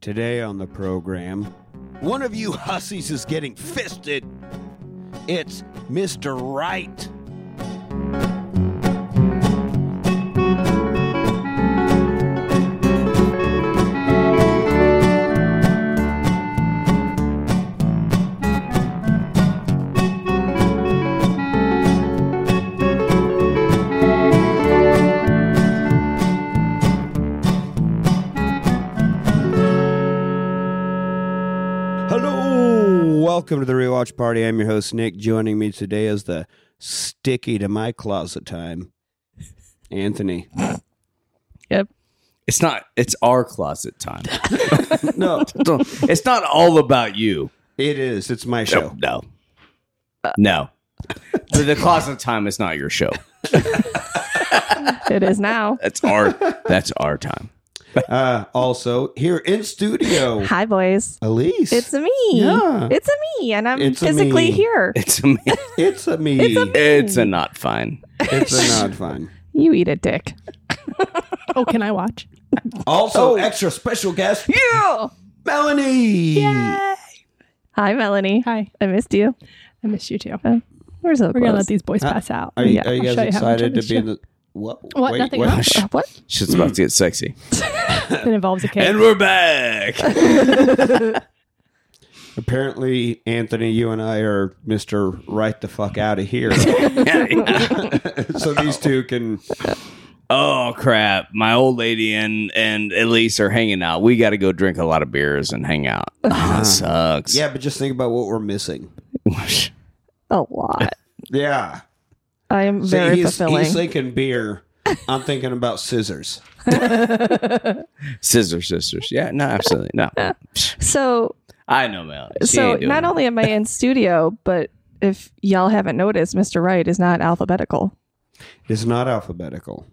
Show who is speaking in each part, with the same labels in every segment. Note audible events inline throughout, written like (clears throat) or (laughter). Speaker 1: Today on the program, one of you hussies is getting fisted. It's Mr. Right. Hello, welcome to the Rewatch Party. I'm your host, Nick. Joining me today is the sticky to my closet time, Anthony.
Speaker 2: Yep.
Speaker 3: It's not. It's our closet time. (laughs)
Speaker 1: No,
Speaker 3: Don't- it's not all about you.
Speaker 1: it is. It's my show.
Speaker 3: No. No. The, the closet time is not your show.
Speaker 2: It is now.
Speaker 3: That's our. That's our time.
Speaker 1: Uh, also, here in studio,
Speaker 2: (laughs) Hi, boys.
Speaker 1: Elise.
Speaker 2: It's a me.
Speaker 1: Yeah.
Speaker 2: It's a me, and I'm
Speaker 1: It's a
Speaker 2: physically
Speaker 1: me.
Speaker 2: here.
Speaker 4: (laughs)
Speaker 3: It's a.
Speaker 1: It's a me. It's a,
Speaker 3: It's a not fine.
Speaker 1: not fun.
Speaker 2: You eat a (laughs) dick.
Speaker 4: Oh, can I watch?
Speaker 1: Also, extra special guest,
Speaker 2: Yeah.
Speaker 1: Melanie.
Speaker 2: Hi, Melanie.
Speaker 4: Hi.
Speaker 2: I missed you. Oh,
Speaker 4: I miss you too.
Speaker 2: We're so
Speaker 4: We're
Speaker 2: close.
Speaker 4: gonna let these boys pass out.
Speaker 1: Are, you
Speaker 2: Yeah,
Speaker 1: are you guys
Speaker 4: I'll show you how much I
Speaker 1: excited to
Speaker 4: missed
Speaker 1: be in
Speaker 4: you.
Speaker 1: the? What?
Speaker 4: What? Nothing else?
Speaker 2: Uh, what?
Speaker 3: Shit's about to get sexy.
Speaker 4: It involves a cake.
Speaker 3: And we're back.
Speaker 1: (laughs)
Speaker 3: (laughs)
Speaker 1: Apparently, Anthony, you and I are Mister Right the fuck out of (laughs) here, so these two can.
Speaker 3: oh crap! My old lady and and Elise are hanging out. We got to go drink a lot of beers and hang out. Oh, it sucks.
Speaker 1: Yeah, but just think about what we're missing.
Speaker 2: A lot.
Speaker 1: Yeah,
Speaker 2: I am
Speaker 1: See,
Speaker 2: very
Speaker 1: he's,
Speaker 2: fulfilling.
Speaker 1: he's thinking beer. I'm thinking about scissors.
Speaker 3: (laughs) Scissor sisters. Yeah. No. Absolutely. No.
Speaker 4: Uh,
Speaker 2: so,
Speaker 3: I know, Mel.
Speaker 2: so not only am I
Speaker 4: (laughs)
Speaker 2: in studio, but if y'all haven't noticed, Mr. Wright is not alphabetical,
Speaker 1: It's not alphabetical.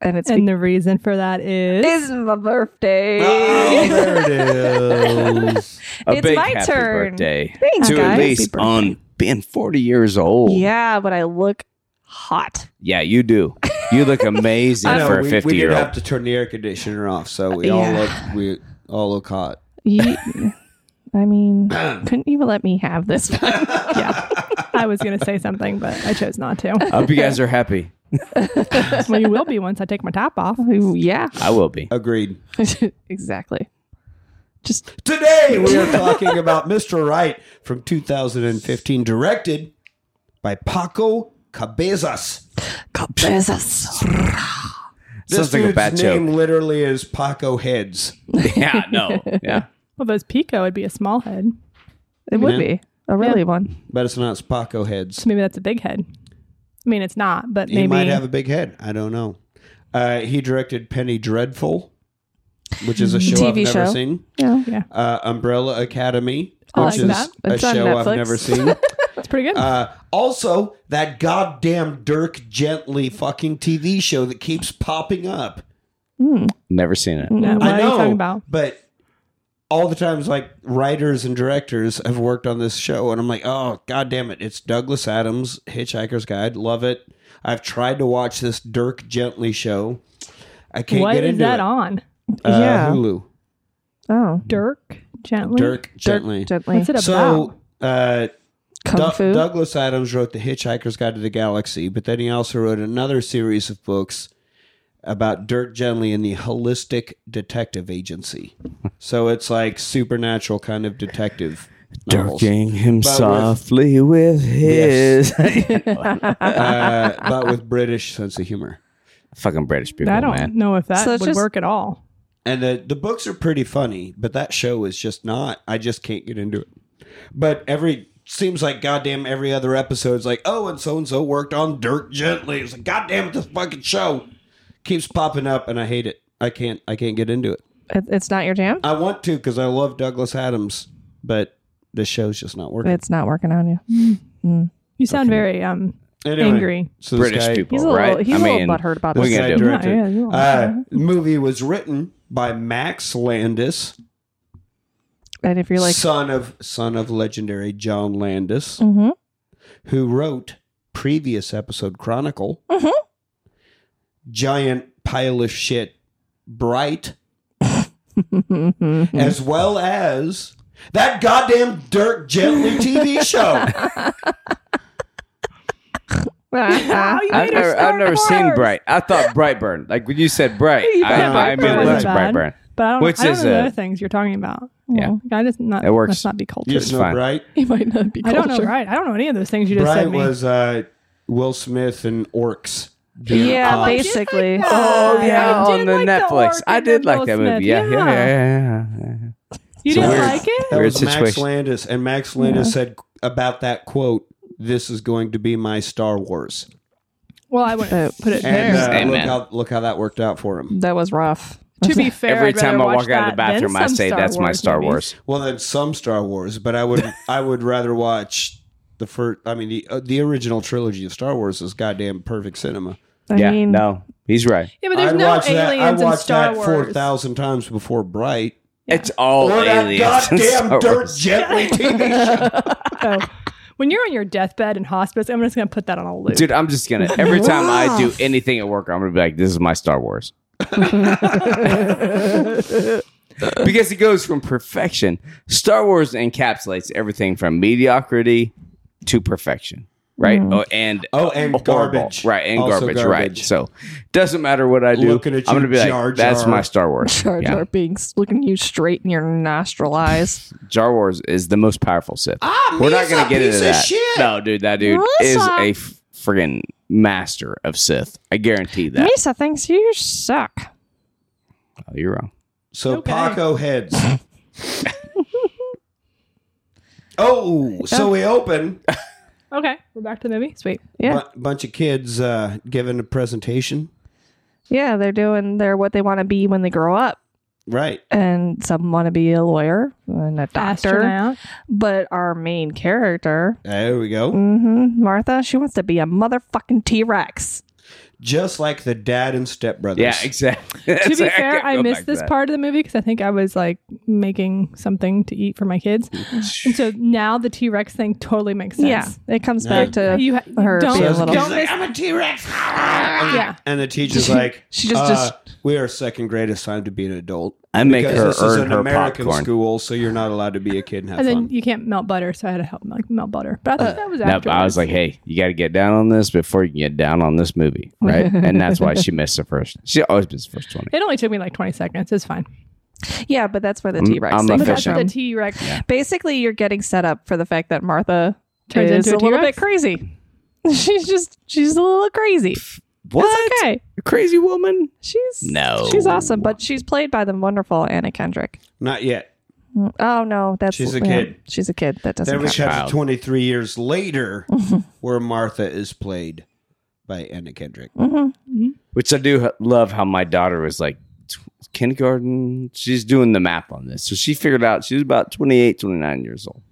Speaker 2: and it's
Speaker 4: And the reason for that is
Speaker 2: because it's my
Speaker 4: (laughs)
Speaker 2: birthday.
Speaker 1: Oh, there it is.
Speaker 3: a
Speaker 2: It's
Speaker 3: big
Speaker 2: my
Speaker 3: happy
Speaker 2: turn.
Speaker 3: birthday
Speaker 2: Thanks,
Speaker 3: to
Speaker 2: guys.
Speaker 3: at least
Speaker 2: Happy
Speaker 3: on being 40 years old.
Speaker 2: Yeah, but I look hot.
Speaker 3: Yeah, you do. You look amazing
Speaker 1: I know,
Speaker 3: for a
Speaker 1: we,
Speaker 3: 50
Speaker 1: we did
Speaker 3: year
Speaker 1: have
Speaker 3: old.
Speaker 1: to turn the air conditioner off, so we all
Speaker 2: Yeah.
Speaker 1: look we all look hot.
Speaker 2: Ye-
Speaker 1: (coughs)
Speaker 2: I mean, couldn't you let me have
Speaker 1: (laughs)
Speaker 2: this one?
Speaker 4: yeah. I was gonna say something, but I chose not to.
Speaker 3: I hope you guys are happy.
Speaker 4: well, you will be once I take my top off.
Speaker 2: Ooh, yeah, (laughs)
Speaker 3: I
Speaker 1: (laughs)
Speaker 3: will be.
Speaker 1: Agreed.
Speaker 2: exactly. Just
Speaker 1: Today we
Speaker 2: (laughs)
Speaker 1: are talking about Mr. Right from 2015, directed by Paco Cabezas.
Speaker 2: cabezas.
Speaker 1: This
Speaker 3: Sounds like a
Speaker 1: dude's
Speaker 3: bad
Speaker 1: name
Speaker 3: joke.
Speaker 1: literally is Paco Heads.
Speaker 3: Yeah, no. Yeah.
Speaker 4: Well, those Pico would be a small head.
Speaker 2: It would be a really one.
Speaker 1: But it's not it's Paco Heads.
Speaker 4: So maybe that's a big head. I mean, it's not, but
Speaker 1: He
Speaker 4: maybe
Speaker 1: might have a big head. I don't know. Uh, he directed Penny Dreadful, which is a show I've
Speaker 2: TV
Speaker 1: never
Speaker 2: Mm-hmm. show.
Speaker 1: seen.
Speaker 2: Yeah, Oh,
Speaker 1: Uh, Umbrella Academy,
Speaker 4: I
Speaker 1: which
Speaker 4: like
Speaker 1: is
Speaker 4: that.
Speaker 1: a
Speaker 2: It's on
Speaker 1: show I've
Speaker 2: Netflix.
Speaker 1: never seen.
Speaker 4: it's pretty good.
Speaker 1: Uh, also, that goddamn Dirk Gently fucking TV show that keeps popping up.
Speaker 3: Never seen it.
Speaker 4: no, what
Speaker 1: I
Speaker 4: are
Speaker 1: know,
Speaker 4: you talking about?
Speaker 1: but all the times, like writers and directors have worked on this show, and I'm like, oh goddamn it! It's Douglas Adams, Hitchhiker's Guide. Love it. I've tried to watch this Dirk Gently show. I can't
Speaker 4: What
Speaker 1: get
Speaker 4: is
Speaker 1: into
Speaker 4: that
Speaker 1: it.
Speaker 4: on?
Speaker 1: Uh,
Speaker 2: Yeah.
Speaker 1: Hulu.
Speaker 2: Oh,
Speaker 4: Dirk gently.
Speaker 1: Dirk Gently.
Speaker 2: gently.
Speaker 4: What's it about?
Speaker 1: so. Uh,
Speaker 2: Kung
Speaker 1: Doug-
Speaker 2: fu.
Speaker 1: Douglas Adams wrote The Hitchhiker's Guide to the Galaxy, but then he also wrote another series of books about Dirk Gently and the Holistic Detective Agency. So it's like supernatural kind of detective. novels.
Speaker 3: Dirking him
Speaker 1: But with-
Speaker 3: softly with his. (laughs)
Speaker 1: uh, but with British sense of humor.
Speaker 3: Fucking British people,
Speaker 1: Oh,
Speaker 4: I don't
Speaker 3: man.
Speaker 4: know if that
Speaker 2: So it's
Speaker 4: would
Speaker 2: just-
Speaker 4: work at all.
Speaker 1: And the the books are pretty funny, but that show is just not. I just can't get into it. But every seems like goddamn every other episode's like, oh, and so and so worked on Dirt Gently. It's like goddamn it, this fucking show keeps popping up, and I hate it. I can't. I can't get into it.
Speaker 2: It- it's not your jam.
Speaker 1: I want to because I love Douglas Adams, but the show's just not working.
Speaker 2: It's not working on you.
Speaker 4: You sound very um
Speaker 1: Anyway,
Speaker 4: angry.
Speaker 1: So this
Speaker 3: British
Speaker 1: guy-
Speaker 3: people,
Speaker 2: He's a little-
Speaker 3: right?
Speaker 2: he's a little butthurt about
Speaker 3: what
Speaker 2: this.
Speaker 3: are you
Speaker 1: This
Speaker 3: gonna
Speaker 1: guy directed.
Speaker 3: do?
Speaker 4: Yeah, yeah, you are.
Speaker 1: Uh, movie was written by Max Landis.
Speaker 2: And if you're like, (laughs)
Speaker 1: son of son of legendary John Landis,
Speaker 2: Mhm.
Speaker 1: who wrote previous episode Chronicle,
Speaker 2: Mhm.
Speaker 4: Mm-hmm. (laughs)
Speaker 1: giant pile of shit, Bright, as well as that goddamn Dirk Gently
Speaker 4: (laughs)
Speaker 1: TV show.
Speaker 2: Ah,
Speaker 4: Wow, Oh, you
Speaker 3: Uh, I've
Speaker 4: made her
Speaker 3: never,
Speaker 4: Star
Speaker 3: I've never seen
Speaker 4: Wars.
Speaker 3: Bright. I thought Brightburn. Like when you said Bright,
Speaker 4: You
Speaker 3: I,
Speaker 4: thought
Speaker 3: I
Speaker 4: Brightburn
Speaker 3: immediately
Speaker 4: was
Speaker 3: went to
Speaker 4: bad,
Speaker 3: Brightburn.
Speaker 4: But I don't,
Speaker 3: Which
Speaker 4: I don't
Speaker 3: is
Speaker 4: know
Speaker 3: a-
Speaker 4: the other things you're talking about. (laughs)
Speaker 3: Yeah.
Speaker 4: Well, I just not.
Speaker 3: It works.
Speaker 4: Let's not be cultured.
Speaker 1: You just know
Speaker 3: fine.
Speaker 1: Bright.
Speaker 2: He might not be.
Speaker 4: I don't
Speaker 2: Cultured.
Speaker 4: know. Right. I don't know any of those things you just
Speaker 1: Bright
Speaker 4: said. Me.
Speaker 1: was uh, Will Smith and orcs.
Speaker 2: Yeah,
Speaker 1: Uh,
Speaker 4: did like
Speaker 2: basically.
Speaker 4: that.
Speaker 3: Oh
Speaker 4: I
Speaker 3: yeah,
Speaker 4: did
Speaker 3: on the
Speaker 4: like the
Speaker 3: Netflix.
Speaker 4: Orc
Speaker 3: I
Speaker 4: and
Speaker 3: did
Speaker 4: Will
Speaker 3: like that
Speaker 4: Smith.
Speaker 3: movie. Yeah, yeah,
Speaker 4: Yeah.
Speaker 3: yeah. yeah, yeah.
Speaker 4: you
Speaker 3: it's a
Speaker 4: didn't
Speaker 3: weird-
Speaker 4: like it?
Speaker 1: That
Speaker 3: Weird
Speaker 1: was Max
Speaker 3: situation.
Speaker 1: Landis, and Max Landis said about that quote, "This is going to be my Star Wars."
Speaker 4: Well, I
Speaker 2: Oh,
Speaker 4: wouldn't Oh, put it
Speaker 1: And
Speaker 4: there.
Speaker 1: uh,
Speaker 3: Amen.
Speaker 1: look how look how that worked out for him.
Speaker 2: That was rough.
Speaker 4: to be fair,
Speaker 3: Every
Speaker 4: I'd
Speaker 3: time I
Speaker 4: rather watch
Speaker 3: walk out of the
Speaker 4: that than
Speaker 3: bathroom, I
Speaker 4: some
Speaker 3: say
Speaker 4: Star
Speaker 3: that's my
Speaker 4: Wars
Speaker 3: Star
Speaker 4: movies.
Speaker 3: Wars.
Speaker 1: Well, then some Star Wars, but I
Speaker 4: (laughs)
Speaker 1: would I would rather watch the first. I mean, the uh, the original trilogy of Star Wars is goddamn perfect cinema.
Speaker 2: I
Speaker 3: yeah,
Speaker 2: mean,
Speaker 3: no, he's right.
Speaker 4: Yeah, but there's
Speaker 1: I'd
Speaker 4: no
Speaker 1: watch that. I
Speaker 4: aliens in
Speaker 1: watched
Speaker 4: Star
Speaker 1: that
Speaker 4: Wars.
Speaker 1: four thousand times before Bright.
Speaker 3: It's all
Speaker 1: or that
Speaker 3: aliens.
Speaker 1: (laughs)
Speaker 3: and Star
Speaker 1: goddamn Dirt
Speaker 3: Wars.
Speaker 1: Gently
Speaker 4: (laughs)
Speaker 1: TV show.
Speaker 4: So, when you're on your deathbed in hospice, I'm just gonna put that on a loop.
Speaker 3: Dude, I'm just gonna
Speaker 4: (laughs)
Speaker 3: every time I do anything at work, I'm gonna be like, "This is my Star Wars," because it goes from perfection. Star Wars encapsulates everything from mediocrity to perfection, right?
Speaker 4: Mm-hmm.
Speaker 3: Oh, and
Speaker 1: Oh, and
Speaker 3: horrible.
Speaker 1: garbage.
Speaker 3: right? And
Speaker 1: Also
Speaker 3: garbage, right?
Speaker 1: garbage.
Speaker 3: So, doesn't matter what I do,
Speaker 1: Looking at
Speaker 3: I'm
Speaker 1: you,
Speaker 3: gonna be
Speaker 1: Jar
Speaker 3: like, "That's
Speaker 1: Jar."
Speaker 3: my Star Wars."
Speaker 2: Jar
Speaker 3: Yeah.
Speaker 2: Jar Binks looking you straight in your nostril
Speaker 3: (laughs)
Speaker 2: eyes.
Speaker 3: Jar Wars is the most powerful Sith.
Speaker 1: Ah,
Speaker 3: We're not
Speaker 1: he's
Speaker 3: gonna
Speaker 1: a
Speaker 3: get
Speaker 1: piece
Speaker 3: into
Speaker 1: of
Speaker 3: that.
Speaker 1: shit.
Speaker 3: No, dude, that dude is
Speaker 2: Misa.
Speaker 3: a f- friggin' master of Sith. I guarantee that.
Speaker 2: Misa thinks you suck.
Speaker 3: Oh, you're wrong.
Speaker 1: So
Speaker 4: Okay.
Speaker 1: Paco
Speaker 4: (laughs)
Speaker 1: heads. oh, so we open
Speaker 4: Okay, we're back to the movie. Sweet.
Speaker 2: Yeah.
Speaker 1: a bunch of kids uh, giving a presentation.
Speaker 2: Yeah, they're doing their what they want to be when they grow up.
Speaker 1: Right.
Speaker 2: And some want to be a lawyer and a doctor.
Speaker 4: Astronaut.
Speaker 2: But our main character,
Speaker 1: There we go.
Speaker 4: Mm.
Speaker 2: hmm Martha, she wants to be a motherfucking T Rex.
Speaker 1: Just like the dad and stepbrothers.
Speaker 3: Yeah, exactly. (laughs)
Speaker 4: to be fair, I missed this part of the movie because I think I was like making something to eat for my kids, and so now the T Rex thing totally makes sense.
Speaker 2: Yeah, it comes
Speaker 1: Yeah.
Speaker 2: back to
Speaker 4: You ha-
Speaker 2: her
Speaker 4: don't-
Speaker 2: being a
Speaker 1: So
Speaker 2: little.
Speaker 1: the kid's
Speaker 4: Don't
Speaker 1: like,
Speaker 4: miss-
Speaker 1: I'm a T Rex.
Speaker 4: Yeah.
Speaker 1: And the teacher's like,
Speaker 2: she just-
Speaker 1: uh,
Speaker 2: just-
Speaker 1: We are second grade assigned to be an adult.
Speaker 3: I make
Speaker 1: Because
Speaker 3: her
Speaker 1: this is
Speaker 3: earn
Speaker 1: an
Speaker 3: her
Speaker 1: American
Speaker 3: popcorn.
Speaker 1: school, so you're not allowed to be a kid and have
Speaker 4: And then
Speaker 1: fun.
Speaker 4: you can't melt butter, so I had to help like melt butter. But I thought that was
Speaker 3: No,
Speaker 4: after.
Speaker 3: I was like, hey, you got to get down on this before you can get down on this movie,
Speaker 4: (laughs)
Speaker 3: right? and that's why she missed the first. She always missed the first twenty.
Speaker 4: it only took me like 20 seconds. It's fine.
Speaker 2: Yeah, but that's where the T Rex
Speaker 3: I'm
Speaker 2: thing
Speaker 3: a
Speaker 4: But
Speaker 2: comes
Speaker 4: that's
Speaker 3: efficient.
Speaker 2: from.
Speaker 4: the T Rex.
Speaker 2: Basically, you're getting set up for the fact that Martha
Speaker 4: Turns
Speaker 2: is
Speaker 4: into a
Speaker 2: a little bit
Speaker 4: T-Rex?
Speaker 2: crazy. (laughs) She's just she's a little crazy.
Speaker 3: What
Speaker 2: It's okay.
Speaker 3: crazy woman?
Speaker 2: She's
Speaker 3: No.
Speaker 2: She's awesome, but she's played by the wonderful Anna Kendrick.
Speaker 1: Not yet.
Speaker 2: Oh no, that's
Speaker 1: She's a
Speaker 2: yeah,
Speaker 1: kid.
Speaker 2: She's a kid. That doesn't
Speaker 1: Then we
Speaker 2: count.
Speaker 1: cut
Speaker 3: Wow.
Speaker 1: to 23 years
Speaker 2: (laughs)
Speaker 1: later, where Martha is played by Anna Kendrick.
Speaker 2: Mm-hmm.
Speaker 3: Which I do h- love how my daughter was like "Tw- kindergarten. She's doing the math on this, so she figured out she was about 28, 29 years old.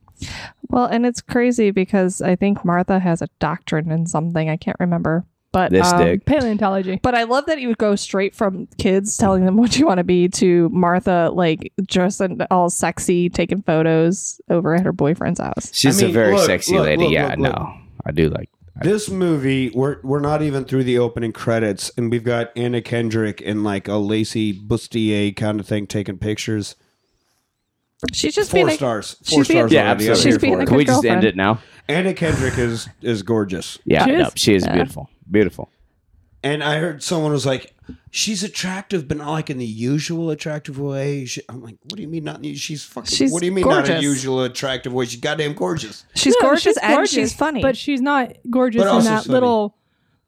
Speaker 2: Well, and it's crazy because I think Martha has a doctorate in something I can't remember, but
Speaker 3: This
Speaker 2: um,
Speaker 3: dick.
Speaker 4: Paleontology.
Speaker 2: But I love that you would go straight from kids telling them (laughs) what you want to be to Martha, like dressed and all sexy, taking photos over at her boyfriend's house.
Speaker 3: She's
Speaker 1: I mean,
Speaker 3: a very
Speaker 1: look,
Speaker 3: sexy
Speaker 1: look,
Speaker 3: lady.
Speaker 1: look,
Speaker 3: yeah,
Speaker 1: look,
Speaker 3: no,
Speaker 1: look.
Speaker 3: I do like.
Speaker 1: This movie, we're we're not even through the opening credits, and we've got Anna Kendrick in like a Lacey Bustier kind of thing taking pictures.
Speaker 2: She's just
Speaker 1: Four
Speaker 2: being a,
Speaker 1: stars. Four
Speaker 2: she's being-
Speaker 1: stars.
Speaker 2: Yeah,
Speaker 1: already. I'm
Speaker 2: absolutely.
Speaker 1: here
Speaker 2: She's being
Speaker 1: for
Speaker 2: a
Speaker 1: it.
Speaker 3: Can we
Speaker 2: good
Speaker 3: just end
Speaker 2: girlfriend.
Speaker 3: it now?
Speaker 1: Anna Kendrick is is gorgeous,
Speaker 3: Yeah,
Speaker 4: She
Speaker 3: no,
Speaker 4: is.
Speaker 3: she is beautiful. Beautiful.
Speaker 1: and I heard someone was like, "She's attractive, but not like in the usual attractive way." She, I'm like, "What do you mean not? in the- She's fucking.
Speaker 2: She's
Speaker 1: what do you mean not
Speaker 2: gorgeous.
Speaker 1: a usual attractive way? She's goddamn gorgeous."
Speaker 2: she's,
Speaker 4: No,
Speaker 2: gorgeous and she's funny.
Speaker 4: But she's not gorgeous
Speaker 1: But
Speaker 4: in
Speaker 1: also
Speaker 4: that
Speaker 1: funny.
Speaker 4: little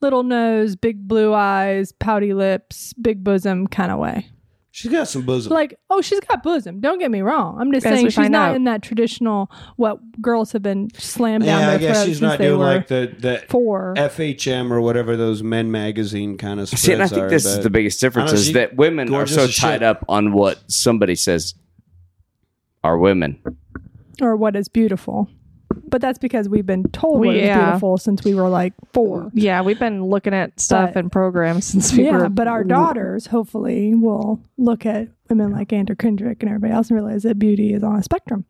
Speaker 4: little nose, big blue eyes, pouty lips, big bosom kind of way.
Speaker 1: She's got some bosom.
Speaker 4: Like, oh, she's got bosom. Don't get me wrong. I'm just
Speaker 2: As
Speaker 4: saying
Speaker 2: we
Speaker 4: she's
Speaker 2: find
Speaker 4: not
Speaker 2: out.
Speaker 4: in that traditional what girls have been slammed down
Speaker 1: yeah,
Speaker 4: their
Speaker 1: I guess
Speaker 4: throats
Speaker 1: she's
Speaker 4: since
Speaker 1: not
Speaker 4: they
Speaker 1: doing
Speaker 4: were
Speaker 1: like the the
Speaker 4: four.
Speaker 1: FHM or whatever those men magazine kind of.
Speaker 3: See, and I
Speaker 1: spreads
Speaker 3: think
Speaker 1: are,
Speaker 3: this is
Speaker 1: but-
Speaker 3: the biggest difference
Speaker 1: I know
Speaker 3: is
Speaker 1: she-
Speaker 3: that women are
Speaker 1: gorgeous
Speaker 3: so
Speaker 1: as shit.
Speaker 3: tied up on what somebody says are women.
Speaker 4: or what is beautiful. But that's because we've been told
Speaker 2: We-
Speaker 4: what is
Speaker 2: yeah.
Speaker 4: beautiful since we were like four.
Speaker 2: yeah, we've been looking at stuff
Speaker 4: But-
Speaker 2: and programs since we
Speaker 4: Yeah,
Speaker 2: were.
Speaker 4: but our daughters hopefully will look at women like Andrew Kendrick and everybody else and realize that beauty is on a spectrum.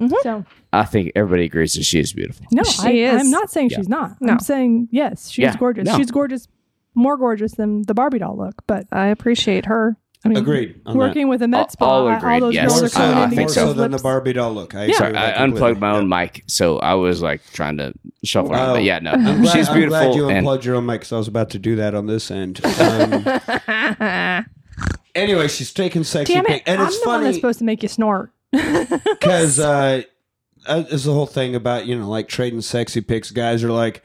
Speaker 2: Mm-hmm.
Speaker 4: So
Speaker 3: I think everybody agrees that she is beautiful.
Speaker 4: no,
Speaker 2: She
Speaker 4: I,
Speaker 2: is.
Speaker 4: I'm not saying
Speaker 3: Yeah.
Speaker 4: she's not.
Speaker 2: No.
Speaker 4: I'm saying yes, she's
Speaker 3: Yeah,
Speaker 4: gorgeous.
Speaker 3: no.
Speaker 4: She's gorgeous, more gorgeous than the Barbie doll look. But
Speaker 2: I appreciate her.
Speaker 4: I mean,
Speaker 1: Agreed. on that.
Speaker 4: Working with a med
Speaker 3: All-
Speaker 4: spa,
Speaker 3: all
Speaker 4: all,
Speaker 3: agreed,
Speaker 4: those
Speaker 3: yes.
Speaker 4: roller
Speaker 1: More so,
Speaker 3: I- I
Speaker 4: coated
Speaker 1: more
Speaker 3: think so.
Speaker 1: so than the
Speaker 4: lips.
Speaker 1: Barbie doll look. I agree
Speaker 3: Sorry,
Speaker 1: with
Speaker 3: I
Speaker 1: that completely.
Speaker 3: unplugged my own mic, so I was like trying to shuffle around.
Speaker 1: Oh.
Speaker 3: But yeah, no,
Speaker 1: I'm glad,
Speaker 3: (laughs) she's
Speaker 1: I'm
Speaker 3: beautiful.
Speaker 1: glad you
Speaker 3: and-
Speaker 1: unplugged your own mic because I was about to do that on this end. Um,
Speaker 4: (laughs)
Speaker 1: anyway, she's taking sexy
Speaker 4: Damn it!
Speaker 1: pic- and
Speaker 4: I'm
Speaker 1: it's
Speaker 4: the one that's
Speaker 1: funny
Speaker 4: supposed to make you snort.
Speaker 1: because uh, uh, it's the whole thing about you know like trading sexy pics. Guys are like,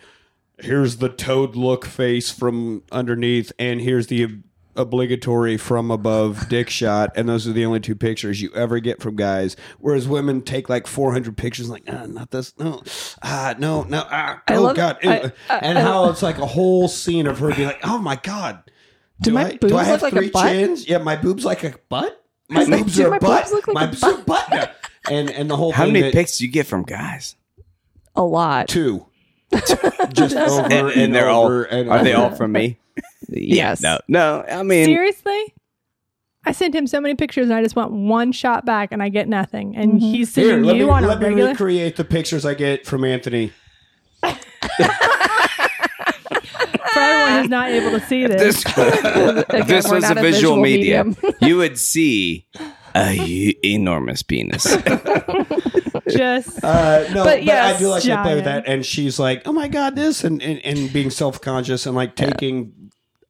Speaker 1: here's the toad look face from underneath, and here's the ob- obligatory from above dick shot, and those are the only two pictures you ever get from guys. Whereas women take like 400 pictures, like ah, not this, no, ah, no, no, ah,
Speaker 2: I
Speaker 1: oh
Speaker 2: love-
Speaker 1: god, ew.
Speaker 2: I- I-
Speaker 1: and
Speaker 2: I-
Speaker 1: how it's like a whole scene of her being like, oh my god.
Speaker 2: Do my boobs
Speaker 1: do I have
Speaker 2: look like a
Speaker 1: three
Speaker 2: butt?
Speaker 1: chins? Yeah, my boobs like a butt. My
Speaker 2: Is that-
Speaker 1: boobs
Speaker 2: do
Speaker 1: are
Speaker 2: my
Speaker 1: a butt.
Speaker 2: boobs look like
Speaker 1: my
Speaker 2: a
Speaker 1: boobs are a butt. Yeah. And and the whole
Speaker 3: how
Speaker 1: thing
Speaker 3: many
Speaker 1: that-
Speaker 3: pics do you get from guys?
Speaker 2: (laughs) a lot.
Speaker 1: Two.
Speaker 3: (laughs)
Speaker 1: Just over and,
Speaker 3: And, and they're all
Speaker 1: over and
Speaker 3: are they
Speaker 1: over.
Speaker 3: all from me?
Speaker 2: Yes.
Speaker 3: No, no. I mean,
Speaker 4: Seriously, I sent him so many pictures, and I just want one shot back, and I get nothing.
Speaker 2: Mm-hmm.
Speaker 4: And he's
Speaker 1: Here,
Speaker 4: sending
Speaker 1: let me,
Speaker 4: you on a
Speaker 1: let me
Speaker 4: regular.
Speaker 1: recreate the pictures I get from Anthony.
Speaker 4: For everyone who's not able to
Speaker 1: (laughs)
Speaker 4: see this,
Speaker 3: this, (laughs) if this
Speaker 2: we're
Speaker 3: was a
Speaker 2: not a
Speaker 3: visual,
Speaker 2: visual
Speaker 3: medium, (laughs) you would see a u- enormous penis.
Speaker 4: just
Speaker 3: (laughs)
Speaker 1: Uh, no, but,
Speaker 2: But yes,
Speaker 1: I do like to play with
Speaker 4: giant.
Speaker 1: that. And she's like, "Oh my god, this!" and and, and being self conscious and like taking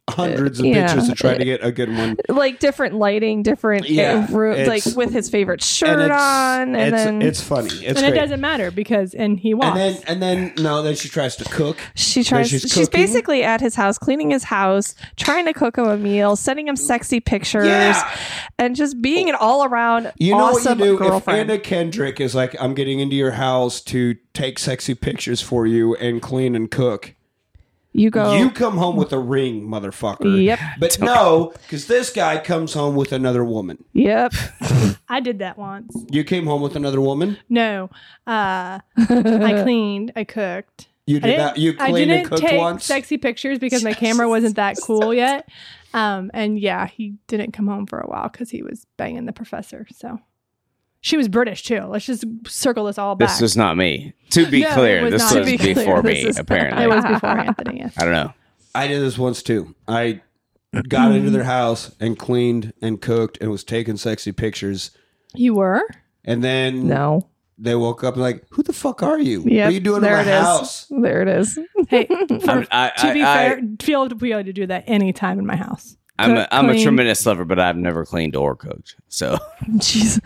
Speaker 1: hundreds of
Speaker 2: Yeah.
Speaker 1: pictures to try to get a good one.
Speaker 2: Like different lighting, different
Speaker 1: Yeah,
Speaker 2: uh, room,
Speaker 1: it's-
Speaker 2: like with his favorite shirt
Speaker 1: and it's,
Speaker 2: on, and
Speaker 1: it's,
Speaker 2: then
Speaker 1: it's funny. It's
Speaker 4: and it
Speaker 1: great.
Speaker 4: doesn't matter because and he
Speaker 1: and
Speaker 4: walks.
Speaker 1: then and then no, then she tries to cook.
Speaker 2: she tries.
Speaker 1: she's
Speaker 2: She's,
Speaker 1: cooking.
Speaker 2: basically at his house, cleaning his house, trying to cook him a meal, sending him sexy pictures,
Speaker 1: Yeah.
Speaker 2: and just being an all around
Speaker 1: You know
Speaker 2: awesome
Speaker 1: what you do
Speaker 2: girlfriend.
Speaker 1: if Anna Kendrick is like, "I'm getting into your house to take sexy pictures for you and clean and cook."
Speaker 2: you go.
Speaker 1: You come home with a ring, motherfucker.
Speaker 2: Oh. Yep.
Speaker 1: But no, because this guy comes home with another woman. (laughs)
Speaker 2: yep.
Speaker 4: I did that once.
Speaker 1: You came home with another woman.
Speaker 4: No, uh,
Speaker 2: (laughs)
Speaker 4: I cleaned, I cooked.
Speaker 1: You
Speaker 4: I
Speaker 1: did not. You
Speaker 4: I
Speaker 1: cleaned and
Speaker 4: didn't
Speaker 1: cooked
Speaker 4: take
Speaker 1: once.
Speaker 4: sexy pictures because
Speaker 2: (laughs)
Speaker 4: my camera wasn't that cool yet. Um, and yeah, he didn't come home for a while because he was banging the professor. So she was British too. Let's just circle this all back.
Speaker 3: this was not me. To be
Speaker 4: No, it
Speaker 3: clear,
Speaker 4: was
Speaker 3: this
Speaker 4: not
Speaker 3: was
Speaker 4: me.
Speaker 2: To be
Speaker 3: before
Speaker 2: clear,
Speaker 3: me.
Speaker 2: this is-
Speaker 4: it
Speaker 2: (laughs)
Speaker 3: Apparently,
Speaker 4: was before Anthony. Yes.
Speaker 3: I don't know.
Speaker 1: I did this once too. I got into their house and cleaned and cooked and was taking sexy pictures.
Speaker 4: You were.
Speaker 1: And then
Speaker 2: No.
Speaker 1: they woke up and like, "Who the fuck are you?
Speaker 2: Yep.
Speaker 1: what are you doing in
Speaker 2: there
Speaker 1: my
Speaker 2: it is.
Speaker 1: house?"
Speaker 2: There it is.
Speaker 4: Hey, for-
Speaker 3: I'm, I,
Speaker 4: to be
Speaker 3: I,
Speaker 4: fair, feel to be able to do that any time in my house.
Speaker 3: I, am a,
Speaker 4: Cook,
Speaker 3: I'm a
Speaker 4: clean.
Speaker 3: tremendous lover, but I've never cleaned or cooked. So (laughs)
Speaker 2: (laughs) Jeez.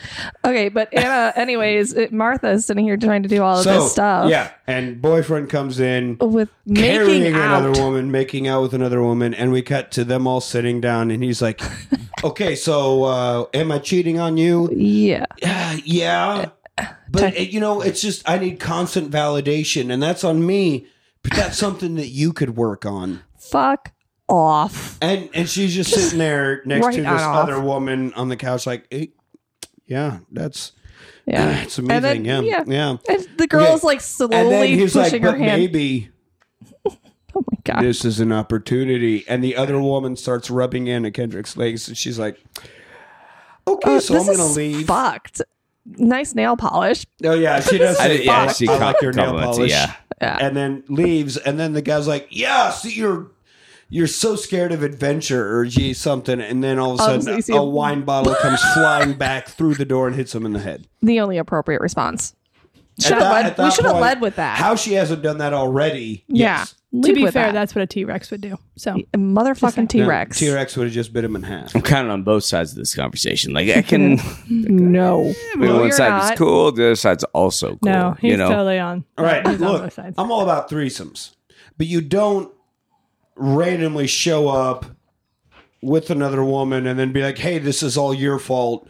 Speaker 2: Okay, but
Speaker 1: (laughs)
Speaker 2: Anna. Anyways, it, Martha is sitting here trying to do all of
Speaker 1: so
Speaker 2: this stuff.
Speaker 1: yeah, and boyfriend comes in.
Speaker 2: With
Speaker 1: carrying
Speaker 2: making out.
Speaker 1: another woman, making out with another woman, and we cut to them all sitting down, and he's
Speaker 2: (laughs)
Speaker 1: like, "Okay, so uh, am I cheating on you?
Speaker 2: Yeah.
Speaker 1: Uh, yeah,
Speaker 2: Uh,
Speaker 1: but it, you know, it's just I need constant validation, and that's on me. But that's something that you could work on."
Speaker 2: Fuck off.
Speaker 1: And and she's just sitting there next
Speaker 2: right
Speaker 1: to this
Speaker 2: on off.
Speaker 1: other woman on the couch, like, eh, "Yeah, that's (clears throat)
Speaker 2: Yeah.
Speaker 1: it's amazing.
Speaker 2: then-
Speaker 1: yeah,
Speaker 2: yeah.
Speaker 1: yeah."
Speaker 2: And the girl
Speaker 1: Okay.
Speaker 2: is like
Speaker 1: And then
Speaker 2: slowly
Speaker 1: he's like,
Speaker 2: pushing her
Speaker 1: "But
Speaker 2: hand.
Speaker 1: maybe."
Speaker 2: oh my god.
Speaker 1: this is an opportunity. And the other woman starts rubbing in at Kendrick's legs, and she's like, "Okay,
Speaker 2: Uh,
Speaker 1: so I'm
Speaker 2: this
Speaker 1: gonna
Speaker 2: is
Speaker 1: leave."
Speaker 2: fucked. Nice nail polish.
Speaker 1: Oh yeah, she does.
Speaker 3: I
Speaker 1: say,
Speaker 3: did- yeah,
Speaker 1: "Fuck,
Speaker 3: she
Speaker 1: I like
Speaker 3: com-
Speaker 1: your nail
Speaker 3: compliments it,
Speaker 1: polish.
Speaker 3: yeah.
Speaker 2: Yeah.
Speaker 1: and then leaves. And then the guy's like, "Yeah, see, you're." You're so scared of adventure or gee something, and then all of a
Speaker 2: Um, so
Speaker 1: sudden
Speaker 2: you see
Speaker 1: a,
Speaker 2: a-
Speaker 1: wine bottle
Speaker 2: (laughs)
Speaker 1: comes flying back through the door and hits him in the head.
Speaker 2: The only appropriate response.
Speaker 1: At
Speaker 2: Should have
Speaker 1: that-
Speaker 2: led.
Speaker 1: at
Speaker 2: We
Speaker 1: that
Speaker 2: should have
Speaker 1: point,
Speaker 2: led with that.
Speaker 1: How she hasn't done that already?
Speaker 2: yeah.
Speaker 4: To
Speaker 2: Lead
Speaker 4: be
Speaker 2: with
Speaker 4: fair,
Speaker 2: that.
Speaker 4: that's what a T Rex would do. So
Speaker 2: motherfucking T Rex.
Speaker 1: T Rex would have just bit him in half.
Speaker 3: I'm kind of on both sides of this conversation. Like I can,
Speaker 2: No.
Speaker 3: I mean, one
Speaker 2: you're
Speaker 3: side is
Speaker 2: not.
Speaker 3: cool, the other side's also cool.
Speaker 4: no, he's
Speaker 3: you know,
Speaker 4: totally on.
Speaker 1: All right,
Speaker 4: he's on
Speaker 1: look,
Speaker 4: both sides.
Speaker 1: I'm all about threesomes, but you don't randomly show up with another woman and then be like, "Hey, this is all your fault.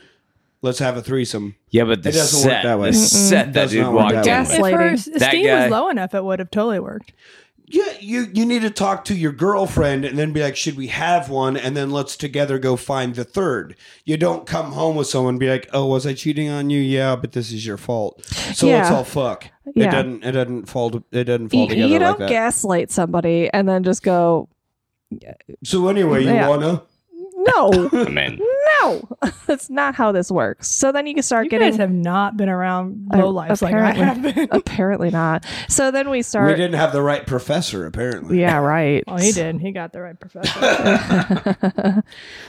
Speaker 1: Let's have a threesome."
Speaker 3: yeah, but the
Speaker 1: It doesn't work
Speaker 3: set,
Speaker 1: that way.
Speaker 3: the set that
Speaker 1: Does
Speaker 3: dude
Speaker 1: not work
Speaker 3: walked
Speaker 1: that
Speaker 3: in
Speaker 1: way.
Speaker 3: with.
Speaker 4: If her
Speaker 2: Gaslighting.
Speaker 4: s-
Speaker 3: That
Speaker 4: esteem
Speaker 3: guy-
Speaker 4: was low enough, it would have totally worked.
Speaker 1: Yeah, you you need to talk to your girlfriend and then be like, "Should we have one?" And then let's together go find the third. You don't come home with someone and be like, "Oh, was I cheating on you?" Yeah, but this is your fault. So let's
Speaker 2: Yeah.
Speaker 1: all fuck. It
Speaker 2: Yeah.
Speaker 1: doesn't it doesn't fall to, it doesn't fall
Speaker 2: You,
Speaker 1: together
Speaker 2: you
Speaker 1: like
Speaker 2: don't
Speaker 1: that.
Speaker 2: gaslight somebody and then just go,
Speaker 1: so anyway, you
Speaker 2: Yeah.
Speaker 1: wanna (laughs)
Speaker 2: no,
Speaker 3: I mean,
Speaker 2: no, (laughs) that's not how this works. So then you can start
Speaker 4: You
Speaker 2: getting
Speaker 4: guys have not been around
Speaker 2: I-
Speaker 4: low lives like I have
Speaker 2: apparently-
Speaker 4: been.
Speaker 2: (laughs)
Speaker 4: (laughs)
Speaker 2: apparently not. So then we
Speaker 1: We
Speaker 2: start.
Speaker 1: didn't have the right professor, apparently.
Speaker 2: yeah, right.
Speaker 4: Well, Oh, he did. He got the right professor.
Speaker 1: All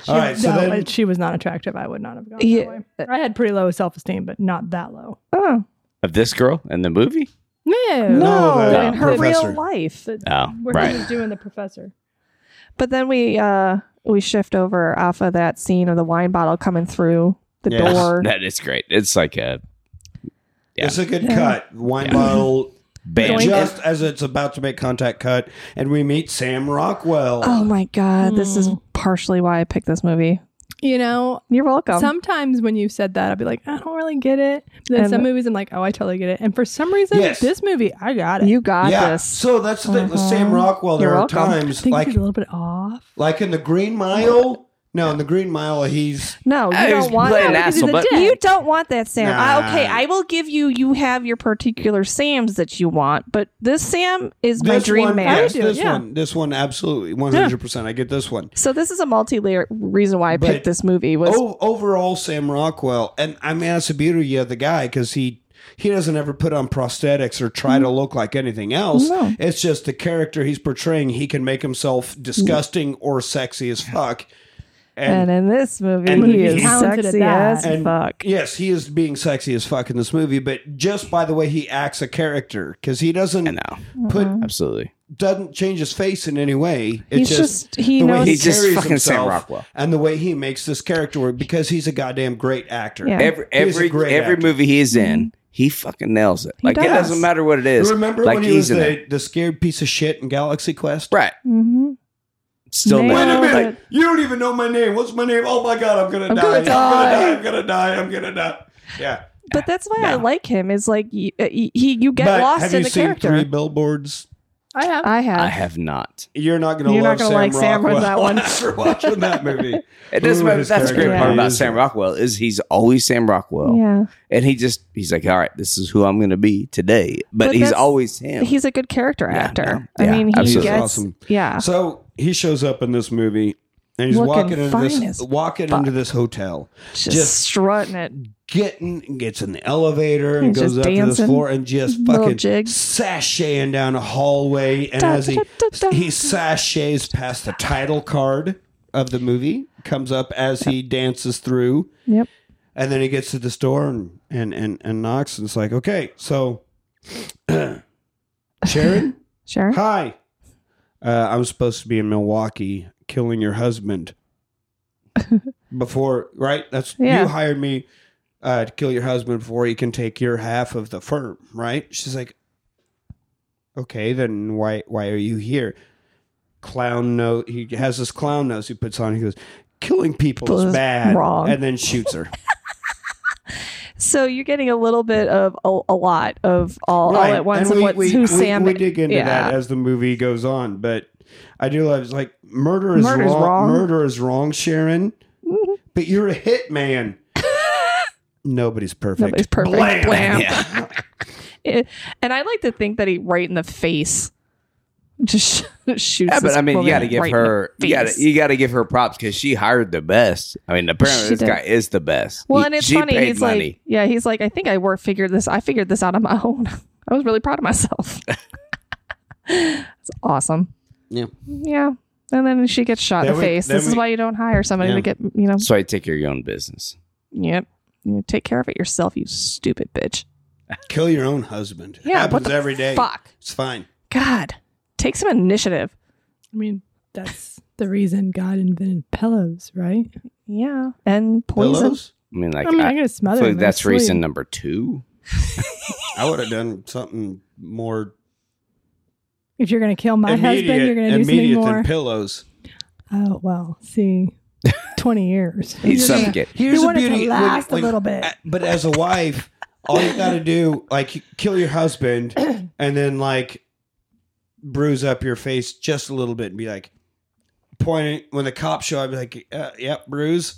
Speaker 1: right. So
Speaker 4: no,
Speaker 1: then,
Speaker 4: if she was not attractive. I would not have gone
Speaker 2: Yeah.
Speaker 4: that way. I had pretty low self esteem, but not that low.
Speaker 2: (laughs) Oh,
Speaker 3: Of this girl in the movie?
Speaker 4: No,
Speaker 1: No,
Speaker 2: no,
Speaker 1: the
Speaker 2: in her
Speaker 1: professor.
Speaker 2: real life.
Speaker 3: Oh,
Speaker 4: Where he
Speaker 3: right.
Speaker 4: was doing the professor.
Speaker 2: But then we uh we shift over off of that scene of the wine bottle coming through the
Speaker 1: Yes.
Speaker 2: door.
Speaker 3: That is great. It's like a Yeah.
Speaker 1: it's a good
Speaker 2: Yeah.
Speaker 1: cut. Wine
Speaker 3: Yeah.
Speaker 1: bottle,
Speaker 3: band.
Speaker 1: just as it's about to make contact, cut, and we meet Sam Rockwell.
Speaker 2: Oh my god, this is
Speaker 4: Mm.
Speaker 2: partially why I picked this movie.
Speaker 4: You know,
Speaker 2: You're welcome.
Speaker 4: sometimes when you said that, I'd be like, I don't really get it. But then
Speaker 2: And-
Speaker 4: some movies, I'm like, oh, I totally get it. And for some reason,
Speaker 1: Yes.
Speaker 4: this movie, I got it.
Speaker 2: you got
Speaker 1: yeah.
Speaker 2: this.
Speaker 1: So that's the thing with Sam
Speaker 2: Mhm.
Speaker 1: Rockwell. There
Speaker 2: You're
Speaker 1: are
Speaker 2: welcome.
Speaker 4: I
Speaker 1: times
Speaker 4: think
Speaker 1: like
Speaker 4: he's a little bit off.
Speaker 1: like in the Green Mile. No, in the Green Mile, he's
Speaker 2: No, you
Speaker 3: I was
Speaker 2: don't want
Speaker 3: playing
Speaker 2: that.
Speaker 3: asshole, but-
Speaker 2: You don't want that, Sam.
Speaker 1: Nah.
Speaker 2: I- okay, I will give you. You have your particular Sams that you want, but this Sam is my
Speaker 1: this
Speaker 2: dream
Speaker 1: one,
Speaker 2: man.
Speaker 1: Yes,
Speaker 4: do,
Speaker 1: this
Speaker 4: yeah.
Speaker 1: one, this one, absolutely, one hundred percent. I get this one.
Speaker 2: So this is a multi-layer reason why I
Speaker 1: But- Oh,
Speaker 2: picked this movie was
Speaker 1: O- overall, Sam Rockwell, and I mean that's the beauty of the guy because he he doesn't ever put on prosthetics or try to look like anything else.
Speaker 2: Mm-hmm. No. Mm.
Speaker 1: It's just the character he's portraying. He can make himself disgusting or sexy as fuck.
Speaker 2: and, in this movie
Speaker 1: and
Speaker 2: he
Speaker 1: he's
Speaker 2: is
Speaker 4: talented at
Speaker 2: sexy
Speaker 4: that.
Speaker 2: as
Speaker 1: And
Speaker 2: fuck.
Speaker 1: yes, he is being sexy as fuck in this movie, but just by the way he acts a character because he doesn't
Speaker 3: I know.
Speaker 1: put
Speaker 3: Absolutely.
Speaker 1: doesn't change his face in any way. It's
Speaker 2: Mm-hmm. He's just, he
Speaker 1: the way
Speaker 2: knows
Speaker 1: he
Speaker 3: He's just
Speaker 1: carries
Speaker 3: fucking Sam
Speaker 1: himself
Speaker 3: Rockwell.
Speaker 1: and the way he makes this character work because he's a goddamn great actor.
Speaker 2: Yeah.
Speaker 3: Every
Speaker 1: He's a
Speaker 3: every
Speaker 1: great
Speaker 3: every
Speaker 1: actor.
Speaker 3: movie he is in, he fucking nails it. Like it
Speaker 4: does.
Speaker 3: doesn't matter what it
Speaker 1: You
Speaker 3: is.
Speaker 1: Remember
Speaker 3: like
Speaker 1: when he was
Speaker 3: in it.
Speaker 1: the, the scared piece of shit in Galaxy Quest?
Speaker 3: Right.
Speaker 2: Mhm.
Speaker 3: Still
Speaker 2: Nailed
Speaker 1: Wait
Speaker 3: nails
Speaker 1: a
Speaker 3: it.
Speaker 1: minute!
Speaker 3: Like,
Speaker 1: you don't even know my name. What's my name? Oh my god! I'm gonna
Speaker 2: I'm
Speaker 1: die!
Speaker 2: gonna die.
Speaker 1: I'm gonna die! I'm gonna die! I'm gonna die! Yeah.
Speaker 2: But that's why I
Speaker 3: No.
Speaker 2: like him. Is like y- uh, y- he, you get
Speaker 1: but
Speaker 2: lost
Speaker 1: have
Speaker 2: in
Speaker 1: you
Speaker 2: the
Speaker 1: seen
Speaker 2: character.
Speaker 1: Three Billboards?
Speaker 4: I have.
Speaker 2: I have.
Speaker 3: I have not.
Speaker 1: You're not gonna.
Speaker 2: You're not
Speaker 1: love
Speaker 2: gonna
Speaker 1: Sam
Speaker 2: like Sam with
Speaker 1: Rockwell (laughs)
Speaker 2: that one.
Speaker 1: after watching that movie.
Speaker 2: (laughs)
Speaker 3: It doesn't
Speaker 1: Ooh,
Speaker 3: matter.
Speaker 1: his
Speaker 3: That's the great
Speaker 2: character
Speaker 3: part
Speaker 1: is-
Speaker 3: about Sam Rockwell is he's always Sam Rockwell,
Speaker 2: yeah,
Speaker 3: and he just he's like, all right, this is who I'm going to be today. But,
Speaker 2: But
Speaker 3: he's
Speaker 2: that's-
Speaker 3: always him.
Speaker 2: he's a good character
Speaker 3: Yeah,
Speaker 2: actor.
Speaker 3: no. Yeah,
Speaker 2: I mean, he
Speaker 3: absolutely.
Speaker 2: gets
Speaker 1: Awesome.
Speaker 2: yeah.
Speaker 1: So he shows up in this movie, and he's
Speaker 2: Looking
Speaker 1: walking into
Speaker 2: fine
Speaker 1: this
Speaker 2: as
Speaker 1: walking
Speaker 2: fuck.
Speaker 1: into this hotel,
Speaker 2: just,
Speaker 1: Just-
Speaker 2: strutting it.
Speaker 1: getting gets in the elevator and,
Speaker 2: And
Speaker 1: goes
Speaker 2: just
Speaker 1: up to this
Speaker 2: dancing.
Speaker 1: floor and just
Speaker 2: Little
Speaker 1: fucking
Speaker 2: jig.
Speaker 1: sashaying down a hallway. And
Speaker 2: Da,
Speaker 1: as he
Speaker 2: da, da, da, da.
Speaker 1: he sashays past the title card of the movie, comes up as he dances through,
Speaker 2: Yep.
Speaker 1: and then he gets to this door and and and, and knocks and it's like, okay, so (clears throat) Sharon.
Speaker 2: Sharon.
Speaker 1: Hi. Uh, I was supposed to be in Milwaukee killing your
Speaker 2: (laughs)
Speaker 1: husband before, right? That's
Speaker 2: Yeah.
Speaker 1: you hired me uh, to kill your husband before he can take your half of the firm, right? She's like, okay, then why why are you here? Clown nose. He has this clown nose he puts on. He goes, killing people
Speaker 2: People
Speaker 1: is
Speaker 2: is
Speaker 1: bad,
Speaker 2: wrong.
Speaker 1: and then shoots her.
Speaker 2: So you're getting a little bit of a, a lot of all, all at once
Speaker 1: And
Speaker 2: of what's who Sam
Speaker 1: We dig into
Speaker 2: yeah.
Speaker 1: that as the movie goes on, but I do love it's like murder is
Speaker 2: Murder's
Speaker 1: wrong,
Speaker 2: wrong. Mm-hmm.
Speaker 1: Murder is wrong, Sharon. But you're a
Speaker 2: (laughs)
Speaker 1: hitman. Nobody's perfect.
Speaker 2: Nobody's perfect.
Speaker 1: Blam!
Speaker 2: Blam.
Speaker 3: yeah.
Speaker 2: (laughs) It- and I like to think that he right in the face just (laughs) sh- shoots.
Speaker 3: Yeah, but
Speaker 2: this
Speaker 3: I mean, you
Speaker 2: woman
Speaker 3: got to give
Speaker 2: right in
Speaker 3: her
Speaker 2: the
Speaker 3: you got
Speaker 2: face.
Speaker 3: to you got to give her props because she hired the best. I mean, apparently
Speaker 2: She
Speaker 3: this
Speaker 2: did.
Speaker 3: guy is the best.
Speaker 2: Well,
Speaker 3: He-
Speaker 2: and it's
Speaker 3: she
Speaker 2: funny.
Speaker 3: paid
Speaker 2: He's like,
Speaker 3: money.
Speaker 2: yeah, he's like, I think I work figured this. I figured this out on my (laughs) own. I was really proud of myself.
Speaker 3: (laughs)
Speaker 2: it's awesome.
Speaker 1: Yeah.
Speaker 2: Yeah. And then she gets shot in
Speaker 1: Then we-
Speaker 2: the face.
Speaker 1: then
Speaker 2: This is
Speaker 1: we-
Speaker 2: why you don't hire somebody
Speaker 1: Yeah.
Speaker 2: to get, you know,
Speaker 3: so I take care of your own business.
Speaker 2: yep. You take care of it yourself, you stupid bitch.
Speaker 1: Kill your own husband.
Speaker 2: Yeah, what
Speaker 1: happens
Speaker 2: the
Speaker 1: every day.
Speaker 2: Fuck.
Speaker 1: It's fine.
Speaker 2: God. Take some initiative.
Speaker 4: I mean, that's the reason God invented pillows, right?
Speaker 2: Yeah. And poison.
Speaker 1: Pillows?
Speaker 3: I mean, like
Speaker 4: I mean, I,
Speaker 3: I-
Speaker 4: am gotta
Speaker 3: I
Speaker 4: smother.
Speaker 3: feel
Speaker 4: him
Speaker 3: like
Speaker 4: in my
Speaker 3: that's
Speaker 4: sleep.
Speaker 3: reason number two.
Speaker 1: I would have done something more
Speaker 4: If you're gonna kill my
Speaker 1: immediate,
Speaker 4: husband, you're gonna do something
Speaker 1: immediate
Speaker 4: more.
Speaker 1: than pillows.
Speaker 4: oh well, see, twenty years.
Speaker 3: He'd
Speaker 4: You're gonna-
Speaker 3: suffocate.
Speaker 1: Here's
Speaker 4: you
Speaker 1: the
Speaker 4: want it
Speaker 1: beauty.
Speaker 4: to last
Speaker 1: when-
Speaker 4: a little
Speaker 1: when-
Speaker 4: bit.
Speaker 1: But as a wife, all you got to do, like, you kill your
Speaker 4: (clears throat)
Speaker 1: husband and then, like, bruise up your face just a little bit and be like, pointing when the cops show, I'd be like, uh, yep, bruise.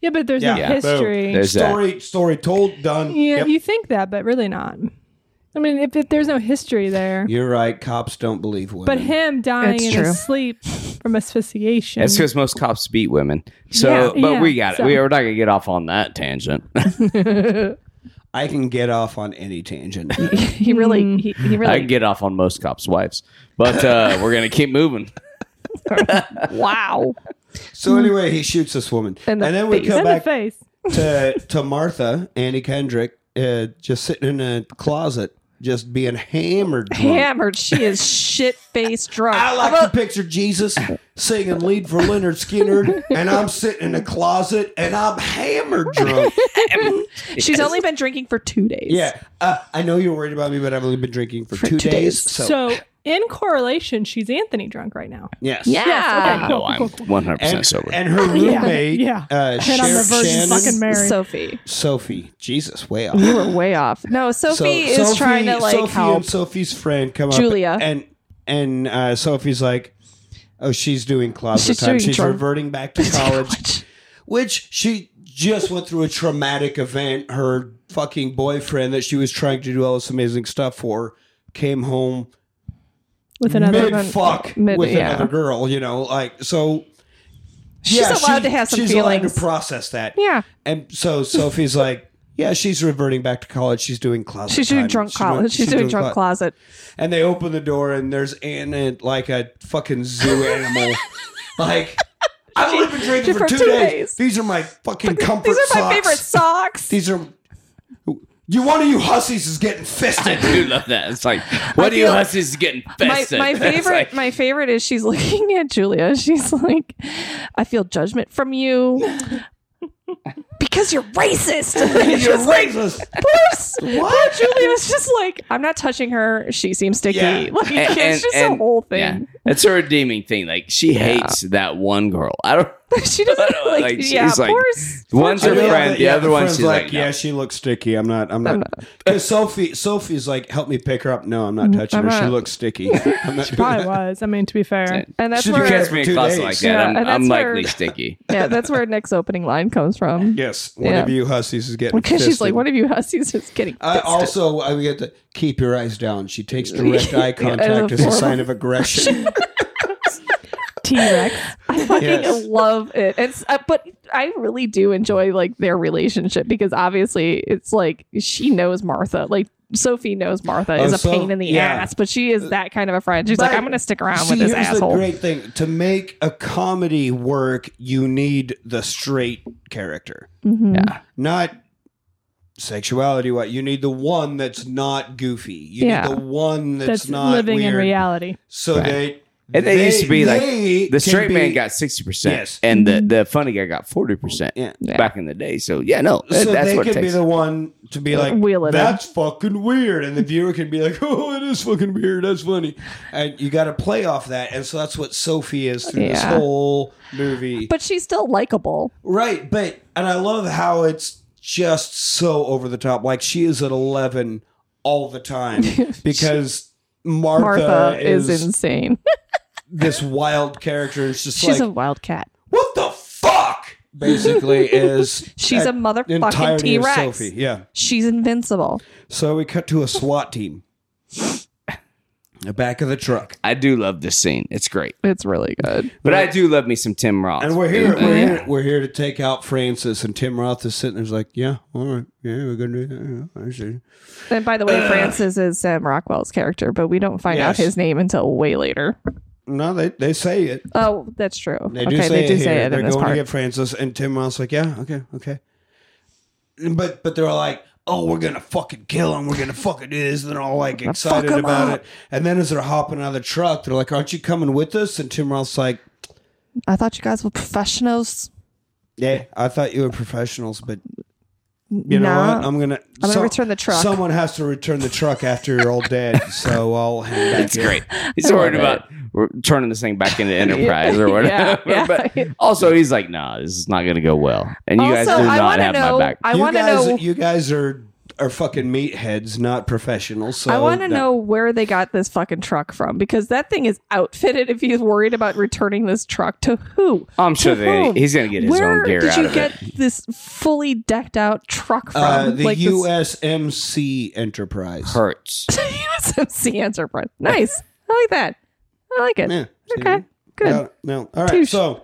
Speaker 4: Yeah, but there's
Speaker 1: Yeah.
Speaker 4: no
Speaker 1: Boom.
Speaker 4: history.
Speaker 3: There's that.
Speaker 1: Story, story told, done.
Speaker 4: yeah,
Speaker 1: Yep.
Speaker 4: you think that, but really not. I mean, if, if there's no history there,
Speaker 1: You're right. Cops don't believe women.
Speaker 4: but him dying
Speaker 2: It's
Speaker 4: in
Speaker 2: true.
Speaker 4: his sleep from asphyxiation.
Speaker 3: That's because most cops beat women. So,
Speaker 4: Yeah.
Speaker 3: but we
Speaker 4: Yeah,
Speaker 3: got it. We
Speaker 4: so-
Speaker 3: are not gonna get off on that tangent. (laughs)
Speaker 1: I can get off on any tangent.
Speaker 4: (laughs)
Speaker 2: he really, he, he
Speaker 3: I
Speaker 2: really.
Speaker 3: can get off on most cops' wives,
Speaker 2: (laughs)
Speaker 3: but uh, we're gonna keep moving.
Speaker 2: wow.
Speaker 1: so anyway, he shoots this woman,
Speaker 2: In
Speaker 1: and
Speaker 2: the
Speaker 1: then we
Speaker 2: face.
Speaker 1: come
Speaker 4: in the
Speaker 1: back
Speaker 4: face.
Speaker 1: to to Martha, Andy Kendrick, uh, just sitting in a closet, just being hammered. Drunk.
Speaker 2: Hammered. She is shit faced drunk.
Speaker 1: I like to picture Jesus singing lead for Leonard Skinner, and I'm sitting in a closet and I'm hammered drunk.
Speaker 2: She's only been drinking for two days.
Speaker 1: Yeah, uh, I know you're worried about me, but I've only been drinking for, two,
Speaker 2: two
Speaker 1: days.
Speaker 2: days.
Speaker 1: So,
Speaker 4: So, in correlation, she's Anthony drunk right
Speaker 1: (laughs)
Speaker 4: now.
Speaker 1: yes,
Speaker 2: Yeah.
Speaker 4: Yes, okay, cool.
Speaker 3: No, Oh, I'm 100
Speaker 1: and,
Speaker 3: percent sober.
Speaker 1: and her
Speaker 4: Yeah,
Speaker 1: roommate,
Speaker 4: yeah.
Speaker 1: Uh,
Speaker 4: And I'm the
Speaker 1: Sheriff
Speaker 4: Virgin
Speaker 1: Shannon,
Speaker 4: fucking Mary.
Speaker 2: Sophie.
Speaker 1: Sophie. Jesus, way off.
Speaker 2: You were way off. No,
Speaker 1: So,
Speaker 2: Sophie is
Speaker 1: Sophie-
Speaker 2: trying to like
Speaker 1: Sophie
Speaker 2: help.
Speaker 1: and Sophie's friend come
Speaker 2: Julia.
Speaker 1: up and and uh, Sophie's like, oh, she's doing closet
Speaker 2: She's
Speaker 1: time.
Speaker 2: doing
Speaker 1: she's
Speaker 2: drunk-
Speaker 1: reverting back to college, which she just went through a traumatic event. Her fucking boyfriend that she was trying to do all this amazing stuff for came home
Speaker 4: With another
Speaker 1: mid fuck
Speaker 2: mid-
Speaker 1: with
Speaker 2: yeah.
Speaker 1: another girl. You know, like so.
Speaker 2: She's
Speaker 1: yeah,
Speaker 2: allowed
Speaker 1: she-
Speaker 2: to have some
Speaker 1: she's allowed
Speaker 2: feelings.
Speaker 1: to process that.
Speaker 2: yeah.
Speaker 1: And so
Speaker 2: (laughs)
Speaker 1: Sophie's like, yeah, she's reverting back to college. She's doing closet.
Speaker 2: She's doing
Speaker 1: time.
Speaker 2: drunk college. She's, doing, drunk
Speaker 1: clo-
Speaker 2: closet.
Speaker 1: And they open the door and there's Anna like a fucking
Speaker 2: (laughs)
Speaker 1: zoo animal. like I've only been drinking for two, days. These are my fucking comfort
Speaker 2: These are my
Speaker 1: socks.
Speaker 2: favorite socks.
Speaker 1: These are you. One of you hussies is getting
Speaker 2: (laughs)
Speaker 3: I
Speaker 1: fisted.
Speaker 3: do love that. It's like, what do you
Speaker 2: feel-
Speaker 3: hussies getting
Speaker 2: my,
Speaker 3: festive?
Speaker 2: my
Speaker 3: (laughs) It's
Speaker 2: favorite
Speaker 3: like-
Speaker 2: my favorite is she's (laughs) looking at Julia. She's like, I feel judgment
Speaker 1: (laughs)
Speaker 2: from you because you're racist. And
Speaker 1: You're
Speaker 2: just like,
Speaker 1: racist.
Speaker 2: (laughs) "Bruce."
Speaker 1: What?
Speaker 2: Julia's just like, I'm not touching her. She seems sticky.
Speaker 1: Yeah.
Speaker 2: (laughs) Like
Speaker 3: And- and-
Speaker 2: it's just a
Speaker 3: and-
Speaker 2: whole thing. (laughs)
Speaker 3: yeah. it's a redeeming thing. Like she hates that one girl. I don't.
Speaker 2: she doesn't like,
Speaker 3: (laughs) Like, she's
Speaker 2: yeah,
Speaker 3: like-
Speaker 2: of course.
Speaker 3: One's
Speaker 1: I
Speaker 3: her
Speaker 1: love
Speaker 3: friend.
Speaker 1: that.
Speaker 3: The
Speaker 1: Yeah,
Speaker 3: other one,
Speaker 1: friend's
Speaker 3: she's like, no.
Speaker 1: yeah, she looks sticky. I'm not. I'm not. (laughs) Because Sophie, Sophie's like, help me pick her up. No, I'm not touching
Speaker 2: I'm
Speaker 1: her. She
Speaker 2: not-
Speaker 1: looks sticky. I'm not doing
Speaker 4: Probably
Speaker 1: that.
Speaker 4: was. I mean, to be fair.
Speaker 2: And that's
Speaker 1: She
Speaker 3: You
Speaker 1: For-
Speaker 3: catch
Speaker 1: for
Speaker 2: where
Speaker 3: me in
Speaker 1: two
Speaker 3: class
Speaker 1: days.
Speaker 3: like that.
Speaker 2: Yeah,
Speaker 3: I'm,
Speaker 2: and
Speaker 3: I'm
Speaker 2: that's
Speaker 3: likely
Speaker 1: (laughs)
Speaker 2: her-
Speaker 3: sticky.
Speaker 2: yeah, that's where Nick's opening line comes from. (laughs)
Speaker 1: Yes, one
Speaker 2: Yeah.
Speaker 1: of you hussies is getting
Speaker 2: Because she's like,
Speaker 1: fisted.
Speaker 2: one of you hussies is getting
Speaker 1: I
Speaker 2: pissed.
Speaker 1: also, I get to keep your eyes down. She takes direct eye
Speaker 2: Yeah,
Speaker 1: contact as a
Speaker 2: horrible.
Speaker 1: sign of aggression.
Speaker 4: T Rex.
Speaker 2: (laughs) I fucking
Speaker 1: Yes.
Speaker 2: love it. It's uh, but I really do enjoy like their relationship because obviously it's like she knows Martha. Like Sophie knows Martha is
Speaker 1: Oh,
Speaker 2: a
Speaker 1: so-
Speaker 2: pain in the
Speaker 1: yeah.
Speaker 2: ass, but she is that kind of a friend. She's like,
Speaker 1: But-
Speaker 2: I'm gonna stick around
Speaker 1: See,
Speaker 2: with this
Speaker 1: here's the
Speaker 2: asshole.
Speaker 1: great thing: to make a comedy work, you need the straight character,
Speaker 2: Mhm.
Speaker 3: Yeah.
Speaker 1: not sexuality. What you need the one that's not goofy. You
Speaker 2: Yeah.
Speaker 1: need the one that's,
Speaker 4: That's,
Speaker 1: not
Speaker 4: living
Speaker 1: weird.
Speaker 4: in reality.
Speaker 1: So
Speaker 3: Right.
Speaker 1: they.
Speaker 3: And they used to be like,
Speaker 1: they
Speaker 3: The
Speaker 1: can
Speaker 3: straight
Speaker 1: be-
Speaker 3: man got sixty percent,
Speaker 1: Yes.
Speaker 3: and the, the funny guy got forty percent
Speaker 1: Yeah.
Speaker 2: Mm-hmm. Yeah.
Speaker 3: back in the day. So yeah, no,
Speaker 1: So
Speaker 3: that's
Speaker 1: they
Speaker 3: what it
Speaker 1: could be
Speaker 3: takes.
Speaker 1: the one to be like,
Speaker 2: Wheel it in.
Speaker 1: that's fucking weird. And the viewer can be like, (laughs) oh, it is fucking weird. That's funny. And you got to play off that. And so that's what Sophie is through this
Speaker 2: Yeah.
Speaker 1: whole movie.
Speaker 2: But she's still likable.
Speaker 1: right. But, and I love how it's just so over the top. Like she is at 11 all the time
Speaker 2: (laughs)
Speaker 1: because Martha,
Speaker 2: Martha,
Speaker 1: is,
Speaker 2: is, insane. (laughs)
Speaker 1: this wild character. It's just
Speaker 2: She's
Speaker 1: like,
Speaker 2: a wildcat.
Speaker 1: what the fuck? (laughs) Basically, is
Speaker 2: She's a motherfucking
Speaker 1: entirety
Speaker 2: T
Speaker 1: of
Speaker 2: Rex.
Speaker 1: Sophie. Yeah.
Speaker 2: She's invincible.
Speaker 1: So we cut to a SWAT team. the back of the truck.
Speaker 3: I do love this scene. It's great,
Speaker 2: It's really good.
Speaker 3: but I do love me some Tim Roth.
Speaker 1: And we're here.
Speaker 3: Uh,
Speaker 1: We're, here we're here to take out Francis. And Tim Roth is sitting there's like, yeah, all right. Yeah, we're going to do that. Yeah, I see.
Speaker 2: And by the way, Francis is Sam Rockwell's character, but we don't find out
Speaker 1: Yes.
Speaker 2: his name until way later.
Speaker 1: No, they, they say it.
Speaker 2: Oh, that's true.
Speaker 1: They do say
Speaker 2: okay, they
Speaker 1: it
Speaker 2: do
Speaker 1: here.
Speaker 2: say it
Speaker 1: They're
Speaker 2: in this
Speaker 1: going
Speaker 2: part.
Speaker 1: to get Francis. And Tim Roth's like, yeah, okay, okay. But but they're like, oh, we're gonna fucking kill him. We're gonna fucking do this. And they're all like excited
Speaker 2: him
Speaker 1: about
Speaker 2: up.
Speaker 1: it. And then as they're hopping out of the truck, they're like, aren't you coming with us? And Tim Roth's like,
Speaker 2: I thought you guys were professionals.
Speaker 1: Yeah, I thought you were professionals, but you know
Speaker 2: Nah.
Speaker 1: what? I'm gonna.
Speaker 2: I'm gonna return the truck.
Speaker 1: Someone has to return the truck after you're all dead, so I'll hang back.
Speaker 3: It's
Speaker 1: in.
Speaker 3: great. He's
Speaker 2: I
Speaker 3: worried
Speaker 2: love
Speaker 3: about r- turning this thing back into Enterprise or
Speaker 2: (laughs) Yeah,
Speaker 3: whatever.
Speaker 2: yeah.
Speaker 3: (laughs) but also, he's like, "Nah, this is not going to go well." And you guys do
Speaker 2: also, I
Speaker 3: not
Speaker 2: want to
Speaker 3: have
Speaker 2: know.
Speaker 3: my back.
Speaker 2: I
Speaker 1: You
Speaker 2: want to
Speaker 1: guys-
Speaker 2: know.
Speaker 1: You guys are are fucking meatheads, not professionals. So
Speaker 2: I want to
Speaker 1: no.
Speaker 2: know where they got this fucking truck from because that thing is outfitted. If he's worried about returning this truck to who?
Speaker 3: I'm sure
Speaker 2: To
Speaker 3: they,
Speaker 2: whom?
Speaker 3: he's going to get his
Speaker 2: Where
Speaker 3: own gear
Speaker 2: did
Speaker 3: out
Speaker 2: you
Speaker 3: of
Speaker 2: get
Speaker 3: it.
Speaker 2: this fully decked out truck from?
Speaker 1: Uh, the
Speaker 2: Like this-
Speaker 1: USMC Enterprise.
Speaker 3: Hurts.
Speaker 2: (laughs) USMC Enterprise. Nice. I like that. I like it.
Speaker 1: Yeah, see?
Speaker 2: Okay. Good.
Speaker 1: No, no. All right.
Speaker 2: Touche.
Speaker 1: So,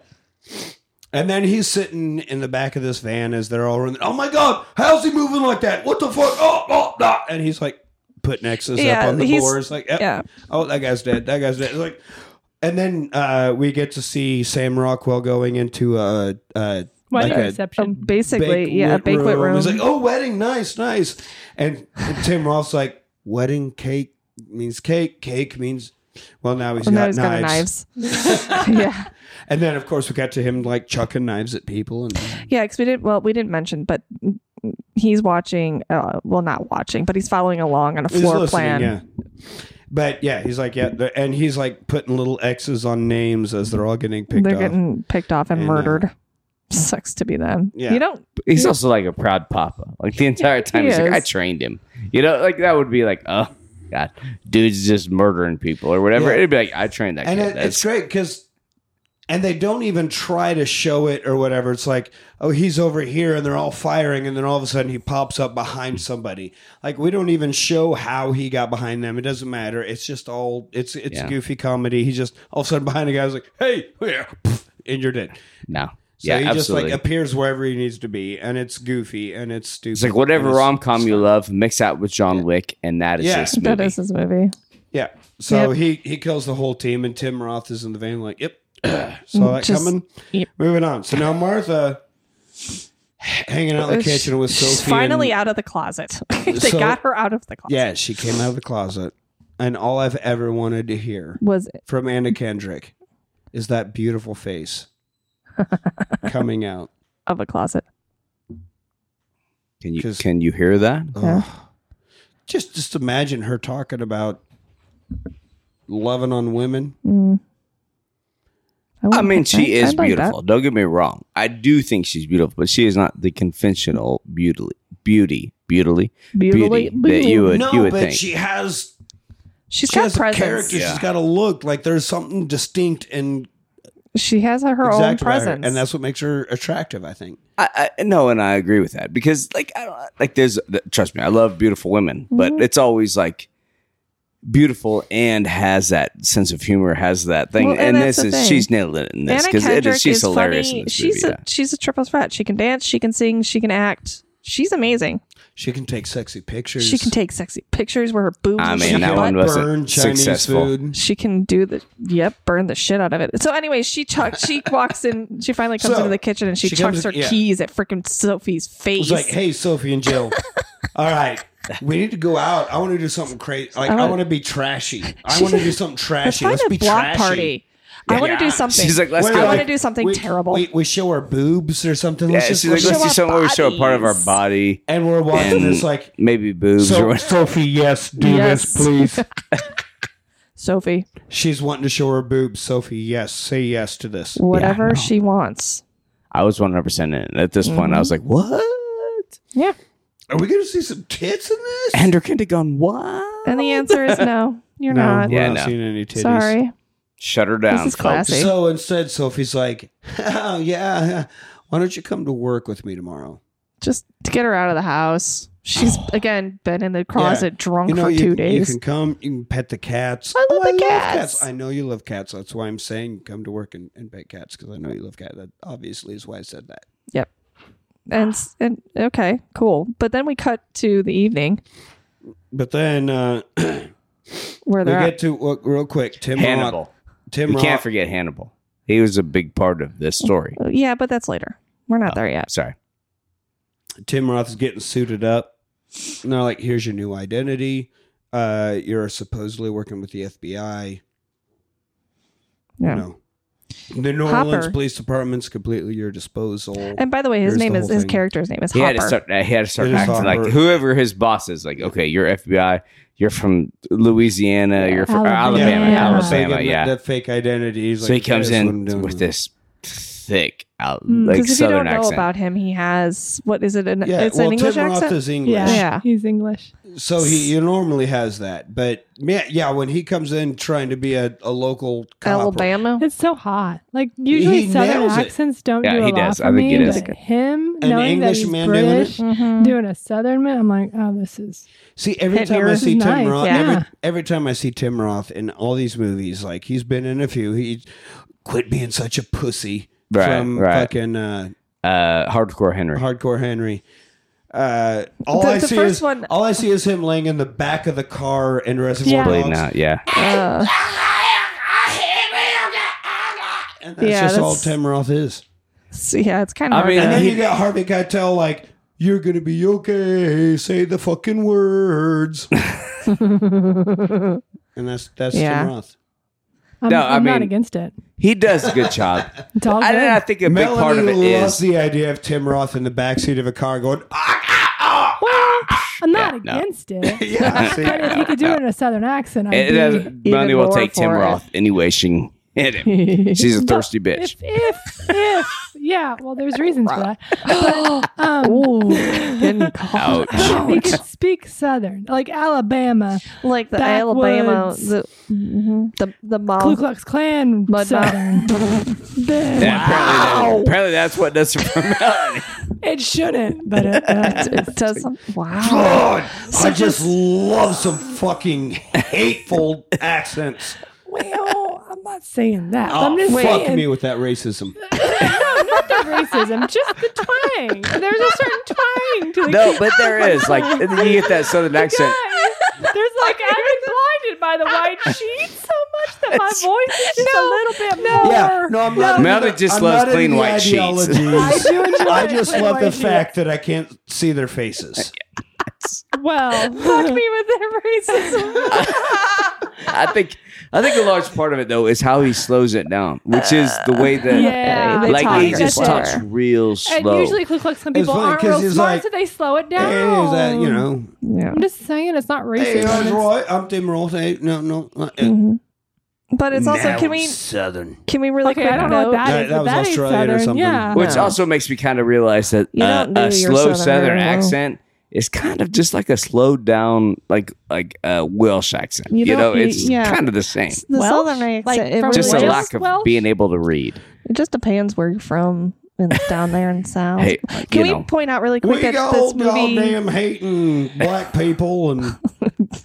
Speaker 1: and then he's sitting in the back of this van as they're all running. Oh my God! How's he moving like that? What the fuck? Oh, oh, nah. and he's like putting X's
Speaker 2: Yeah,
Speaker 1: up on the
Speaker 2: he's-
Speaker 1: boards. Like, yeah.
Speaker 2: Yeah.
Speaker 1: oh, that guy's dead. That guy's dead. Like, and then uh, we get to see Sam Rockwell going into a, a
Speaker 4: Wedding
Speaker 1: like a
Speaker 2: Oh,
Speaker 4: reception.
Speaker 2: basically, yeah,
Speaker 1: banquet
Speaker 2: banquet room.
Speaker 1: He's like, oh, wedding, nice, nice. And, and Tim Roth's like, wedding cake means cake. Cake means. Well, now he's
Speaker 2: and
Speaker 1: got
Speaker 2: now he's got knives.
Speaker 1: (laughs)
Speaker 2: (laughs) yeah.
Speaker 1: and then, of course, we got to him like chucking knives at people, and
Speaker 2: Yeah, because we didn't. Well, we didn't mention, but he's watching. Uh, well, not watching, but he's following along on a
Speaker 1: He's
Speaker 2: floor
Speaker 1: listening,
Speaker 2: plan.
Speaker 1: Yeah, but yeah, he's like, yeah, the- and he's like putting little X's on names as they're all getting picked
Speaker 2: They're
Speaker 1: off.
Speaker 2: getting picked off and,
Speaker 1: And, uh,
Speaker 2: murdered. Sucks to be them.
Speaker 1: Yeah.
Speaker 2: You don't.
Speaker 3: He's also like a proud papa. Like the entire time,
Speaker 2: He
Speaker 3: he's like,
Speaker 2: is.
Speaker 3: I trained him. You know, like that would be like, oh god, dude's just murdering people or whatever.
Speaker 1: Yeah.
Speaker 3: It'd be like, I trained that
Speaker 1: and
Speaker 3: kid.
Speaker 1: it, it's
Speaker 3: That's-
Speaker 1: great because, and they don't even try to show it or whatever. It's like, oh, he's over here, and they're all firing, and then all of a sudden he pops up behind somebody. Like we don't even show how he got behind them. It doesn't matter. It's just all it's it's
Speaker 3: Yeah.
Speaker 1: goofy comedy. He's just all of a sudden behind a guy's like, hey, yeah, and you're dead.
Speaker 3: no,
Speaker 1: So
Speaker 3: yeah,
Speaker 1: he
Speaker 3: absolutely.
Speaker 1: just like appears wherever he needs to be, and it's goofy and it's stupid.
Speaker 3: it's like whatever
Speaker 1: and it's-
Speaker 3: rom com you love, mix that with John Wick, and that is
Speaker 1: Yeah.
Speaker 3: this movie.
Speaker 2: (laughs) That is his movie.
Speaker 1: Yeah. So he he kills the whole team, and Tim Roth is in the van like, yep, (clears throat) saw that
Speaker 2: Just-
Speaker 1: coming.
Speaker 2: yep.
Speaker 1: Moving on. So now Martha hanging out in the kitchen with
Speaker 2: She's
Speaker 1: Sophie.
Speaker 2: finally
Speaker 1: and-
Speaker 2: out of
Speaker 1: (laughs)
Speaker 2: the closet. (laughs) they
Speaker 1: So-
Speaker 2: got her out of the closet.
Speaker 1: Yeah, she came out of the closet, and all I've ever wanted to hear
Speaker 2: Was
Speaker 1: from Anna Kendrick is that beautiful
Speaker 2: (laughs)
Speaker 1: face coming out.
Speaker 2: of a closet.
Speaker 3: Can you
Speaker 1: 'Cause-
Speaker 3: can you hear that?
Speaker 2: Yeah.
Speaker 1: Ugh. Just just imagine her talking about loving on women.
Speaker 2: Mm.
Speaker 3: I
Speaker 2: wouldn't
Speaker 3: mean,
Speaker 2: like
Speaker 3: she
Speaker 2: that. I'd
Speaker 3: is
Speaker 2: Oh, like that.
Speaker 3: beautiful. Don't get me wrong. I do think she's beautiful, but she is not the conventional beauty, beauty, beauty,
Speaker 2: Beautifully,
Speaker 3: beauty that you would
Speaker 1: no,
Speaker 3: you would
Speaker 1: but
Speaker 3: think.
Speaker 1: she has
Speaker 2: She's
Speaker 1: she
Speaker 2: got
Speaker 1: has a
Speaker 2: presence.
Speaker 1: character.
Speaker 3: Yeah.
Speaker 1: She's got a look. Like there's something distinct and
Speaker 2: She has her own
Speaker 1: exact about her,
Speaker 2: presence.
Speaker 1: and that's what makes her attractive. I think.
Speaker 3: I, I no, and I agree with that because like I don't like there's th- trust me, I love beautiful women,
Speaker 2: Mm-hmm.
Speaker 3: but it's always like beautiful and has that sense of humor, has that thing,
Speaker 2: Well, and
Speaker 3: and,
Speaker 2: that's
Speaker 3: this
Speaker 2: the
Speaker 3: is
Speaker 2: thing.
Speaker 3: she's nailed it in this
Speaker 2: Anna
Speaker 3: because it
Speaker 2: Kendrick
Speaker 3: is she's
Speaker 2: is
Speaker 3: hilarious
Speaker 2: funny.
Speaker 3: in this
Speaker 2: she's
Speaker 3: movie.
Speaker 2: a she's a triple threat. She can dance, she can sing, she can act. She's amazing.
Speaker 1: She can take sexy pictures.
Speaker 2: She can take sexy pictures where her boobs.
Speaker 3: I
Speaker 2: are
Speaker 3: mean,
Speaker 1: She
Speaker 2: showing
Speaker 3: that
Speaker 2: her
Speaker 1: can
Speaker 3: one
Speaker 2: butt.
Speaker 3: was- wasn't
Speaker 1: burn Chinese
Speaker 3: successful.
Speaker 1: food.
Speaker 2: She can do the yep, burn the shit out of it. So anyway, she chuck
Speaker 3: (laughs)
Speaker 2: she walks in. She finally comes
Speaker 1: So,
Speaker 2: into the kitchen and she,
Speaker 1: she
Speaker 2: chucks
Speaker 1: comes-
Speaker 2: her
Speaker 1: yeah.
Speaker 2: keys at freaking Sophie's
Speaker 1: It
Speaker 2: face.
Speaker 1: was like, hey, Sophie and
Speaker 2: (laughs)
Speaker 1: Jill. all right. We need to go out. I want to do something crazy. Like
Speaker 2: I
Speaker 1: I
Speaker 2: want-
Speaker 1: want to be trashy. I want to do something
Speaker 2: Oh. Let's
Speaker 1: trashy.
Speaker 2: find
Speaker 1: Let's
Speaker 2: a
Speaker 1: be
Speaker 2: block
Speaker 1: trashy.
Speaker 2: party. I want to
Speaker 1: Yeah.
Speaker 2: do something.
Speaker 3: She's like, let's
Speaker 1: Wait,
Speaker 3: go.
Speaker 2: I want
Speaker 1: like,
Speaker 2: to do something
Speaker 1: we,
Speaker 2: terrible.
Speaker 1: We, we show our boobs or something.
Speaker 3: yeah,
Speaker 1: Let's just,
Speaker 3: she's like,
Speaker 1: let's
Speaker 3: let's
Speaker 1: just-
Speaker 2: show
Speaker 3: do something
Speaker 2: our
Speaker 3: where we show a part of our
Speaker 2: bodies.
Speaker 3: body,
Speaker 1: and we're watching
Speaker 3: and-
Speaker 1: this like
Speaker 3: maybe boobs or
Speaker 1: So,
Speaker 3: whatever.
Speaker 1: Sophie, yes, do
Speaker 2: Yes.
Speaker 1: this, please.
Speaker 2: Sophie,
Speaker 1: She's wanting to show her boobs. Sophie, yes, say yes to this.
Speaker 2: whatever
Speaker 3: no.
Speaker 2: she wants.
Speaker 3: I was one hundred percent in. At this point, I was
Speaker 2: Mm-hmm.
Speaker 3: like, what?
Speaker 2: Yeah,
Speaker 1: Are we going to see some tits in this?
Speaker 3: Andrew Kindergan, what?
Speaker 2: and the answer is no. You're not.
Speaker 1: we're
Speaker 3: Yeah,
Speaker 1: not
Speaker 3: no.
Speaker 1: seeing any titties.
Speaker 2: Sorry.
Speaker 3: Shut her down.
Speaker 2: is
Speaker 3: folks.
Speaker 2: classic. See?
Speaker 1: So instead, Sophie's like, (laughs) oh, yeah, why don't you come to work with me tomorrow?
Speaker 2: just to get her out of the house.
Speaker 1: (sighs)
Speaker 2: She's again been in the closet drunk
Speaker 1: you know,
Speaker 2: for
Speaker 1: you,
Speaker 2: two
Speaker 1: you
Speaker 2: days.
Speaker 1: can come, you can pet the cats. Oh,
Speaker 2: I love the cats.
Speaker 1: I know you love cats. That's why I'm saying come to work and, and pet cats because I know you love cats. That obviously is why I said that.
Speaker 2: and s- and okay, cool. But then we cut to the evening
Speaker 1: But then uh, (clears throat) we
Speaker 2: where they're
Speaker 1: get
Speaker 2: at.
Speaker 1: to, look, real quick, Tim Roth.
Speaker 3: Hannibal.
Speaker 1: Tim
Speaker 3: We
Speaker 1: Roth.
Speaker 3: can't forget Hannibal. He was a big part of this story.
Speaker 2: Yeah, but that's later. We're
Speaker 1: Oh.
Speaker 2: not there yet.
Speaker 3: Sorry.
Speaker 1: Tim Roth is getting suited up. And they're like, here's your new identity. Uh, you're supposedly working with the FBI.
Speaker 2: Yeah.
Speaker 1: No. The New
Speaker 2: Hopper.
Speaker 1: Orleans Police Department's completely your disposal.
Speaker 2: And by the way, his
Speaker 1: Here's
Speaker 2: name
Speaker 1: the
Speaker 2: is
Speaker 1: whole
Speaker 2: his
Speaker 1: thing.
Speaker 2: character's name is
Speaker 3: He had
Speaker 2: Hopper.
Speaker 3: to start. uh, He had to start
Speaker 1: It is
Speaker 3: acting like
Speaker 1: Hopper.
Speaker 3: whoever his boss is. Like, okay, you're FBI. You're from Louisiana. You're from or
Speaker 4: Alabama.
Speaker 3: Alabama.
Speaker 4: Yeah.
Speaker 1: So they
Speaker 3: Alabama.
Speaker 1: give him
Speaker 3: yeah.
Speaker 1: That, that fake identity. He's
Speaker 3: So he
Speaker 1: like,
Speaker 3: comes
Speaker 1: "Here's what I'm
Speaker 3: in
Speaker 1: doing
Speaker 3: with
Speaker 1: now."
Speaker 3: this thick out
Speaker 4: Mm.
Speaker 3: like
Speaker 2: if you
Speaker 3: southern
Speaker 2: don't know
Speaker 3: accent.
Speaker 2: about him, he has what is it? An,
Speaker 1: Yeah,
Speaker 2: it's
Speaker 1: well,
Speaker 2: an English
Speaker 1: Tim Roth
Speaker 2: accent.
Speaker 1: is English,
Speaker 4: Yeah.
Speaker 2: Yeah.
Speaker 4: He's English.
Speaker 1: so he, he normally has that. But yeah, yeah, when he comes in trying to be a, a local cop, or-
Speaker 2: Alabama.
Speaker 4: (laughs) It's so hot. Like usually
Speaker 1: He
Speaker 4: southern
Speaker 1: nails it.
Speaker 4: accents don't
Speaker 3: Yeah,
Speaker 4: do a
Speaker 3: he
Speaker 4: lot
Speaker 3: does.
Speaker 4: for
Speaker 3: I think
Speaker 4: me.
Speaker 3: it is.
Speaker 4: But him
Speaker 1: An
Speaker 4: knowing that he's
Speaker 1: Englishman doing it?
Speaker 4: British, doing,
Speaker 2: Mhm.
Speaker 4: a southern man, I'm like, oh,
Speaker 3: (laughs)
Speaker 4: this is
Speaker 1: See, every
Speaker 2: Hit
Speaker 1: time I
Speaker 2: mirrors
Speaker 1: see
Speaker 4: is
Speaker 1: Tim
Speaker 4: nice,
Speaker 1: Roth,
Speaker 4: yeah.
Speaker 1: every, every time I see Tim Roth in all these movies, like he's been in a few, he quit being such a pussy
Speaker 3: Right,
Speaker 1: from
Speaker 3: right.
Speaker 1: fucking uh,
Speaker 3: uh, hardcore Henry.
Speaker 1: Hardcore Henry. Uh, all
Speaker 2: The-
Speaker 1: I
Speaker 2: the
Speaker 1: see
Speaker 2: first
Speaker 1: is
Speaker 2: one-
Speaker 1: all I see is him laying in the back of the car in Reservoir
Speaker 4: Yeah.
Speaker 3: Played
Speaker 1: Dogs,
Speaker 3: out, yeah.
Speaker 2: Uh,
Speaker 1: and that's
Speaker 2: Yeah,
Speaker 1: just all
Speaker 2: that's-
Speaker 1: Tim Roth is.
Speaker 2: so, yeah, it's kind of.
Speaker 3: I
Speaker 2: hard
Speaker 3: mean,
Speaker 2: to-
Speaker 1: And then
Speaker 3: he-
Speaker 1: you got Harvey Keitel like, "You're gonna be okay. Say the fucking words." and that's that's
Speaker 2: Yeah.
Speaker 1: Tim Roth.
Speaker 4: I'm,
Speaker 3: No, I
Speaker 4: I'm not
Speaker 3: mean-
Speaker 4: against it.
Speaker 3: He does a
Speaker 2: (laughs)
Speaker 3: good job.
Speaker 4: It's all
Speaker 3: I,
Speaker 4: good.
Speaker 3: and I think a big
Speaker 1: Melanie
Speaker 3: part of it
Speaker 1: loves
Speaker 3: is
Speaker 1: the idea of Tim Roth in the backseat of a car going, ah,
Speaker 4: I'm not
Speaker 3: Yeah, no. (laughs)
Speaker 4: against it.
Speaker 1: yeah, see,
Speaker 4: But if (laughs) he could do it in a southern accent, I'd
Speaker 3: it,
Speaker 4: be,
Speaker 3: does- Melanie will
Speaker 2: more
Speaker 3: take Tim
Speaker 2: for it.
Speaker 3: Roth any way she can hit him.
Speaker 4: (laughs)
Speaker 3: She's a thirsty bitch.
Speaker 4: if if if yeah. Well,
Speaker 3: (laughs)
Speaker 4: there's reasons for that. But,
Speaker 3: (gasps)
Speaker 4: um,
Speaker 2: Ooh,
Speaker 4: (laughs)
Speaker 2: getting called
Speaker 4: if he
Speaker 2: out.
Speaker 4: could speak southern, like Alabama,
Speaker 2: like the Alabama,
Speaker 4: Backwoods.
Speaker 2: the mhm, the the
Speaker 4: Ku
Speaker 2: mouth.
Speaker 4: Klux Klan,
Speaker 2: Mud
Speaker 3: (laughs)
Speaker 4: southern. Then
Speaker 3: Yeah, apparently, that- apparently that's what does it for
Speaker 4: (laughs)
Speaker 3: Melanie.
Speaker 4: It shouldn't, but it
Speaker 1: (laughs)
Speaker 4: does.
Speaker 2: It doesn't. Wow.
Speaker 1: God, I just love some fucking hateful accents.
Speaker 4: Well, I'm not saying that.
Speaker 1: Oh,
Speaker 4: I'm just
Speaker 1: fuck
Speaker 4: saying
Speaker 1: me with that racism.
Speaker 4: (laughs) no, not the racism, just the twang. There's a certain twang to the
Speaker 3: No, but there is like you get that
Speaker 4: (laughs)
Speaker 3: southern accent.
Speaker 4: guy. There's
Speaker 1: (laughs)
Speaker 4: like I've been blinded by the white sheet so much that my voice is just a little bit more.
Speaker 1: Yeah, no, I'm not.
Speaker 3: Melanie
Speaker 1: into the-
Speaker 3: just
Speaker 1: I'm
Speaker 3: loves
Speaker 1: not into
Speaker 3: clean
Speaker 1: the
Speaker 3: white sheets.
Speaker 1: ideologies.
Speaker 4: I do enjoy
Speaker 1: I just
Speaker 4: plain
Speaker 1: love
Speaker 4: white
Speaker 1: the
Speaker 4: sheets.
Speaker 1: fact that I can't see their faces. (laughs)
Speaker 4: Well,
Speaker 2: Fuck me with that racism.
Speaker 3: I think I think a large part of it though is how he slows it down, which is the way that
Speaker 4: Yeah,
Speaker 2: they
Speaker 3: like
Speaker 2: talk
Speaker 3: he just
Speaker 2: slower.
Speaker 3: talks real
Speaker 4: and
Speaker 3: slow.
Speaker 4: usually Ku Klux Klan people
Speaker 1: funny
Speaker 4: aren't
Speaker 1: 'cause
Speaker 4: real
Speaker 1: he's
Speaker 4: smart,
Speaker 1: like,
Speaker 4: so they slow it down.
Speaker 1: Hey, is that you know?
Speaker 2: yeah.
Speaker 4: I'm just saying it's not racism.
Speaker 1: Hey, I'm
Speaker 4: It's-
Speaker 1: Roy. I'm Tim Roth. Hey, no, no. uh,
Speaker 2: Mm-hmm. But it's also
Speaker 1: now
Speaker 2: can we
Speaker 1: Southern?
Speaker 2: can we really
Speaker 4: okay,
Speaker 2: quick
Speaker 4: I don't know
Speaker 2: note?
Speaker 4: what that
Speaker 1: That- that
Speaker 4: is. but
Speaker 1: was
Speaker 4: that ain't
Speaker 1: Australian or
Speaker 4: southern.
Speaker 1: something.
Speaker 4: Yeah.
Speaker 3: Which
Speaker 2: No.
Speaker 3: also makes me kind of realize that
Speaker 2: Uh-huh. You
Speaker 3: uh,
Speaker 2: don't
Speaker 3: a
Speaker 2: do your
Speaker 3: slow
Speaker 2: Southern
Speaker 3: Southern
Speaker 2: very well.
Speaker 3: accent is kind of just like a slowed down, like like a Welsh accent.
Speaker 2: You
Speaker 3: You,
Speaker 2: don't-
Speaker 3: know,
Speaker 2: you-
Speaker 3: it's
Speaker 2: yeah.
Speaker 3: kind of the same.
Speaker 2: The
Speaker 4: Welsh?
Speaker 2: southern accent.
Speaker 4: Like,
Speaker 2: it,
Speaker 4: from
Speaker 2: really
Speaker 3: Just a
Speaker 4: Welsh?
Speaker 3: lack of
Speaker 4: Welsh?
Speaker 3: being able to read.
Speaker 2: it just depends where you're from
Speaker 3: (laughs)
Speaker 2: and down there in the south.
Speaker 3: Hey,
Speaker 2: can
Speaker 3: you
Speaker 2: we
Speaker 3: know.
Speaker 2: point out really quick
Speaker 1: We
Speaker 2: that
Speaker 1: all
Speaker 2: this movie?
Speaker 1: goddamn hating black people and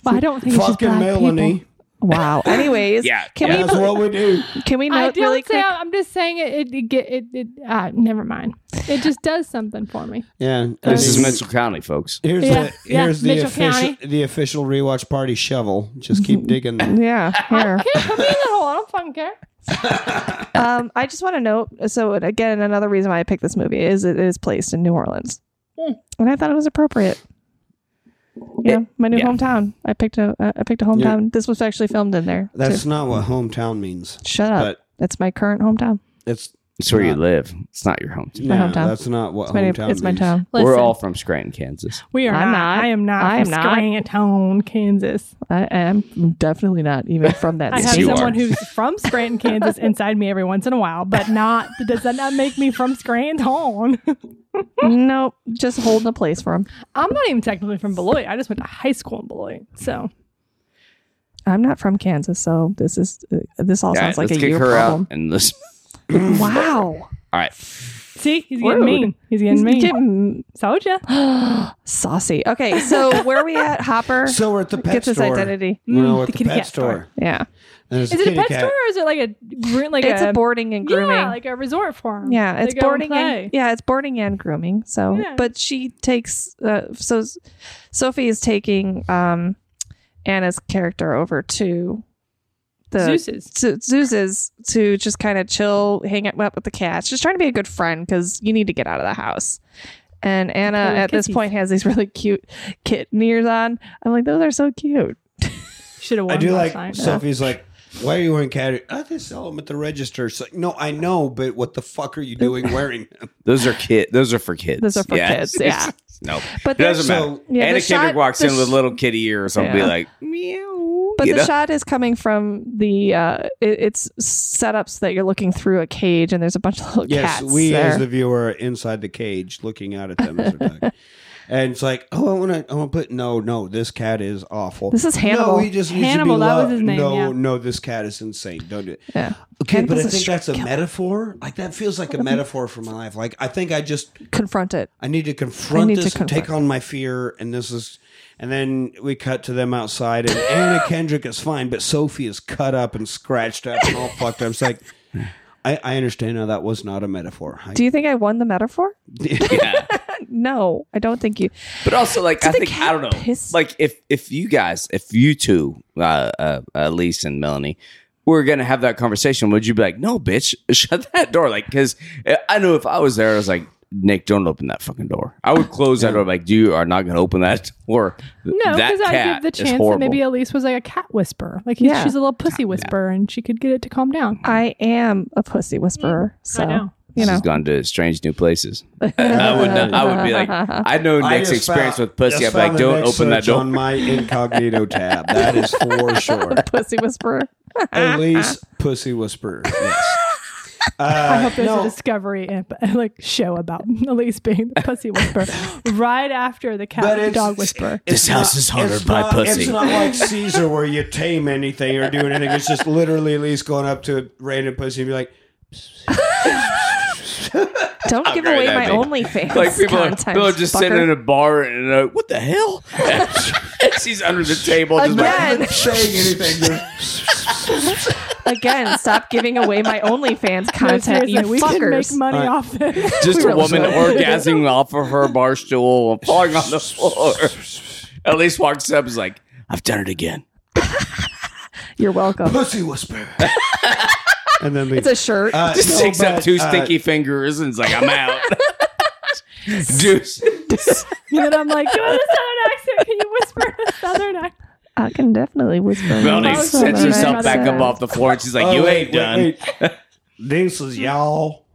Speaker 4: Well, I don't think it's just
Speaker 1: fucking
Speaker 4: black
Speaker 1: Melanie.
Speaker 4: people.
Speaker 3: (laughs)
Speaker 2: Wow. Anyways,
Speaker 3: Yeah,
Speaker 2: can
Speaker 3: yeah.
Speaker 1: That's
Speaker 2: we
Speaker 1: what we do.
Speaker 2: can we
Speaker 4: I
Speaker 2: note
Speaker 4: don't
Speaker 2: really
Speaker 4: say
Speaker 2: quick?
Speaker 4: I'm just saying it. It, it, get- it, it ah, never mind. It just does something for me.
Speaker 1: Yeah,
Speaker 3: This is Mitchell County, folks.
Speaker 1: Here's
Speaker 4: Yeah,
Speaker 1: the
Speaker 4: yeah,
Speaker 1: here's the
Speaker 4: Mitchell
Speaker 1: official
Speaker 4: County.
Speaker 1: the official rewatch party shovel. Just keep
Speaker 4: (laughs)
Speaker 1: digging. Them.
Speaker 2: Yeah, here.
Speaker 4: Okay, put me in that hole. I don't fucking care.
Speaker 2: um, I just want to note. So again, another reason why I picked this movie is it is placed in New Orleans,
Speaker 4: Hmm.
Speaker 2: and I thought it was appropriate. Yeah, my new
Speaker 3: yeah.
Speaker 2: hometown. I picked a uh, I picked a hometown. This was actually filmed in there.
Speaker 1: That's
Speaker 2: too.
Speaker 1: not what hometown means.
Speaker 2: shut
Speaker 4: Oh.
Speaker 2: up.
Speaker 1: But
Speaker 2: That's my current hometown.
Speaker 1: it's
Speaker 3: It's where you
Speaker 1: Not-
Speaker 3: live. It's not your home.
Speaker 2: my
Speaker 1: no,
Speaker 2: hometown.
Speaker 1: That's not what
Speaker 2: It's my,
Speaker 1: hometown.
Speaker 2: it's my
Speaker 1: means.
Speaker 2: town.
Speaker 3: We're all from Scranton, Kansas.
Speaker 4: We are
Speaker 2: I'm
Speaker 4: not.
Speaker 2: not.
Speaker 4: I am not.
Speaker 2: I am
Speaker 4: from
Speaker 2: not.
Speaker 4: Scranton, Kansas.
Speaker 2: I am definitely not even from that
Speaker 4: (laughs) I have
Speaker 3: Yes, you
Speaker 2: state.
Speaker 4: someone
Speaker 3: are.
Speaker 4: who's
Speaker 2: (laughs)
Speaker 4: from Scranton, Kansas, inside me every once in a while, but not. Does that not make me from Scranton? (laughs)
Speaker 2: nope, just holding a place for him.
Speaker 4: I'm not even technically from Beloit. I just went to high school in Beloit. So
Speaker 2: I'm not from Kansas, so this is uh, this all
Speaker 3: All right,
Speaker 2: sounds like
Speaker 3: let's
Speaker 2: a
Speaker 3: kick
Speaker 2: you
Speaker 3: her
Speaker 2: problem.
Speaker 3: out and let's.
Speaker 1: (laughs)
Speaker 2: Wow, (gasps)
Speaker 3: All right,
Speaker 4: see, he's
Speaker 2: Rude.
Speaker 4: getting mean. He's getting
Speaker 2: He's
Speaker 4: mean.
Speaker 2: getting
Speaker 4: Told ya.
Speaker 2: saucy. Okay, so where are we at?
Speaker 1: (laughs)
Speaker 2: Hopper
Speaker 1: So we're at the pet
Speaker 2: gets his
Speaker 1: store.
Speaker 2: identity.
Speaker 1: No, we're at
Speaker 4: Mm, the
Speaker 1: the,
Speaker 4: kitty
Speaker 1: pet
Speaker 4: cat store.
Speaker 1: store.
Speaker 2: Yeah,
Speaker 1: And there's
Speaker 4: Is it a
Speaker 1: kitty
Speaker 4: pet
Speaker 1: cat.
Speaker 4: store or is it like a gr- like
Speaker 2: it's a boarding and grooming.
Speaker 4: Yeah,
Speaker 2: Yeah,
Speaker 4: like a resort for him.
Speaker 2: it's
Speaker 4: They go and
Speaker 2: boarding and
Speaker 4: play.
Speaker 2: yeah, it's boarding and grooming. So,
Speaker 4: Yeah.
Speaker 2: but she takes uh, so Sophie is taking um Anna's character over to the
Speaker 4: Zeus's.
Speaker 2: to Zeus's to just kind of chill, hang out with the cats, just trying to be a good friend because you need to get out of the house. And Anna
Speaker 4: Little
Speaker 2: at this
Speaker 4: Oh, kissies.
Speaker 2: point has these really cute kitten ears on. I'm like, those are so cute.
Speaker 4: Should have won.
Speaker 1: I do
Speaker 4: last
Speaker 1: like
Speaker 4: night.
Speaker 1: Sophie's like. Why are you wearing cat? ears?" Oh, they sell them at the register. It's like, no, I know, but what the fuck are you doing
Speaker 4: (laughs)
Speaker 1: wearing them?
Speaker 3: those are kid. Those are for kids.
Speaker 2: Those are for kids,
Speaker 3: (laughs)
Speaker 2: yeah.
Speaker 3: no,
Speaker 2: But
Speaker 3: it
Speaker 2: there's
Speaker 3: doesn't
Speaker 1: So-
Speaker 3: matter.
Speaker 2: yeah, the
Speaker 3: Anna Kendrick
Speaker 2: shot-
Speaker 3: walks
Speaker 2: the
Speaker 3: in with
Speaker 2: sh-
Speaker 3: a little kitty ear or something,
Speaker 2: Yeah.
Speaker 3: be like, meow.
Speaker 2: But
Speaker 3: you
Speaker 2: the
Speaker 3: know?
Speaker 2: shot is coming from the uh, it, it's set up so that you're looking through a cage and there's a bunch of little
Speaker 1: Yes,
Speaker 2: cats
Speaker 1: we
Speaker 2: there.
Speaker 1: as the viewer are inside the cage looking out at them as they're talking. And it's like, oh, I want to, I want to put no, no. This cat is awful.
Speaker 2: This is
Speaker 1: No,
Speaker 2: Hannibal.
Speaker 1: he just needs to
Speaker 4: Hannibal,
Speaker 1: be
Speaker 4: that was
Speaker 1: loved.
Speaker 4: his name,
Speaker 1: No,
Speaker 4: yeah.
Speaker 1: no, this cat is insane. Don't do it.
Speaker 2: yeah.
Speaker 1: Okay, but I
Speaker 2: Hannibal's a
Speaker 1: think that's a
Speaker 2: straight killer.
Speaker 1: metaphor. Like that feels like a metaphor for my life. Like I think I just
Speaker 2: Confront it.
Speaker 1: I need to confront
Speaker 2: need
Speaker 1: this
Speaker 2: to
Speaker 1: and take on my fear. And this is, and then we cut to them outside, and
Speaker 4: (laughs)
Speaker 1: Anna Kendrick is fine, but Sophie is cut up and scratched up and all fucked up. It's like, I, I understand now that was not a metaphor. I,
Speaker 2: Do you think I won the metaphor?
Speaker 3: (laughs) yeah.
Speaker 2: No, I don't think you.
Speaker 3: But also, like,
Speaker 2: Did
Speaker 3: I
Speaker 2: the
Speaker 3: think
Speaker 2: cat
Speaker 3: I don't know.
Speaker 2: piss?
Speaker 3: Like, if if you guys, if you two, uh, uh, Elise and Melanie, were gonna have that conversation, would you be like, "No, bitch, (laughs) shut that door"? Like, because I know if I was there, I was like, "Nick, don't open that fucking door." I would close that door. Like, you are not gonna open that (laughs) door.
Speaker 4: No,
Speaker 3: that
Speaker 4: because I'd give
Speaker 3: cat
Speaker 4: the
Speaker 3: is
Speaker 4: chance that
Speaker 3: horrible.
Speaker 4: maybe Elise was like a cat whisperer. Like he,
Speaker 2: Yeah.
Speaker 4: she's a little pussy whisperer and she could get it to calm down.
Speaker 2: I am a pussy whisperer. So
Speaker 4: Mm, know.
Speaker 2: you know.
Speaker 3: She's gone to strange new places. I would not, I would be like, I know
Speaker 1: I
Speaker 3: Nick's
Speaker 1: just
Speaker 3: experience
Speaker 1: found-
Speaker 3: with pussy. I'd
Speaker 1: just
Speaker 3: be like,
Speaker 1: found the
Speaker 3: don't
Speaker 1: next uh,
Speaker 3: open that
Speaker 1: search
Speaker 3: door.
Speaker 1: on (laughs) my incognito tab. That is for sure.
Speaker 2: (laughs) pussy whisperer.
Speaker 1: Elise Pussy Whisperer. Yes. Uh,
Speaker 4: I hope there's
Speaker 1: no,
Speaker 4: a discovery and, (laughs) like show about Elise being the pussy
Speaker 2: (laughs)
Speaker 4: whisperer right after the cat
Speaker 1: But (laughs)
Speaker 4: and
Speaker 1: it's-
Speaker 4: dog whisperer.
Speaker 3: This house is haunted
Speaker 1: it's
Speaker 3: by
Speaker 1: not,
Speaker 3: pussy.
Speaker 1: It's not like Caesar where you tame anything or do anything. It's just literally at least going up to a random pussy and be like,
Speaker 2: Don't give
Speaker 3: great
Speaker 2: away my
Speaker 3: that'd
Speaker 2: OnlyFans.
Speaker 3: (laughs) Like people, are,
Speaker 2: content,
Speaker 3: people are just
Speaker 2: fucker.
Speaker 3: sitting in a bar and they're like, what the
Speaker 4: (laughs)
Speaker 3: hell? (laughs) And she's under the table, just
Speaker 2: Again.
Speaker 3: like,
Speaker 1: not even saying anything. Just,
Speaker 2: Again, stop giving away my
Speaker 4: (laughs)
Speaker 2: OnlyFans content, you
Speaker 4: Seriously, we can make
Speaker 2: fuckers.
Speaker 4: money
Speaker 1: Alright.
Speaker 4: off this.
Speaker 3: just a
Speaker 2: really
Speaker 3: woman
Speaker 2: should.
Speaker 3: orgasming (laughs) off of her bar stool and falling on the floor. At least walks up and is like, I've done it again.
Speaker 2: You're welcome.
Speaker 1: pussy whisperer. and then leave.
Speaker 2: It's a shirt.
Speaker 1: Uh,
Speaker 3: Just
Speaker 1: no,
Speaker 3: sticks up
Speaker 1: but,
Speaker 3: two
Speaker 1: uh,
Speaker 3: stinky fingers and is like, I'm
Speaker 4: (laughs)
Speaker 3: out. Deuce.
Speaker 4: (laughs) And then I'm like, do it in a southern accent. Can you whisper in a southern accent?
Speaker 2: I can definitely whisper.
Speaker 3: Melanie
Speaker 4: That was
Speaker 3: sets
Speaker 4: so
Speaker 3: herself
Speaker 4: nice.
Speaker 3: back up off the floor and she's like,
Speaker 1: oh,
Speaker 3: you
Speaker 1: wait,
Speaker 3: ain't
Speaker 1: wait,
Speaker 3: done.
Speaker 1: wait. This is y'all.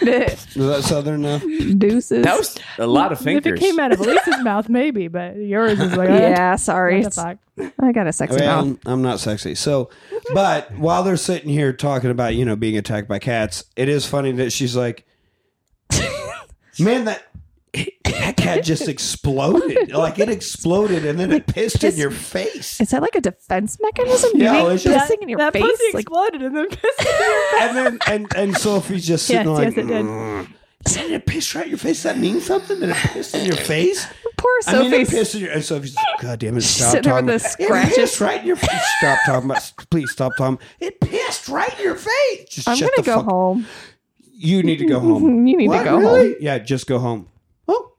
Speaker 1: Is that southern enough?
Speaker 2: (laughs) Deuces.
Speaker 3: That was a lot of
Speaker 4: If it
Speaker 3: fingers.
Speaker 4: came out of Elise's mouth, maybe, but yours is like, yeah.
Speaker 2: (laughs) yeah, sorry.
Speaker 4: What the fuck?
Speaker 2: I got a sexy
Speaker 1: Well,
Speaker 2: mouth.
Speaker 1: I'm, I'm not sexy. So, but while they're sitting here talking about, you know, being attacked by cats, it is funny that she's
Speaker 4: (laughs)
Speaker 1: like, man, that. That cat just exploded. Like it exploded and then it pissed in your
Speaker 4: (laughs)
Speaker 1: face.
Speaker 2: Is that like a defense mechanism?
Speaker 1: Yeah,
Speaker 2: you
Speaker 1: it's
Speaker 2: ain't
Speaker 1: just-
Speaker 2: pissing in your
Speaker 4: that
Speaker 2: face?
Speaker 4: pussy
Speaker 2: Like,
Speaker 4: exploded and then (laughs) pissed in your face.
Speaker 1: And then and, and Sophie's just sitting
Speaker 4: Yes,
Speaker 1: there like
Speaker 4: yes, it did.
Speaker 1: "Mm." Is that it pissed right in your face? Does that mean something? That it pissed in your face?
Speaker 2: poor
Speaker 1: I mean, it
Speaker 2: Sophie's
Speaker 1: pissed in your. And Sophie's like, God damn it! Stop
Speaker 2: sitting there
Speaker 1: talking.
Speaker 2: with the
Speaker 1: It pissed
Speaker 2: scratches.
Speaker 1: right in your face. Stop talking about. Please stop talking. It pissed right in your face. Just
Speaker 2: I'm
Speaker 1: shut the
Speaker 2: gonna go
Speaker 1: fuck
Speaker 2: home.
Speaker 1: You need to go home.
Speaker 2: (laughs) You need to go
Speaker 1: home. Yeah, just go home. Oh,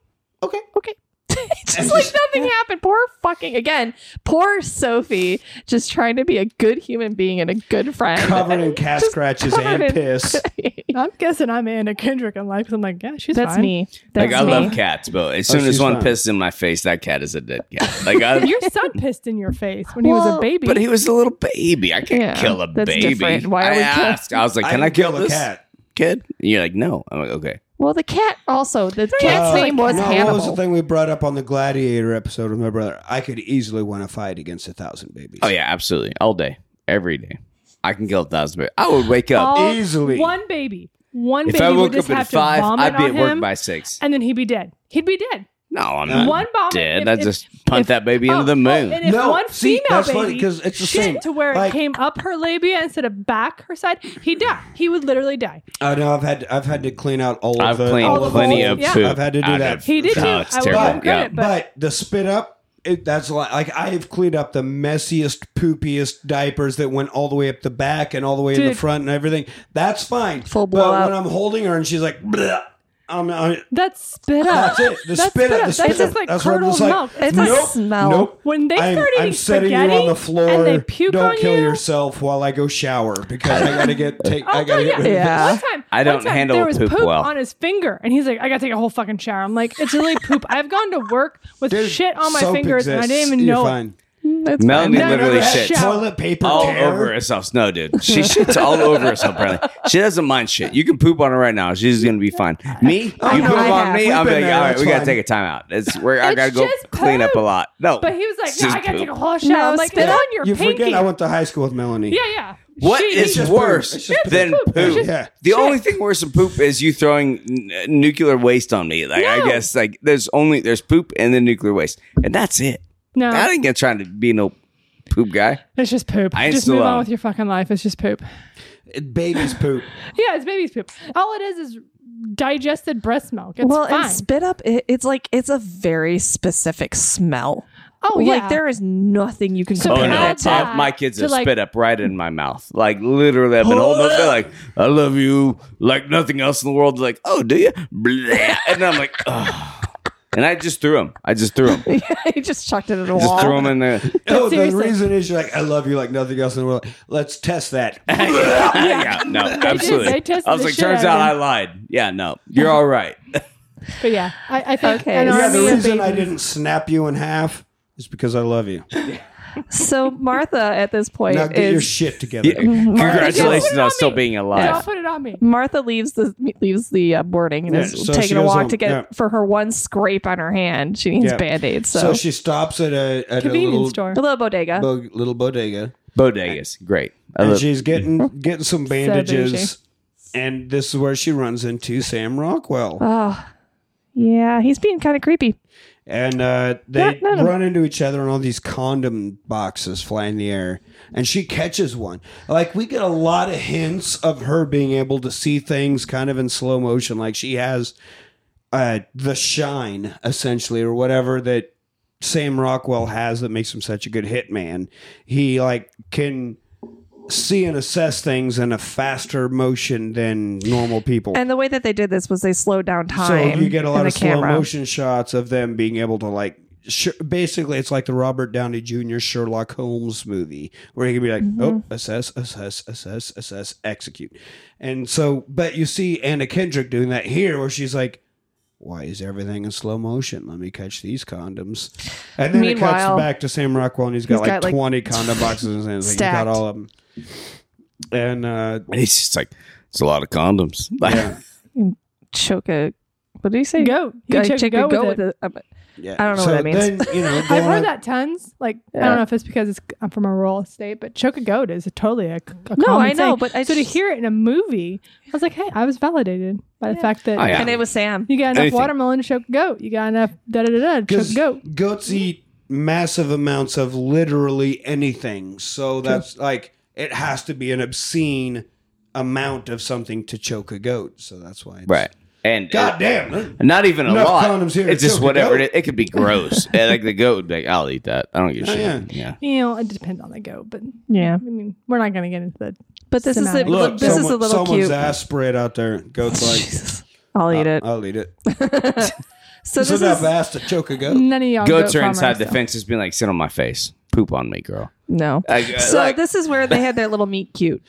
Speaker 1: okay.
Speaker 2: Okay. It's (laughs) just like nothing happened. Poor fucking again. Poor Sophie, just trying to be a good human being and a good friend.
Speaker 1: (laughs) Covered
Speaker 2: (laughs)
Speaker 1: in cat
Speaker 2: Just
Speaker 1: scratches
Speaker 2: covered
Speaker 1: and
Speaker 2: in- (laughs)
Speaker 1: piss.
Speaker 4: (laughs) I'm guessing I'm Anna Kendrick in life 'cause I'm like, yeah, she's
Speaker 2: That's
Speaker 4: fine.
Speaker 2: me. That's
Speaker 3: Like I
Speaker 2: me.
Speaker 3: love cats, but as
Speaker 1: Oh,
Speaker 3: soon as
Speaker 1: she's
Speaker 3: one
Speaker 1: fine.
Speaker 3: pisses in my face, that cat is a dead cat. Like
Speaker 4: (laughs)
Speaker 3: I,
Speaker 4: Your son pissed in your face when he was
Speaker 2: Well,
Speaker 4: a baby.
Speaker 3: but he was a little baby. I can't
Speaker 2: Yeah,
Speaker 3: kill a
Speaker 2: that's
Speaker 3: baby.
Speaker 2: different. Why are
Speaker 3: I
Speaker 2: we kill-
Speaker 3: asked. I was like, "Can I,
Speaker 1: didn't
Speaker 3: kill, this
Speaker 1: a cat?
Speaker 3: kid?" And you're like, "No." I'm like, "Okay."
Speaker 2: Well, the cat also. The cat's
Speaker 1: Uh,
Speaker 2: name was
Speaker 1: no,
Speaker 2: Hannibal.
Speaker 1: What was the thing we brought up on the Gladiator episode with my brother? I could easily win a fight against a thousand babies.
Speaker 3: Oh yeah, absolutely, all day, every day. I can kill a thousand. Babies. I would wake up
Speaker 4: All-
Speaker 1: Easily.
Speaker 4: One baby. One
Speaker 3: if
Speaker 4: baby
Speaker 3: I
Speaker 4: would
Speaker 3: woke
Speaker 4: just
Speaker 3: up at
Speaker 4: have to
Speaker 3: five.
Speaker 4: vomit
Speaker 3: I'd be at
Speaker 4: on
Speaker 3: work
Speaker 4: him,
Speaker 3: by six.
Speaker 4: and then he'd be dead. He'd be dead.
Speaker 3: No, I'm not
Speaker 4: one vomit.
Speaker 3: dead.
Speaker 4: if-
Speaker 3: I
Speaker 4: if-
Speaker 3: just punt that baby
Speaker 4: oh,
Speaker 3: into the
Speaker 4: oh,
Speaker 3: moon.
Speaker 4: and if
Speaker 1: No,
Speaker 4: one
Speaker 1: see,
Speaker 4: female
Speaker 1: that's funny
Speaker 4: baby
Speaker 1: 'cause it's the
Speaker 4: shit
Speaker 1: same.
Speaker 4: to where
Speaker 1: Like-
Speaker 4: it came up her labia instead of back her side, he'd die. He would literally die.
Speaker 1: I know. I've had I've had to clean out all
Speaker 3: I've
Speaker 1: of the.
Speaker 3: cleaned
Speaker 1: all the
Speaker 3: plenty
Speaker 1: holes.
Speaker 3: of
Speaker 4: Yeah.
Speaker 3: poop.
Speaker 1: I've had to do
Speaker 3: out
Speaker 1: that.
Speaker 3: of-
Speaker 4: He did
Speaker 3: Oh,
Speaker 4: too.
Speaker 3: it's
Speaker 4: I will
Speaker 3: terrible.
Speaker 4: give him
Speaker 3: Yeah.
Speaker 4: credit,
Speaker 1: But, the spit up, it, that's a lot. Like I have cleaned up the messiest, poopiest diapers that went all the way up the back and all the way in the
Speaker 4: Dude.
Speaker 1: front and everything. That's fine.
Speaker 2: Full
Speaker 1: But
Speaker 2: blowout.
Speaker 1: when I'm holding her and she's like, "Bleh," I'm, I'm,
Speaker 4: That's spit up.
Speaker 1: that's it. The
Speaker 4: That's
Speaker 1: spit
Speaker 4: spit
Speaker 1: up.
Speaker 4: up.
Speaker 1: The
Speaker 4: That's
Speaker 1: spit
Speaker 4: just
Speaker 1: up.
Speaker 4: like
Speaker 1: that's where I'm
Speaker 4: curdled
Speaker 1: just like,
Speaker 4: milk.
Speaker 2: It's a
Speaker 1: nope,
Speaker 2: smell.
Speaker 1: Nope.
Speaker 4: When they
Speaker 1: I'm,
Speaker 4: start
Speaker 1: I'm
Speaker 4: eating
Speaker 1: setting you
Speaker 4: spaghetti
Speaker 1: on the floor.
Speaker 4: and they puke
Speaker 1: Don't
Speaker 4: on
Speaker 1: kill
Speaker 4: you.
Speaker 1: yourself while I go shower because I gotta get take.
Speaker 4: (laughs) Oh,
Speaker 1: I gotta
Speaker 4: no,
Speaker 1: get rid of
Speaker 2: yeah.
Speaker 1: this.
Speaker 4: One time,
Speaker 3: I don't
Speaker 4: one time
Speaker 3: handle
Speaker 4: there was
Speaker 3: poop
Speaker 4: poop,
Speaker 3: well.
Speaker 4: on his finger, and he's like, "I gotta take a whole fucking shower." I'm like, "It's really poop." I've gone to work with
Speaker 1: There's
Speaker 4: shit on my
Speaker 1: soap
Speaker 4: fingers, and I
Speaker 1: exists.
Speaker 4: didn't even
Speaker 1: You're
Speaker 4: know. it.
Speaker 1: Fine.
Speaker 2: That's
Speaker 3: Melanie
Speaker 2: fine.
Speaker 4: No,
Speaker 3: literally
Speaker 4: no,
Speaker 3: shits
Speaker 4: shut up.
Speaker 1: toilet paper
Speaker 3: all
Speaker 1: tear.
Speaker 3: over herself. No, dude, she shits all over herself. Apparently, she doesn't mind shit. You can poop on her right now. She's gonna be fine. Me,
Speaker 1: Oh,
Speaker 3: you
Speaker 1: no,
Speaker 3: poop
Speaker 1: I
Speaker 3: on
Speaker 1: have.
Speaker 3: me.
Speaker 1: We've
Speaker 3: I'm
Speaker 1: been
Speaker 3: like,
Speaker 1: there.
Speaker 3: all right,
Speaker 1: It's
Speaker 3: we gotta
Speaker 1: fine.
Speaker 3: take a timeout. That's where I
Speaker 4: It's
Speaker 3: gotta go
Speaker 4: just
Speaker 3: clean up a
Speaker 4: poop.
Speaker 3: lot. No,
Speaker 4: But he was like,
Speaker 3: It's
Speaker 4: no,
Speaker 3: just
Speaker 4: I gotta
Speaker 3: poop.
Speaker 4: take a whole shower. I'm like,
Speaker 2: spit
Speaker 4: spit on your
Speaker 1: You
Speaker 4: pinky.
Speaker 1: forget I went to high school with Melanie.
Speaker 4: yeah, yeah.
Speaker 3: What
Speaker 4: She-
Speaker 3: is
Speaker 1: just poop. It's
Speaker 3: worse
Speaker 1: just
Speaker 3: than
Speaker 4: poop.
Speaker 3: poop?
Speaker 4: It's just
Speaker 1: Yeah.
Speaker 3: The only thing worse than poop is you throwing n- uh, nuclear waste on me. Like I
Speaker 4: No.
Speaker 3: guess like there's only there's poop and then nuclear waste, and that's it.
Speaker 4: No,
Speaker 3: I didn't get trying to be no poop guy.
Speaker 4: it's just poop.
Speaker 3: I ain't
Speaker 4: just
Speaker 3: still
Speaker 4: move
Speaker 3: out.
Speaker 4: on with your fucking life. It's just poop.
Speaker 1: Baby's poop.
Speaker 4: Yeah, it's baby's poop. All it is is digested breast milk. It's
Speaker 2: well,
Speaker 4: fine.
Speaker 2: and spit up. It, it's like it's a very specific smell.
Speaker 4: oh yeah,
Speaker 2: Like there is nothing you can
Speaker 4: So
Speaker 2: compare
Speaker 3: Oh no!
Speaker 2: that
Speaker 4: Bad
Speaker 2: to.
Speaker 4: dad
Speaker 3: All- my kids
Speaker 4: to,
Speaker 3: have
Speaker 4: like-
Speaker 3: spit up right in my mouth. Like literally, I've been holding up. They're like, "I love you," like nothing else in the world. Like, "Oh, do you?" Blah. And I'm like, "Oh," and I just threw them. I just threw them.
Speaker 2: (laughs) he just chucked it at a
Speaker 3: Just
Speaker 2: wall.
Speaker 3: threw them in
Speaker 4: (laughs)
Speaker 3: there.
Speaker 1: Oh, the
Speaker 4: seriously.
Speaker 1: reason is you're like, I love you like nothing else in the world. Let's test that.
Speaker 3: yeah, no, absolutely.
Speaker 4: they tested
Speaker 3: I was
Speaker 4: the
Speaker 3: like,
Speaker 4: shit
Speaker 3: turns out
Speaker 4: out of
Speaker 3: I
Speaker 4: him."
Speaker 3: lied. Yeah, no, you're all right. (laughs)
Speaker 4: but yeah, I, I think
Speaker 2: Okay.
Speaker 4: an
Speaker 2: Yeah,
Speaker 1: yeah,
Speaker 4: army
Speaker 1: the
Speaker 4: of
Speaker 1: reason I
Speaker 4: babies-
Speaker 1: didn't snap you in half is because I love you.
Speaker 2: So Martha at this point
Speaker 1: Now get your
Speaker 2: is
Speaker 1: shit together.
Speaker 3: Yeah, Congratulations on still being
Speaker 4: Don't
Speaker 3: alive.
Speaker 4: put it on me.
Speaker 2: Martha leaves the leaves the uh, boarding and
Speaker 1: Yeah,
Speaker 2: is
Speaker 1: so she
Speaker 2: taking a
Speaker 1: goes
Speaker 2: walk
Speaker 1: home.
Speaker 2: to get
Speaker 1: Yeah.
Speaker 2: for her one scrape on her hand. She needs
Speaker 1: Yeah.
Speaker 2: band aids.
Speaker 1: So,
Speaker 2: So,
Speaker 1: she stops at a, at a
Speaker 4: Convenience
Speaker 1: little,
Speaker 4: store.
Speaker 2: hello bodega.
Speaker 1: bo- little bodega,
Speaker 3: Bodegas, great. I
Speaker 1: and
Speaker 3: love-
Speaker 1: she's getting getting some bandages.
Speaker 4: bougie.
Speaker 1: and this is where she runs into Sam Rockwell.
Speaker 2: oh, yeah, he's being kind of creepy.
Speaker 1: and uh, they
Speaker 2: No, no, no.
Speaker 1: run into each other and all these condom boxes fly in the air and she catches one like we get a lot of hints of her being able to see things kind of in slow motion like she has uh, the shine essentially or whatever that sam rockwell has that makes him such a good hitman he like can see and assess things in a faster motion than normal people
Speaker 2: And the way that they did this was they slowed down time.
Speaker 1: so you get a
Speaker 2: in
Speaker 1: lot
Speaker 2: the
Speaker 1: of slow
Speaker 2: camera.
Speaker 1: motion shots of them being able to like. Sh- basically, it's like the Robert Downey Jr. Sherlock Holmes movie, where he can be like,
Speaker 2: Mm-hmm.
Speaker 1: "Oh, assess, assess, assess, assess, execute," and so. But you see Anna Kendrick doing that here, where she's like, "Why is everything in slow motion? Let me catch these condoms." And then it
Speaker 2: Meanwhile-
Speaker 1: cuts back to Sam Rockwell, and he's got
Speaker 2: He's
Speaker 1: like
Speaker 2: got, like,
Speaker 1: twenty
Speaker 2: (laughs)
Speaker 1: condom boxes in his hands. Like, he got
Speaker 2: stacked.
Speaker 1: all of them, and uh,
Speaker 3: and he's just like, it's a lot of condoms. (laughs) Like,
Speaker 1: yeah,
Speaker 2: Choke a. What did he say?
Speaker 4: Go. You
Speaker 2: Uh,
Speaker 4: check,
Speaker 2: check
Speaker 4: go,
Speaker 2: a
Speaker 4: with, it.
Speaker 2: it. Um,
Speaker 1: yeah.
Speaker 2: I don't know what
Speaker 1: So
Speaker 2: that means.
Speaker 1: Then, you
Speaker 2: (laughs)
Speaker 1: know,
Speaker 4: I've
Speaker 1: going
Speaker 4: heard
Speaker 1: up-
Speaker 4: that tons. Like I
Speaker 2: Yeah.
Speaker 4: don't know if it's because it's, I'm from a rural estate, but choke a goat is a totally a, a
Speaker 2: No,
Speaker 4: common
Speaker 2: I know,
Speaker 4: saying.
Speaker 2: but I
Speaker 4: so to
Speaker 2: just-
Speaker 4: hear it in a movie, I was like, hey, I was validated by the fact that
Speaker 3: Oh, yeah.
Speaker 2: And it was Sam.
Speaker 4: you got enough
Speaker 3: Anything.
Speaker 4: watermelon to choke a goat. You got enough da da da da to choke
Speaker 1: because
Speaker 4: a goat.
Speaker 1: goats
Speaker 2: Mm-hmm.
Speaker 1: eat massive amounts of literally anything. So that's like it has to be an obscene amount of something to choke a goat. So that's why. It's,
Speaker 3: right. And uh,
Speaker 1: God damn.
Speaker 3: Not even a
Speaker 1: Enough
Speaker 3: lot.
Speaker 1: condoms here to
Speaker 3: it's just
Speaker 1: choke a
Speaker 3: whatever it
Speaker 1: goat.
Speaker 3: is. It could be
Speaker 1: (laughs)
Speaker 3: gross. and like the goat would be like, I'll eat that. I don't give a
Speaker 1: Oh,
Speaker 3: shit.
Speaker 1: yeah.
Speaker 3: Yeah.
Speaker 4: You know, it depends on the goat, but
Speaker 2: Yeah,
Speaker 4: I mean, we're not going to get into the.
Speaker 2: but this is a,
Speaker 4: Somatic.
Speaker 1: Look,
Speaker 2: this
Speaker 1: someone,
Speaker 2: is a little
Speaker 1: someone's Uh,
Speaker 2: cute.
Speaker 1: ass spread out there. Goat's like,
Speaker 2: Jesus. I'll eat it.
Speaker 1: I'll eat it.
Speaker 2: so
Speaker 1: It's
Speaker 2: this
Speaker 1: enough
Speaker 2: is Mm,
Speaker 1: ass to choke a goat.
Speaker 4: None of y'all
Speaker 3: Goats
Speaker 4: goat
Speaker 3: are inside
Speaker 4: farmers,
Speaker 3: the
Speaker 4: so.
Speaker 3: fences being like, sit on my face. Poop on me, girl.
Speaker 2: no.
Speaker 3: Like, uh,
Speaker 2: so
Speaker 3: like-
Speaker 2: this is where they had their little meet cute,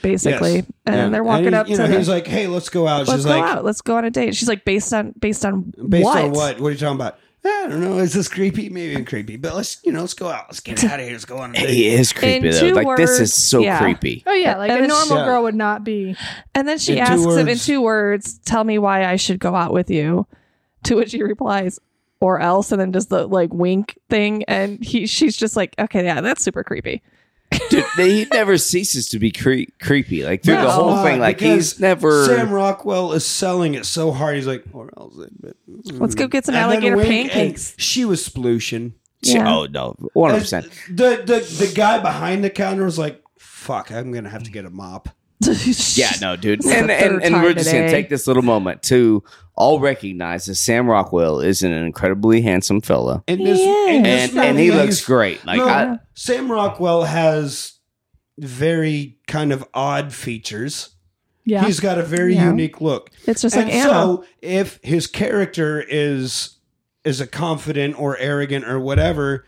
Speaker 1: (laughs)
Speaker 2: basically,
Speaker 1: Yes.
Speaker 2: and
Speaker 1: Yeah.
Speaker 2: they're walking
Speaker 1: he-
Speaker 2: up
Speaker 1: You
Speaker 2: to
Speaker 1: know,
Speaker 2: the-
Speaker 1: he's like, "Hey, let's go out."
Speaker 2: Let's
Speaker 1: She's
Speaker 2: go
Speaker 1: like,
Speaker 2: out. Let's go on a date. She's like, based on based on
Speaker 1: "Based
Speaker 2: what?
Speaker 1: on what? What are you talking about?" I don't know. Is this creepy? Maybe I'm creepy, but let's you know, let's go out. Let's
Speaker 2: (laughs)
Speaker 1: get out of here. Let's go on a date.
Speaker 3: It is creepy
Speaker 2: In
Speaker 3: though.
Speaker 2: two
Speaker 3: Like this
Speaker 2: words,
Speaker 3: is so
Speaker 2: yeah.
Speaker 3: creepy.
Speaker 4: Oh yeah, like
Speaker 2: And
Speaker 4: a
Speaker 2: it's-
Speaker 4: normal
Speaker 1: Yeah.
Speaker 4: girl would not be.
Speaker 2: And then she
Speaker 1: In two
Speaker 2: asks him in
Speaker 1: words.
Speaker 2: two words, "Tell me why I should go out with you." To which he replies, "Or else," and then does the like wink thing, and he she's just like, "Okay, yeah, that's super creepy."
Speaker 3: Dude, they- he never ceases to be cre- creepy. Like through
Speaker 2: No.
Speaker 3: the whole
Speaker 1: Uh,
Speaker 3: thing. Like
Speaker 1: because
Speaker 3: he's never
Speaker 1: Sam Rockwell is selling it so hard. He's like, or else it- but-
Speaker 2: Let's go get some
Speaker 1: Mm-hmm. And then
Speaker 2: alligator
Speaker 1: wink, and (laughs)
Speaker 2: pancakes.
Speaker 1: She was splooshing.
Speaker 2: Yeah.
Speaker 3: Oh no. One hundred percent.
Speaker 1: The, the the guy behind the counter was like, "Fuck, I'm gonna have to get a mop."
Speaker 3: Yeah, no, dude.
Speaker 2: This is
Speaker 3: And,
Speaker 2: the
Speaker 3: and,
Speaker 2: third
Speaker 3: and
Speaker 2: time
Speaker 3: we're just going to
Speaker 2: today.
Speaker 3: take this little moment to all recognize that Sam Rockwell is an incredibly handsome fella.
Speaker 1: And this,
Speaker 2: Yeah.
Speaker 1: and, this
Speaker 3: And, and he
Speaker 1: movie
Speaker 3: looks
Speaker 1: is-
Speaker 3: great. Like,
Speaker 1: no,
Speaker 3: I,
Speaker 1: Sam Rockwell has very kind of odd features.
Speaker 4: Yeah,
Speaker 1: He's got a very
Speaker 2: Yeah.
Speaker 1: unique look.
Speaker 2: It's just
Speaker 1: and
Speaker 2: like Anna.
Speaker 1: so if his character is is a confident or arrogant or whatever,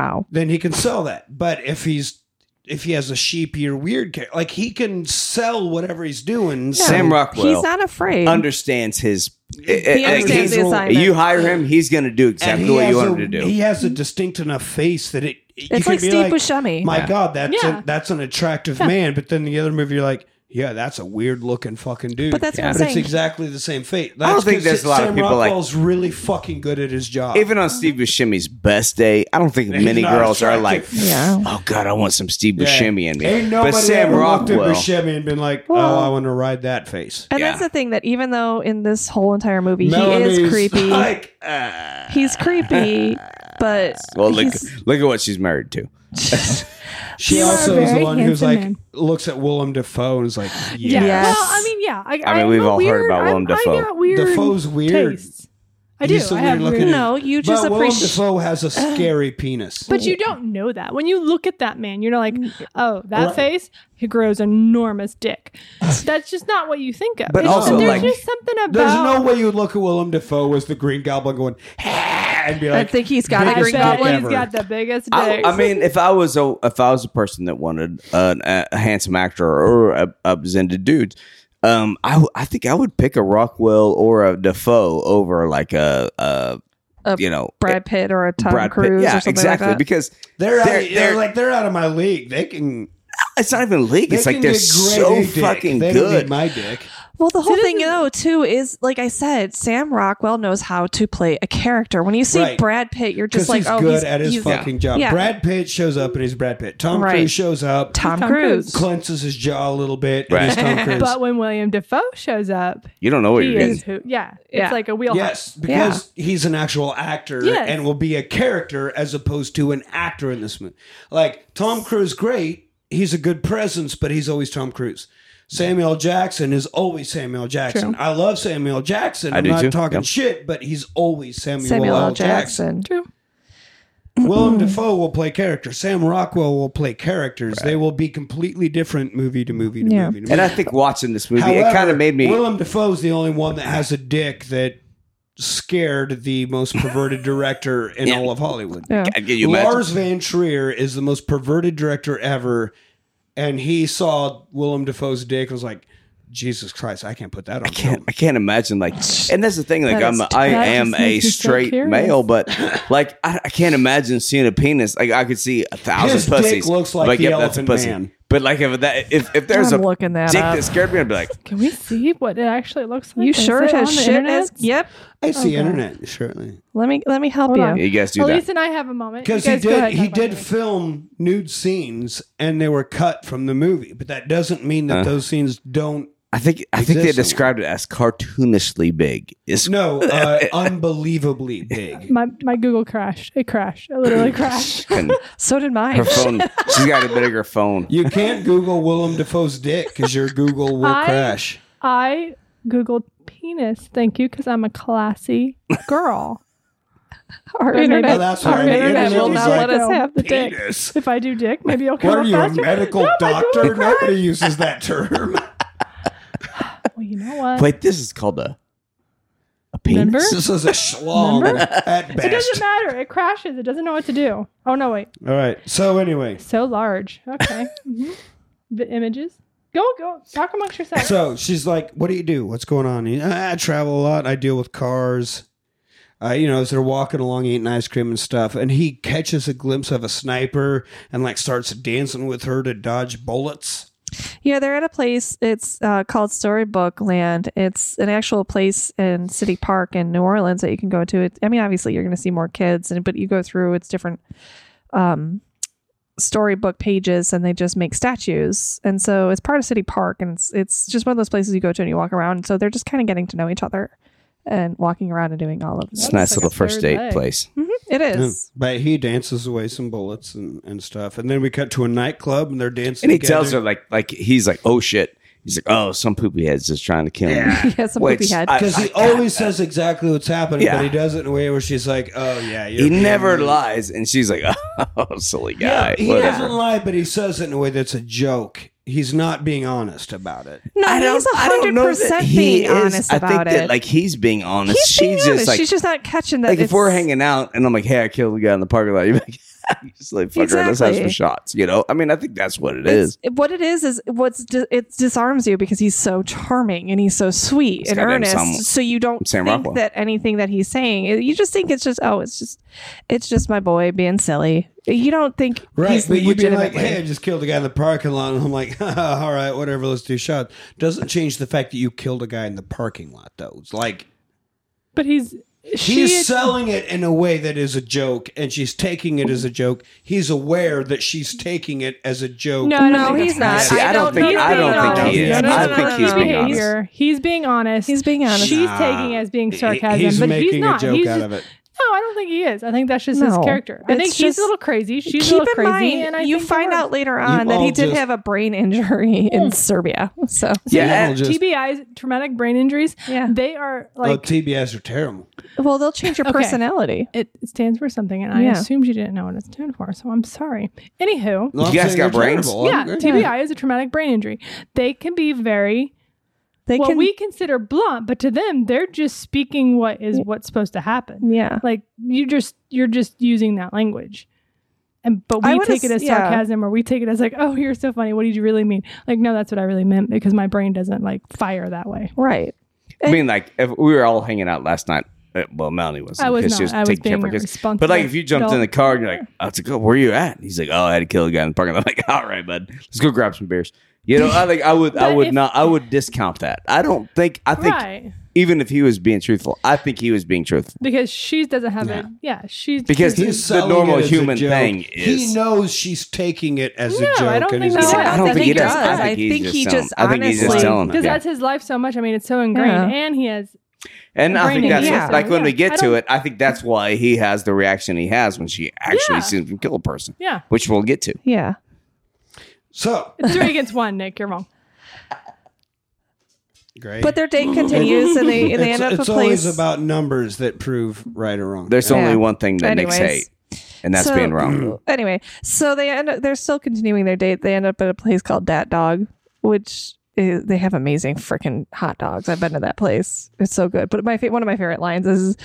Speaker 2: Ow.
Speaker 1: then he can sell that. But if he's if he has a sheepy or weird character, like he can sell whatever he's doing.
Speaker 3: Sam
Speaker 2: He's
Speaker 3: Rockwell
Speaker 2: not afraid.
Speaker 3: understands his.
Speaker 2: he
Speaker 3: uh, uh,
Speaker 2: understands
Speaker 3: he's-
Speaker 2: the assignment.
Speaker 3: You hire him, he's going to do exactly
Speaker 1: he
Speaker 3: what
Speaker 1: has
Speaker 3: you want
Speaker 1: a-
Speaker 3: him to do.
Speaker 1: He has a distinct enough face that it you
Speaker 2: It's
Speaker 1: could
Speaker 2: like
Speaker 1: be
Speaker 2: Steve Buscemi.
Speaker 1: My
Speaker 3: Yeah.
Speaker 1: God, that's
Speaker 4: Yeah.
Speaker 1: a, that's an attractive man. But then the other movie, you're like, yeah, that's a weird looking fucking dude.
Speaker 2: But that's what I'm
Speaker 1: But it's
Speaker 2: saying.
Speaker 1: exactly the same fate.
Speaker 3: don't
Speaker 1: That's
Speaker 3: think
Speaker 1: 'cause
Speaker 3: there's a lot of
Speaker 1: Sam
Speaker 3: people like-
Speaker 1: Rockwell's really fucking good at his job.
Speaker 3: Even on Steve Buscemi's best day, I don't think
Speaker 1: He's
Speaker 3: many
Speaker 1: not
Speaker 3: girls are like,
Speaker 1: attractive.
Speaker 2: yeah.
Speaker 3: "Oh God, I want some Steve
Speaker 1: Yeah.
Speaker 3: Buscemi in me."
Speaker 1: Ain't
Speaker 3: But
Speaker 1: nobody
Speaker 3: Sam
Speaker 1: ever looked at
Speaker 3: Rockwell,
Speaker 1: Buscemi and been like,
Speaker 2: Well-
Speaker 1: oh, I want to ride that face.
Speaker 2: And
Speaker 3: Yeah.
Speaker 2: that's the thing that even though in this whole entire movie he
Speaker 1: Melanie's
Speaker 2: is creepy,
Speaker 1: (laughs) Like, uh,
Speaker 2: he's creepy, but
Speaker 3: well, look,
Speaker 2: he's-
Speaker 3: look at what she's married to.
Speaker 1: she
Speaker 4: You are
Speaker 1: also
Speaker 4: a
Speaker 1: is the
Speaker 4: very
Speaker 1: one who's
Speaker 4: handsome
Speaker 1: like
Speaker 4: man.
Speaker 1: looks at Willem Dafoe and is like, yeah,
Speaker 2: Yeah. Yes.
Speaker 4: Well, I mean, yeah. I,
Speaker 3: I mean,
Speaker 4: I'm
Speaker 3: we've
Speaker 4: a
Speaker 3: all heard
Speaker 4: weird-
Speaker 3: about
Speaker 4: I'm-
Speaker 3: Willem Dafoe.
Speaker 4: I got weird
Speaker 1: Dafoe's weird.
Speaker 4: tastes. I do.
Speaker 1: He's so
Speaker 4: I have
Speaker 1: weird-looking
Speaker 4: weird.
Speaker 1: dude.
Speaker 2: no, you just
Speaker 1: but Willem
Speaker 2: appreciate.
Speaker 1: Dafoe has a scary penis.
Speaker 4: But you don't know that. When you look at that man, you're not like,
Speaker 2: Mm.
Speaker 4: oh, that
Speaker 1: Right.
Speaker 4: face, he grows enormous dick. That's just not what you think of.
Speaker 3: But
Speaker 4: It's just-
Speaker 1: also, like,
Speaker 4: there's just something about
Speaker 1: There's no way you look at Willem Dafoe as the Green Goblin going, "Ah," and be like,
Speaker 2: I think he's got a
Speaker 1: biggest
Speaker 4: I
Speaker 2: green
Speaker 1: dick
Speaker 4: bet
Speaker 2: goblin.
Speaker 4: he's
Speaker 1: ever.
Speaker 4: got the biggest dick.
Speaker 3: I, I mean, if I was a if I was a person that wanted an, a handsome actor or a, a zended dude, um, I w- I think I would pick a Rockwell or a Defoe over like a, a,
Speaker 2: A
Speaker 3: you know
Speaker 2: Brad Pitt or a Tom
Speaker 3: Brad Pitt.
Speaker 2: Cruise
Speaker 3: Yeah,
Speaker 2: or something
Speaker 3: exactly.
Speaker 2: like that.
Speaker 3: Because
Speaker 1: they're, out,
Speaker 3: They're-
Speaker 1: they're,
Speaker 3: they're-
Speaker 1: like they're out of my league. They can.
Speaker 3: it's not even league.
Speaker 1: They
Speaker 3: it's like
Speaker 1: can
Speaker 3: they're
Speaker 1: get
Speaker 3: so
Speaker 1: grade A dick.
Speaker 3: fucking
Speaker 1: They Don't need
Speaker 3: good.
Speaker 1: my dick.
Speaker 2: Well, the whole
Speaker 4: See, this
Speaker 2: thing
Speaker 4: is-
Speaker 2: though too is like I said, Sam Rockwell knows how to play a character. When you see
Speaker 1: Right.
Speaker 2: Brad Pitt, you're just
Speaker 1: Because
Speaker 2: like,
Speaker 1: he's
Speaker 2: oh,
Speaker 1: good
Speaker 2: he's,
Speaker 1: at his
Speaker 2: he's-
Speaker 1: fucking job.
Speaker 2: Yeah.
Speaker 1: Brad Pitt shows up and he's Brad Pitt. Tom
Speaker 2: Right.
Speaker 1: Cruise shows up,
Speaker 2: Tom,
Speaker 4: Tom
Speaker 2: Cruise.
Speaker 1: clenches his jaw a little bit,
Speaker 3: Right.
Speaker 1: and he's
Speaker 2: (laughs)
Speaker 1: Tom Cruise.
Speaker 4: but when William Defoe shows up,
Speaker 3: You don't know what
Speaker 4: he
Speaker 3: you're
Speaker 4: is
Speaker 3: getting.
Speaker 4: who. Yeah,
Speaker 2: Oh, Yeah.
Speaker 4: it's like a wheelhouse.
Speaker 1: yes, because he's an actual actor
Speaker 4: Yes.
Speaker 1: and will be a character as opposed to an actor in this movie. Like Tom Cruise, great. He's a good presence, but he's always Tom Cruise. Samuel Jackson is always Samuel Jackson. I love Samuel Jackson.
Speaker 3: I
Speaker 1: I'm
Speaker 3: do
Speaker 1: not
Speaker 3: too.
Speaker 1: talking
Speaker 3: Yep.
Speaker 1: shit, but he's always Samuel,
Speaker 2: Samuel
Speaker 1: L.
Speaker 2: L.
Speaker 1: Jackson.
Speaker 2: Jackson.
Speaker 1: (laughs)
Speaker 4: True.
Speaker 1: Willem Dafoe will play characters. Sam Rockwell will play characters. They will be completely different movie to movie to
Speaker 2: Yeah.
Speaker 1: movie. To movie.
Speaker 3: And I think watching this movie, it kind
Speaker 1: However,
Speaker 3: of made me.
Speaker 1: Willem Dafoe's the only one that has a dick that scared the most perverted director
Speaker 3: (laughs)
Speaker 1: in all of Hollywood.
Speaker 2: Yeah.
Speaker 3: I get you imagine?
Speaker 1: Lars Van Trier is the most perverted director ever, and he saw Willem Dafoe's dick and was like, "Jesus Christ, I can't put that on."
Speaker 3: I can't, I can't imagine like and that's the thing like
Speaker 2: That
Speaker 3: I'm
Speaker 2: is
Speaker 3: a, I
Speaker 4: terrible.
Speaker 3: am
Speaker 4: That just
Speaker 3: a
Speaker 4: makes me so
Speaker 3: straight
Speaker 4: curious.
Speaker 3: male but like I, I can't imagine seeing a penis like I could see a thousand
Speaker 1: His dick
Speaker 3: pussies
Speaker 1: looks like the Elephant Man.
Speaker 3: but like if that if, if there's
Speaker 2: I'm
Speaker 3: a
Speaker 2: looking that
Speaker 3: dick
Speaker 2: up.
Speaker 3: that scared me I'd be like
Speaker 4: Can we see what it actually looks like?
Speaker 2: You
Speaker 4: Is
Speaker 2: sure
Speaker 4: it
Speaker 2: as
Speaker 4: on the
Speaker 2: shit
Speaker 4: internet?
Speaker 2: as yep.
Speaker 1: It's the internet, certainly.
Speaker 2: Let me let me help
Speaker 4: Hold
Speaker 2: you.
Speaker 4: on.
Speaker 3: you guys do
Speaker 4: Elise
Speaker 3: that
Speaker 4: and I have a moment. You
Speaker 1: Because he
Speaker 4: guys go ahead
Speaker 1: did,
Speaker 4: and
Speaker 1: he
Speaker 4: talk about
Speaker 1: did
Speaker 4: it.
Speaker 1: film nude scenes, and they were cut from the movie. But that doesn't mean that
Speaker 3: Huh.
Speaker 1: those scenes don't.
Speaker 3: I think I think they
Speaker 1: Exists.
Speaker 3: described it as cartoonishly big it's
Speaker 1: No,
Speaker 3: (laughs)
Speaker 1: uh, unbelievably big.
Speaker 4: My my Google crashed. It crashed.
Speaker 1: (laughs)
Speaker 4: It literally crashed.
Speaker 3: and
Speaker 2: So did mine.
Speaker 3: her phone she's got a bigger phone
Speaker 1: You can't Google Willem Dafoe's dick because your Google will
Speaker 4: I-
Speaker 1: crash.
Speaker 4: I googled penis. Thank you, because I'm a classy
Speaker 1: (laughs)
Speaker 4: girl.
Speaker 2: (laughs)
Speaker 3: (laughs)
Speaker 2: Our
Speaker 4: But
Speaker 2: internet,
Speaker 4: maybe-
Speaker 1: Oh, that's why
Speaker 2: our
Speaker 1: the
Speaker 2: internet
Speaker 1: internet
Speaker 2: will
Speaker 1: is
Speaker 2: not
Speaker 1: like
Speaker 2: let us have the dick.
Speaker 1: Penis.
Speaker 4: If I do dick, maybe I'll come
Speaker 1: What
Speaker 4: up
Speaker 1: are you, a
Speaker 4: faster.
Speaker 1: medical
Speaker 4: No, my Google
Speaker 1: doctor?
Speaker 4: crashed.
Speaker 1: Nobody uses that term.
Speaker 4: Well, you know what?
Speaker 3: wait this is called a a penis
Speaker 4: Remember?
Speaker 1: this is a schlong
Speaker 4: Remember?
Speaker 1: at
Speaker 4: It doesn't
Speaker 1: best.
Speaker 4: matter. It crashes. It doesn't know what to do. Oh no, wait.
Speaker 1: All right. So anyway,
Speaker 4: So large.
Speaker 1: (laughs)
Speaker 4: Okay. Mhm. The images. Go go. Talk amongst yourselves.
Speaker 1: so she's like, "What do you do? What's going on?" You know, I travel a lot. I deal with cars. Uh, you know, as they're walking along eating ice cream and stuff, and he catches a glimpse of a sniper and like starts dancing with her to dodge bullets.
Speaker 2: Yeah, they're at a place. It's uh, called Storybook Land. It's an actual place in City Park in New Orleans that you can go to. It, I mean, obviously you're going to see more kids, and but you go through it's different um, storybook pages, and they just make statues. And so it's part of City Park, and it's it's just one of those places you go to and you walk around. And so they're just kind of getting to know each other and walking around and doing all of
Speaker 3: it's
Speaker 2: this.
Speaker 3: a nice
Speaker 4: like a
Speaker 3: little first
Speaker 4: third
Speaker 3: date
Speaker 4: leg.
Speaker 3: place
Speaker 2: Mm-hmm. It is.
Speaker 1: Yeah. But he dances away some bullets and, and stuff. And then we cut to a nightclub and they're dancing.
Speaker 3: And he
Speaker 1: together.
Speaker 3: tells her like like he's like, oh shit. He's like, oh, some poopy head's just trying to kill me.
Speaker 2: (laughs)
Speaker 3: (laughs)
Speaker 2: He has some
Speaker 3: Which
Speaker 2: poopy head.
Speaker 3: I-
Speaker 1: because he always says exactly what's happening,
Speaker 3: Yeah.
Speaker 1: but he does it in a way where she's like, "Oh yeah, you're
Speaker 3: He never lies, and she's like, (laughs) oh, silly guy.
Speaker 1: Yeah, he
Speaker 3: Whatever.
Speaker 1: doesn't lie, but he says it in a way that's a joke. He's not being honest about it.
Speaker 2: no,
Speaker 3: I don't.
Speaker 2: he's
Speaker 3: I don't know
Speaker 2: 100%
Speaker 3: that he
Speaker 2: being
Speaker 3: is.
Speaker 2: honest
Speaker 3: I
Speaker 2: about
Speaker 3: think
Speaker 2: it.
Speaker 3: that like he's being honest.
Speaker 2: He's
Speaker 3: she's
Speaker 2: being
Speaker 3: just
Speaker 2: honest.
Speaker 3: like,
Speaker 2: She's just not catching that.
Speaker 3: like if
Speaker 2: it's-
Speaker 3: we're hanging out, and I'm like, hey, I killed a guy in the parking lot. (laughs) You're like, Just like fucker, let's have some
Speaker 2: Exactly.
Speaker 3: shots. You know, I mean, I think that's what it
Speaker 2: It's-
Speaker 3: is.
Speaker 2: What it is is what's di- it disarms you because he's so charming and he's so sweet and
Speaker 3: goddamn
Speaker 2: earnest.
Speaker 3: Sam-
Speaker 2: so you don't
Speaker 3: Sam
Speaker 2: think
Speaker 3: Rockwell.
Speaker 2: that anything that he's saying, it- you just think it's just oh, it's just it's just my boy being silly. You don't think
Speaker 1: Right,
Speaker 2: he's
Speaker 1: but you'd be like,
Speaker 2: legitimately.
Speaker 1: "Hey, I just killed a guy in the parking lot," and I'm like, (laughs) "All right, whatever, let's do shot." Doesn't change the fact that you killed a guy in the parking lot, though. It's like
Speaker 4: But he's she
Speaker 1: he's selling it in a way that is a joke, and she's taking it as a joke. He's aware that she's taking it as a joke.
Speaker 4: No,
Speaker 2: No,
Speaker 4: no,
Speaker 2: he's not.
Speaker 3: See, I
Speaker 2: I
Speaker 3: don't
Speaker 2: don't
Speaker 3: think-
Speaker 2: he's
Speaker 3: I
Speaker 2: being
Speaker 3: don't think
Speaker 2: honest.
Speaker 3: he is.
Speaker 2: No, no,
Speaker 3: I
Speaker 2: no,
Speaker 3: think
Speaker 2: no,
Speaker 3: he's
Speaker 2: no.
Speaker 3: being honest.
Speaker 4: behavior. He's being honest.
Speaker 2: He's being honest.
Speaker 4: She's
Speaker 1: Nah.
Speaker 4: taking it as being
Speaker 1: He-
Speaker 4: sarcasm,
Speaker 1: He's
Speaker 4: but
Speaker 1: making
Speaker 4: he's not.
Speaker 1: a joke
Speaker 4: he's
Speaker 1: out
Speaker 4: just,
Speaker 1: of it.
Speaker 4: No, I don't think he is. I think that's just his
Speaker 2: No.
Speaker 4: character. I
Speaker 2: It's
Speaker 4: think he's
Speaker 2: just-
Speaker 4: a little crazy. She's a
Speaker 2: Keep
Speaker 4: little
Speaker 2: in
Speaker 4: crazy,
Speaker 2: mind,
Speaker 4: and I
Speaker 2: you
Speaker 4: think
Speaker 2: find
Speaker 4: it
Speaker 2: out
Speaker 4: works.
Speaker 2: later on that
Speaker 1: all
Speaker 2: he did
Speaker 1: just-
Speaker 2: have a brain injury in Serbia. (laughs) So
Speaker 3: Yeah,
Speaker 1: Y'all just-
Speaker 4: TBIs, traumatic brain injuries.
Speaker 2: Yeah.
Speaker 4: they are
Speaker 1: oh,
Speaker 4: like
Speaker 1: TBS are terrible.
Speaker 2: well, they'll change your
Speaker 4: Okay.
Speaker 2: personality.
Speaker 4: it stands for something, and I
Speaker 2: Yeah.
Speaker 4: assumed you didn't know what it stood for, so I'm sorry. Anywho,
Speaker 1: No, I'm
Speaker 3: You guys
Speaker 1: saying
Speaker 3: got
Speaker 1: they're
Speaker 3: brains?
Speaker 1: terrible.
Speaker 4: yeah,
Speaker 1: I'm good.
Speaker 4: TBI is a traumatic brain injury. They can be very
Speaker 2: They
Speaker 4: what
Speaker 2: can,
Speaker 4: we consider blunt, but to them, they're just speaking what is what's supposed to happen.
Speaker 2: yeah.
Speaker 4: Like you just you're just using that language. And but
Speaker 2: I
Speaker 4: we
Speaker 2: would
Speaker 4: take it
Speaker 2: as-
Speaker 4: as
Speaker 2: yeah.
Speaker 4: sarcasm or we take it as like, oh, you're so funny. What did you really mean? Like, no, that's what I really meant because my brain doesn't like fire that way.
Speaker 2: Right.
Speaker 3: I mean, like if we were all hanging out last night. uh, Well, Melanie was.
Speaker 4: I was not. I was
Speaker 3: taking care of
Speaker 4: being
Speaker 3: her
Speaker 4: a
Speaker 3: kids.
Speaker 4: responsible
Speaker 3: But like, if you jumped in the
Speaker 4: adult.
Speaker 3: car and you're like, "Oh, it's a go. Where you at?" And he's like, "Oh, I had to kill a guy in the parking lot." (laughs) I'm like, "All right, bud, let's go grab some beers." You know, I think I would. I
Speaker 4: But
Speaker 3: would
Speaker 4: if-
Speaker 3: not. I would discount that. I don't think. I think
Speaker 4: Right.
Speaker 3: even if he was being truthful, I think he was being truthful.
Speaker 4: Because she doesn't have it. Yeah, she's
Speaker 3: Because
Speaker 4: just-
Speaker 3: the
Speaker 1: He's selling
Speaker 3: normal
Speaker 1: it as a
Speaker 3: human
Speaker 1: joke.
Speaker 3: thing
Speaker 1: He
Speaker 3: is-
Speaker 1: knows she's taking it as a
Speaker 4: No, I
Speaker 1: joke.
Speaker 4: don't
Speaker 1: and
Speaker 4: think
Speaker 1: he's
Speaker 4: he
Speaker 1: like,
Speaker 4: does.
Speaker 1: "Ah,
Speaker 4: I
Speaker 3: I don't
Speaker 2: think
Speaker 3: think
Speaker 2: he
Speaker 3: he does.
Speaker 2: does.
Speaker 3: I
Speaker 2: I
Speaker 3: think he's
Speaker 2: think
Speaker 3: just
Speaker 2: he
Speaker 3: telling-
Speaker 2: just
Speaker 3: I think he's just
Speaker 2: honestly-
Speaker 3: telling.
Speaker 4: because
Speaker 3: him, yeah.
Speaker 4: that's his life so much. I mean, it's so ingrained,
Speaker 2: Yeah.
Speaker 4: and he has
Speaker 3: And I think
Speaker 4: Brain
Speaker 3: that's
Speaker 2: injury,
Speaker 3: what-
Speaker 2: so,
Speaker 3: like when
Speaker 4: yeah.
Speaker 3: we get
Speaker 4: I
Speaker 3: to
Speaker 4: don't-
Speaker 3: it, I think that's why he has the reaction he has when she actually
Speaker 4: Yeah.
Speaker 3: sees him kill a person,
Speaker 4: yeah
Speaker 3: which we'll get to.
Speaker 2: Yeah.
Speaker 1: So
Speaker 4: It's three against one. Nick, you're wrong.
Speaker 1: great.
Speaker 2: But their date continues and they, and
Speaker 1: (laughs)
Speaker 2: they
Speaker 1: it's
Speaker 2: end up
Speaker 1: it's
Speaker 2: a
Speaker 1: always
Speaker 2: place.
Speaker 1: about numbers that prove right or wrong.
Speaker 3: There's
Speaker 1: Yeah.
Speaker 3: only
Speaker 2: Yeah.
Speaker 3: one thing that Nick's
Speaker 2: Anyways.
Speaker 3: hate, and that's
Speaker 2: So-
Speaker 3: being wrong.
Speaker 2: (clears throat) anyway, so they end up, they're still continuing their date. They end up at a place called Dat Dog, which is, they have amazing freaking hot dogs. I've been to that place. It's so good. But my fa- one of my favorite lines is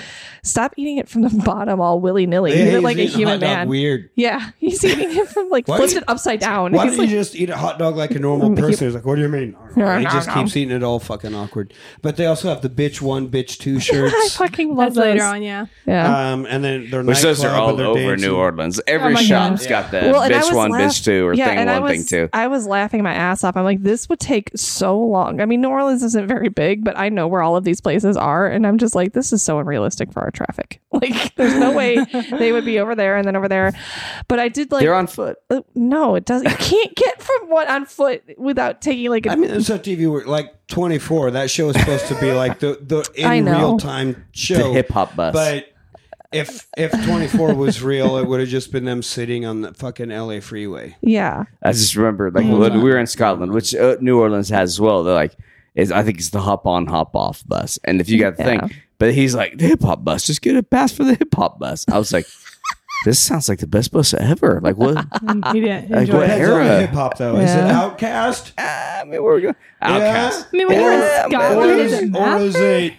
Speaker 2: stop eating it from the (laughs) bottom all willy-nilly.
Speaker 1: Yeah,
Speaker 2: Eat it
Speaker 1: he's
Speaker 2: like a
Speaker 1: eating
Speaker 2: human
Speaker 1: hot dog
Speaker 2: man.
Speaker 1: Weird.
Speaker 2: Yeah, (laughs) he's eating it from like
Speaker 1: Why
Speaker 2: flipped
Speaker 1: do-
Speaker 2: it upside down.
Speaker 1: Why
Speaker 2: It's
Speaker 1: don't you
Speaker 2: like- Mm,
Speaker 1: just eat a hot dog like a normal person? He's like, what do you mean?
Speaker 2: No,
Speaker 1: he
Speaker 2: no,
Speaker 1: just
Speaker 2: no.
Speaker 1: keeps eating it all fucking awkward. But they also have the bitch one, bitch two
Speaker 2: (laughs) I
Speaker 1: shirts.
Speaker 2: fucking (laughs) love
Speaker 4: That's later
Speaker 2: those.
Speaker 4: on, yeah.
Speaker 2: Yeah.
Speaker 1: um, and then their
Speaker 3: Which those are
Speaker 1: nightclub
Speaker 3: all
Speaker 1: and their
Speaker 3: over
Speaker 1: dancing.
Speaker 3: New Orleans. Every
Speaker 4: my
Speaker 3: shop's
Speaker 1: God.
Speaker 3: got the
Speaker 2: Oh Well, and I
Speaker 3: Uh, bitch
Speaker 2: was
Speaker 3: one,
Speaker 2: laugh-
Speaker 3: bitch two, or
Speaker 2: yeah,
Speaker 3: thing
Speaker 2: and I
Speaker 3: one,
Speaker 2: was,
Speaker 3: thing two.
Speaker 2: I was laughing my ass off. I'm like, this would take so long. I mean, New Orleans isn't very big, but I know where all of these places are, and I'm just like, this is so unrealistic for our traffic. (laughs) Like, there's no way they would be over there and then over there. But I did like,
Speaker 3: They're on foot.
Speaker 2: uh, no, it doesn't. You can't get from one on foot without taking like a
Speaker 1: I mean, it's a TV where, like 24. That show is supposed to be like the the
Speaker 2: (laughs) I
Speaker 1: in
Speaker 2: know.
Speaker 1: real time show.
Speaker 3: The hip hop bus.
Speaker 1: But if if 24 was real, it would have just been them sitting on the fucking LA freeway.
Speaker 2: yeah.
Speaker 3: I just remember, like,
Speaker 2: Mm.
Speaker 3: when we were in Scotland, which uh, New Orleans has as well. They're like, is I think it's the hop on, hop off bus. And if you got the
Speaker 2: Yeah.
Speaker 3: thing, but he's like, the hip hop bus, just get a pass for the hip hop bus.
Speaker 2: (laughs)
Speaker 3: I was like, this sounds like the best bus ever. Like, what?
Speaker 4: Mm, He didn't
Speaker 3: Like,
Speaker 4: enjoy
Speaker 3: what
Speaker 4: it.
Speaker 1: Depends on
Speaker 3: era?
Speaker 1: hip hop though. Is it
Speaker 2: Yeah.
Speaker 1: Outcast?
Speaker 3: I mean, where we go? Outcast.
Speaker 4: I mean, when you were in
Speaker 3: Yeah,
Speaker 4: Scotland,
Speaker 1: Or
Speaker 4: it
Speaker 1: is,
Speaker 4: didn't
Speaker 1: or is
Speaker 4: matter.
Speaker 1: it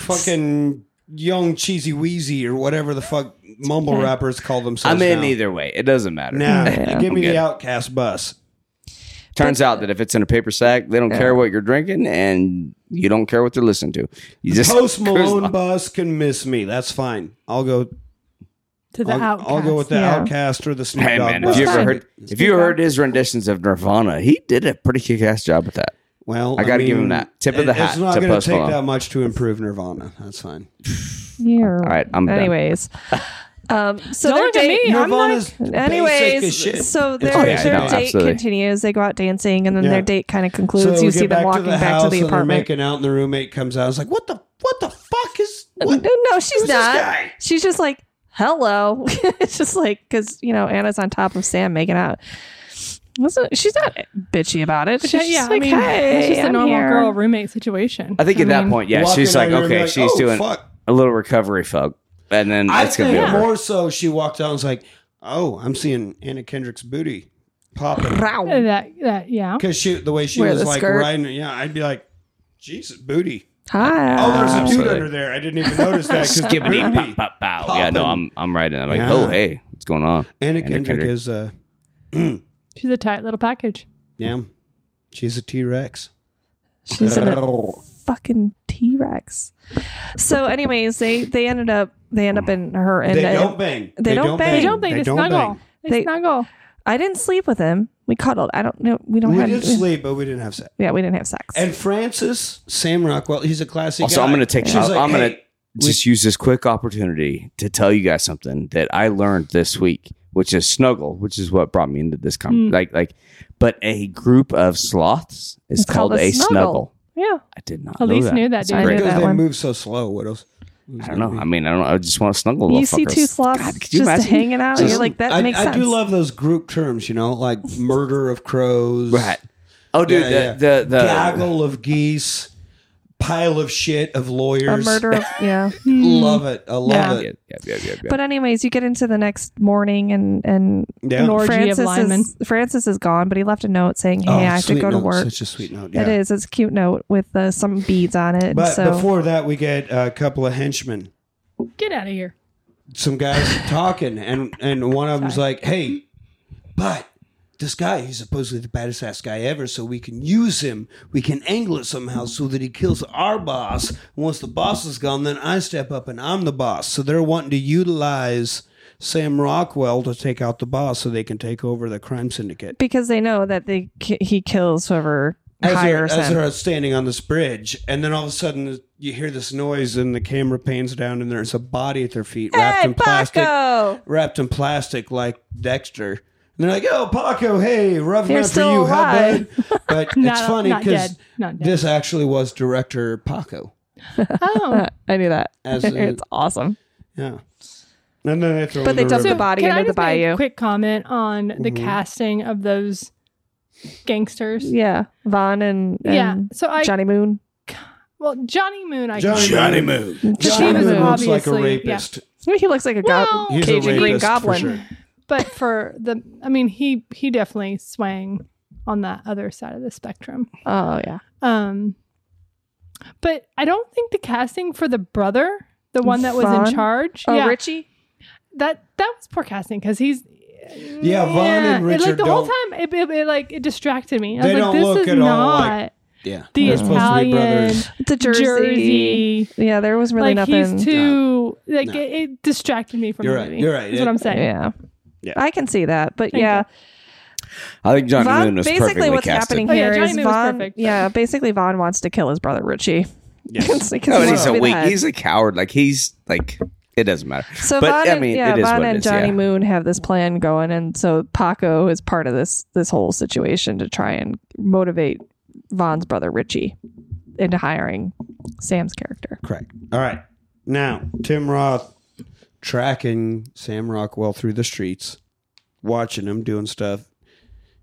Speaker 1: fucking young cheesy wheezy or whatever the fuck mumble rappers call themselves?
Speaker 3: I'm in
Speaker 1: now.
Speaker 3: either way. It doesn't matter. (laughs)
Speaker 1: Nah, give me
Speaker 3: I'm good.
Speaker 1: the Outcast bus.
Speaker 3: Turns out that if it's in a paper sack, they don't care what you're drinking and you don't care what they're listening to. You just (laughs)
Speaker 1: Post
Speaker 3: cruise
Speaker 1: Malone (laughs)
Speaker 3: along.
Speaker 1: bus can miss me. That's fine. I'll go.
Speaker 4: to the
Speaker 1: I'll,
Speaker 4: outcast.
Speaker 1: I'll go with the
Speaker 2: Yeah.
Speaker 1: Outcast or the Snoop
Speaker 3: Hey
Speaker 1: Dogg
Speaker 3: man,
Speaker 1: bus.
Speaker 3: if you ever
Speaker 2: fine.
Speaker 3: heard if you heard his renditions of Nirvana, he did a pretty kick ass job with that.
Speaker 1: Well,
Speaker 3: I gotta give him
Speaker 1: mean,
Speaker 3: that. Tip of the
Speaker 1: it-
Speaker 3: hat
Speaker 1: It's not
Speaker 3: to
Speaker 1: gonna
Speaker 3: Post
Speaker 1: take
Speaker 3: Malone.
Speaker 1: that much to improve Nirvana. That's fine.
Speaker 2: Yeah. All
Speaker 3: right, I'm done.
Speaker 2: Anyways. Um, so
Speaker 4: Don't
Speaker 2: their
Speaker 4: look at
Speaker 2: date-
Speaker 4: me, I'm
Speaker 1: Nirvana's basic as
Speaker 2: Anyways,
Speaker 1: shit.
Speaker 2: so
Speaker 1: It's
Speaker 2: their,
Speaker 1: basic.
Speaker 2: their
Speaker 3: Yeah, no,
Speaker 2: date
Speaker 3: absolutely.
Speaker 2: continues. They go out dancing, and then
Speaker 1: Yeah.
Speaker 2: their date kind of concludes.
Speaker 1: we get
Speaker 2: you see them
Speaker 1: back
Speaker 2: walking
Speaker 1: the
Speaker 2: back to
Speaker 1: house
Speaker 2: the
Speaker 1: and they're
Speaker 2: apartment.
Speaker 1: making out, and the roommate comes out. I was like, "What the? What the fuck is? What?
Speaker 2: No, she's
Speaker 1: Who's this
Speaker 2: not.
Speaker 1: guy?
Speaker 2: She's just like, hello. (laughs) it's just like because you know Anna's on top of Sam making out. Listen, she's not bitchy about it. She's
Speaker 4: uh, Yeah,
Speaker 2: just
Speaker 4: yeah,
Speaker 2: like,
Speaker 4: I mean,
Speaker 2: hey,
Speaker 4: it's just a
Speaker 2: I'm
Speaker 4: normal
Speaker 2: here."
Speaker 4: girl roommate situation.
Speaker 3: I think at that
Speaker 4: mean,
Speaker 3: point, yeah,
Speaker 1: Walking
Speaker 3: she's
Speaker 1: out of
Speaker 3: like,
Speaker 1: here and be
Speaker 3: okay,
Speaker 1: like,
Speaker 3: she's
Speaker 1: "Oh,
Speaker 3: doing
Speaker 1: fuck."
Speaker 3: a little recovery folk. And then
Speaker 1: I
Speaker 3: it's gonna
Speaker 1: think
Speaker 3: be over.
Speaker 1: more so. She walked out and was like, "Oh, I'm seeing Anna Kendrick's booty popping
Speaker 4: uh, that that yeah.
Speaker 1: because she the way she
Speaker 2: Wear
Speaker 1: was
Speaker 2: the
Speaker 1: like
Speaker 2: skirt.
Speaker 1: riding. it, Yeah, I'd be like, Jesus, booty.
Speaker 2: Hi.
Speaker 1: Oh, there's a dude
Speaker 3: Absolutely.
Speaker 1: under there. I didn't even notice that. 'cause the (laughs)
Speaker 3: Skibbity
Speaker 1: movie-
Speaker 3: pop pop pow. Yeah, no, I'm I'm right in. I'm like,
Speaker 1: Yeah.
Speaker 3: oh hey, what's going on?
Speaker 1: Anna
Speaker 3: Anna
Speaker 1: Kendrick
Speaker 3: Kendrick.
Speaker 1: is uh,
Speaker 4: She's a tight little package.
Speaker 1: yeah, she's a T Rex.
Speaker 2: She's in a
Speaker 1: (laughs)
Speaker 2: fucking T Rex. So, anyways, they they ended up they end up in her and
Speaker 1: They
Speaker 2: I-
Speaker 1: don't bang.
Speaker 2: They don't bang.
Speaker 4: They don't think they, snuggle.
Speaker 1: bang.
Speaker 4: They,
Speaker 2: They-
Speaker 4: snuggle.
Speaker 2: I didn't sleep with him. We cuddled. I don't know. We don't
Speaker 1: We
Speaker 2: have.
Speaker 1: did sleep, but we didn't have sex.
Speaker 2: Yeah, we didn't have sex.
Speaker 1: And Francis Sam Rockwell, he's a classic.
Speaker 3: Also,
Speaker 1: guy.
Speaker 3: I'm gonna take-
Speaker 1: She's
Speaker 3: I'm- I'm gonna-
Speaker 1: "Hey,
Speaker 3: Just use this quick opportunity to tell you guys something that I learned this week, which is snuggle, which is what brought me into this com
Speaker 2: Hmm.
Speaker 4: Mm.
Speaker 3: like like but a group of sloths is
Speaker 2: It's called
Speaker 3: called,
Speaker 2: a
Speaker 3: a
Speaker 2: snuggle.
Speaker 3: snuggle.
Speaker 2: Yeah.
Speaker 3: I did not know
Speaker 4: Elise
Speaker 3: that.
Speaker 4: knew that,
Speaker 3: That's
Speaker 4: dude. I
Speaker 3: great.
Speaker 2: knew
Speaker 1: Because
Speaker 2: that
Speaker 1: they
Speaker 2: one.
Speaker 1: move so slow. What else?
Speaker 3: I don't know. I mean, I don't know. I just want to snuggle. little
Speaker 2: you see
Speaker 3: fuckers.
Speaker 2: two sloths
Speaker 3: God, could
Speaker 2: just
Speaker 3: you imagine?
Speaker 2: hanging out. Oh, you're like that
Speaker 1: I,
Speaker 2: makes
Speaker 1: I
Speaker 2: sense.
Speaker 1: do love those group terms, you know, like murder of crows,
Speaker 3: Right. Oh, dude,
Speaker 1: Yeah,
Speaker 3: the,
Speaker 1: yeah.
Speaker 3: the the
Speaker 1: gaggle of geese, pile of shit of
Speaker 2: a
Speaker 1: lawyers.
Speaker 2: murder.
Speaker 1: (laughs)
Speaker 2: Of, yeah.
Speaker 1: love it. I love
Speaker 2: Yeah.
Speaker 3: Yeah,
Speaker 1: it.
Speaker 3: yeah, yeah, yeah, yeah.
Speaker 2: But anyways, you get into the next morning and and
Speaker 1: Yeah.
Speaker 4: Nor- Orgy of
Speaker 2: Francis
Speaker 4: linemen.
Speaker 2: is Francis is gone, but he left a note saying, "Hey, I have
Speaker 1: Oh,
Speaker 2: to
Speaker 1: sweet
Speaker 2: go to
Speaker 1: note.
Speaker 2: work."
Speaker 1: Such a sweet note. Yeah.
Speaker 2: It is. It's a cute note with uh, some beads on it.
Speaker 1: But
Speaker 2: so
Speaker 1: before that, we get a couple of henchmen,
Speaker 4: Get out of here.
Speaker 1: some guys talking, and and one of them's like, "Hey, but." This guy, he's supposedly the baddest ass guy ever, so we can use him. We can angle it somehow so that he kills our boss. And once the boss is gone, then I step up and I'm the boss. So they're wanting to utilize Sam Rockwell to take out the boss so they can take over the crime syndicate.
Speaker 2: because they know that they ki- he kills whoever
Speaker 1: as they're,
Speaker 2: hires
Speaker 1: as
Speaker 2: him.
Speaker 1: they're standing on this bridge, and then all of a sudden you hear this noise, and the camera pans down, and there's a body at their feet wrapped in plastic,
Speaker 2: Paco!
Speaker 1: wrapped in plastic like Dexter. And they're like, "Oh, Paco, hey, rough
Speaker 2: They're
Speaker 1: night for
Speaker 2: still
Speaker 1: you,
Speaker 2: alive."
Speaker 1: huh, bud?" But
Speaker 4: Not- uh,
Speaker 1: it's funny
Speaker 4: not
Speaker 1: because
Speaker 4: dead. Not dead.
Speaker 1: this actually was director Paco.
Speaker 4: Oh.
Speaker 2: Uh, I knew that.
Speaker 1: As in-
Speaker 2: it's awesome.
Speaker 1: Yeah, and then they throw
Speaker 2: But
Speaker 1: him
Speaker 2: they
Speaker 1: in the
Speaker 2: (laughs) dump
Speaker 1: river.
Speaker 2: the body
Speaker 4: can
Speaker 2: into
Speaker 4: I
Speaker 2: the
Speaker 4: just make
Speaker 2: bayou.
Speaker 4: A quick comment on
Speaker 1: Mm-hmm.
Speaker 4: the casting of those gangsters.
Speaker 2: Yeah, Vaughn and, and
Speaker 4: Yeah. So I
Speaker 2: Johnny Moon.
Speaker 4: well Johnny Moon. I
Speaker 1: Johnny,
Speaker 3: Johnny
Speaker 1: Moon.
Speaker 2: Johnny
Speaker 1: Johnny Moon
Speaker 2: Moon.
Speaker 1: looks like a
Speaker 4: Obviously,
Speaker 1: rapist.
Speaker 2: (laughs) He looks like a gob-
Speaker 4: Well,
Speaker 1: He's a
Speaker 2: Cajun Green
Speaker 1: rapist for
Speaker 2: Goblin.
Speaker 1: sure.
Speaker 4: but for the I mean he he definitely swang on that other side of the spectrum.
Speaker 2: Oh yeah,
Speaker 4: Um, but I don't think the casting for the brother, the one that was
Speaker 2: Vaughn?
Speaker 4: in charge,
Speaker 2: oh
Speaker 4: yeah,
Speaker 2: Richie.
Speaker 4: that that was poor casting because he's
Speaker 1: Yeah, Vaughn and
Speaker 4: It, like
Speaker 1: Richard
Speaker 4: the whole
Speaker 1: don't-
Speaker 4: time, it, it, it, like it distracted me. I was
Speaker 1: They
Speaker 4: like,
Speaker 1: don't
Speaker 4: this
Speaker 1: look
Speaker 4: is
Speaker 1: at all
Speaker 4: not
Speaker 1: like- Yeah,
Speaker 4: the
Speaker 1: They're supposed to be
Speaker 4: Italian
Speaker 1: brothers.
Speaker 2: The jersey.
Speaker 4: jersey.
Speaker 2: Yeah, there was really
Speaker 4: like
Speaker 2: nothing.
Speaker 4: he's too like
Speaker 1: No.
Speaker 4: it, it distracted me from
Speaker 1: You're
Speaker 4: the
Speaker 1: right,
Speaker 4: movie.
Speaker 1: you're right.
Speaker 4: That's what
Speaker 1: It-
Speaker 4: I'm saying.
Speaker 2: yeah.
Speaker 1: Yeah.
Speaker 2: I can see that, but
Speaker 4: Thank
Speaker 2: yeah,
Speaker 3: I think Johnny
Speaker 2: Vaughn.
Speaker 3: Moon was
Speaker 2: Basically,
Speaker 3: perfectly
Speaker 2: what's
Speaker 3: casted.
Speaker 2: happening
Speaker 4: Oh,
Speaker 2: here
Speaker 4: yeah,
Speaker 2: is
Speaker 4: Johnny Moon was
Speaker 2: Vaughn.
Speaker 4: perfect.
Speaker 2: yeah, basically, Vaughn wants to kill his brother Richie. It's
Speaker 1: Oh,
Speaker 2: like- (laughs) 'cause
Speaker 3: No,
Speaker 2: he wants
Speaker 3: and he's
Speaker 2: to
Speaker 3: a
Speaker 2: be the
Speaker 3: weak.
Speaker 2: head.
Speaker 3: He's a coward. Like he's like it doesn't matter.
Speaker 2: So
Speaker 3: but
Speaker 2: Vaughn
Speaker 3: I
Speaker 2: and,
Speaker 3: mean,
Speaker 2: yeah,
Speaker 3: it is
Speaker 2: Vaughn
Speaker 3: what it
Speaker 2: and
Speaker 3: is.
Speaker 2: Johnny
Speaker 3: yeah.
Speaker 2: Moon have this plan going, and so Paco is part of this this whole situation to try and motivate Vaughn's brother Richie into hiring Sam's character.
Speaker 1: Correct. All right. Now, Tim Roth tracking Sam Rockwell through the streets, watching him doing stuff.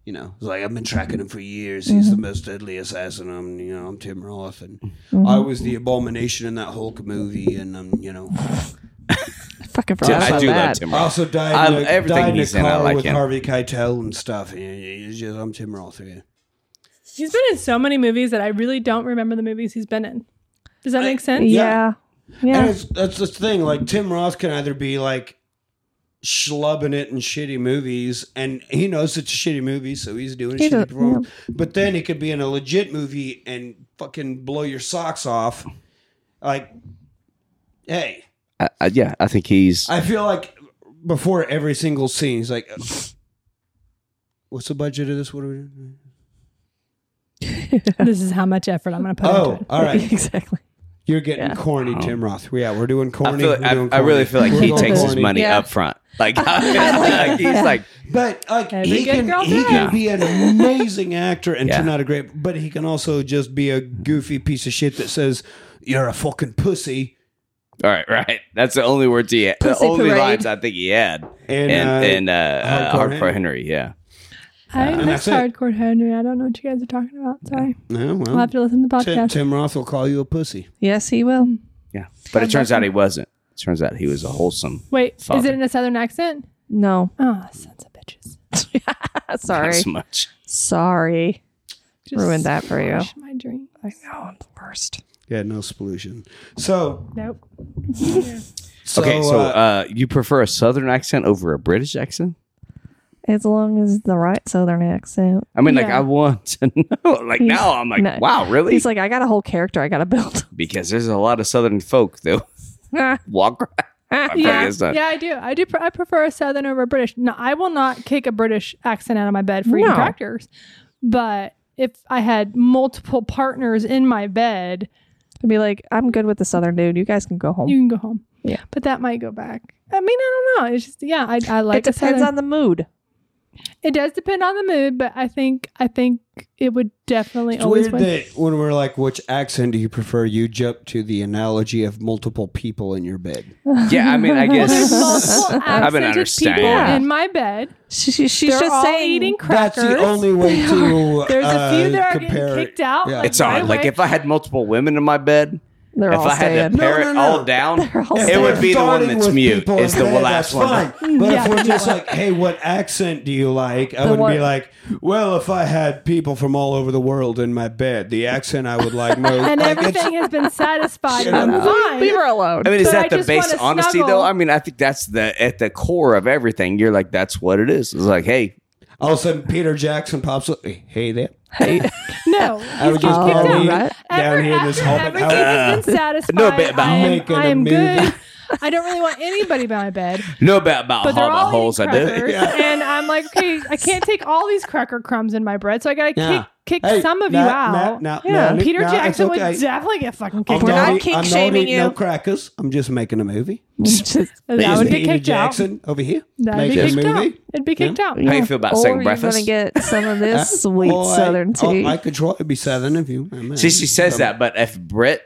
Speaker 1: You know, it's like I've been tracking him for years. He's the
Speaker 3: Mm-hmm.
Speaker 1: most deadly assassin. I'm, you know, I'm Tim Roth, and
Speaker 3: Mm-hmm.
Speaker 1: I was the abomination in that Hulk movie. And I'm, you know,
Speaker 2: I fucking
Speaker 3: Tim-
Speaker 2: forgot
Speaker 3: I
Speaker 2: about
Speaker 3: do
Speaker 2: that.
Speaker 3: love Tim
Speaker 1: I
Speaker 3: Roth.
Speaker 1: also died
Speaker 3: I'm-
Speaker 1: in a,
Speaker 3: everything
Speaker 1: died in a
Speaker 3: he's in, I
Speaker 1: car
Speaker 3: like
Speaker 1: with
Speaker 3: him.
Speaker 1: Harvey Keitel and stuff. And It's just I'm Tim Roth again.
Speaker 4: He's been in so many movies that I really don't remember the movies he's been in. Does that make sense?
Speaker 2: yeah, yeah.
Speaker 1: And it's, that's the thing. Like Tim Roth can either be like schlubbing it in shitty movies, and he knows it's a shitty movie, so he's doing a
Speaker 2: He's
Speaker 1: shitty
Speaker 2: a-
Speaker 1: performance. But then he could be in a legit movie and fucking blow your socks off. Like, hey,
Speaker 3: I, I, yeah, I think he's.
Speaker 1: I feel like before every single scene, he's like, "Uh, "What's the budget of this? What are we?" Doing?
Speaker 4: This is how much effort I'm going to put into
Speaker 1: Oh,
Speaker 4: it.
Speaker 1: all right.
Speaker 2: (laughs) exactly.
Speaker 1: You're getting
Speaker 2: Yeah.
Speaker 1: corny, Tim Roth. Yeah, we're doing
Speaker 3: I,
Speaker 1: corny.
Speaker 3: feel,
Speaker 1: We're
Speaker 3: I,
Speaker 1: doing
Speaker 3: I
Speaker 1: corny.
Speaker 3: really feel like
Speaker 1: We're
Speaker 3: he
Speaker 1: going
Speaker 3: takes his
Speaker 1: corny.
Speaker 3: money
Speaker 2: Yeah.
Speaker 3: up front.
Speaker 2: (laughs)
Speaker 3: Like, (laughs) like, he's like,
Speaker 1: But like
Speaker 4: Every
Speaker 1: he
Speaker 4: good
Speaker 1: can,
Speaker 4: girl
Speaker 1: he
Speaker 4: does.
Speaker 1: can be an amazing actor and
Speaker 3: Yeah.
Speaker 1: turn out a great. But he can also just be a goofy piece of shit that says you're a fucking pussy.
Speaker 3: all right, right. That's the only words he had. The
Speaker 2: Pussy
Speaker 3: only
Speaker 2: parade.
Speaker 3: lines I think he had.
Speaker 1: And,
Speaker 3: And and,
Speaker 1: uh,
Speaker 3: uh, uh,
Speaker 1: Hardcore
Speaker 3: Hardcore
Speaker 1: Henry.
Speaker 3: Henry, yeah.
Speaker 4: I
Speaker 1: And
Speaker 4: miss
Speaker 1: that's it.
Speaker 4: Hardcore Henry. I don't know what you guys are talking about. Sorry.
Speaker 1: yeah,
Speaker 4: I'll
Speaker 1: well,
Speaker 4: have to listen to the
Speaker 1: Tim,
Speaker 4: podcast.
Speaker 1: Tim Roth will call you a pussy.
Speaker 2: Yes, he will.
Speaker 3: Yeah. But it turns out he wasn't. It turns out he was a wholesome.
Speaker 4: Wait, is
Speaker 3: Father.
Speaker 4: it in a southern accent?
Speaker 2: No,
Speaker 4: Oh, sons of bitches.
Speaker 3: Not
Speaker 2: sorry,
Speaker 3: so much.
Speaker 2: sorry.
Speaker 4: Just
Speaker 2: Ruined that for you.
Speaker 4: squash My dream.
Speaker 2: I know Oh, I'm the worst.
Speaker 1: Yeah, no solution. So,
Speaker 4: Nope.
Speaker 1: so,
Speaker 3: okay, so
Speaker 1: uh,
Speaker 3: uh, you prefer a southern accent over a British accent?
Speaker 2: As long as the right southern accent.
Speaker 3: I mean, like
Speaker 4: Yeah.
Speaker 3: I want to (laughs) know. Like
Speaker 2: He's-
Speaker 3: now, I'm like,
Speaker 2: no.
Speaker 3: wow, really?
Speaker 2: He's like, I got a whole character I got to build. (laughs)
Speaker 3: because there's a lot of southern folk that walk. around.
Speaker 2: (laughs)
Speaker 3: I'm
Speaker 4: Yeah,
Speaker 3: yeah, not,
Speaker 4: yeah, I do. I do. Pr- I prefer a Southern over a British. No, I will not kick a British accent out of my bed for eating
Speaker 2: No.
Speaker 4: crackers. But if I had multiple partners in my bed,
Speaker 2: I'd be like, I'm good with the southern dude. You guys can go home.
Speaker 4: you can go home.
Speaker 2: Yeah.
Speaker 4: but that might go back. I mean, I don't know. It's just yeah. I, I like
Speaker 2: it depends
Speaker 4: a
Speaker 2: on the mood.
Speaker 4: It does depend on the mood, but I think I think it would definitely
Speaker 1: it's
Speaker 4: always
Speaker 1: weird
Speaker 4: win.
Speaker 1: that when we're like, which accent do you prefer? You jump to the analogy of multiple people in your bed.
Speaker 3: yeah, I mean,
Speaker 1: (laughs)
Speaker 3: I
Speaker 4: Well,
Speaker 3: guess.
Speaker 4: there's multiple
Speaker 3: I've been
Speaker 4: accented people
Speaker 3: understanding.
Speaker 4: in my bed.
Speaker 2: She, she, she's
Speaker 4: They're
Speaker 2: just
Speaker 4: all
Speaker 2: saying.
Speaker 4: eating
Speaker 1: That's
Speaker 4: crackers.
Speaker 1: the only way to.
Speaker 4: (laughs) There's a few
Speaker 1: uh,
Speaker 4: that are
Speaker 1: compare
Speaker 4: getting
Speaker 1: it.
Speaker 4: kicked out.
Speaker 1: Yeah.
Speaker 4: Like,
Speaker 3: It's odd.
Speaker 4: right
Speaker 3: Like
Speaker 4: away.
Speaker 3: if I had multiple women in my bed,
Speaker 2: They're
Speaker 3: if
Speaker 2: all
Speaker 3: I had
Speaker 2: staying.
Speaker 3: to pare
Speaker 1: No,
Speaker 3: it
Speaker 1: no,
Speaker 3: all
Speaker 1: no.
Speaker 3: down,
Speaker 2: They're all
Speaker 4: Oh,
Speaker 3: it would
Speaker 2: staying.
Speaker 3: be the one
Speaker 1: Starting
Speaker 3: that's
Speaker 1: with
Speaker 3: mute.
Speaker 1: people
Speaker 3: It's
Speaker 1: in
Speaker 3: the
Speaker 1: bed, that's
Speaker 3: last one.
Speaker 1: fine. But
Speaker 4: Hmm, Yeah.
Speaker 1: if we're
Speaker 4: (laughs)
Speaker 1: just like, hey, what accent do you like? I
Speaker 2: The
Speaker 1: would
Speaker 2: one-
Speaker 1: be like, well, if I had people from all over the world in my bed, the accent I would like most.
Speaker 4: (laughs) and
Speaker 1: like,
Speaker 4: everything has been satisfied.
Speaker 1: Shut
Speaker 4: I'm
Speaker 1: up.
Speaker 4: fine.
Speaker 2: Leave her alone.
Speaker 3: I mean, is
Speaker 4: But
Speaker 3: that
Speaker 4: I
Speaker 3: the
Speaker 4: just
Speaker 3: base
Speaker 4: wanna
Speaker 3: honesty
Speaker 4: snuggle.
Speaker 3: though? I mean, I think that's the at the core of everything. You're like, that's what it is. It's like, hey,
Speaker 1: all of a sudden, Peter Jackson pops up. Hey there.
Speaker 4: (laughs) no,
Speaker 1: I would just
Speaker 2: Oh,
Speaker 1: call me
Speaker 2: right.
Speaker 1: down
Speaker 4: Ever-
Speaker 1: here in this
Speaker 4: after
Speaker 1: hobbit
Speaker 4: everything
Speaker 1: house.
Speaker 4: has been satisfied.
Speaker 3: No, but- but
Speaker 4: I am,
Speaker 1: making
Speaker 4: I
Speaker 1: a
Speaker 4: am
Speaker 1: movie.
Speaker 4: good. I don't really want anybody by
Speaker 3: (laughs)
Speaker 4: my bed,
Speaker 3: know about about
Speaker 4: but they're
Speaker 3: all the
Speaker 4: all
Speaker 3: holes
Speaker 4: eating
Speaker 3: I did.
Speaker 1: (laughs)
Speaker 4: crackers, and I'm like, okay, I can't take all these cracker crumbs in my bread, so I gotta
Speaker 1: Yeah.
Speaker 4: kick kick
Speaker 1: Hey,
Speaker 4: some of
Speaker 1: nah,
Speaker 4: you
Speaker 1: nah,
Speaker 4: out.
Speaker 1: nah,
Speaker 2: Yeah.
Speaker 1: nah,
Speaker 4: Peter
Speaker 1: nah, it's
Speaker 4: Jackson
Speaker 1: okay.
Speaker 4: would definitely get fucking
Speaker 1: I'm
Speaker 4: kicked out.
Speaker 2: not
Speaker 1: eat-
Speaker 2: kink
Speaker 1: I'm not
Speaker 2: shaming
Speaker 1: eating
Speaker 2: you.
Speaker 1: No crackers. I'm just making a movie.
Speaker 2: (laughs) Just-
Speaker 4: That would
Speaker 1: Peter
Speaker 4: be kicked out.
Speaker 1: Jackson over here
Speaker 4: That'd be
Speaker 1: making a
Speaker 4: kicked out.
Speaker 1: movie.
Speaker 4: It'd be kicked out.
Speaker 3: How you feel about
Speaker 2: or
Speaker 3: second
Speaker 2: "Oh, you're gonna
Speaker 3: breakfast? oh
Speaker 2: get some of
Speaker 3: (laughs)
Speaker 2: this sweet
Speaker 1: Well, I-
Speaker 2: southern tea.
Speaker 1: I, I could try to be southern if you. I mean,
Speaker 3: See, she says
Speaker 1: um,
Speaker 3: that, but if Brit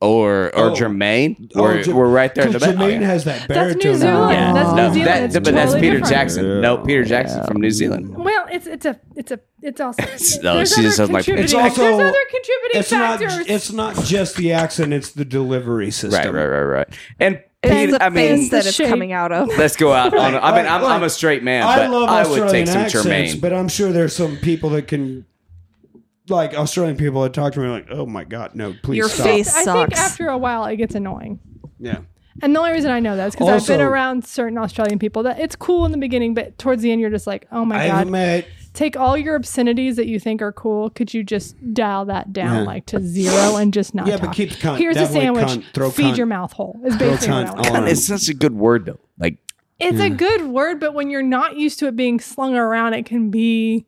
Speaker 3: or or
Speaker 1: Oh.
Speaker 3: Jermaine,
Speaker 1: Oh,
Speaker 3: we're,
Speaker 1: Jer-
Speaker 3: we're right there in the
Speaker 1: Because
Speaker 3: bed. Oh,
Speaker 1: Jermaine
Speaker 3: yeah.
Speaker 1: has that
Speaker 4: That's
Speaker 1: baritone.
Speaker 4: New Zealand.
Speaker 3: Yeah.
Speaker 4: That's New
Speaker 3: no,
Speaker 4: Zealand.
Speaker 3: that,
Speaker 4: It's
Speaker 3: but that's
Speaker 4: totally
Speaker 3: Peter
Speaker 4: different.
Speaker 3: Jackson. No, Peter Jackson from New Zealand.
Speaker 4: Well, it's it's a it's a
Speaker 3: (laughs)
Speaker 4: it's also
Speaker 3: No,
Speaker 4: there's
Speaker 3: she
Speaker 4: other
Speaker 3: just doesn't like-
Speaker 4: contributing-
Speaker 1: It's also-
Speaker 4: there's other contributing
Speaker 1: It's not.
Speaker 4: factors.
Speaker 1: It's not just the accent. It's the delivery
Speaker 3: Right,
Speaker 1: system.
Speaker 3: right, right, right. And
Speaker 2: it's
Speaker 3: Peter,
Speaker 2: the
Speaker 3: I mean,
Speaker 2: face that it's
Speaker 4: shape.
Speaker 2: coming out of.
Speaker 3: let's go out. On, I mean,
Speaker 1: Right,
Speaker 3: I'm,
Speaker 1: right.
Speaker 3: I'm a straight man,
Speaker 1: I
Speaker 3: but
Speaker 1: love
Speaker 3: I
Speaker 1: Australian
Speaker 3: would take some
Speaker 1: accents,
Speaker 3: Jermaine.
Speaker 1: but I'm sure there's some people that can, like Australian people that talk to me like, "Oh my god, no, please
Speaker 2: Your
Speaker 1: stop."
Speaker 2: face-
Speaker 4: I
Speaker 2: sucks.
Speaker 4: think after a while it gets annoying.
Speaker 1: Yeah.
Speaker 4: And the only reason I know that is because I've been
Speaker 1: Also-
Speaker 4: around certain Australian people that it's cool in the beginning, but towards the end you're just like, oh my
Speaker 1: I've
Speaker 4: god,
Speaker 1: met
Speaker 4: take all your obscenities that you think are cool. Could you just dial that down like to zero and just not?
Speaker 1: Yeah, but
Speaker 4: talk?
Speaker 1: keep cunt.
Speaker 4: Here's a
Speaker 1: Definitely
Speaker 4: sandwich.
Speaker 1: cunt. Throw
Speaker 4: Feed
Speaker 1: cunt.
Speaker 4: your mouth hole. Is basically
Speaker 1: cunt
Speaker 4: what I want.
Speaker 1: all-
Speaker 3: God, it's such a good word though. Like
Speaker 4: It's a good word, but when you're not used to it being slung around, it can be.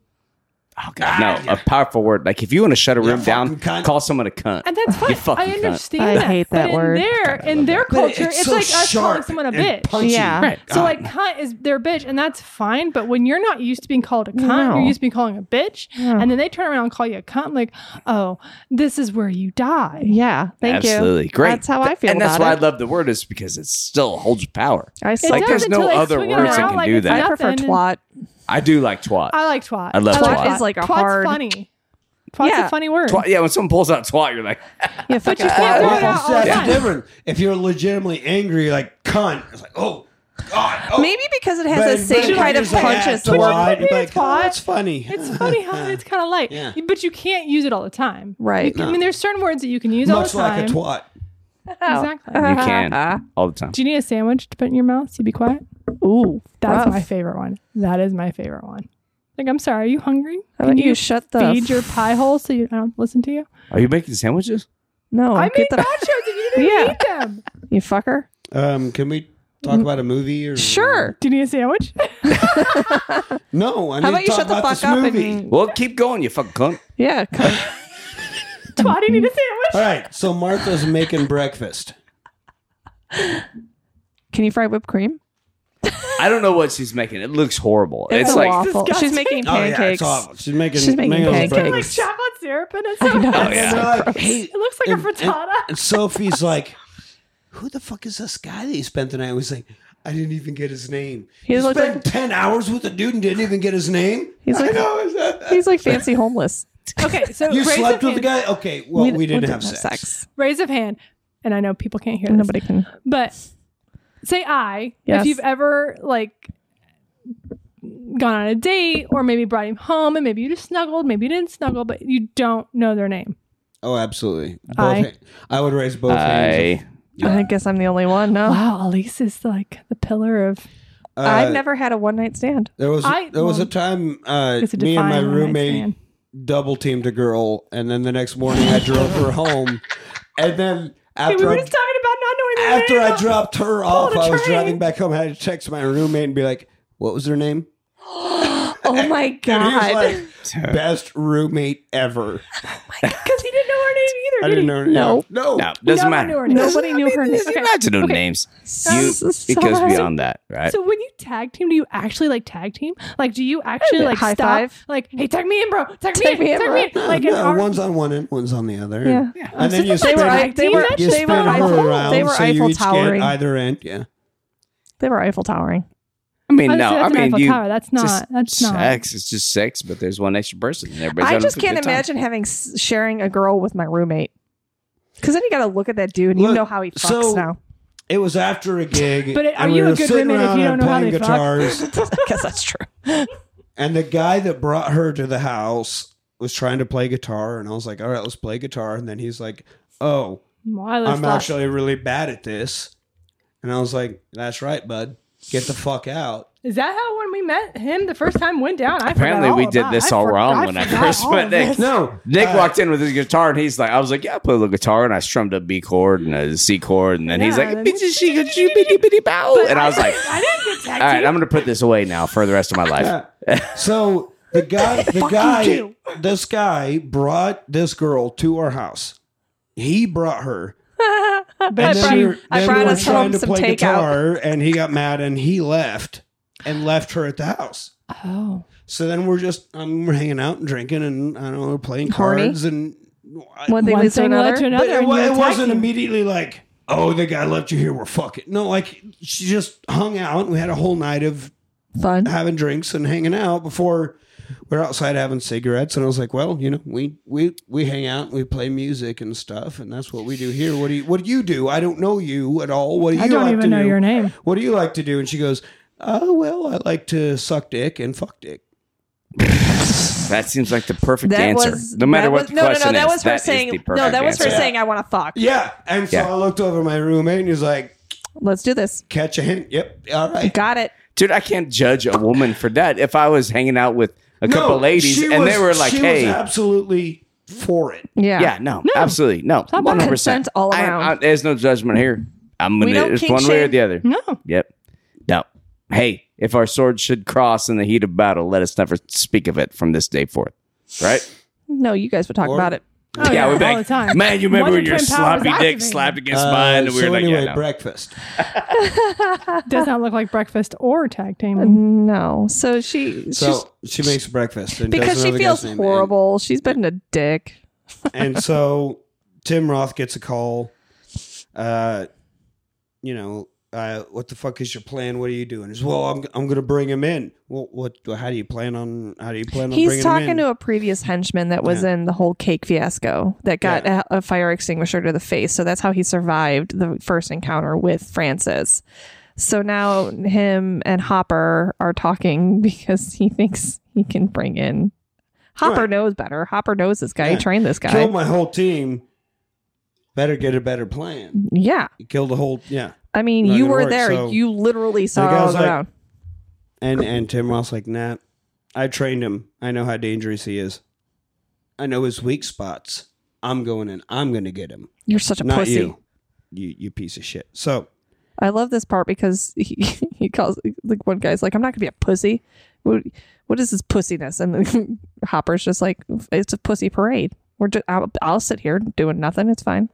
Speaker 3: Oh god, no, a powerful word. Like if you want to shut a room down,
Speaker 1: fucking cunt.
Speaker 3: call someone a cunt.
Speaker 4: And that's
Speaker 3: You
Speaker 4: fine. I
Speaker 3: fucking cunt.
Speaker 4: understand.
Speaker 2: I
Speaker 4: that.
Speaker 2: hate that
Speaker 4: but
Speaker 2: word.
Speaker 4: In their, in their
Speaker 1: But
Speaker 4: culture, it's, like us calling
Speaker 1: sharp
Speaker 4: someone a
Speaker 1: and
Speaker 4: bitch.
Speaker 1: punchy.
Speaker 2: Yeah. Right.
Speaker 3: Ah.
Speaker 4: So like cunt is their bitch, and that's fine. But when you're not used to being called a cunt,
Speaker 2: No.
Speaker 4: you're used to being calling a bitch,
Speaker 2: Yeah.
Speaker 4: and then they turn around and call you a cunt. I'm like, oh, this is where you die.
Speaker 2: Yeah, thank you.
Speaker 3: Absolutely great.
Speaker 2: That's how I feel
Speaker 3: And that's
Speaker 2: about
Speaker 3: why
Speaker 2: it.
Speaker 3: I love the word is because it still holds power.
Speaker 2: I,
Speaker 4: It
Speaker 2: still,
Speaker 3: Like,
Speaker 4: does
Speaker 3: there's
Speaker 4: until
Speaker 3: no
Speaker 4: they
Speaker 3: other
Speaker 4: swing it
Speaker 3: words that
Speaker 4: around
Speaker 3: can
Speaker 4: like
Speaker 3: do
Speaker 4: it's
Speaker 3: that.
Speaker 2: I prefer
Speaker 4: nothing.
Speaker 2: twat.
Speaker 3: I do like
Speaker 2: Uh,
Speaker 3: twat.
Speaker 4: I like twat.
Speaker 3: I love
Speaker 4: like
Speaker 3: twat.
Speaker 2: Twat is like a
Speaker 4: Twat's
Speaker 2: hard-
Speaker 4: funny. Twat's
Speaker 2: Yeah.
Speaker 4: a funny word.
Speaker 3: Twat- yeah, when someone pulls out twat,
Speaker 2: (laughs)
Speaker 3: you're like,
Speaker 2: Yeah,
Speaker 4: But
Speaker 2: fucking
Speaker 4: you can't
Speaker 2: twat.
Speaker 4: do it out all the
Speaker 1: That's
Speaker 4: time.
Speaker 1: different. If you're legitimately angry, like cunt, it's like, oh god, oh.
Speaker 2: Maybe because it
Speaker 1: But-
Speaker 2: has the
Speaker 1: but
Speaker 2: same
Speaker 1: you're
Speaker 2: kind of
Speaker 1: just like,
Speaker 2: punch
Speaker 1: "Ah,
Speaker 2: as
Speaker 1: twat."
Speaker 2: twat.
Speaker 1: You're like, oh,
Speaker 4: Twat.
Speaker 1: that's funny.
Speaker 4: It's funny
Speaker 3: (laughs)
Speaker 4: how it's kind of light,
Speaker 1: Yeah.
Speaker 4: but you can't use it all the time.
Speaker 2: Right.
Speaker 4: You can- I mean, there's certain words that you can use all the
Speaker 1: Much
Speaker 4: time.
Speaker 1: like a twat.
Speaker 2: Oh.
Speaker 4: Exactly.
Speaker 3: you can all the time.
Speaker 4: Do you need a sandwich to put in your mouth so you be quiet?
Speaker 2: Ooh,
Speaker 4: That's
Speaker 2: rough.
Speaker 4: my favorite one. That is my favorite one. Like, I'm sorry, are you hungry?
Speaker 2: How
Speaker 4: Can
Speaker 2: about you shut the
Speaker 4: feed your pie hole so you, I don't listen to you?
Speaker 3: Are you making sandwiches?
Speaker 2: no?
Speaker 4: I made
Speaker 2: Oh, get the
Speaker 4: nachos
Speaker 2: (laughs)
Speaker 4: and you didn't
Speaker 2: Yeah.
Speaker 4: eat them.
Speaker 2: you fucker.
Speaker 1: Um, can we talk about a movie or
Speaker 2: Sure.
Speaker 4: Do you need a sandwich? (laughs)
Speaker 1: No, I need
Speaker 2: How about
Speaker 1: to
Speaker 2: you
Speaker 1: talk
Speaker 2: shut the
Speaker 1: about
Speaker 2: fuck
Speaker 1: this
Speaker 2: up
Speaker 1: movie.
Speaker 2: and
Speaker 3: Well, keep going, you fucking cunt.
Speaker 2: yeah, come
Speaker 4: Twat, do you need a sandwich?
Speaker 2: (laughs)
Speaker 1: All right, so Martha's making breakfast.
Speaker 2: Can you fry whipped cream?
Speaker 3: I don't know what she's making. It looks horrible. It's,
Speaker 2: a
Speaker 3: like,
Speaker 2: waffle.
Speaker 4: disgusting.
Speaker 2: She's making
Speaker 1: Oh yeah, it's
Speaker 2: pancakes.
Speaker 1: awful. She's making
Speaker 2: She's making
Speaker 1: mangoes
Speaker 2: pancakes.
Speaker 4: Like
Speaker 1: breakfast.
Speaker 4: chocolate syrup and it's so
Speaker 2: know.
Speaker 4: gross.
Speaker 2: Oh, (laughs)
Speaker 1: And they're like, hey,
Speaker 4: It looks like a
Speaker 1: and- and-
Speaker 4: frittata.
Speaker 1: And Sophie's like, who the fuck is this guy that you spent the night with? He's like, I didn't even get his name.
Speaker 2: He
Speaker 1: you
Speaker 2: looked
Speaker 1: spent 10 hours with a dude and didn't even get his name?
Speaker 2: He's
Speaker 1: I
Speaker 2: like-
Speaker 1: know. is that-
Speaker 2: (laughs) He's like fancy homeless.
Speaker 4: Okay,
Speaker 1: (laughs)
Speaker 4: so
Speaker 1: you
Speaker 4: raise
Speaker 1: slept
Speaker 4: of
Speaker 1: with a
Speaker 4: hand.
Speaker 1: guy? Okay, well, we, didn't,
Speaker 2: we
Speaker 1: have, sex.
Speaker 4: Raise of hand. And I know people can't hear this.
Speaker 2: Nobody can.
Speaker 4: But say I
Speaker 2: Yes.
Speaker 4: if you've ever like gone on a date or maybe brought him home and maybe you just snuggled, maybe you didn't snuggle, but you don't know their name.
Speaker 1: Oh, absolutely. Both
Speaker 4: Aye.
Speaker 1: hand- I would raise both hands.
Speaker 3: I
Speaker 2: I guess I'm the only one. No,
Speaker 4: Wow, Elise is like the pillar of.
Speaker 1: Uh,
Speaker 2: I've never had a one night
Speaker 3: (gasps)
Speaker 2: stand.
Speaker 1: There was
Speaker 4: I-
Speaker 1: there was a
Speaker 4: well,
Speaker 1: time uh,
Speaker 4: It's a
Speaker 1: me and my
Speaker 4: defining
Speaker 1: roommate double teamed a girl, and then the next morning I drove her home, and then
Speaker 4: (laughs) Hey, we
Speaker 1: after
Speaker 4: were
Speaker 1: I,
Speaker 4: just talking about not knowing the
Speaker 1: after
Speaker 4: way
Speaker 1: I
Speaker 4: out.
Speaker 1: dropped her off,
Speaker 4: the
Speaker 1: I was
Speaker 4: train.
Speaker 1: driving back home. I had to text my roommate and be like, "What was her name?"
Speaker 2: Oh
Speaker 1: (laughs)
Speaker 2: my
Speaker 1: And he was
Speaker 2: god!
Speaker 1: like, "Best roommate ever."
Speaker 4: because he didn't know her name either.
Speaker 1: I
Speaker 4: did
Speaker 1: didn't
Speaker 4: he?
Speaker 1: know. Her
Speaker 2: No.
Speaker 1: no,
Speaker 3: no, doesn't
Speaker 4: Nobody
Speaker 3: matter.
Speaker 4: knew her name. Nobody knew her name.
Speaker 3: You're
Speaker 4: Okay.
Speaker 3: not to know
Speaker 4: Okay.
Speaker 3: names.
Speaker 2: (laughs) So-
Speaker 3: You, it goes
Speaker 2: so-
Speaker 3: beyond that, right?
Speaker 4: So when you tag team, do you actually like tag team? Like, do you actually
Speaker 2: Yeah,
Speaker 4: like
Speaker 2: high
Speaker 4: stop?
Speaker 2: five.
Speaker 4: Like, hey, tag me in, bro. Tag,
Speaker 2: Tag
Speaker 4: me
Speaker 2: me
Speaker 4: in.
Speaker 2: in,
Speaker 4: Tag
Speaker 2: bro.
Speaker 4: me in. Like, an
Speaker 1: no,
Speaker 4: ar-
Speaker 1: one's on one end, one's on the other.
Speaker 2: Yeah.
Speaker 3: Yeah.
Speaker 1: And then you
Speaker 4: They
Speaker 1: spin,
Speaker 4: were
Speaker 2: I- they were-
Speaker 1: you
Speaker 2: they
Speaker 1: spin
Speaker 2: were
Speaker 1: her
Speaker 2: Eiffel-
Speaker 1: around,
Speaker 2: they were
Speaker 1: so you
Speaker 2: Eiffel
Speaker 1: each get
Speaker 2: towering.
Speaker 1: either end. Yeah.
Speaker 2: They were Eiffel towering.
Speaker 3: I mean,
Speaker 4: Oh,
Speaker 3: no,
Speaker 4: so
Speaker 3: I
Speaker 4: that's an
Speaker 3: mean,
Speaker 4: Eiffel
Speaker 3: you
Speaker 4: Tower. That's not.
Speaker 3: just
Speaker 4: that's not.
Speaker 3: sex. It's just sex, but there's one extra person and everybody's
Speaker 2: I
Speaker 3: having
Speaker 2: just
Speaker 3: a good
Speaker 2: can't
Speaker 3: time.
Speaker 2: imagine having s- sharing a girl with my roommate. Because then you got to look at that dude and you
Speaker 1: Look,
Speaker 2: know how he fucks
Speaker 1: so- (laughs)
Speaker 2: now. (laughs)
Speaker 1: It was after a gig.
Speaker 4: But are
Speaker 1: and we
Speaker 4: you a
Speaker 1: were
Speaker 4: good
Speaker 1: sitting
Speaker 4: roommate if
Speaker 1: around
Speaker 4: you don't
Speaker 1: and
Speaker 4: know how
Speaker 1: playing
Speaker 4: they fuck?
Speaker 1: guitars,
Speaker 4: (laughs)
Speaker 2: I guess that's true.
Speaker 1: and the guy that brought her to the house was trying to play guitar, and I was like, "All right, let's play guitar." And then he's like, "Oh,
Speaker 4: Why let's
Speaker 1: I'm
Speaker 4: not-
Speaker 1: actually really bad at this," and I was like, "That's right, bud. Get the fuck out."
Speaker 4: Is that how when we met him the first time went down? I
Speaker 3: (laughs)
Speaker 4: forgot
Speaker 3: Apparently,
Speaker 4: all
Speaker 3: we did
Speaker 4: about-
Speaker 3: this
Speaker 4: I
Speaker 3: all
Speaker 4: for-
Speaker 3: wrong when I
Speaker 4: forgot
Speaker 3: first
Speaker 4: all
Speaker 3: met
Speaker 4: of
Speaker 3: Nick.
Speaker 4: this.
Speaker 1: No,
Speaker 3: Nick
Speaker 1: uh,
Speaker 3: walked in with his guitar and he's like, I was like, yeah, I play a little guitar and I strummed a B chord and a C chord. And then he's
Speaker 4: Yeah,
Speaker 3: like,
Speaker 4: and then-
Speaker 3: bitch, she could you bitty bitty bow. And I was like,
Speaker 4: I didn't get
Speaker 3: all
Speaker 4: tagged.
Speaker 3: right, I'm going to put this away now for the rest of
Speaker 1: (sighs)
Speaker 3: my life.
Speaker 1: Yeah. so the guy, the
Speaker 4: Fuck you
Speaker 1: guy,
Speaker 4: too.
Speaker 1: this guy brought this girl to our house. He brought her.
Speaker 2: I
Speaker 1: then
Speaker 2: brought-
Speaker 1: we were-
Speaker 2: I
Speaker 1: then
Speaker 2: brought
Speaker 1: we were
Speaker 2: us
Speaker 1: trying
Speaker 2: home
Speaker 1: to
Speaker 2: some
Speaker 1: play
Speaker 2: takeout.
Speaker 1: guitar, and he got mad and he left and left her at the house.
Speaker 4: Oh,
Speaker 1: So then we're just um, we're hanging out and drinking, and I don't know, we're playing
Speaker 2: Horny?
Speaker 1: cards and. I-
Speaker 2: One thing
Speaker 4: one
Speaker 2: leads to
Speaker 4: thing led to
Speaker 2: another.
Speaker 1: but
Speaker 4: another.
Speaker 1: it,
Speaker 4: and
Speaker 1: wa-
Speaker 4: you
Speaker 1: it
Speaker 4: attacked
Speaker 1: wasn't
Speaker 4: him.
Speaker 1: immediately like, oh, the guy left you here. We're fucking no. Like she just hung out. and We had a whole night of
Speaker 2: Fun.
Speaker 1: having drinks and hanging out before we are outside having cigarettes. And I was like, well, you know, we we we hang out, and we play music and stuff, and that's what we do here. What do you What do you do? I don't know you at all. What do you
Speaker 4: I don't
Speaker 1: like to
Speaker 4: even know
Speaker 1: do?
Speaker 4: your name.
Speaker 1: What do you like to do? And she goes, oh well, I like to suck dick and fuck dick.
Speaker 3: That seems like the perfect
Speaker 2: That
Speaker 3: answer.
Speaker 2: was
Speaker 3: no matter
Speaker 2: that
Speaker 3: what
Speaker 2: was,
Speaker 3: the
Speaker 2: no, no,
Speaker 3: question
Speaker 2: no. That
Speaker 3: is,
Speaker 2: was her
Speaker 3: is
Speaker 2: saying.
Speaker 3: the
Speaker 2: no,
Speaker 3: perfect
Speaker 2: that was her
Speaker 3: answer.
Speaker 2: saying. I want to fuck.
Speaker 1: Yeah. And so
Speaker 3: Yeah.
Speaker 1: I looked over at my roommate and he's like,
Speaker 2: Let's do this.
Speaker 1: catch a hint. Yep. All right.
Speaker 2: Got it.
Speaker 3: Dude, I can't judge a woman for that. If I was hanging out with a
Speaker 1: No,
Speaker 3: couple ladies
Speaker 1: she
Speaker 3: and
Speaker 1: was-
Speaker 3: they were like,
Speaker 1: she
Speaker 3: hey,
Speaker 1: was absolutely for it.
Speaker 2: Yeah.
Speaker 3: Yeah, no, absolutely, no,
Speaker 4: about
Speaker 3: one hundred
Speaker 2: consent
Speaker 3: percent
Speaker 2: all around.
Speaker 3: there's no judgment here. I'm
Speaker 2: We
Speaker 3: gonna
Speaker 2: don't
Speaker 3: it's
Speaker 2: kink
Speaker 3: one way or
Speaker 2: shame.
Speaker 3: the other.
Speaker 4: (laughs) No,
Speaker 3: Yep. No. Hey, if our swords should cross in the heat of battle, let us never speak of it from this day forth. Right?
Speaker 2: No, you guys would talk
Speaker 1: Or-
Speaker 2: about it.
Speaker 4: oh, yeah,
Speaker 3: we're
Speaker 4: all the (laughs) time.
Speaker 3: Man, you remember
Speaker 4: One
Speaker 3: when your
Speaker 4: twin power
Speaker 3: sloppy
Speaker 4: was
Speaker 3: dick
Speaker 4: activated.
Speaker 3: slapped against mine,
Speaker 1: Uh,
Speaker 3: and we were
Speaker 1: so
Speaker 3: like,
Speaker 1: anyway,
Speaker 3: yeah, no.
Speaker 1: breakfast.
Speaker 4: Does not look like breakfast or tag team.
Speaker 2: No. So she. she's,
Speaker 1: So she makes breakfast and
Speaker 2: because
Speaker 1: doesn't know the
Speaker 2: she
Speaker 1: guy's
Speaker 2: feels
Speaker 1: name.
Speaker 2: horrible. She's been a dick.
Speaker 1: And, and so Tim Roth gets a call. Uh, you know, uh, what the fuck is your plan? What are you doing? He's, well, I'm I'm gonna bring him in. Well, what? How do you plan on? How do you plan on?
Speaker 2: He's
Speaker 1: bringing him
Speaker 2: talking
Speaker 1: in?
Speaker 2: to a previous henchman that was
Speaker 1: Yeah.
Speaker 2: in the whole cake fiasco that got a, a fire extinguisher to the face. So that's how he survived the first encounter with Francis. So now him and Hopper are talking (laughs) because he thinks he can bring in. Hopper
Speaker 1: Right.
Speaker 2: knows better. Hopper knows this guy.
Speaker 1: Yeah.
Speaker 2: He trained this guy.
Speaker 1: Killed my whole team. Better get a better plan.
Speaker 2: yeah.
Speaker 1: You killed the whole yeah.
Speaker 2: I mean,
Speaker 1: Not
Speaker 2: you
Speaker 1: gonna
Speaker 2: were
Speaker 1: work,
Speaker 2: there.
Speaker 1: so-
Speaker 2: you literally saw it
Speaker 1: guy's
Speaker 2: all go
Speaker 1: like-
Speaker 2: down.
Speaker 1: And and Tim Ross like, nah, I trained him. I know how dangerous he is. I know his weak spots. I'm going in. I'm going to get him.
Speaker 2: You're such a
Speaker 1: Not
Speaker 2: pussy.
Speaker 1: you. You you piece of shit. So
Speaker 2: I love this part because he, (laughs) he calls like one guy's like, "I'm not gonna be a pussy." What, what is this pussiness? And (laughs) Hopper's just like, "It's a pussy parade. We're just, I'll, I'll sit here doing nothing. It's fine."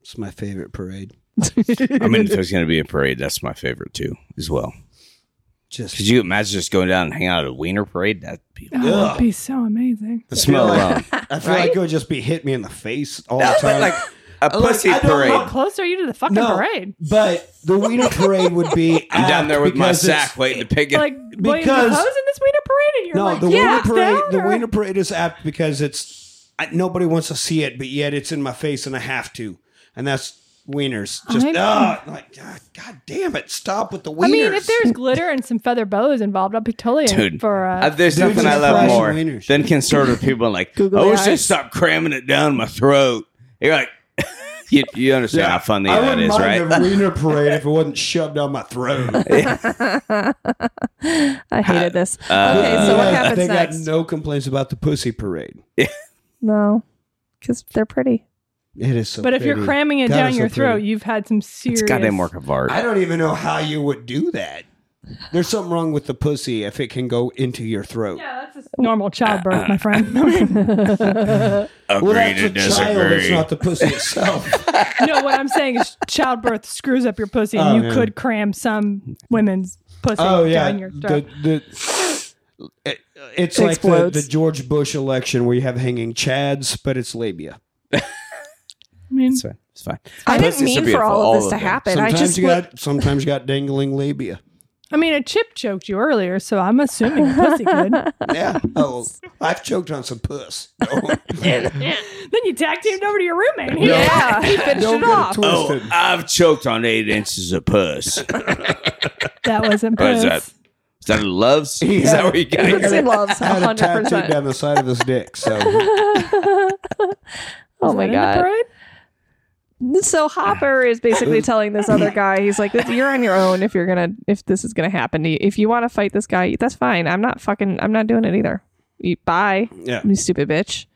Speaker 1: it's my favorite parade.
Speaker 3: I mean, if there's gonna be a parade, that's my favorite too, as well.
Speaker 1: Just
Speaker 3: Could you imagine just going down and hanging out at a wiener parade? That'd be
Speaker 4: Oh,
Speaker 1: Ugh.
Speaker 4: that'd be so amazing.
Speaker 3: the smell alone.
Speaker 1: (laughs) I feel like it would just be hit me in the face
Speaker 3: (laughs)
Speaker 1: all
Speaker 3: No,
Speaker 1: the
Speaker 3: but
Speaker 1: time.
Speaker 3: like a
Speaker 1: Like,
Speaker 3: pussy
Speaker 1: I don't
Speaker 3: parade.
Speaker 1: know.
Speaker 4: How close are you to the fucking
Speaker 1: No.
Speaker 4: parade?
Speaker 1: but the wiener parade would be.
Speaker 3: I'm down
Speaker 1: apt
Speaker 3: there with my
Speaker 1: because it's-
Speaker 3: sack waiting to pick it.
Speaker 4: Like William
Speaker 1: Because-
Speaker 4: Defoe's in this wiener parade, and you're
Speaker 1: No,
Speaker 4: like,
Speaker 1: the
Speaker 4: yeah,
Speaker 1: wiener parade.
Speaker 4: down
Speaker 1: The
Speaker 4: or-
Speaker 1: wiener parade is apt because it's I, nobody wants to see it, but yet it's in my face and I have to, and that's wieners. Just
Speaker 4: I'm-
Speaker 1: ah, like God, God damn it! Stop with the wieners.
Speaker 4: I mean, if there's glitter and some feather bows involved, I'll be totally in
Speaker 3: Dude,
Speaker 4: for uh,
Speaker 3: Uh, there's
Speaker 1: Dude,
Speaker 3: nothing
Speaker 1: just
Speaker 3: I love
Speaker 1: fries
Speaker 3: more
Speaker 1: and wieners.
Speaker 3: than conservative people like,
Speaker 2: (laughs)
Speaker 3: "Oh,
Speaker 2: Googly
Speaker 3: I wish they
Speaker 2: eyes.
Speaker 3: stopped cramming it down my throat. You're like, (laughs) you, you understand how funny that is, right? (laughs)
Speaker 1: a wiener parade if it wasn't shoved down my throat.
Speaker 4: (laughs)
Speaker 2: I hated this. okay,
Speaker 3: Uh,
Speaker 2: so what
Speaker 1: Yeah,
Speaker 2: happens
Speaker 1: They
Speaker 2: next?
Speaker 1: got no complaints about the pussy parade.
Speaker 2: No, because they're pretty.
Speaker 1: It is so.
Speaker 4: But if you're
Speaker 1: pretty.
Speaker 4: cramming it
Speaker 1: God,
Speaker 4: down
Speaker 1: it's so
Speaker 4: your throat,
Speaker 1: pretty.
Speaker 4: you've had some serious.
Speaker 3: It's a goddamn work of art.
Speaker 1: I don't even know how you would do that. There's something wrong with the pussy if it can go into your throat.
Speaker 4: Yeah, that's just normal
Speaker 3: Uh,
Speaker 4: childbirth, my friend. no,
Speaker 1: Well, that's a child. It's not the pussy itself.
Speaker 4: what I'm saying is childbirth screws up your pussy, and
Speaker 1: Oh,
Speaker 4: you
Speaker 1: yeah.
Speaker 4: could cram some women's pussy
Speaker 1: oh yeah,
Speaker 4: down your throat.
Speaker 1: the, the, it, it's
Speaker 2: It
Speaker 1: like the,
Speaker 2: explodes.
Speaker 1: the George Bush election where you have hanging chads, but it's labia.
Speaker 4: I mean,
Speaker 3: It's fine. It's fine.
Speaker 2: I
Speaker 3: Pussies
Speaker 2: didn't
Speaker 3: are
Speaker 2: mean for
Speaker 3: beautiful,
Speaker 2: all of this to
Speaker 3: them.
Speaker 2: happen. I
Speaker 1: sometimes
Speaker 2: just
Speaker 1: you
Speaker 2: wa-
Speaker 1: got sometimes you got dangling labia.
Speaker 4: I mean, a chip choked you earlier, so I'm assuming a pussy could.
Speaker 2: (laughs)
Speaker 1: Yeah. Oh, I've choked on some puss. No,
Speaker 4: then you tag teamed over to your roommate. and he-
Speaker 2: Yeah.
Speaker 4: (laughs) he finished
Speaker 1: don't
Speaker 4: it
Speaker 1: get it
Speaker 4: off.
Speaker 1: twisted.
Speaker 3: Oh, I've choked on eight inches of puss. Is
Speaker 4: That wasn't
Speaker 3: (laughs) What is
Speaker 4: puss.
Speaker 3: that? that loves? Is that where you got it?
Speaker 2: Pussy loves
Speaker 1: I had a tattoo
Speaker 2: 100%.
Speaker 1: down the side of his dick. So
Speaker 2: Oh
Speaker 4: Was
Speaker 2: my
Speaker 4: that in the
Speaker 2: God.
Speaker 4: parade?
Speaker 2: So Hopper is basically telling this other guy, he's like, "You're on your own if you're gonna if this is gonna happen to you. If you want to fight this guy, that's fine. I'm not fucking. I'm not doing it either. You, bye,
Speaker 1: yeah.
Speaker 2: you stupid bitch.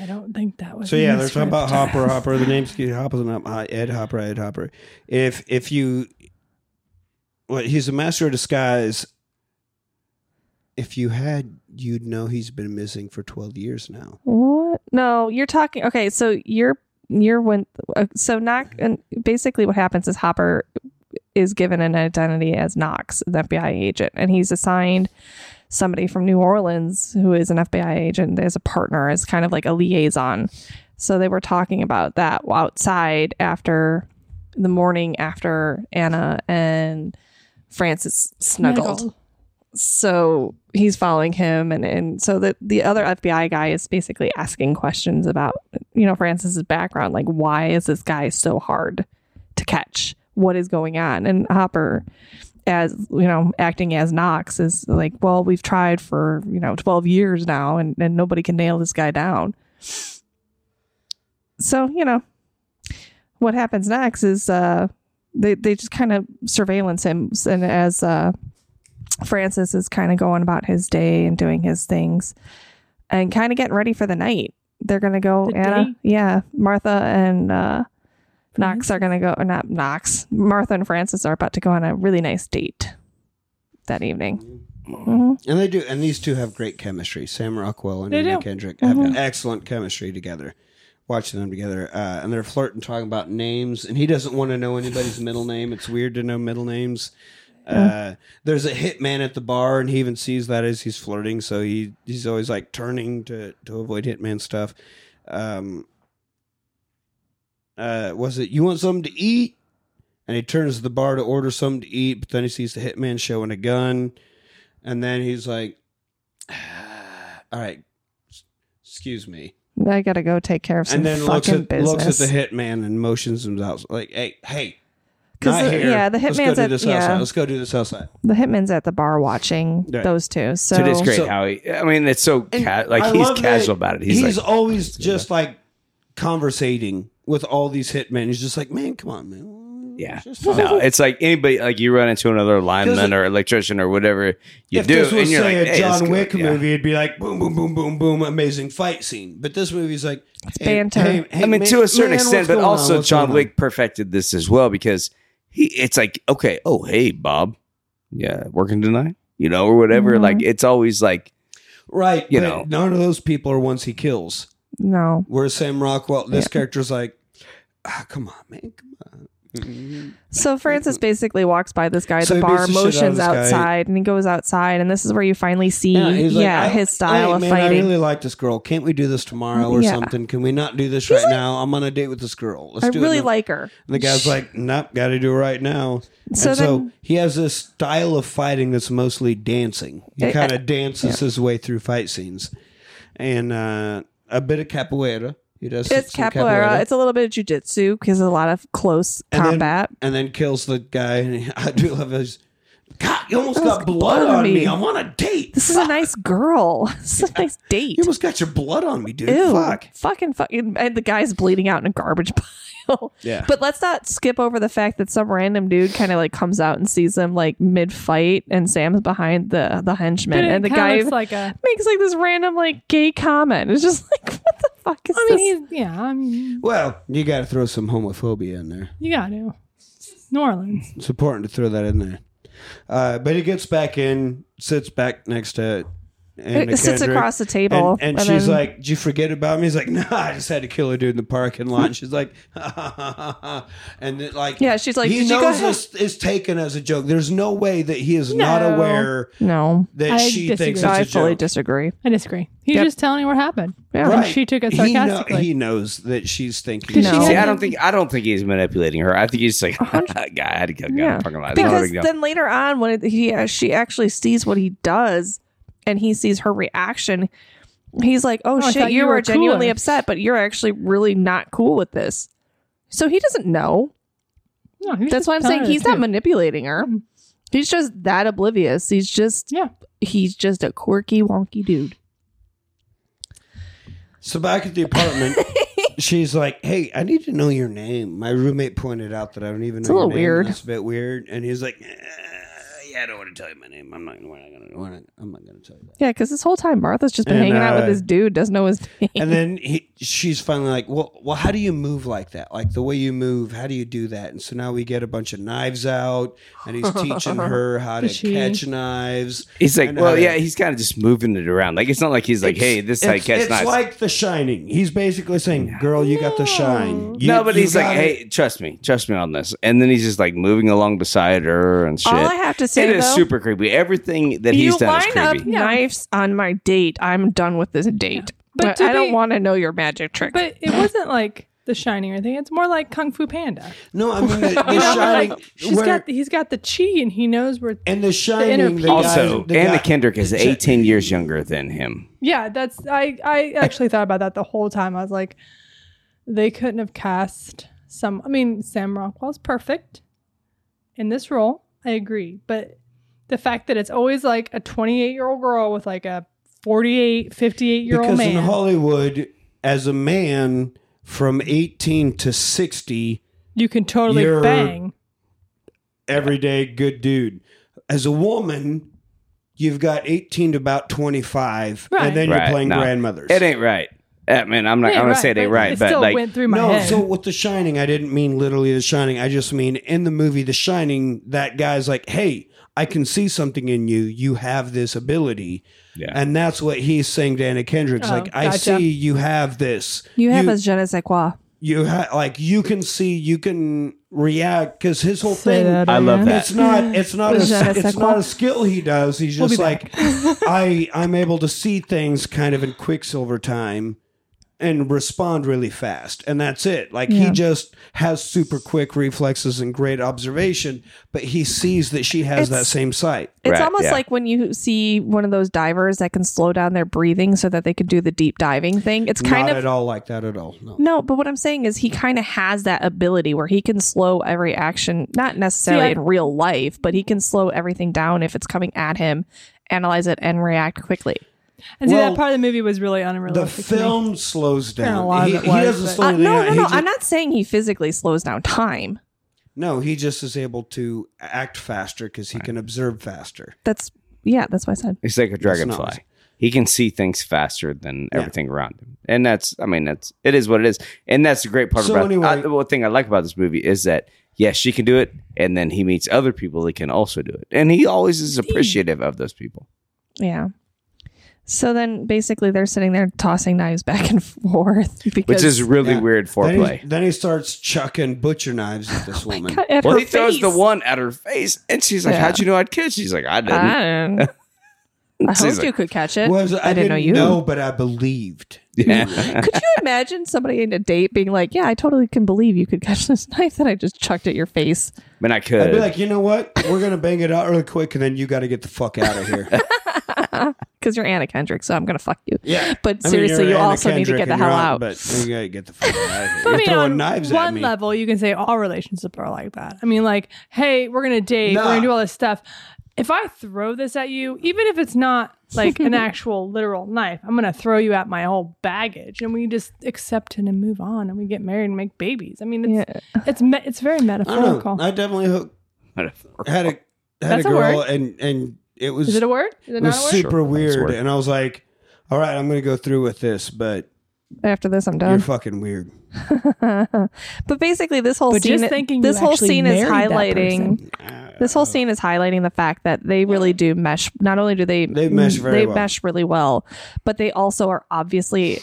Speaker 4: I don't think that was.
Speaker 1: So
Speaker 4: in
Speaker 1: yeah,
Speaker 4: the
Speaker 1: they're talking
Speaker 4: script.
Speaker 1: about Hopper.
Speaker 4: (laughs)
Speaker 1: Hopper. The name's getting Hopper's not uh, Ed Hopper. Ed Hopper. If if you, well, he's a master of disguise. If you had, you'd know he's been missing for twelve years now.
Speaker 2: What? No, you're talking. Okay, so you're you're when uh, so knock and basically what happens is Hopper is given an identity as Knox, an FBI agent, and he's assigned somebody from New Orleans who is an FBI agent as a partner, as kind of like a liaison. So they were talking about that outside after the morning after Anna and Francis snuggled
Speaker 4: Snuggle.
Speaker 2: so he's following him and, and so the, the other fbi guy is basically asking questions about you know francis's background like why is this guy so hard to catch what is going on and hopper as you know acting as knox is like well we've tried for you know 12 years now and, and nobody can nail this guy down so you know what happens next is uh they, they just kind of surveillance him and as uh Francis is kind of going about his day and doing his things and kind of getting ready for the night. They're going to go,
Speaker 4: The
Speaker 2: Anna.
Speaker 4: day?
Speaker 2: Yeah. Martha and uh, Knox
Speaker 4: Francis?
Speaker 2: are going to go, or not Knox. Martha and Francis are about to go on a really nice date that evening. Mhm.
Speaker 1: And they do, and these two have great chemistry. Sam Rockwell and
Speaker 4: They
Speaker 1: Anna
Speaker 4: do.
Speaker 1: Kendrick have excellent chemistry together. Watching them together, uh, and they're flirting, talking about names, and he doesn't want to know anybody's middle name. It's weird to know middle names. Uh, there's a hitman at the bar, and he even sees that as he's flirting, so he he's always like turning to to avoid hitman stuff. Um, uh, was it you want something to eat? And he turns to the bar to order something to eat, but then he sees the hitman showing a gun. And then he's like, (sighs) "All right, s- excuse me."
Speaker 2: I got to go take care of some
Speaker 1: and then looks
Speaker 2: fucking
Speaker 1: at
Speaker 2: business.
Speaker 1: looks at the hitman and motions him out like, "Hey, hey,
Speaker 2: 'Cause
Speaker 1: not
Speaker 2: the-
Speaker 1: here.
Speaker 2: yeah, the
Speaker 1: Let's go
Speaker 2: hitman's
Speaker 1: do
Speaker 2: at-
Speaker 1: this
Speaker 2: yeah.
Speaker 1: outside. Let's go do this outside."
Speaker 2: the hitman's at the bar watching
Speaker 1: Right.
Speaker 2: those two. (laughs) So,
Speaker 3: Dude, it's great
Speaker 1: So-
Speaker 3: how he. I mean, it's so
Speaker 1: And
Speaker 3: ca- like
Speaker 1: I
Speaker 3: he's
Speaker 1: love that
Speaker 3: casual about it. He's,
Speaker 1: He's,
Speaker 3: like,
Speaker 1: always just like conversating with all these hitmen. He's just like, "Man, come on, man."
Speaker 3: yeah.
Speaker 1: Just talk." (laughs)
Speaker 3: No, it's like anybody like you run into another lineman or electrician or whatever you
Speaker 1: if
Speaker 3: do,
Speaker 1: this was
Speaker 3: and you're
Speaker 1: say
Speaker 3: like,
Speaker 1: a
Speaker 3: "Hey, this
Speaker 1: John
Speaker 3: guy-
Speaker 1: Wick
Speaker 3: yeah.
Speaker 1: movie, it'd be like boom, boom, boom, boom, boom, amazing fight scene. But this movie's like it's
Speaker 2: banter.
Speaker 3: I mean, to a certain extent, but also John Wick perfected this as well because he. It's like, okay, oh hey, Bob, yeah, working tonight, you know, or whatever.
Speaker 1: Mm-hmm.
Speaker 2: Mhm.
Speaker 3: Like, it's always like,
Speaker 1: Right.
Speaker 3: You
Speaker 1: but
Speaker 3: know.
Speaker 1: none of those people are ones he kills.
Speaker 2: no.
Speaker 1: Whereas Sam Rockwell, this character's like, ah, come on, man, come on. Mhm.
Speaker 2: So Francis basically walks by this guy at
Speaker 1: So
Speaker 2: the
Speaker 1: he
Speaker 2: bar,
Speaker 1: beats the shit out of
Speaker 2: motions
Speaker 1: this guy.
Speaker 2: outside, and he goes outside, and this is where you finally see, yeah,
Speaker 1: he's like, I-
Speaker 2: his style
Speaker 1: hey,
Speaker 2: of
Speaker 1: man,
Speaker 2: fighting.
Speaker 1: I really like this girl. Can't we do this tomorrow or
Speaker 2: Yeah.
Speaker 1: something? Can we not do this right now? I'm on a date with this girl. Let's
Speaker 2: I
Speaker 1: do it.
Speaker 2: really
Speaker 1: now."
Speaker 2: like her.
Speaker 1: And the guy's like, nope, got to do it right now.
Speaker 2: So
Speaker 1: and so
Speaker 2: then-
Speaker 1: he has this style of fighting that's mostly dancing. He
Speaker 2: Eh,
Speaker 1: kind of dances his way through fight scenes, and uh, a bit of capoeira. He does
Speaker 2: It's
Speaker 1: some
Speaker 2: capoeira. It's a little bit of jujitsu because a lot of close
Speaker 1: And then-
Speaker 2: combat.
Speaker 1: and then kills the guy. And (laughs) I do love his. God, you almost got
Speaker 2: Almost
Speaker 1: blood
Speaker 2: blood on
Speaker 1: on me.
Speaker 2: me.
Speaker 1: I'm on a date.
Speaker 2: this is a nice girl. (laughs) This is a nice date.
Speaker 1: (laughs) You almost got your blood on me, dude.
Speaker 2: Ew,
Speaker 1: Fuck.
Speaker 2: fucking fucking and the guy's bleeding out in a garbage (laughs) pile.
Speaker 1: Yeah.
Speaker 2: But let's not skip over the fact that some random dude kind of like comes out and sees them like mid fight and Sam's behind the the henchman
Speaker 4: But it
Speaker 2: and the
Speaker 4: kinda
Speaker 2: guy
Speaker 4: looks like a.
Speaker 2: makes like this random like gay comment. It's just (laughs) like what the fuck is
Speaker 4: I
Speaker 2: this?
Speaker 4: mean, he's yeah. I mean,
Speaker 1: Well, you got to throw some homophobia in there.
Speaker 4: you got to. It's New Orleans.
Speaker 1: It's important to throw that in there. Uh, but he gets back in, sits back next to. Anna
Speaker 2: it sits
Speaker 1: Kendrick.
Speaker 2: across the table
Speaker 1: And, and she's
Speaker 2: then-
Speaker 1: like, "Did you forget about me?" He's like, "Nah, I just had to kill a dude in the parking lot." And she's like, (laughs) and then, like,
Speaker 2: Yeah, she's like,
Speaker 1: he
Speaker 2: "Did you go
Speaker 1: knows
Speaker 2: ahead?"
Speaker 1: this is taken as a joke. There's no way that he is not
Speaker 4: No.
Speaker 1: aware
Speaker 2: no,
Speaker 1: that
Speaker 4: I
Speaker 1: she thinks
Speaker 4: disagree.
Speaker 1: it's
Speaker 2: I
Speaker 1: a
Speaker 2: fully
Speaker 1: joke.
Speaker 2: disagree.
Speaker 4: I disagree. He's
Speaker 2: Yep.
Speaker 4: just telling you what happened.
Speaker 2: Yeah.
Speaker 4: And
Speaker 1: right?
Speaker 4: she took it
Speaker 1: He kno-
Speaker 4: sarcastically.
Speaker 1: He, knows that she's thinking.
Speaker 4: Did she
Speaker 2: No.
Speaker 3: See, I
Speaker 4: have-
Speaker 3: don't think I don't think he's manipulating her. I think he's like, (laughs) guy, I had to kill a guy in
Speaker 2: Yeah.
Speaker 3: the parking lot. It's not a
Speaker 2: because
Speaker 3: big deal.
Speaker 2: then later on when it, he uh, she actually sees what he does and he sees her reaction he's like oh,
Speaker 4: Oh, I
Speaker 2: shit
Speaker 4: thought
Speaker 2: you,
Speaker 4: you
Speaker 2: were,
Speaker 4: were
Speaker 2: genuinely
Speaker 4: cooler."
Speaker 2: upset but you're actually really not cool with this so he doesn't know
Speaker 4: No, he's
Speaker 2: that's
Speaker 4: just
Speaker 2: why i'm
Speaker 4: telling
Speaker 2: saying
Speaker 4: her the
Speaker 2: he's not
Speaker 4: truth.
Speaker 2: manipulating her
Speaker 4: Mhm.
Speaker 2: he's just that oblivious he's just
Speaker 4: Yeah.
Speaker 2: he's just a quirky wonky dude
Speaker 1: So back at the
Speaker 4: (laughs)
Speaker 1: apartment, she's like, "Hey, I need to know your name." My roommate pointed out that I don't even know.
Speaker 2: It's a
Speaker 1: your
Speaker 2: little
Speaker 1: name,
Speaker 2: weird.
Speaker 1: and It's a bit weird, and he's like, "Uh, "Yeah, I don't want to tell you my name. I'm not. We're not gonna. We're not, I'm not gonna tell you that."
Speaker 2: yeah because this whole time martha's just been
Speaker 1: And,
Speaker 2: hanging out
Speaker 1: uh,
Speaker 2: with this dude doesn't know his name
Speaker 1: And then he, she's finally like, "Well, well, how do you move like that? Like the way you move, how do you do that?" And so now we get a bunch of knives out, and he's teaching her
Speaker 4: (laughs)
Speaker 1: how to
Speaker 4: She-
Speaker 1: catch knives.
Speaker 3: He's like,
Speaker 1: and how
Speaker 3: well,
Speaker 1: to-
Speaker 3: yeah, he's kind of just moving it around. Like it's not like he's like, hey, this side
Speaker 1: it's,
Speaker 3: catch
Speaker 1: it's
Speaker 3: knives.
Speaker 1: like The Shining. He's basically saying, "Girl, you got the shine." You,
Speaker 3: no, but
Speaker 1: you
Speaker 3: he's like,
Speaker 1: got it."
Speaker 3: hey, trust me, trust me on this. And then he's just like moving along beside her and shit.
Speaker 2: all i have to say
Speaker 3: it is
Speaker 2: though,
Speaker 3: super creepy. Everything that
Speaker 2: you
Speaker 3: he's done is
Speaker 2: line up
Speaker 3: creepy.
Speaker 2: knives on my date. I'm done with this date.
Speaker 4: But
Speaker 2: But
Speaker 4: to
Speaker 2: I don't
Speaker 4: be-
Speaker 2: want to know your magic trick.
Speaker 4: But it wasn't like The Shining or anything. It's more like Kung Fu Panda.
Speaker 1: No,
Speaker 4: (laughs)
Speaker 1: I mean the, the
Speaker 4: You know,
Speaker 1: shining.
Speaker 4: like, she's
Speaker 1: where-
Speaker 4: got, he's got the chi and he knows where.
Speaker 1: and the
Speaker 4: inner
Speaker 1: shining. The
Speaker 4: peace.
Speaker 1: guy-
Speaker 3: Also,
Speaker 1: the
Speaker 3: Anna
Speaker 1: guy-
Speaker 3: Kendrick is
Speaker 1: the-
Speaker 3: 18 years younger than him.
Speaker 4: Yeah, that's. I, I actually thought about that the whole time. I was like, they couldn't have cast some. I mean, Sam Rockwell's perfect in this role. I agree. But the fact that it's always like a 28 year old girl with like a 48, 58 year old
Speaker 1: Because
Speaker 4: man.
Speaker 1: in Hollywood, as a man from eighteen to sixty,
Speaker 4: you can totally
Speaker 1: you're-
Speaker 4: bang.
Speaker 1: everyday good dude. As a woman, you've got eighteen to about twenty-five,
Speaker 4: Right.
Speaker 1: and then you're
Speaker 3: Right,
Speaker 1: playing
Speaker 3: no.
Speaker 1: grandmothers.
Speaker 3: It ain't right. I mean, I'm not.
Speaker 4: Yeah,
Speaker 3: I'm gonna say it ain't right,
Speaker 4: it
Speaker 3: but
Speaker 4: still
Speaker 3: like,
Speaker 4: went through my
Speaker 1: no,
Speaker 4: head.
Speaker 1: so with The Shining, I didn't mean literally The Shining. I just mean in the movie The Shining, that guy's like, "Hey, I can see something in you. You have this ability."
Speaker 3: yeah.
Speaker 1: And that's what he's saying to Anna Kendrick's
Speaker 4: Oh,
Speaker 1: like, I
Speaker 4: gotcha.
Speaker 1: see you have this. you,
Speaker 2: je ne sais quoi.
Speaker 1: you ha- like you can see, you can react because his whole
Speaker 4: Say
Speaker 1: thing.
Speaker 4: that
Speaker 3: I love
Speaker 4: again.
Speaker 3: that.
Speaker 1: It's not. It's not. A,
Speaker 2: Je ne sais
Speaker 1: it's
Speaker 2: quoi.
Speaker 1: not a skill he does. He's
Speaker 4: We'll
Speaker 1: just
Speaker 4: be
Speaker 1: like,
Speaker 4: back.
Speaker 1: I. I'm able to see things kind of in quicksilver time, and respond really fast, and that's it. Like he
Speaker 2: Yeah.
Speaker 1: just has super quick reflexes and great observation, but he sees that she has that
Speaker 2: It's-
Speaker 1: same sight.
Speaker 2: It's
Speaker 3: Right,
Speaker 2: almost
Speaker 3: yeah.
Speaker 2: like when you see one of those divers that can slow down their breathing so that they can do the deep diving thing. It's kind
Speaker 1: not
Speaker 2: of
Speaker 1: at all like that at all. No.
Speaker 2: no, but what I'm saying is he kind of has that ability where he can slow every action, not necessarily
Speaker 4: See, I-
Speaker 2: in real life, but he can slow everything down if it's coming at him, analyze it, and react quickly.
Speaker 4: And see,
Speaker 1: Well,
Speaker 4: that part of the movie was really
Speaker 1: The
Speaker 4: unrealistic. to me.
Speaker 1: film slows
Speaker 4: a
Speaker 1: down.
Speaker 4: lot of
Speaker 1: he,
Speaker 4: it
Speaker 1: he
Speaker 4: was,
Speaker 1: doesn't
Speaker 4: but-
Speaker 1: slow
Speaker 2: Uh,
Speaker 1: anything
Speaker 2: no,
Speaker 1: down.
Speaker 2: no,
Speaker 1: He
Speaker 2: no.
Speaker 1: ju-
Speaker 2: I'm not saying he physically slows down time.
Speaker 1: No, he just is able to act faster because he can observe faster.
Speaker 2: That's yeah, that's what I said.
Speaker 3: He's like a
Speaker 1: not.
Speaker 3: dragonfly. He can see things faster than everything around him, and that's. I mean, that's. It is what it is, and that's the great part
Speaker 1: So
Speaker 3: about.
Speaker 1: anyway-
Speaker 3: I, the one thing I like about this movie is that yes, she can do it, and then he meets other people that can also do it, and he always is appreciative of those people.
Speaker 2: Yeah. So then basically they're sitting there tossing knives back and (laughs) forth because
Speaker 3: which is really
Speaker 1: Yeah.
Speaker 3: weird
Speaker 1: Then he,
Speaker 3: foreplay.
Speaker 1: then he starts chucking butcher knives at
Speaker 2: (laughs)
Speaker 1: this woman.
Speaker 2: Cut at
Speaker 3: (laughs) Well,
Speaker 2: her
Speaker 3: he throws
Speaker 2: face.
Speaker 3: the one at her face, and she's like,
Speaker 2: Yeah.
Speaker 3: "How'd you know I'd catch?" She's like, "I didn't."
Speaker 4: Ah.
Speaker 2: I, don't- I
Speaker 3: She's
Speaker 2: hoped
Speaker 3: like-
Speaker 2: you could catch it.
Speaker 1: Was,
Speaker 2: I, didn't know you.
Speaker 1: but I believed.
Speaker 3: (laughs) yeah.
Speaker 2: (laughs) Could you imagine somebody in a date being like, "Yeah, I totally can believe you could catch this (laughs) knife that I just chucked at your face."
Speaker 3: I mean, I could. (laughs)
Speaker 1: I'd be like, you know what? We're gonna bang it out really quick, and then you got to get the fuck out of here.
Speaker 2: because you're Anna Kendrick, so I'm gonna fuck you.
Speaker 1: Yeah.
Speaker 2: But
Speaker 1: I mean,
Speaker 2: seriously,
Speaker 1: you're
Speaker 2: you
Speaker 1: Anna
Speaker 2: also need to
Speaker 1: Kendrick
Speaker 2: get the
Speaker 1: and
Speaker 2: hell
Speaker 1: you're on-
Speaker 2: out.
Speaker 1: But you gotta get the fuck out
Speaker 2: (laughs)
Speaker 1: of here.
Speaker 4: But
Speaker 1: You're
Speaker 4: I mean,
Speaker 1: throwing
Speaker 4: on
Speaker 1: knives
Speaker 4: one
Speaker 1: at me.
Speaker 4: level, you can say all relationships are like that. I mean, like, hey, we're gonna date, we're
Speaker 1: Nah.
Speaker 4: gonna do all this stuff. If I throw this at you, even if it's not
Speaker 1: (laughs)
Speaker 4: like an actual literal knife, I'm gonna throw you at my whole baggage, and we just accept it and move on, and we get married and make babies. I mean, it's it's me- it's very
Speaker 1: I don't know.
Speaker 4: metaphorical.
Speaker 1: I definitely hooked, had a had
Speaker 4: That's
Speaker 1: a
Speaker 4: a
Speaker 1: girl,
Speaker 4: word.
Speaker 1: and and it was
Speaker 4: Is it a word? Is it
Speaker 1: it was
Speaker 4: not a word?
Speaker 1: super
Speaker 3: Sure, that's a
Speaker 1: weird,
Speaker 3: word.
Speaker 1: and I was like, "All right, I'm gonna go through with this, but
Speaker 2: After this, I'm
Speaker 1: you're
Speaker 2: done.
Speaker 1: fucking weird."
Speaker 2: (laughs) but basically, this whole
Speaker 4: But
Speaker 2: scene,
Speaker 4: just thinking
Speaker 2: this
Speaker 4: you
Speaker 2: whole
Speaker 4: actually
Speaker 2: scene is
Speaker 4: married that
Speaker 2: highlighting.
Speaker 1: Uh,
Speaker 2: This whole scene is highlighting the fact that they really do mesh. Not only do they
Speaker 1: They mesh very
Speaker 2: they
Speaker 1: well.
Speaker 2: mesh really well, but they also are obviously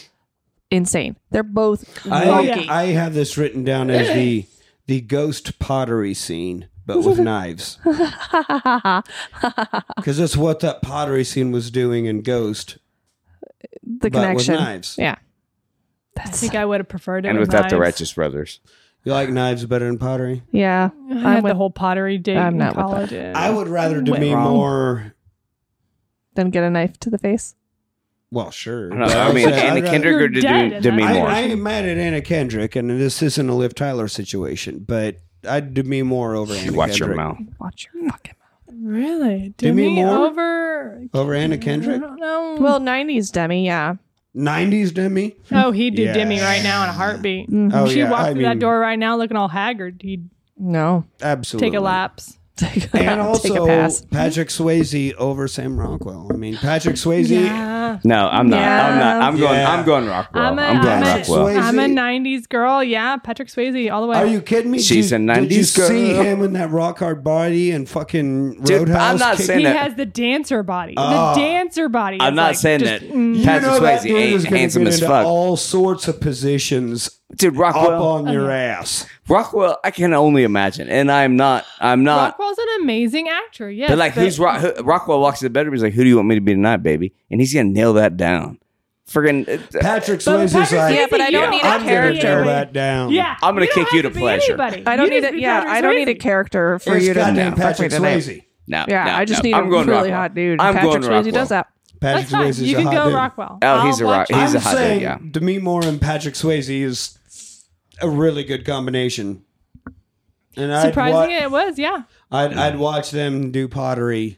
Speaker 2: insane. They're both
Speaker 1: I
Speaker 2: wonky.
Speaker 1: I have this written down as the the ghost pottery scene, but
Speaker 4: (laughs)
Speaker 1: with knives,
Speaker 2: (laughs)
Speaker 1: because that's what that pottery scene was doing in Ghost,
Speaker 2: the
Speaker 1: but
Speaker 2: connection.
Speaker 1: with knives.
Speaker 2: Yeah,
Speaker 4: I think I would have preferred it.
Speaker 3: and
Speaker 4: with
Speaker 3: without the
Speaker 4: knives.
Speaker 3: Righteous Brothers.
Speaker 1: You like knives better than pottery?
Speaker 2: yeah.
Speaker 4: I
Speaker 2: I'm
Speaker 4: had the
Speaker 2: with-
Speaker 4: whole pottery date
Speaker 2: I'm
Speaker 4: in
Speaker 2: not with that.
Speaker 4: college.
Speaker 1: I would rather to
Speaker 4: Went
Speaker 1: me
Speaker 4: wrong.
Speaker 1: more.
Speaker 2: Then get a knife to the face.
Speaker 1: Well, sure.
Speaker 3: I don't
Speaker 1: but
Speaker 3: know. I
Speaker 1: would
Speaker 3: mean,
Speaker 1: say I'd
Speaker 3: Anna
Speaker 1: rather-
Speaker 3: Kendrick or
Speaker 4: You're dead,
Speaker 3: Demi
Speaker 4: and
Speaker 3: Demi
Speaker 4: that's-
Speaker 1: I,
Speaker 3: Moore.
Speaker 1: I ain't mad at Anna Kendrick, and this isn't a Liv Tyler situation, but I'd do me more over Anna
Speaker 3: Watch
Speaker 1: Kendrick.
Speaker 3: your mouth.
Speaker 2: Watch your fucking
Speaker 4: Really?
Speaker 1: Demi
Speaker 4: Demi
Speaker 1: Moore?
Speaker 4: over?
Speaker 1: Over Anna
Speaker 4: I
Speaker 1: Kendrick?
Speaker 4: don't know.
Speaker 2: mouth. Well, '90s Demi, yeah.
Speaker 1: 90s Demi?
Speaker 4: Oh, he'd do
Speaker 1: Yeah.
Speaker 4: Demi right now in a heartbeat.
Speaker 2: Mhm.
Speaker 1: Oh,
Speaker 4: if she
Speaker 1: yeah,
Speaker 4: walked
Speaker 1: I
Speaker 4: through that
Speaker 1: mean-
Speaker 4: door right now looking all haggard, he'd
Speaker 2: No,
Speaker 1: Absolutely.
Speaker 4: take a lapse. (laughs)
Speaker 2: take a,
Speaker 1: And also,
Speaker 2: take a pass. (laughs)
Speaker 1: Patrick Swayze over Sam Rockwell. I mean, Patrick Swayze.
Speaker 4: Yeah.
Speaker 3: No, I'm not. I'm not. I'm going.
Speaker 1: Yeah.
Speaker 3: I'm going Rockwell.
Speaker 4: I'm
Speaker 3: I'm,
Speaker 4: a,
Speaker 3: going
Speaker 4: I'm, a,
Speaker 3: Rockwell.
Speaker 4: I'm a
Speaker 1: Swayze.
Speaker 4: 90s girl. Yeah, Patrick Swayze all the way.
Speaker 1: Are you kidding me?
Speaker 3: She's
Speaker 1: did,
Speaker 3: a
Speaker 1: Did you
Speaker 3: 90s girl.
Speaker 1: see him in that rock hard body and fucking
Speaker 3: Dude,
Speaker 1: Roadhouse?
Speaker 3: I'm not
Speaker 1: kick-
Speaker 3: saying
Speaker 4: he
Speaker 3: that-
Speaker 4: has the dancer body.
Speaker 1: Oh.
Speaker 4: the dancer body.
Speaker 3: I'm
Speaker 4: is
Speaker 3: not
Speaker 4: like
Speaker 3: saying
Speaker 4: just-
Speaker 3: that
Speaker 4: mm.
Speaker 1: You
Speaker 3: Patrick
Speaker 1: know that
Speaker 3: Swayze
Speaker 1: dude
Speaker 3: ain't
Speaker 1: is gonna
Speaker 3: handsome
Speaker 1: get
Speaker 3: as
Speaker 1: into
Speaker 3: fuck.
Speaker 1: all sorts of positions
Speaker 3: Dude,
Speaker 1: up
Speaker 3: Rockwell.
Speaker 1: on your ass.
Speaker 3: Rockwell. I can only imagine, and I'm not. I'm not.
Speaker 4: Rockwell's an amazing actor. Yes.
Speaker 3: but like, who's Rock, who, Rockwell walks in the bedroom? He's like, "Who do you want me to be tonight, baby?" And he's gonna nail that down. Friggin', uh,
Speaker 1: Patrick
Speaker 4: But
Speaker 1: Swayze's
Speaker 4: Patrick
Speaker 1: like,
Speaker 4: Swayze,
Speaker 2: Yeah, but I don't
Speaker 4: you
Speaker 2: need a
Speaker 1: I'm gonna
Speaker 2: character.
Speaker 1: tear that down.
Speaker 4: Yeah.
Speaker 3: I'm gonna
Speaker 4: don't
Speaker 3: kick
Speaker 4: have
Speaker 3: you
Speaker 4: to
Speaker 3: to
Speaker 4: be
Speaker 3: pleasure.
Speaker 4: anybody.
Speaker 2: I don't
Speaker 4: You
Speaker 2: need
Speaker 4: just
Speaker 2: a
Speaker 4: be
Speaker 2: yeah.
Speaker 4: Patrick
Speaker 2: I don't need a
Speaker 4: Swayze.
Speaker 2: character for
Speaker 1: It's
Speaker 2: you to
Speaker 1: goddamn
Speaker 2: fuck me
Speaker 1: Patrick
Speaker 2: tonight.
Speaker 1: Swayze.
Speaker 3: no,
Speaker 2: Yeah,
Speaker 3: no,
Speaker 2: I just
Speaker 3: no.
Speaker 2: need
Speaker 3: I'm
Speaker 2: a
Speaker 3: going
Speaker 2: really
Speaker 3: Rockwell.
Speaker 2: hot dude.
Speaker 3: I'm
Speaker 2: Patrick
Speaker 3: going
Speaker 2: Swayze
Speaker 3: Rockwell. (laughs)
Speaker 2: does that.
Speaker 1: Patrick
Speaker 4: That's fine.
Speaker 1: Swayze's
Speaker 4: You
Speaker 1: a
Speaker 4: can
Speaker 1: hot
Speaker 4: go
Speaker 1: dude.
Speaker 4: Rockwell.
Speaker 3: Oh,
Speaker 4: I'll
Speaker 3: he's a rock-
Speaker 4: watch it.
Speaker 3: he's-
Speaker 1: I'm
Speaker 3: a hot dude,
Speaker 1: saying
Speaker 3: yeah.
Speaker 1: Demi Moore and Patrick Swayze is a really good combination. And I'd,
Speaker 4: Surprising
Speaker 1: wa-
Speaker 4: it was, yeah.
Speaker 1: I'd, I'd watch them do pottery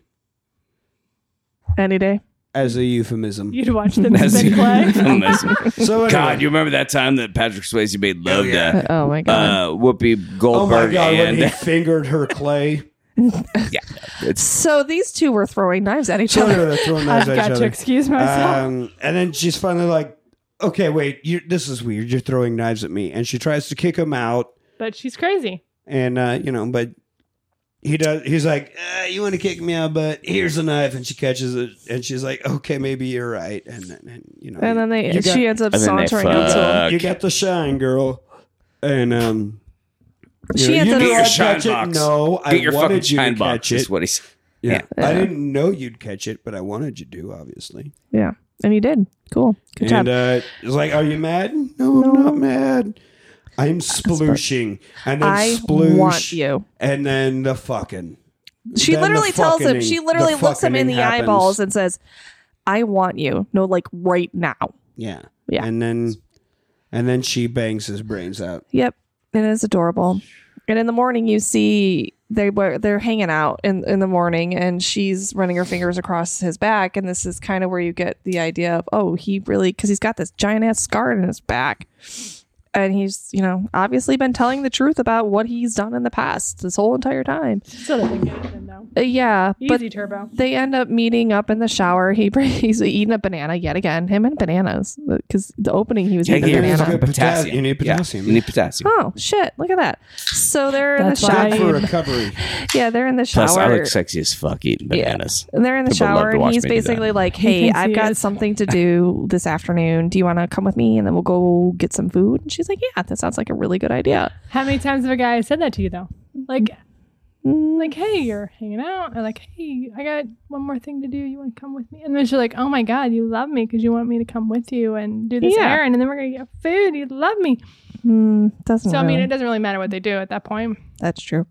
Speaker 2: Any day.
Speaker 1: as a
Speaker 4: (laughs)
Speaker 1: euphemism.
Speaker 4: You'd
Speaker 3: (laughs)
Speaker 4: watch the music play.
Speaker 3: That's-
Speaker 1: So anyway,
Speaker 3: God, you remember that time that Patrick Swayze made love to
Speaker 2: Oh my god.
Speaker 3: uh, Whoopi
Speaker 1: oh my
Speaker 3: Goldberg
Speaker 1: God, when
Speaker 3: and
Speaker 1: he fingered her clay.
Speaker 2: so these two were throwing knives at each
Speaker 1: Two of
Speaker 2: other.
Speaker 1: them throwing
Speaker 4: I've
Speaker 1: knives at
Speaker 4: got
Speaker 1: each
Speaker 4: to
Speaker 1: other.
Speaker 4: excuse myself.
Speaker 1: Um, and then she's finally like, okay, wait, you this is weird. You're throwing knives at me. And she tries to kick him out.
Speaker 4: but she's crazy.
Speaker 1: and uh, you know, but he does. He's like, uh, "You want to kick me out, but here's a knife." And she catches it, and she's like, "Okay, maybe you're right." And then, and, you know,
Speaker 2: And then they
Speaker 1: you
Speaker 2: she ends up
Speaker 3: And then they
Speaker 2: sauntering up to him.
Speaker 1: got, you got the shine, girl, and um, you
Speaker 2: She
Speaker 1: know,
Speaker 2: ends
Speaker 1: you
Speaker 2: up-
Speaker 1: knew
Speaker 2: Get
Speaker 3: your
Speaker 1: I'd
Speaker 3: shine
Speaker 1: catch it.
Speaker 3: box.
Speaker 1: No, I
Speaker 3: (laughs) get your fucking
Speaker 1: wanted you to
Speaker 3: shine
Speaker 1: catch
Speaker 3: box.
Speaker 1: it.
Speaker 3: Is what he's.
Speaker 1: yeah.
Speaker 2: Yeah.
Speaker 1: I didn't know you'd catch it, but I wanted you to, obviously.
Speaker 2: Yeah. And he did. Cool. Good
Speaker 1: and
Speaker 2: job.
Speaker 1: uh, it's like, "Are you mad? No, I'm not mad." I'm splooshing, and then
Speaker 2: I
Speaker 1: sploosh,
Speaker 2: want you.
Speaker 1: and then the fucking.
Speaker 2: She
Speaker 1: Then the
Speaker 2: literally tells him,
Speaker 1: fuckening-
Speaker 2: she literally
Speaker 1: the
Speaker 2: looks him in the
Speaker 1: fuckening happens.
Speaker 2: eyeballs and says, I want you. No, like right now.
Speaker 1: Yeah.
Speaker 2: Yeah.
Speaker 1: And then and then she bangs his brains out.
Speaker 2: Yep, it is adorable. And in the morning, you see they were they're hanging out in in the morning, and she's running her fingers across his back, and this is kind of where you get the idea of oh, he really because he's got this giant ass scar in his back, and he's you know obviously been telling the truth about what he's done in the past this whole entire time.
Speaker 4: Still doesn't get it in, though.
Speaker 2: Uh, yeah, but
Speaker 4: Easy turbo.
Speaker 2: they end up meeting up in the shower. He br- (laughs) he's eating a banana yet again. Him and bananas because the opening he was
Speaker 3: Yeah,
Speaker 2: eating
Speaker 3: yeah,
Speaker 2: a
Speaker 3: yeah.
Speaker 1: It's
Speaker 2: banana.
Speaker 1: good potassium. You need
Speaker 3: Yeah,
Speaker 1: potassium.
Speaker 3: You need potassium.
Speaker 2: Oh shit! Look at that. So they're in the
Speaker 4: That's why
Speaker 2: shower.
Speaker 1: Good for recovery.
Speaker 2: Yeah, they're in the shower.
Speaker 3: Plus, I look sexy as fuck eating bananas.
Speaker 2: and they're in the
Speaker 3: People love
Speaker 2: shower,
Speaker 3: to
Speaker 2: and
Speaker 3: watch
Speaker 2: he's
Speaker 3: me do that.
Speaker 2: basically like, "Hey,
Speaker 4: thinks
Speaker 2: I've
Speaker 4: he
Speaker 2: got
Speaker 4: is.
Speaker 2: something to do this afternoon. Do you want to come with me, and then we'll go get some food?" And she's like, "Yeah, that sounds like a really good idea."
Speaker 4: How many times have a guy said that to you, though? Like,
Speaker 2: Mm,
Speaker 4: like, hey, you're hanging out, or like, hey, I got one more thing to do. You want to come with me? And then she's like, oh my god, you love me because you want me to come with you and do this
Speaker 2: Yeah.
Speaker 4: errand, and then we're gonna get food. You love me.
Speaker 2: Mm, doesn't
Speaker 4: So I mean,
Speaker 2: really-
Speaker 4: it doesn't really matter what they do at that point.
Speaker 2: that's true.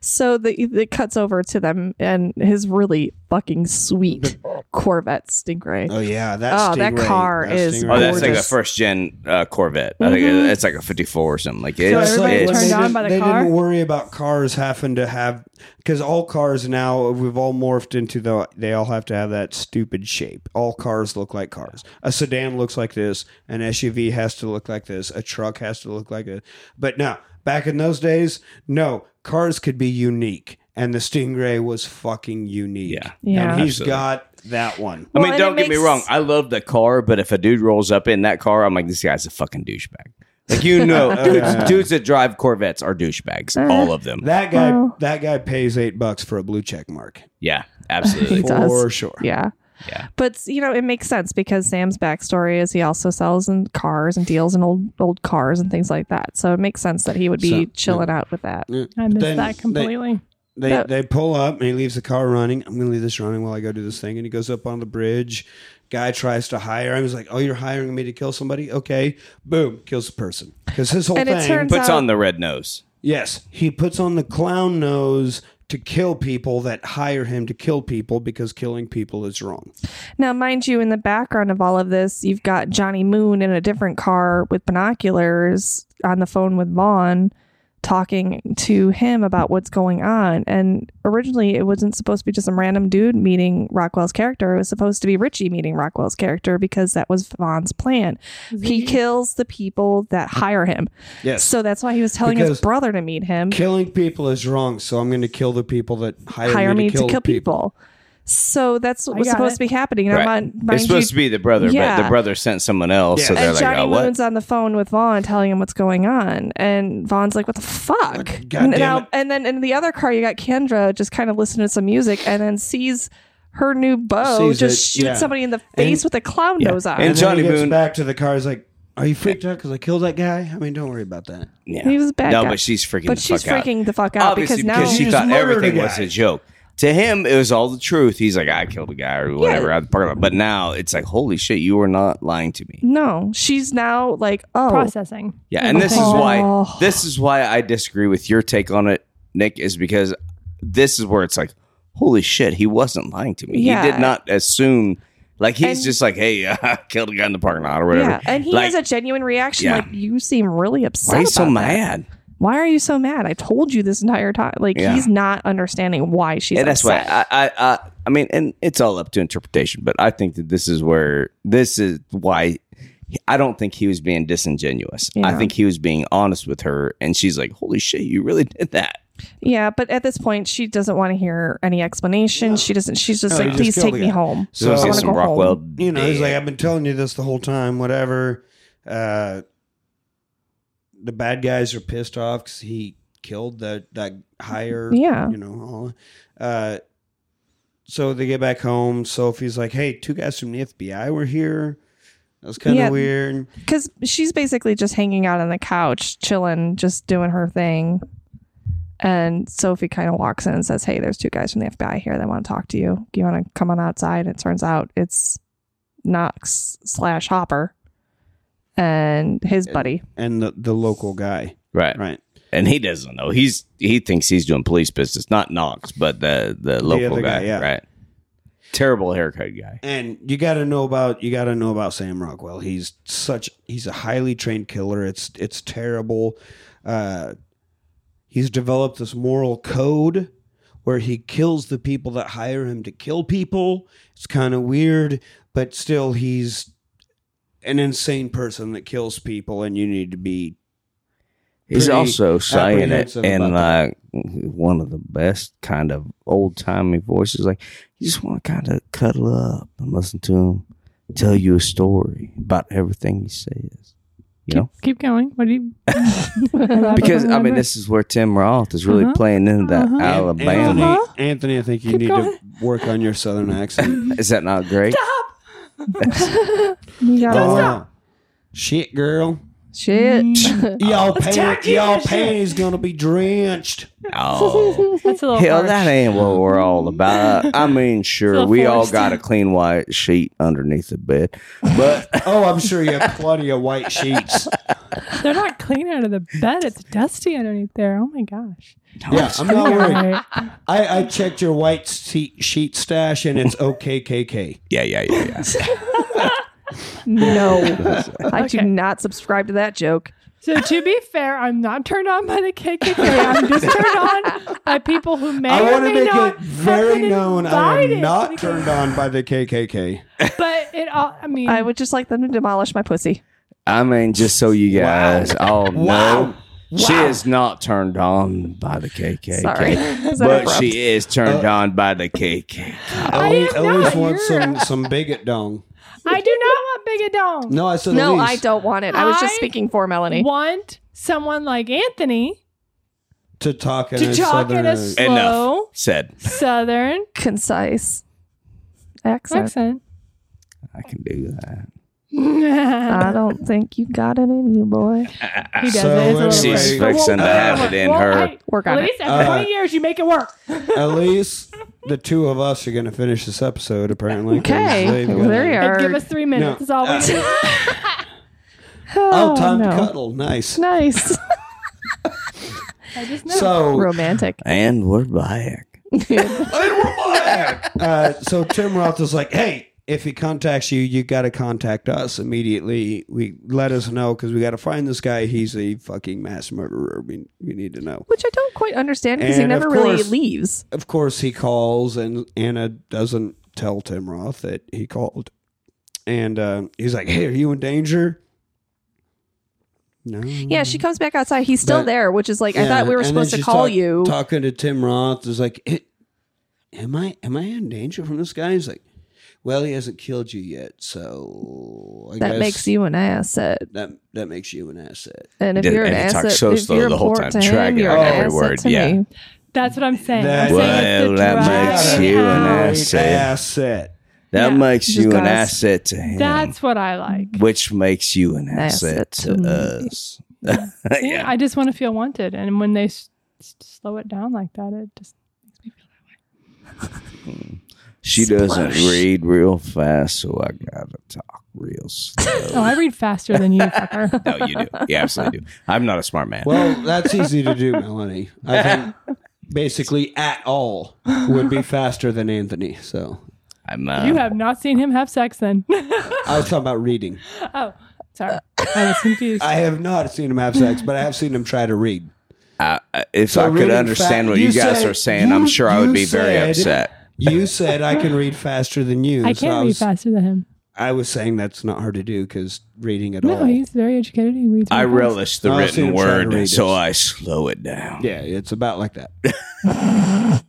Speaker 2: So the it cuts over to them and his really fucking
Speaker 3: (laughs)
Speaker 2: sweet Corvette Stingray.
Speaker 1: Oh yeah, that
Speaker 2: Oh, that
Speaker 1: Stingray-
Speaker 2: car is
Speaker 3: Oh, that's like a
Speaker 2: Gorgeous.
Speaker 3: first gen uh, Corvette. I think
Speaker 2: Mhm.
Speaker 3: it's like a 54 or something. Like
Speaker 4: So
Speaker 3: it's,
Speaker 4: everybody
Speaker 3: it's
Speaker 4: turned
Speaker 1: they
Speaker 4: on
Speaker 1: didn't-
Speaker 4: by the
Speaker 1: they
Speaker 4: car?
Speaker 1: didn't worry about cars having to have because all cars now we've all morphed into the they all have to have that stupid shape. All cars look like cars. A sedan looks like this. An SUV has to look like this. A truck has to look like a. But no, back in those days, no cars could be unique, and the Stingray was fucking unique.
Speaker 3: Yeah.
Speaker 2: Yeah.
Speaker 1: and he's
Speaker 3: Absolutely.
Speaker 1: got that one.
Speaker 3: I
Speaker 2: Well,
Speaker 3: mean,
Speaker 2: and
Speaker 3: don't
Speaker 2: it
Speaker 3: get me
Speaker 2: makes-
Speaker 3: wrong. I love the car, but if a dude rolls up in that car, I'm like, this guy's a fucking douchebag. Like
Speaker 1: (laughs)
Speaker 3: you know, dudes, dudes that drive Corvettes are douchebags,
Speaker 2: Uh-huh.
Speaker 3: all of them.
Speaker 1: That guy,
Speaker 2: Oh.
Speaker 1: that guy pays eight bucks for a blue check mark
Speaker 3: Yeah,
Speaker 2: (laughs)
Speaker 3: absolutely.
Speaker 2: He does.
Speaker 1: for sure.
Speaker 2: Yeah.
Speaker 3: Yeah.
Speaker 2: But you know, it makes sense because Sam's backstory is he also sells in cars and deals in old old cars and things like that. So it makes sense that he would be
Speaker 1: So-
Speaker 2: chilling out with that.
Speaker 4: I missed
Speaker 1: Then
Speaker 4: that
Speaker 1: they-
Speaker 4: completely.
Speaker 1: They
Speaker 2: That-
Speaker 1: they pull up and he leaves the car running. I'm gonna leave this running while I go do this thing. And he goes up on the bridge. Guy tries to hire him. He's like, "Oh, you're hiring me to kill somebody? Okay." Boom, kills the person because his whole
Speaker 2: And it
Speaker 1: thing.
Speaker 2: turns-
Speaker 3: Puts
Speaker 2: So-
Speaker 3: on the red nose.
Speaker 1: yes, he puts on the clown nose to kill people that hire him to kill people because killing people is
Speaker 2: (laughs)
Speaker 1: wrong.
Speaker 2: Now, mind you, in the background of all of this, you've got Johnny Moon in a different car with binoculars on the phone with Vaughn talking to him about what's going on. And originally, it wasn't supposed to be just some random dude meeting Rockwell's character. It was supposed to be Richie meeting Rockwell's character because that was Vaughn's plan. He kills the people that hire him.
Speaker 1: Yes.
Speaker 2: So that's why he was telling
Speaker 1: Because-
Speaker 2: his brother to meet him
Speaker 1: Killing people is wrong, so I'm going to kill the people that hire,
Speaker 2: hire
Speaker 1: me,
Speaker 2: me
Speaker 1: kill, people.
Speaker 2: So that's what was
Speaker 4: got
Speaker 2: supposed
Speaker 4: it.
Speaker 2: to be happening. Now,
Speaker 3: Right.
Speaker 2: mind, mind
Speaker 3: it's supposed
Speaker 2: you,
Speaker 3: to be the brother, but
Speaker 2: Yeah.
Speaker 3: the brother sent someone else,
Speaker 1: Yeah.
Speaker 3: so they're
Speaker 2: and
Speaker 3: like,
Speaker 2: Johnny
Speaker 3: oh, what?
Speaker 2: Moon's on the phone with Vaughn telling him what's going on. And Vaughn's like, what the fuck?
Speaker 1: God damn
Speaker 2: now,
Speaker 1: it.
Speaker 2: (laughs) and then in the other car, you got Kendra just kind of listening to some music and then sees her new beau
Speaker 1: Sees
Speaker 2: just
Speaker 1: it,
Speaker 2: shoot
Speaker 1: yeah.
Speaker 2: somebody in the face with a clown nose on.
Speaker 3: And
Speaker 1: And, Johnny
Speaker 3: Johnny
Speaker 1: he gets
Speaker 3: Moon-
Speaker 1: back to the car. He's like, "Are you freaked out because I killed that guy? I mean, don't worry about that."
Speaker 3: Yeah.
Speaker 2: He was a bad
Speaker 3: No,
Speaker 2: guy.
Speaker 3: but she's freaking.
Speaker 2: but
Speaker 3: the
Speaker 2: she's
Speaker 3: fuck out.
Speaker 2: freaking the fuck out because
Speaker 3: Obviously,
Speaker 2: now
Speaker 3: because she
Speaker 1: You just
Speaker 3: thought
Speaker 1: murdered
Speaker 3: everything
Speaker 1: a
Speaker 3: was
Speaker 1: guy.
Speaker 3: a joke. To him, it was all the truth. He's like, I killed a guy or whatever out of the parking lot. But now it's like, holy shit, you are not lying to me.
Speaker 2: no, she's now like, oh,
Speaker 4: Processing.
Speaker 3: Yeah, and this is
Speaker 2: Oh.
Speaker 3: why this is why I disagree with your take on it, Nick, is because this is where it's like, holy shit, he wasn't lying to me. He
Speaker 2: Yeah.
Speaker 3: did not assume. Like he's
Speaker 2: And-
Speaker 3: just like, hey, (laughs) uh, I killed a guy in the parking lot or whatever.
Speaker 2: yeah. And he
Speaker 3: Like,
Speaker 2: has a genuine reaction.
Speaker 3: Yeah.
Speaker 2: Like, you seem really upset.
Speaker 3: why are you so
Speaker 2: about that.
Speaker 3: mad?
Speaker 2: Why are you so mad? I told you this entire time. Like,
Speaker 3: Yeah.
Speaker 2: he's not understanding why she's
Speaker 3: and that's
Speaker 2: upset.
Speaker 3: why I, I, I, I mean, and it's all up to interpretation. But I think that this is where this is why I don't think he was being disingenuous. I
Speaker 2: Yeah.
Speaker 3: think he was being honest with her, and she's like, "Holy shit, you really did that."
Speaker 2: Yeah, but at this point, she doesn't want to hear any explanation. She doesn't. She's just
Speaker 1: No, you
Speaker 2: like,
Speaker 1: just
Speaker 2: please
Speaker 1: killed
Speaker 2: take
Speaker 1: the
Speaker 2: me
Speaker 1: guy."
Speaker 2: home.
Speaker 1: So-
Speaker 3: So,
Speaker 2: I
Speaker 3: get
Speaker 2: wanna
Speaker 3: some
Speaker 2: go home.
Speaker 3: Rockwell.
Speaker 1: you know, he's like,
Speaker 3: dead.
Speaker 1: I've been telling you this the whole time, whatever. Uh, the bad guys are pissed off because he killed that that higher,
Speaker 2: Yeah.
Speaker 1: you know. All, uh, so they get back home. Sophie's like, hey, two guys from the FBI were here. That was kind of
Speaker 2: Yeah.
Speaker 1: weird.
Speaker 2: Because she's basically just hanging out on the couch, chilling, just doing her thing. And Sophie kind of walks in and says, Hey, there's two guys from the FBI here that want to talk to you. Do you want to come on outside? And it turns out it's Knox slash Hopper and his buddy.
Speaker 1: And the, the local guy,
Speaker 3: right,
Speaker 1: right?
Speaker 3: and he doesn't know. He's he thinks he's doing police business, not Knox, but the the local
Speaker 1: other
Speaker 3: guy,
Speaker 1: guy, yeah.
Speaker 3: right? Terrible haircut guy.
Speaker 1: And you got to know about you got to know about Sam Rockwell. He's such he's a highly trained killer. It's it's terrible. Uh, he's developed this moral code where he kills the people that hire him to kill people. It's kind of weird, but still he's an insane person that kills people, and you need to be
Speaker 3: He's
Speaker 1: Pretty
Speaker 3: also saying it
Speaker 1: apprehensive
Speaker 3: in
Speaker 1: about
Speaker 3: like one of the best kind of old timey voices. Like you just want to kind of cuddle up and listen to him tell you a story about everything he says. You know,
Speaker 4: Keep going. What do you?
Speaker 3: (laughs)
Speaker 4: (laughs)
Speaker 3: because I mean, this is where Tim Roth is really
Speaker 4: Uh-huh.
Speaker 3: playing into that
Speaker 4: Uh-huh.
Speaker 1: An-
Speaker 3: Alabama.
Speaker 1: Anthony, Anthony, I think you
Speaker 4: Keep
Speaker 1: need
Speaker 4: going.
Speaker 1: to work on your
Speaker 4: (laughs)
Speaker 1: southern accent.
Speaker 4: Uh-huh.
Speaker 3: Is that not great?
Speaker 2: You got
Speaker 1: Oh,
Speaker 2: it.
Speaker 1: wow. Shit, girl.
Speaker 2: Shit.
Speaker 1: Y'all, pan- y'all panties gonna be drenched.
Speaker 3: Oh.
Speaker 4: That's a little.
Speaker 3: Hell,
Speaker 4: harsh.
Speaker 3: that ain't what we're all about. I mean, sure,
Speaker 4: So
Speaker 3: we all
Speaker 4: forced.
Speaker 3: got a clean white sheet underneath the bed, but
Speaker 4: (laughs)
Speaker 1: Oh, I'm sure you have plenty of white sheets.
Speaker 4: They're not clean out of the bed. It's dusty underneath there. Oh my gosh.
Speaker 1: Yeah, I'm not
Speaker 4: All
Speaker 1: worried.
Speaker 4: right.
Speaker 1: I, I checked your white se- sheet stash and it's OKKK.
Speaker 3: Yeah, yeah, yeah, yeah.
Speaker 1: (laughs)
Speaker 2: No, I do
Speaker 4: Okay.
Speaker 2: not subscribe to that joke.
Speaker 4: So to be fair, I'm not turned on by the KKK.
Speaker 1: (laughs)
Speaker 4: I'm just turned on by people who may
Speaker 1: I
Speaker 4: or
Speaker 1: want to
Speaker 4: may
Speaker 1: make
Speaker 4: not
Speaker 1: it
Speaker 4: have
Speaker 1: very
Speaker 4: been
Speaker 1: known I
Speaker 4: invited
Speaker 1: am
Speaker 4: to
Speaker 1: not
Speaker 4: the
Speaker 1: turned on by the KKK.
Speaker 4: KKK. But it all. I mean,
Speaker 2: I would just like them to demolish my pussy.
Speaker 3: I mean, just so you guys all know,
Speaker 1: Wow.
Speaker 3: she
Speaker 1: Wow.
Speaker 3: is not turned on by the KKK.
Speaker 2: Sorry, (laughs) Is that
Speaker 3: But
Speaker 2: abrupt?
Speaker 3: she is turned on by the KKK.
Speaker 1: I
Speaker 4: am
Speaker 1: always,
Speaker 4: not.
Speaker 1: want
Speaker 4: You're-
Speaker 1: some, some bigot dong.
Speaker 4: I do not want bigot dong.
Speaker 1: No, I said
Speaker 2: no,
Speaker 1: Elise.
Speaker 2: I don't want it. I was just
Speaker 4: I
Speaker 2: speaking for Melanie.
Speaker 4: Want someone like Anthony
Speaker 1: To talk in
Speaker 4: to
Speaker 1: a
Speaker 4: talk in
Speaker 1: southern.
Speaker 4: a
Speaker 1: uh,
Speaker 4: slow
Speaker 3: Said,
Speaker 2: (laughs)
Speaker 4: Southern
Speaker 2: Concise accent.
Speaker 4: (laughs) accent.
Speaker 3: I can do that.
Speaker 2: I
Speaker 4: he
Speaker 2: don't think you got it in you, boy.
Speaker 4: does
Speaker 1: So
Speaker 4: it. It's a
Speaker 1: anyway-
Speaker 4: little
Speaker 3: She's
Speaker 4: weird.
Speaker 3: fixing to
Speaker 4: Well,
Speaker 3: have it in
Speaker 4: well,
Speaker 3: her.
Speaker 4: hey,
Speaker 2: Work on
Speaker 4: at
Speaker 2: it.
Speaker 4: least after
Speaker 1: Uh,
Speaker 4: 20 years, you make it work.
Speaker 1: Elise, the two of us are going to finish this episode, apparently. 'cause
Speaker 2: Okay,
Speaker 1: they've
Speaker 2: well,
Speaker 1: got-
Speaker 2: there you
Speaker 4: Hey,
Speaker 2: are.
Speaker 4: give us three minutes.
Speaker 1: No.
Speaker 4: Is all we
Speaker 1: Uh,
Speaker 4: need.
Speaker 1: Oh, time
Speaker 2: no.
Speaker 1: to cuddle. Nice.
Speaker 2: Nice, (laughs)
Speaker 4: I just know.
Speaker 1: (laughs) So,
Speaker 4: (laughs)
Speaker 2: romantic.
Speaker 3: And we're back.
Speaker 1: (laughs) uh, so Tim Roth was like, hey, if he contacts you, you got to contact us immediately. We let us know because we got to find this guy. He's a fucking mass murderer. We, we need to know.
Speaker 2: Which I don't quite understand because he
Speaker 1: And of
Speaker 2: never really
Speaker 1: course-
Speaker 2: leaves.
Speaker 1: Of course, he calls, and Anna doesn't tell Tim Roth that he called. And uh, he's like, hey, are you in danger? No.
Speaker 2: Yeah, she comes back outside. He's still
Speaker 1: But-
Speaker 2: there, which is like I
Speaker 1: Yeah,
Speaker 2: thought we were
Speaker 1: and then
Speaker 2: supposed to
Speaker 1: she's
Speaker 2: call
Speaker 1: talk-
Speaker 2: you.
Speaker 1: Talking to Tim Roth is like, "Eh, am I am I in danger from this guy? He's like, well, he hasn't killed you yet, so I
Speaker 2: that
Speaker 1: guess
Speaker 2: makes you an asset,
Speaker 1: that that makes you an asset.
Speaker 2: and if
Speaker 3: Yeah,
Speaker 2: you're an
Speaker 3: and he talks
Speaker 2: asset,
Speaker 3: so
Speaker 2: if
Speaker 3: slow
Speaker 2: you're
Speaker 3: the whole
Speaker 2: important
Speaker 3: time,
Speaker 2: to him,
Speaker 3: dragging
Speaker 2: you're
Speaker 3: on
Speaker 2: an
Speaker 3: every
Speaker 2: asset
Speaker 3: word,
Speaker 2: to
Speaker 3: yeah.
Speaker 2: me.
Speaker 4: That's what I'm saying.
Speaker 1: That-
Speaker 4: I'm saying
Speaker 3: Well,
Speaker 4: it's the
Speaker 3: that
Speaker 4: drag
Speaker 3: makes you an
Speaker 4: out.
Speaker 3: ass. asset.
Speaker 1: asset.
Speaker 3: That
Speaker 2: Yeah,
Speaker 3: makes
Speaker 2: just
Speaker 3: you an
Speaker 2: guys.
Speaker 3: asset to him.
Speaker 4: That's what I like.
Speaker 3: which makes you an
Speaker 2: Asset
Speaker 3: asset
Speaker 2: to
Speaker 3: to
Speaker 2: me.
Speaker 3: us. (laughs)
Speaker 4: Yeah,
Speaker 3: yeah.
Speaker 4: I just want to feel wanted. And when they s- s- slow it down like that, it just
Speaker 3: She doesn't
Speaker 2: Splash.
Speaker 3: read real fast, so I gotta talk real
Speaker 4: oh,
Speaker 3: slow.
Speaker 4: I read faster than you, fucker.
Speaker 3: (laughs) no, you do. You absolutely do. I'm not a smart man.
Speaker 1: Well, that's easy to do, Melanie. I think
Speaker 2: (laughs)
Speaker 1: basically at all would be faster than Anthony. So
Speaker 3: I'm, uh,
Speaker 4: You have not seen him have sex then. (laughs)
Speaker 1: I was talking about reading.
Speaker 4: oh, sorry, I was confused.
Speaker 1: I have not seen him have sex, but I have seen him try to read.
Speaker 3: I- I- if
Speaker 1: So
Speaker 3: I could
Speaker 1: reading
Speaker 3: understand
Speaker 1: fa-
Speaker 3: what you,
Speaker 1: you
Speaker 3: guys
Speaker 1: said-
Speaker 3: are saying,
Speaker 1: you-
Speaker 3: I'm sure I
Speaker 1: you
Speaker 3: would be very
Speaker 1: said-
Speaker 3: upset.
Speaker 1: You said I can read faster than you.
Speaker 4: I
Speaker 1: so
Speaker 4: can't read
Speaker 1: was-
Speaker 4: faster than him.
Speaker 1: I was saying that's not hard to do because reading at
Speaker 4: No,
Speaker 1: all.
Speaker 4: he's very educated. He reads.
Speaker 3: I
Speaker 4: really fast.
Speaker 3: relish the
Speaker 1: I'll see
Speaker 3: written
Speaker 1: him try to read
Speaker 3: word, so
Speaker 1: this.
Speaker 3: I slow it down.
Speaker 1: yeah, it's about like
Speaker 2: (laughs)
Speaker 1: that. The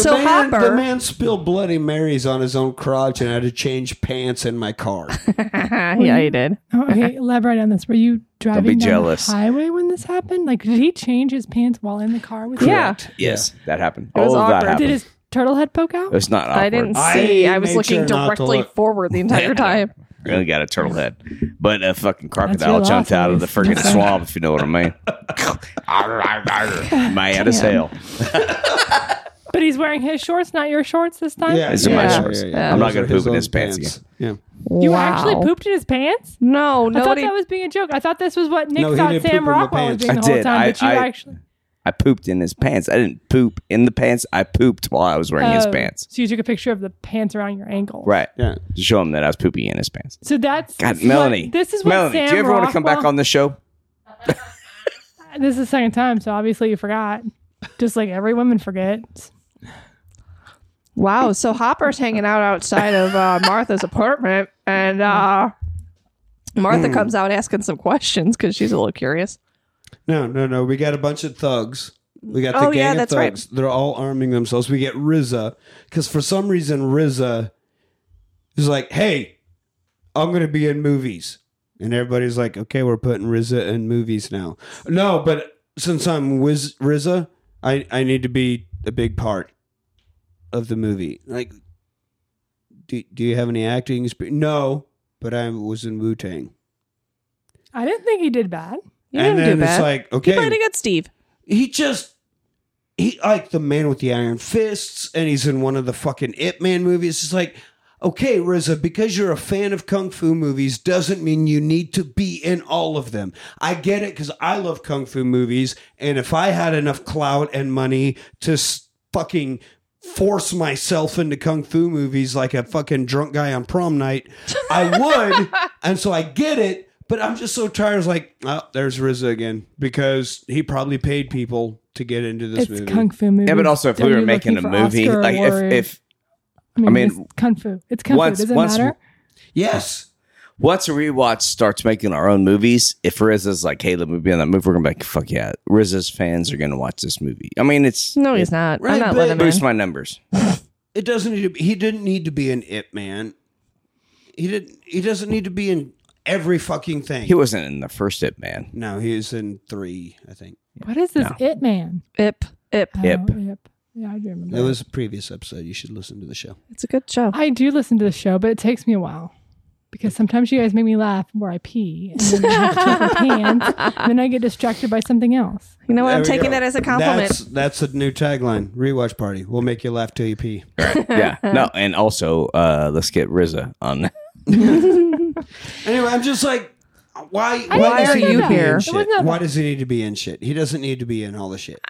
Speaker 2: So
Speaker 1: man,
Speaker 2: Hopper,
Speaker 1: the man spilled Bloody Marys on his own crotch, and I had to change pants in my
Speaker 2: (laughs)
Speaker 1: car.
Speaker 2: (laughs) yeah, he did.
Speaker 4: Oh,
Speaker 3: (laughs)
Speaker 4: okay, elaborate on this. Were you driving
Speaker 3: be
Speaker 4: down
Speaker 3: jealous.
Speaker 4: the highway when this happened? Like, did he change his pants while in the car with you?
Speaker 2: Yeah.
Speaker 3: Yes, that happened.
Speaker 2: It was
Speaker 3: All of that
Speaker 2: awkward.
Speaker 3: happened.
Speaker 4: Did his turtle head poke out?
Speaker 3: it's not awkward.
Speaker 2: I didn't
Speaker 1: I
Speaker 2: see. I was
Speaker 1: made
Speaker 2: looking
Speaker 1: sure not to
Speaker 2: directly
Speaker 1: look.
Speaker 2: forward
Speaker 1: (laughs)
Speaker 2: the entire time.
Speaker 3: really got a turtle head, but a fucking
Speaker 4: your
Speaker 3: crocodile
Speaker 4: loss,
Speaker 3: jumped out of the
Speaker 4: Elise.
Speaker 1: (laughs)
Speaker 3: freaking swamp. If you know what I mean. (laughs) Mad as hell.
Speaker 4: But he's wearing his shorts, not your shorts this time.
Speaker 1: Yeah,
Speaker 3: These are
Speaker 1: yeah,
Speaker 3: my
Speaker 1: yeah,
Speaker 3: shorts.
Speaker 1: yeah, yeah.
Speaker 3: I'm not
Speaker 1: Those
Speaker 3: gonna
Speaker 1: are his
Speaker 3: poop in
Speaker 1: own
Speaker 3: his pants
Speaker 1: Yeah.
Speaker 4: You
Speaker 2: Wow.
Speaker 4: actually pooped in his pants?
Speaker 2: No,
Speaker 4: I thought
Speaker 2: nobody.
Speaker 4: that was being a joke. I thought this was what Nick
Speaker 1: No, he
Speaker 4: thought
Speaker 1: didn't poop in
Speaker 4: Sam
Speaker 1: my
Speaker 4: Rockwell
Speaker 1: pants.
Speaker 4: was doing the
Speaker 3: I
Speaker 4: whole
Speaker 3: did.
Speaker 4: time,
Speaker 3: I-
Speaker 4: but you
Speaker 3: I-
Speaker 4: actually
Speaker 3: I pooped in his pants. I didn't poop in the pants. I pooped while I was wearing his
Speaker 4: Oh,
Speaker 3: pants.
Speaker 4: So you took a picture of the pants around your ankle.
Speaker 3: Right.
Speaker 1: Yeah.
Speaker 3: To show him that I was pooping in his pants.
Speaker 4: So that's
Speaker 3: God,
Speaker 4: what-
Speaker 3: Melanie.
Speaker 4: This is what
Speaker 3: Melanie.
Speaker 4: Sam
Speaker 3: do you ever want to come back
Speaker 4: Rockwell-
Speaker 3: on the show?
Speaker 4: This is the second time, so obviously you forgot. Just like every woman forgets.
Speaker 2: (laughs) Wow. So Hopper's hanging out outside of
Speaker 4: (laughs)
Speaker 2: uh, Martha's apartment, and uh,
Speaker 1: Hmm.
Speaker 2: Martha comes out asking some questions because she's a little curious.
Speaker 1: No, no, no. We got a bunch of thugs. We got the
Speaker 2: Oh,
Speaker 1: gang
Speaker 2: yeah,
Speaker 1: of
Speaker 2: that's right.
Speaker 1: thugs. They're all arming themselves. We get Riza because for some reason Riza is like, "Hey, I'm going to be in movies," and everybody's like, "Okay, we're putting Riza in movies now." No, but since I'm Wiz- Riza, I I need to be a big part of the movie. Like, do do you have any acting? expe- No, but I was in Wu Tang.
Speaker 4: I didn't think he did bad.
Speaker 2: You
Speaker 1: and
Speaker 2: didn't
Speaker 1: then
Speaker 2: do
Speaker 1: it's
Speaker 2: bad.
Speaker 1: like,
Speaker 2: you
Speaker 1: okay,
Speaker 2: played against Steve.
Speaker 1: he just he like the man with the iron fists and he's in one of the fucking it man movies it's just like Okay, Riza, because you're a fan of kung fu movies doesn't mean you need to be in all of them. I get it because I love kung fu movies, and if I had enough clout and money to s- fucking force myself into kung fu movies like a fucking drunk guy on prom night, I
Speaker 4: (laughs)
Speaker 1: would. and so I get it, but I'm just so tired. It's like, oh, there's Riza again because he probably paid people to get into this
Speaker 4: it's
Speaker 1: movie.
Speaker 4: kung fu movie.
Speaker 3: Yeah, but also if we were making a movie, like if, if
Speaker 4: I mean,
Speaker 3: I mean,
Speaker 4: it's kung fu, it's kung
Speaker 3: once-
Speaker 4: fu. Does it
Speaker 3: once-
Speaker 4: matter?
Speaker 1: yes.
Speaker 3: once a rewatch starts making our own movies, if Rizzo's like, hey, let me be on that movie, we're gonna be like, fuck yeah, Rizzo's fans are gonna watch this movie. I mean, it's
Speaker 2: No, he's not.
Speaker 1: Right,
Speaker 2: I'm not
Speaker 1: but-
Speaker 2: letting him
Speaker 3: boost
Speaker 2: in.
Speaker 3: my numbers.
Speaker 1: It doesn't need to be, he didn't need to be an it man. He didn't he doesn't need to be in every fucking thing.
Speaker 3: He wasn't in the first It Man.
Speaker 1: no, he was in three, I think.
Speaker 4: What is this? It man.
Speaker 2: Ip, ip.
Speaker 4: Oh,
Speaker 3: Yep.
Speaker 4: yep. Yeah, I do remember.
Speaker 1: It was a previous episode. You should listen to the show.
Speaker 2: It's a good show.
Speaker 4: I do listen to the show, but it takes me a while because sometimes you guys make me laugh where I pee, and then I have to open pants, and then I get distracted by something else.
Speaker 2: You know what? I'm
Speaker 1: There we
Speaker 2: taking
Speaker 1: go.
Speaker 2: that as a compliment.
Speaker 1: That's that's a new tagline. Rewatch party. We'll make you laugh till you pee.
Speaker 2: (laughs)
Speaker 3: yeah. No, and also uh let's get Rizza on
Speaker 1: Anyway, I'm just like why
Speaker 4: I
Speaker 1: why does
Speaker 2: didn't
Speaker 1: he
Speaker 2: know
Speaker 1: need to
Speaker 2: that.
Speaker 1: be
Speaker 2: It
Speaker 1: in
Speaker 2: was
Speaker 1: shit?
Speaker 4: not-
Speaker 1: Why does he need to be in shit? He doesn't need to be in all the shit.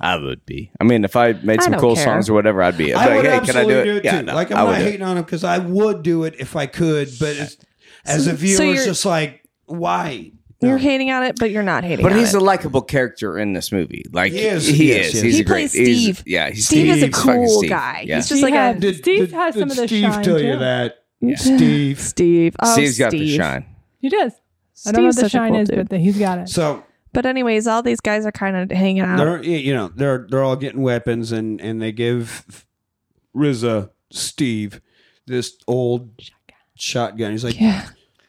Speaker 3: I would be. I mean, if I made
Speaker 2: I
Speaker 3: some
Speaker 2: don't
Speaker 3: cool
Speaker 2: care.
Speaker 3: songs or whatever, I'd be. I'd
Speaker 1: I
Speaker 3: be
Speaker 1: would
Speaker 3: like, hey, can I
Speaker 1: absolutely
Speaker 3: do it?
Speaker 1: do it,
Speaker 3: yeah,
Speaker 1: too.
Speaker 3: no,
Speaker 1: like
Speaker 3: I
Speaker 1: I'm
Speaker 3: would
Speaker 1: not
Speaker 3: do it.
Speaker 1: hating on him because I would do it if I could, but it's, as a
Speaker 2: So- so
Speaker 1: viewer, it's
Speaker 2: you're-
Speaker 1: just like why?
Speaker 2: You're hating on it, but you're not hating
Speaker 3: But
Speaker 2: on
Speaker 3: he's
Speaker 2: it.
Speaker 3: a likable character in this movie. Like
Speaker 1: He is,
Speaker 3: He
Speaker 1: yes,
Speaker 3: is.
Speaker 1: yes.
Speaker 3: He's
Speaker 2: He
Speaker 3: a great.
Speaker 2: plays
Speaker 3: he's-
Speaker 2: Steve.
Speaker 3: yeah, he's
Speaker 2: Steve is a
Speaker 3: He's fucking
Speaker 2: cool
Speaker 3: Steve.
Speaker 2: guy.
Speaker 3: Yeah.
Speaker 2: He's just like
Speaker 4: had-
Speaker 2: a
Speaker 4: Did- Steve has some of the
Speaker 1: Steve
Speaker 4: shine,
Speaker 1: tell you
Speaker 4: too.
Speaker 1: that? Steve.
Speaker 2: Steve. Oh,
Speaker 3: Steve's got the
Speaker 2: Steve.
Speaker 3: shine. (laughs)
Speaker 4: He does. I
Speaker 2: Steve's
Speaker 4: don't know what the
Speaker 2: such a
Speaker 4: shine
Speaker 2: cool
Speaker 4: is,
Speaker 2: dude.
Speaker 4: but the, he's got it.
Speaker 1: So
Speaker 2: But anyways, all these guys are kind of hanging out.
Speaker 1: they're you know they're they're all getting weapons and and they give RZA Steve this old
Speaker 4: Shotgun.
Speaker 1: shotgun. He's like,
Speaker 2: Yeah.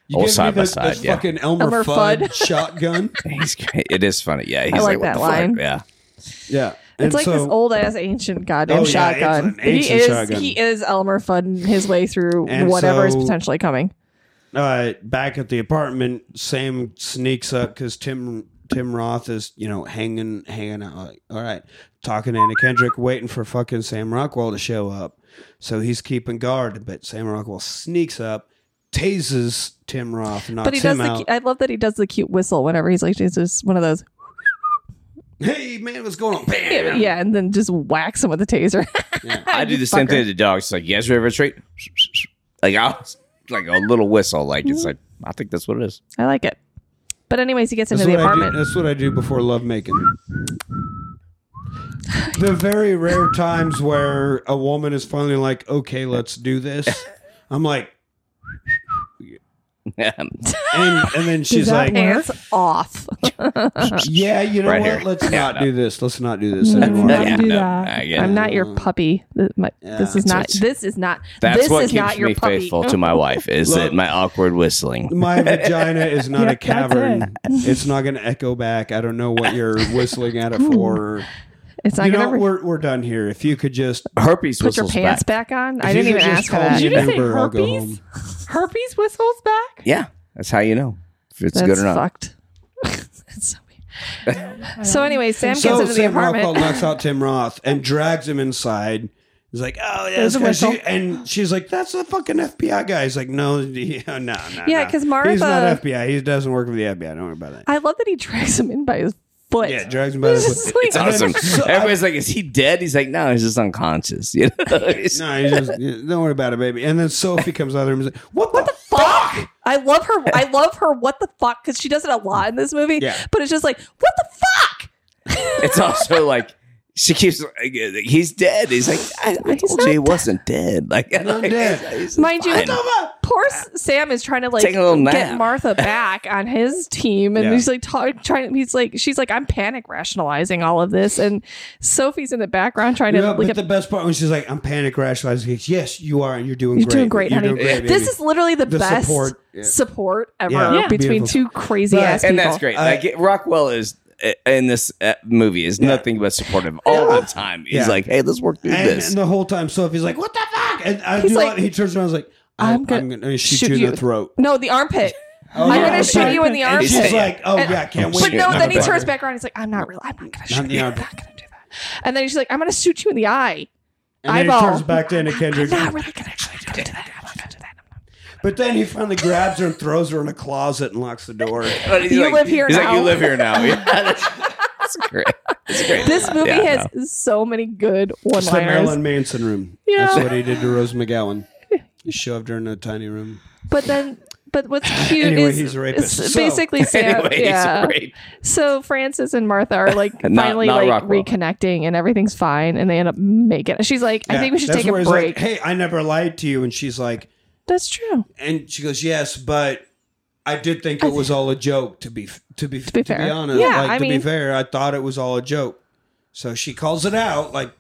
Speaker 1: you
Speaker 3: Old
Speaker 1: give me
Speaker 3: side by
Speaker 1: this- this
Speaker 3: side, yeah.
Speaker 1: fucking Elmer,
Speaker 2: Elmer
Speaker 1: Fudd,
Speaker 4: (laughs)
Speaker 2: Fudd.
Speaker 1: shotgun.
Speaker 3: He's great. It is funny. Yeah, he's
Speaker 2: I like
Speaker 3: what
Speaker 2: that
Speaker 3: the fuck?
Speaker 2: line. (laughs)
Speaker 3: Yeah,
Speaker 1: Yeah,
Speaker 2: It's like this old ass ancient goddamn
Speaker 1: Oh, yeah, it's
Speaker 2: shotgun.
Speaker 1: an ancient
Speaker 2: he is
Speaker 1: shotgun.
Speaker 2: he is Elmer Fudd his way through
Speaker 1: And
Speaker 2: whatever is
Speaker 1: so-
Speaker 2: potentially coming.
Speaker 1: uh, back at the apartment, Sam sneaks up because Tim Tim Roth is you know hanging hanging out. Like, all right, talking to Anna Kendrick, waiting for fucking Sam Rockwell to show up. So he's keeping guard, but Sam Rockwell sneaks up, tases uh, Tim Roth, knocks
Speaker 2: But he does
Speaker 1: him
Speaker 2: the uh,
Speaker 1: out.
Speaker 2: cu- I love that he does the cute whistle whenever he's like it's just one of those
Speaker 1: hey man, what's going on?
Speaker 2: yeah.
Speaker 1: Bam!
Speaker 2: and then just whacks him with a taser. (laughs)
Speaker 3: I do the same
Speaker 2: fucker.
Speaker 3: thing to the dogs. It's like, you guys ever treat? (laughs) Like I was like a little whistle. Like it's like I think that's what it is. (laughs)
Speaker 2: I like it. But anyways, he gets
Speaker 1: That's
Speaker 2: into the
Speaker 1: what, I do,
Speaker 2: apartment.
Speaker 1: that's what I do before lovemaking. The very rare times where a woman is finally like, okay, let's do this. I'm like, and, and then she's like,
Speaker 4: that work?
Speaker 2: Pants off. Uh-huh.
Speaker 1: yeah, you know
Speaker 3: Right
Speaker 1: what?
Speaker 3: here.
Speaker 1: Let's
Speaker 3: Yeah,
Speaker 1: not
Speaker 3: no.
Speaker 1: do this. Let's not do this
Speaker 4: No.
Speaker 1: anymore.
Speaker 4: Let's
Speaker 3: Yeah,
Speaker 4: do
Speaker 3: no,
Speaker 4: that.
Speaker 3: I get it.
Speaker 2: I'm not your puppy. Th- my- This
Speaker 1: Yeah.
Speaker 2: is not.
Speaker 3: That's-
Speaker 2: This is not.
Speaker 3: That's
Speaker 2: this
Speaker 3: what
Speaker 2: is
Speaker 3: keeps
Speaker 2: not your
Speaker 3: me
Speaker 2: puppy.
Speaker 3: faithful to my wife is
Speaker 1: Look.
Speaker 3: that my awkward whistling.
Speaker 1: My vagina is not
Speaker 4: Yeah,
Speaker 1: a
Speaker 4: that's
Speaker 1: cavern. It's not going to echo back. I don't know what
Speaker 2: (laughs)
Speaker 1: you're whistling at it for.
Speaker 2: It's not
Speaker 1: you
Speaker 2: gonna
Speaker 1: know,
Speaker 2: re-
Speaker 1: we're, we're done here. If you could just.
Speaker 3: Herpes
Speaker 2: put your
Speaker 3: whistles
Speaker 2: pants
Speaker 3: back.
Speaker 2: back, on.
Speaker 1: If
Speaker 2: I
Speaker 1: you
Speaker 2: didn't
Speaker 1: could
Speaker 2: even
Speaker 1: just
Speaker 2: ask for
Speaker 1: call
Speaker 2: that.
Speaker 4: Did you just say
Speaker 1: Uber, I'll go
Speaker 4: herpes?
Speaker 1: home.
Speaker 4: Herpes whistles back.
Speaker 3: Yeah, that's how you know if it's
Speaker 2: That's
Speaker 3: good or not.
Speaker 2: fucked. (laughs) That's so weird. so anyway, Sam gets into the
Speaker 1: Sam Rockwell
Speaker 2: apartment.
Speaker 1: knocks out Tim Roth and drags him inside. He's like, oh, yeah,
Speaker 2: There's
Speaker 1: this
Speaker 2: a
Speaker 1: guy- she-
Speaker 2: whistle.
Speaker 1: and she's like, that's the fucking FBI guy. He's like, no, (laughs) yeah, no, no.
Speaker 2: Yeah,
Speaker 1: no.
Speaker 2: 'cause
Speaker 1: he's
Speaker 2: Martha-
Speaker 1: not FBI. He doesn't work for the FBI. Don't worry about
Speaker 2: (laughs)
Speaker 1: that.
Speaker 2: I love that he drags him in by his foot.
Speaker 1: yeah, drags him by the
Speaker 2: This
Speaker 1: foot.
Speaker 2: is like-
Speaker 3: It's (laughs) awesome.
Speaker 1: So I-
Speaker 3: Everybody's like, "Is he dead?" He's like, "No, he's just unconscious." (laughs) You know?
Speaker 1: (laughs)
Speaker 3: It's-
Speaker 1: No, he just don't worry about it, baby. And then Sophie comes out of the room and is like, what, the, fuck?
Speaker 2: I love her. I love her. What the fuck? Because she does it a lot in this movie.
Speaker 1: Yeah.
Speaker 2: But it's just like, what the fuck?
Speaker 3: It's also like she keeps. Like, he's dead. He's like, "I, I
Speaker 2: He's
Speaker 3: told you he wasn't dead." Like,
Speaker 1: not
Speaker 3: (laughs) like,
Speaker 1: dead.
Speaker 3: he's
Speaker 2: Mind you,
Speaker 3: fine.
Speaker 2: poor S- Sam is trying to like
Speaker 3: Take a little
Speaker 2: get
Speaker 3: nap. (laughs)
Speaker 2: Martha back on his team, and
Speaker 1: Yeah.
Speaker 2: he's like ta- trying. He's like, she's like, I'm panic rationalizing all of this, and Sophie's in the background trying
Speaker 1: You
Speaker 2: to
Speaker 1: know,
Speaker 2: like.
Speaker 1: but the best part when she's like, I'm panic rationalizing. He's, Yes, you are, and you're doing
Speaker 2: You're
Speaker 1: great.
Speaker 2: doing great,
Speaker 1: You're
Speaker 2: honey.
Speaker 1: doing great, baby."
Speaker 2: this is literally the,
Speaker 1: The
Speaker 2: best
Speaker 1: support.
Speaker 2: support,
Speaker 1: Yeah.
Speaker 2: ever
Speaker 1: Yeah. Yeah.
Speaker 2: between
Speaker 1: Beautiful.
Speaker 2: two crazy
Speaker 1: Right.
Speaker 2: ass people.
Speaker 3: and that's great.
Speaker 1: I-
Speaker 3: like it- Rockwell is uh, in this uh, movie is nothing but supportive all the time. He's
Speaker 1: Yeah.
Speaker 3: like, "Hey, let's work through
Speaker 1: and,
Speaker 3: this."
Speaker 1: and the whole time, Sophie's like, what the fuck? And I
Speaker 2: He's
Speaker 1: do
Speaker 2: like,
Speaker 1: love- he turns around and is like, oh,
Speaker 2: I'm
Speaker 1: I'm
Speaker 2: gonna
Speaker 1: going to shoot, you in the throat.
Speaker 2: No, the armpit.
Speaker 1: Oh,
Speaker 2: I'm
Speaker 1: yeah.
Speaker 2: gonna shoot you in the
Speaker 1: And
Speaker 2: armpit.
Speaker 1: She's
Speaker 3: Yeah.
Speaker 1: like, oh, yeah, I can't wait.
Speaker 2: But
Speaker 3: Shoot
Speaker 2: no,
Speaker 3: in
Speaker 2: then
Speaker 3: the
Speaker 2: he
Speaker 3: butt.
Speaker 2: turns back around. He's like, I'm not real. I'm not gonna shoot
Speaker 1: in the
Speaker 2: you. I'm
Speaker 1: armpit.
Speaker 2: not gonna do that. And then he's like, I'm gonna shoot you in the eye.
Speaker 1: And then he
Speaker 2: eyeball. (laughs)
Speaker 1: turns back to Anna Kendrick.
Speaker 2: I'm not really gonna actually do that.
Speaker 1: But then he finally grabs her and throws her in a closet and locks the
Speaker 2: (laughs)
Speaker 1: door.
Speaker 3: (laughs) But he's
Speaker 2: You
Speaker 3: like-
Speaker 2: live here
Speaker 3: he's
Speaker 2: now.
Speaker 3: like, you live here now. (laughs) Yeah, that's, that's
Speaker 2: (laughs)
Speaker 3: great. That's great.
Speaker 2: This movie
Speaker 3: Yeah,
Speaker 2: has so many good
Speaker 1: It's the
Speaker 2: one-liners.
Speaker 1: Marilyn Manson room.
Speaker 2: Yeah.
Speaker 1: That's what he did to Rose McGowan. He shoved her in a tiny room.
Speaker 2: But then, but
Speaker 1: (sighs)
Speaker 2: what's cute
Speaker 1: Anyway,
Speaker 2: is
Speaker 1: he's a rapist.
Speaker 2: is
Speaker 1: So- (laughs)
Speaker 2: basically Sam.
Speaker 3: Anyway,
Speaker 2: yeah.
Speaker 3: he's great.
Speaker 2: So Francis and Martha are like
Speaker 3: (laughs) Not-
Speaker 2: finally
Speaker 3: not
Speaker 2: like
Speaker 3: Rockwell.
Speaker 2: reconnecting, and everything's fine, and they end up making. She's like, I
Speaker 1: Yeah,
Speaker 2: think we should
Speaker 1: that's
Speaker 2: take a
Speaker 1: where he's
Speaker 2: break.
Speaker 1: Like, hey, I never lied to you. And she's like,
Speaker 2: That's true.
Speaker 1: and she goes, yes, but I did think it was all a joke. To be to be to
Speaker 2: be
Speaker 1: be,
Speaker 2: fair.
Speaker 1: honest,
Speaker 2: Yeah,
Speaker 1: like
Speaker 2: I
Speaker 1: to
Speaker 2: mean-
Speaker 1: be fair, I thought it was all a joke. So she calls it out, like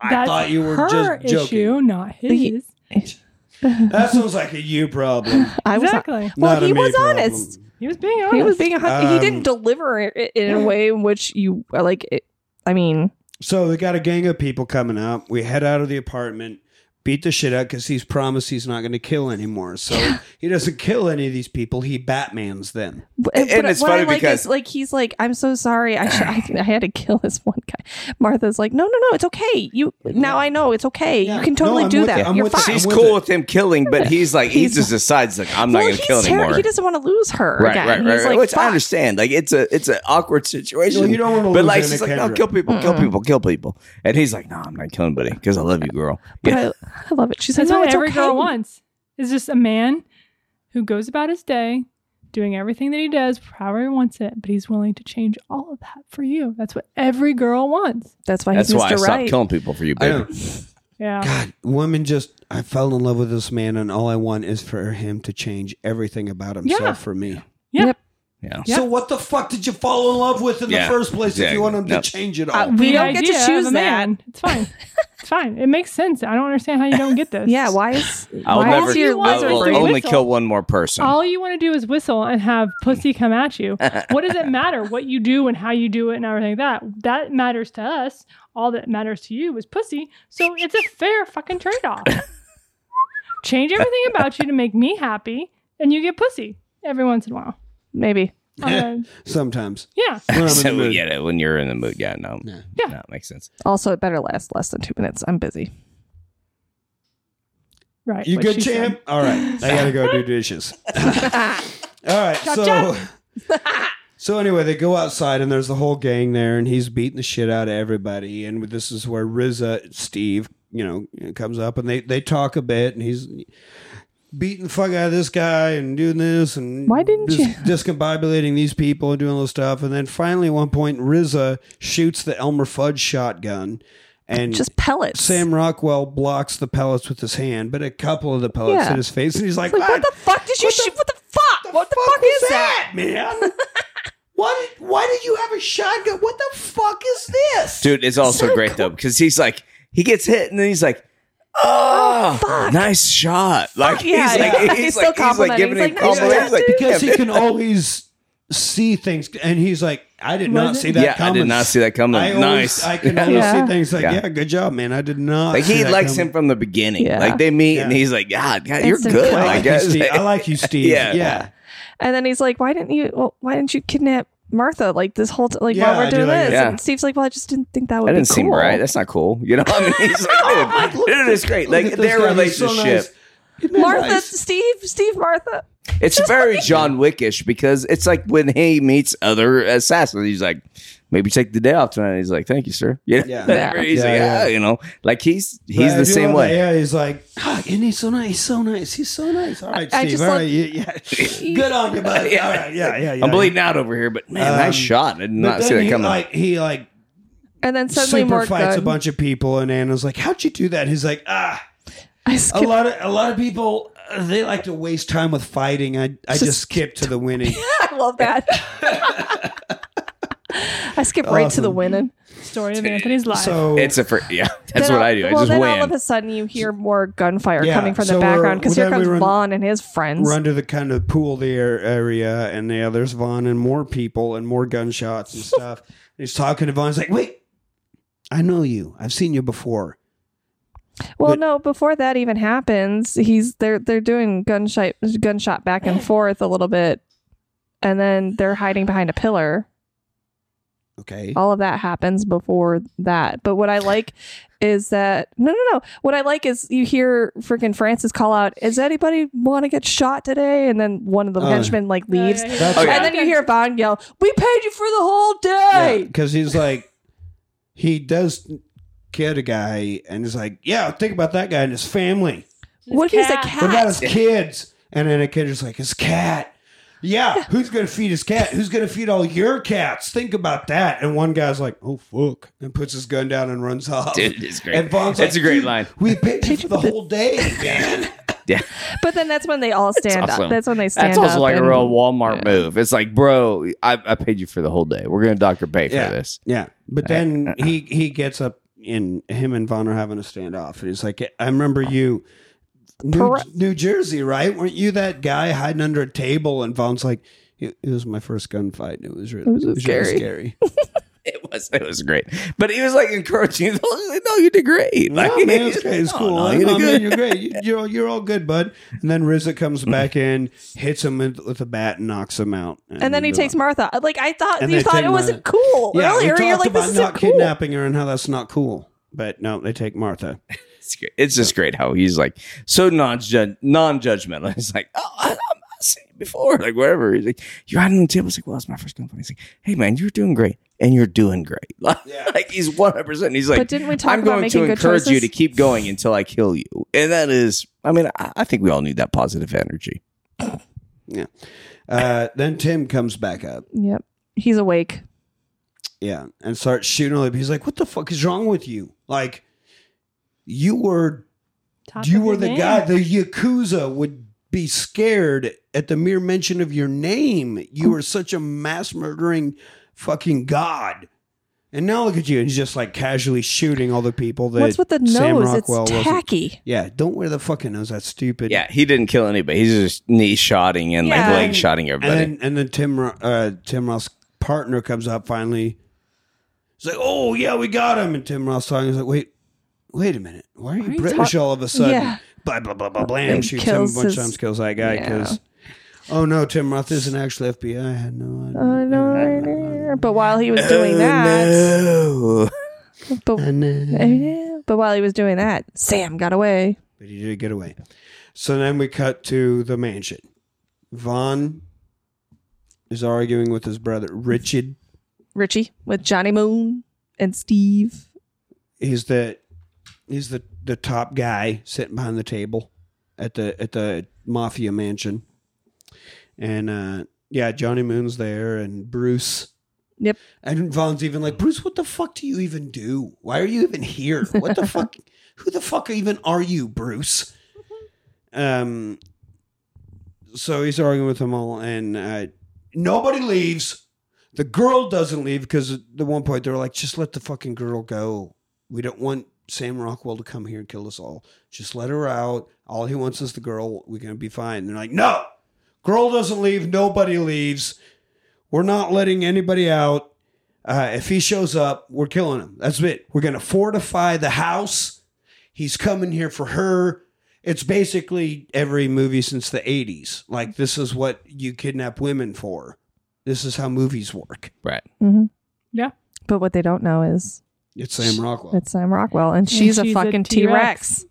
Speaker 1: I
Speaker 4: That's
Speaker 1: thought you were
Speaker 4: her
Speaker 1: just joking.
Speaker 4: issue, not his.
Speaker 1: That sounds like a you problem.
Speaker 2: I was
Speaker 4: Exactly.
Speaker 2: (laughs) well.
Speaker 1: not a
Speaker 2: he
Speaker 1: me
Speaker 2: was
Speaker 1: problem.
Speaker 2: honest.
Speaker 4: He was being honest.
Speaker 2: He was being. hon- he didn't
Speaker 1: Um,
Speaker 2: deliver it in a way in which you are like. It, I mean,
Speaker 1: So they got a gang of people coming up. We head out of the apartment, beat the shit out because he's promised he's not going to kill anymore.
Speaker 2: (laughs)
Speaker 1: So he doesn't kill any of these people. He Batman's them.
Speaker 2: but,
Speaker 3: And
Speaker 2: but
Speaker 3: it's
Speaker 2: what I
Speaker 3: funny
Speaker 2: like
Speaker 3: because-
Speaker 2: is like he's like, I'm so sorry. I should, I,
Speaker 3: (sighs)
Speaker 2: I had to kill this one guy. Martha's like, no, no, no, it's okay. You now I know it's okay.
Speaker 1: Yeah.
Speaker 2: You can
Speaker 1: No,
Speaker 2: totally
Speaker 1: I'm
Speaker 2: do
Speaker 1: with
Speaker 2: that.
Speaker 1: it. I'm
Speaker 2: You're
Speaker 1: with it.
Speaker 2: fine.
Speaker 3: She's
Speaker 1: I'm with
Speaker 3: cool
Speaker 1: it.
Speaker 3: with him killing, but he's like he just decides like I'm not
Speaker 2: Well,
Speaker 3: gonna
Speaker 2: he's
Speaker 3: kill
Speaker 2: terri-
Speaker 3: anymore.
Speaker 2: He doesn't want to lose her
Speaker 3: right,
Speaker 2: again.
Speaker 3: right, right,
Speaker 2: he's
Speaker 3: right.
Speaker 2: like,
Speaker 3: Which I
Speaker 2: "Fuck."
Speaker 3: understand. Like it's a it's an awkward situation.
Speaker 1: you don't wanna
Speaker 3: but like
Speaker 1: lose
Speaker 3: she's
Speaker 1: Anna
Speaker 3: like, no,
Speaker 1: Kendrick.
Speaker 3: kill people, kill people, kill people. And he's like, no, I'm not killing anybody because I love you, girl.
Speaker 2: But
Speaker 3: Yeah.
Speaker 2: I, I love it. She's like,
Speaker 4: That's
Speaker 2: no,
Speaker 4: all
Speaker 2: it's
Speaker 4: every
Speaker 2: okay.
Speaker 4: girl wants. Is just a man who goes about his day doing everything that he does, however he wants it, but he's willing to change all of that for you. That's what every girl wants.
Speaker 2: That's why
Speaker 3: That's
Speaker 2: he's
Speaker 3: why I
Speaker 2: Mr.
Speaker 3: stopped
Speaker 2: Right.
Speaker 3: killing people for you,
Speaker 1: I
Speaker 3: baby.
Speaker 1: know.
Speaker 4: Yeah.
Speaker 1: God, women just, I fell in love with this man, and all I want is for him to change everything about himself
Speaker 4: Yeah.
Speaker 1: for me.
Speaker 4: Yeah.
Speaker 2: Yep.
Speaker 3: Yeah.
Speaker 1: So, what the fuck did you fall in love with in
Speaker 3: Yeah.
Speaker 1: the first place if
Speaker 3: Yeah.
Speaker 1: you want him
Speaker 3: Nope.
Speaker 1: to change it all?
Speaker 2: Uh, we
Speaker 4: The
Speaker 2: don't get to
Speaker 4: idea of
Speaker 2: choose
Speaker 4: a man. It's fine. it's fine. It makes sense. I don't understand how you don't
Speaker 2: (laughs)
Speaker 4: get this.
Speaker 2: Yeah, why is
Speaker 3: I'll
Speaker 2: why
Speaker 3: never. Oh.
Speaker 2: is your
Speaker 4: why
Speaker 3: I
Speaker 2: lizard
Speaker 4: is
Speaker 3: will
Speaker 4: there a
Speaker 2: brain?
Speaker 3: only
Speaker 4: whistle?
Speaker 3: kill one more person.
Speaker 4: All you want to do is whistle and have pussy come at
Speaker 2: (laughs)
Speaker 4: you. What does it matter what you do and how you do it and everything like that? That matters to us. All that matters to you is pussy. So it's a fair fucking trade
Speaker 2: (laughs)
Speaker 4: off. Change everything about you to make me happy, and you get pussy every once in
Speaker 2: (laughs)
Speaker 4: a while.
Speaker 2: Maybe.
Speaker 4: Uh,
Speaker 3: (laughs)
Speaker 1: Sometimes.
Speaker 4: yeah.
Speaker 1: When I'm in the
Speaker 3: so we
Speaker 1: mood.
Speaker 3: get it when you're in the mood. Yeah, no,
Speaker 1: Yeah.
Speaker 4: Yeah.
Speaker 3: that makes sense.
Speaker 2: Also, it better last less than two minutes. I'm busy.
Speaker 4: Right.
Speaker 1: You
Speaker 4: what
Speaker 1: good,
Speaker 4: she said.
Speaker 1: champ? All right. I got to go do
Speaker 2: (laughs)
Speaker 1: dishes. (laughs) All right. so. So anyway, they go outside and there's the whole gang there, and he's beating the shit out of everybody. And this is where Riza, Steve, you know, comes up and they they talk a bit, and he's beating the fuck out of this guy and doing this and
Speaker 2: Why didn't
Speaker 1: dis-
Speaker 2: you- (laughs)
Speaker 1: discombobulating these people and doing all this stuff. And then finally, at one point, Riza shoots the Elmer Fudd shotgun, and
Speaker 2: Just pellets.
Speaker 1: Sam Rockwell blocks the pellets with his hand, but a couple of the pellets
Speaker 2: Yeah.
Speaker 1: hit his face, and he's like,
Speaker 2: Like, what
Speaker 1: "God
Speaker 2: the fuck did you
Speaker 1: What the-
Speaker 2: shoot? What the fuck? What the fuck
Speaker 1: was
Speaker 2: is that? (laughs)
Speaker 1: man? Why did, why did you have a shotgun? What the fuck is this?
Speaker 3: Dude, it's also
Speaker 2: So
Speaker 3: great though because he's like he gets hit and then he's like, oh,
Speaker 2: fuck.
Speaker 3: nice shot. Like
Speaker 2: yeah,
Speaker 3: he's like
Speaker 2: yeah. He's
Speaker 3: he's, like,
Speaker 2: still
Speaker 3: he's like
Speaker 2: complimenting.
Speaker 3: giving
Speaker 2: He's
Speaker 3: him
Speaker 2: like, nice
Speaker 3: compliments.
Speaker 2: shot,
Speaker 3: He's like,
Speaker 1: Because he can always see things, and he's like, I did not see that
Speaker 3: yeah, I
Speaker 1: coming.
Speaker 3: did not see that coming.
Speaker 1: I always-
Speaker 3: nice.
Speaker 1: I can always
Speaker 2: Yeah.
Speaker 1: see things like,
Speaker 3: Yeah.
Speaker 1: yeah. good job, man. I did not.
Speaker 3: like
Speaker 1: see
Speaker 3: he
Speaker 1: that
Speaker 3: likes
Speaker 1: coming.
Speaker 3: him from the beginning.
Speaker 2: Yeah.
Speaker 3: Like they meet and
Speaker 1: Yeah.
Speaker 3: he's like, God, God you're
Speaker 2: Instant
Speaker 3: good.
Speaker 2: click.
Speaker 1: I
Speaker 3: I
Speaker 1: like, you,
Speaker 3: guess.
Speaker 1: Steve.
Speaker 3: (laughs)
Speaker 1: I like you, Steve.
Speaker 3: Yeah.
Speaker 1: Yeah, yeah.
Speaker 2: And then he's like, why didn't you? Well, why didn't you kidnap Martha? Like this whole t- like
Speaker 1: Yeah,
Speaker 2: while we're
Speaker 1: I do
Speaker 2: doing
Speaker 1: like
Speaker 2: this.
Speaker 3: that. Yeah.
Speaker 2: And Steve's like, well, I just didn't think that would
Speaker 3: That
Speaker 2: be
Speaker 3: didn't
Speaker 2: cool.
Speaker 3: seem right. That's not cool. You know, I mean,
Speaker 1: (laughs)
Speaker 3: he's like, dude, dude, it's great. Like their relationship.
Speaker 2: Martha, Steve, Steve, Martha.
Speaker 3: It's very John Wickish because it's like when he meets other assassins, he's like, maybe take the day off tonight. He's like, thank you, sir. (laughs) You know?
Speaker 1: Yeah.
Speaker 3: Whatever. He's
Speaker 1: Yeah,
Speaker 3: like,
Speaker 1: yeah.
Speaker 3: "Ah," you know, like he's he's the same way.
Speaker 1: Yeah, he's like, oh, isn't he so nice? He's so nice. He's so nice. All right,
Speaker 2: I- I
Speaker 1: Steve.
Speaker 2: just
Speaker 1: All
Speaker 2: love-
Speaker 1: right, yeah, yeah. (laughs) good on you, buddy.
Speaker 3: Yeah.
Speaker 1: All right, yeah, yeah, yeah.
Speaker 3: I'm bleeding out over here, but man, nice
Speaker 1: Um,
Speaker 3: shot. I did
Speaker 1: But
Speaker 3: not see
Speaker 1: then
Speaker 3: that
Speaker 1: he,
Speaker 3: coming.
Speaker 1: Like he like
Speaker 2: And then suddenly
Speaker 1: super
Speaker 2: more
Speaker 1: fights a
Speaker 2: gun.
Speaker 1: bunch of people, and Anna's like, "How'd you do that?" He's like, "Ah,
Speaker 2: I
Speaker 1: a
Speaker 2: skipped.
Speaker 1: lot of a lot of people uh, they like to waste time with fighting. I I just,
Speaker 2: Just-
Speaker 1: skipped to the
Speaker 2: (laughs)
Speaker 1: winning.
Speaker 2: (laughs) I love that. I skip right to the
Speaker 1: Awesome.
Speaker 2: winning.
Speaker 4: Story of Anthony's life.
Speaker 1: so
Speaker 3: it's a fr- yeah. That's
Speaker 2: Then all-
Speaker 3: what I do. I
Speaker 2: well,
Speaker 3: just
Speaker 2: then all of
Speaker 3: win.
Speaker 2: a sudden you hear more gunfire
Speaker 1: Yeah,
Speaker 2: coming from the
Speaker 1: so we're-
Speaker 2: background because here
Speaker 1: then we
Speaker 2: comes
Speaker 1: run-
Speaker 2: Vaughn and his friends.
Speaker 1: we're under the kind of pool the air area, and yeah, there's Vaughn and more people and more gunshots
Speaker 2: (laughs)
Speaker 1: and stuff. and he's talking to Vaughn. He's like, "Wait, I know you. I've seen you before."
Speaker 2: Well,
Speaker 1: But-
Speaker 2: no, before that even happens, he's they're they're doing gunshot gunshot
Speaker 1: (laughs)
Speaker 2: back and forth a little bit, and then they're hiding behind a pillar.
Speaker 1: Okay.
Speaker 2: All of that happens before that. But what I like is that no, no, no. What I like is you hear freaking Francis call out, "Is anybody want to get shot today?" And then one of the
Speaker 1: Oh.
Speaker 2: henchmen like leaves,
Speaker 1: That's
Speaker 3: Oh, yeah.
Speaker 2: and then you hear Bond yell, "We paid you for the whole day."
Speaker 1: Because he's like, he does kill a guy, and he's like, yeah, think about that guy and his family.
Speaker 2: What if he's a
Speaker 1: What about his
Speaker 2: cat?
Speaker 1: kids? And then a kid is like, his cat.
Speaker 3: (laughs)
Speaker 1: Yeah, who's gonna feed his cat? Who's gonna feed all your cats? Think about that. And one guy's like, "Oh fuck," and puts his gun down and runs off.
Speaker 3: Dude, it's great.
Speaker 1: And Vaughn's
Speaker 3: That's
Speaker 1: like,
Speaker 3: a great
Speaker 1: "Dude,
Speaker 3: line.
Speaker 1: We paid
Speaker 3: (laughs)
Speaker 1: you for the whole day, man.
Speaker 3: Yeah.
Speaker 2: But then that's when they all stand
Speaker 3: awesome.
Speaker 2: up. That's when they stand
Speaker 3: That's
Speaker 2: up.
Speaker 3: also like a
Speaker 2: and-
Speaker 3: real Walmart move. It's like, bro, I, I paid you for the whole day. We're gonna doctor pay for
Speaker 1: Yeah.
Speaker 3: this. (laughs)
Speaker 1: Yeah, but
Speaker 3: uh,
Speaker 1: then he he gets up and him and Vaughn are having a standoff, and he's like, "I remember you, New,
Speaker 2: Correct.
Speaker 1: New Jersey, right? Weren't you that guy hiding under a table?" And Vaughn's like, "It, it was my first gunfight, and it was really, it was
Speaker 2: so
Speaker 1: really
Speaker 2: scary." (laughs)
Speaker 1: scary.
Speaker 3: It was it was great, but he was like encouraging. (laughs) No, you did great.
Speaker 1: no,
Speaker 3: Like,
Speaker 1: man,
Speaker 3: (laughs)
Speaker 1: it's, great. it's
Speaker 3: "No,
Speaker 1: cool.
Speaker 3: no,
Speaker 1: I
Speaker 3: you did
Speaker 1: mean,
Speaker 3: good." Mm.
Speaker 1: you're great. You, you're all, you're all good, bud." And then RZA comes back in, hits him with, with a bat, and knocks him out,
Speaker 2: And then he
Speaker 1: uh,
Speaker 3: Mm.
Speaker 2: takes Martha. Like I thought,
Speaker 1: And
Speaker 2: you
Speaker 1: they
Speaker 2: thought
Speaker 1: take
Speaker 2: it wasn't
Speaker 1: Martha.
Speaker 2: cool
Speaker 1: Yeah, we
Speaker 2: earlier.
Speaker 1: talked
Speaker 2: You're like,
Speaker 1: about
Speaker 2: this
Speaker 1: not
Speaker 2: isn't cool.
Speaker 1: kidnapping her and how that's not cool. But no, they take Martha.
Speaker 3: It's, great. it's just great how he's like so non non (laughs) judgmental. It's like, oh, I, I've seen it before, like whatever. He's like, you're out on the table. It's like, well, it's my first company. He's like, hey man, you're doing great, and you're doing great. (laughs) Like,
Speaker 1: Yeah.
Speaker 3: like he's one hundred percent. He's like,
Speaker 2: But didn't we talk
Speaker 3: I'm
Speaker 2: about
Speaker 3: going
Speaker 2: making
Speaker 3: to
Speaker 2: good
Speaker 3: encourage you
Speaker 2: choices?
Speaker 3: to keep going until I kill you, and that is, I mean, I, I think we all need that positive energy.
Speaker 1: Yeah. Uh, then Tim comes back up.
Speaker 2: Yep. He's awake.
Speaker 1: Yeah. And starts shooting all the He's like, what the fuck is wrong with you? Like, you were
Speaker 4: Top
Speaker 1: you
Speaker 4: of
Speaker 1: were
Speaker 4: your
Speaker 1: the
Speaker 4: game.
Speaker 1: guy the Yakuza would be scared at the mere mention of your name. You were such a mass murdering fucking god. And now look at you. And he's just like casually shooting all the people that
Speaker 2: What's with the
Speaker 1: Sam
Speaker 2: nose?
Speaker 1: Rockwell
Speaker 2: it's
Speaker 1: wasn't-
Speaker 2: tacky.
Speaker 1: Yeah, don't wear the fucking nose. That's stupid.
Speaker 3: Yeah, he didn't kill anybody. He's just knee shotting and
Speaker 2: Yeah.
Speaker 3: like leg shotting everybody.
Speaker 1: And then, and then Tim Ro- uh, Tim Ross' partner comes up finally. He's like, "Oh yeah, we got him." And Tim Ross talking. He's like, "Wait, wait a minute. Why are you
Speaker 4: Why are you
Speaker 1: British all of a sudden?"
Speaker 2: Yeah.
Speaker 1: Blah blah blah blah blam.
Speaker 2: And
Speaker 1: Shoots him a bunch
Speaker 2: kills
Speaker 1: of
Speaker 2: his-
Speaker 1: times. Kills that guy
Speaker 2: Yeah.
Speaker 1: because. Oh no, Tim Roth isn't actually FBI. I had no idea.
Speaker 2: I know. I know. But while he was doing
Speaker 1: (laughs)
Speaker 2: that,
Speaker 3: no.
Speaker 1: I
Speaker 2: but,
Speaker 1: know.
Speaker 2: yeah, but while he was doing that, Sam got away.
Speaker 1: But he did get away. So then we cut to the mansion. Vaughn is arguing with his brother Richard.
Speaker 2: Richie with Johnny Moon and Steve.
Speaker 1: he's the he's the the top guy sitting behind the table at the at the mafia mansion and uh yeah johnny moon's there and bruce
Speaker 2: Yep.
Speaker 1: and vaughn's even like bruce what the fuck do you even do why are you even here what the fuck who the fuck even are you bruce um so he's arguing with them all and uh nobody leaves the girl doesn't leave because at the one point they were like just let the fucking girl go we don't want Sam Rockwell to come here and kill us all. Just let her out. All he wants is the girl. We're going to be fine. They're like, no, girl doesn't leave. Nobody leaves. We're not letting anybody out. Uh, if he shows up, we're killing him. That's it. We're going to fortify the house. He's coming here for her. It's basically every movie since the 80s. Like, this is what you kidnap women for. This is how movies work.
Speaker 3: Right.
Speaker 2: Mm-hmm.
Speaker 4: Yeah.
Speaker 2: But what they don't know is
Speaker 1: It's Sam Rockwell.
Speaker 2: it's Sam Rockwell, and she's,
Speaker 4: she's
Speaker 2: a
Speaker 4: a
Speaker 2: fucking T
Speaker 4: T-Rex.
Speaker 2: Rex.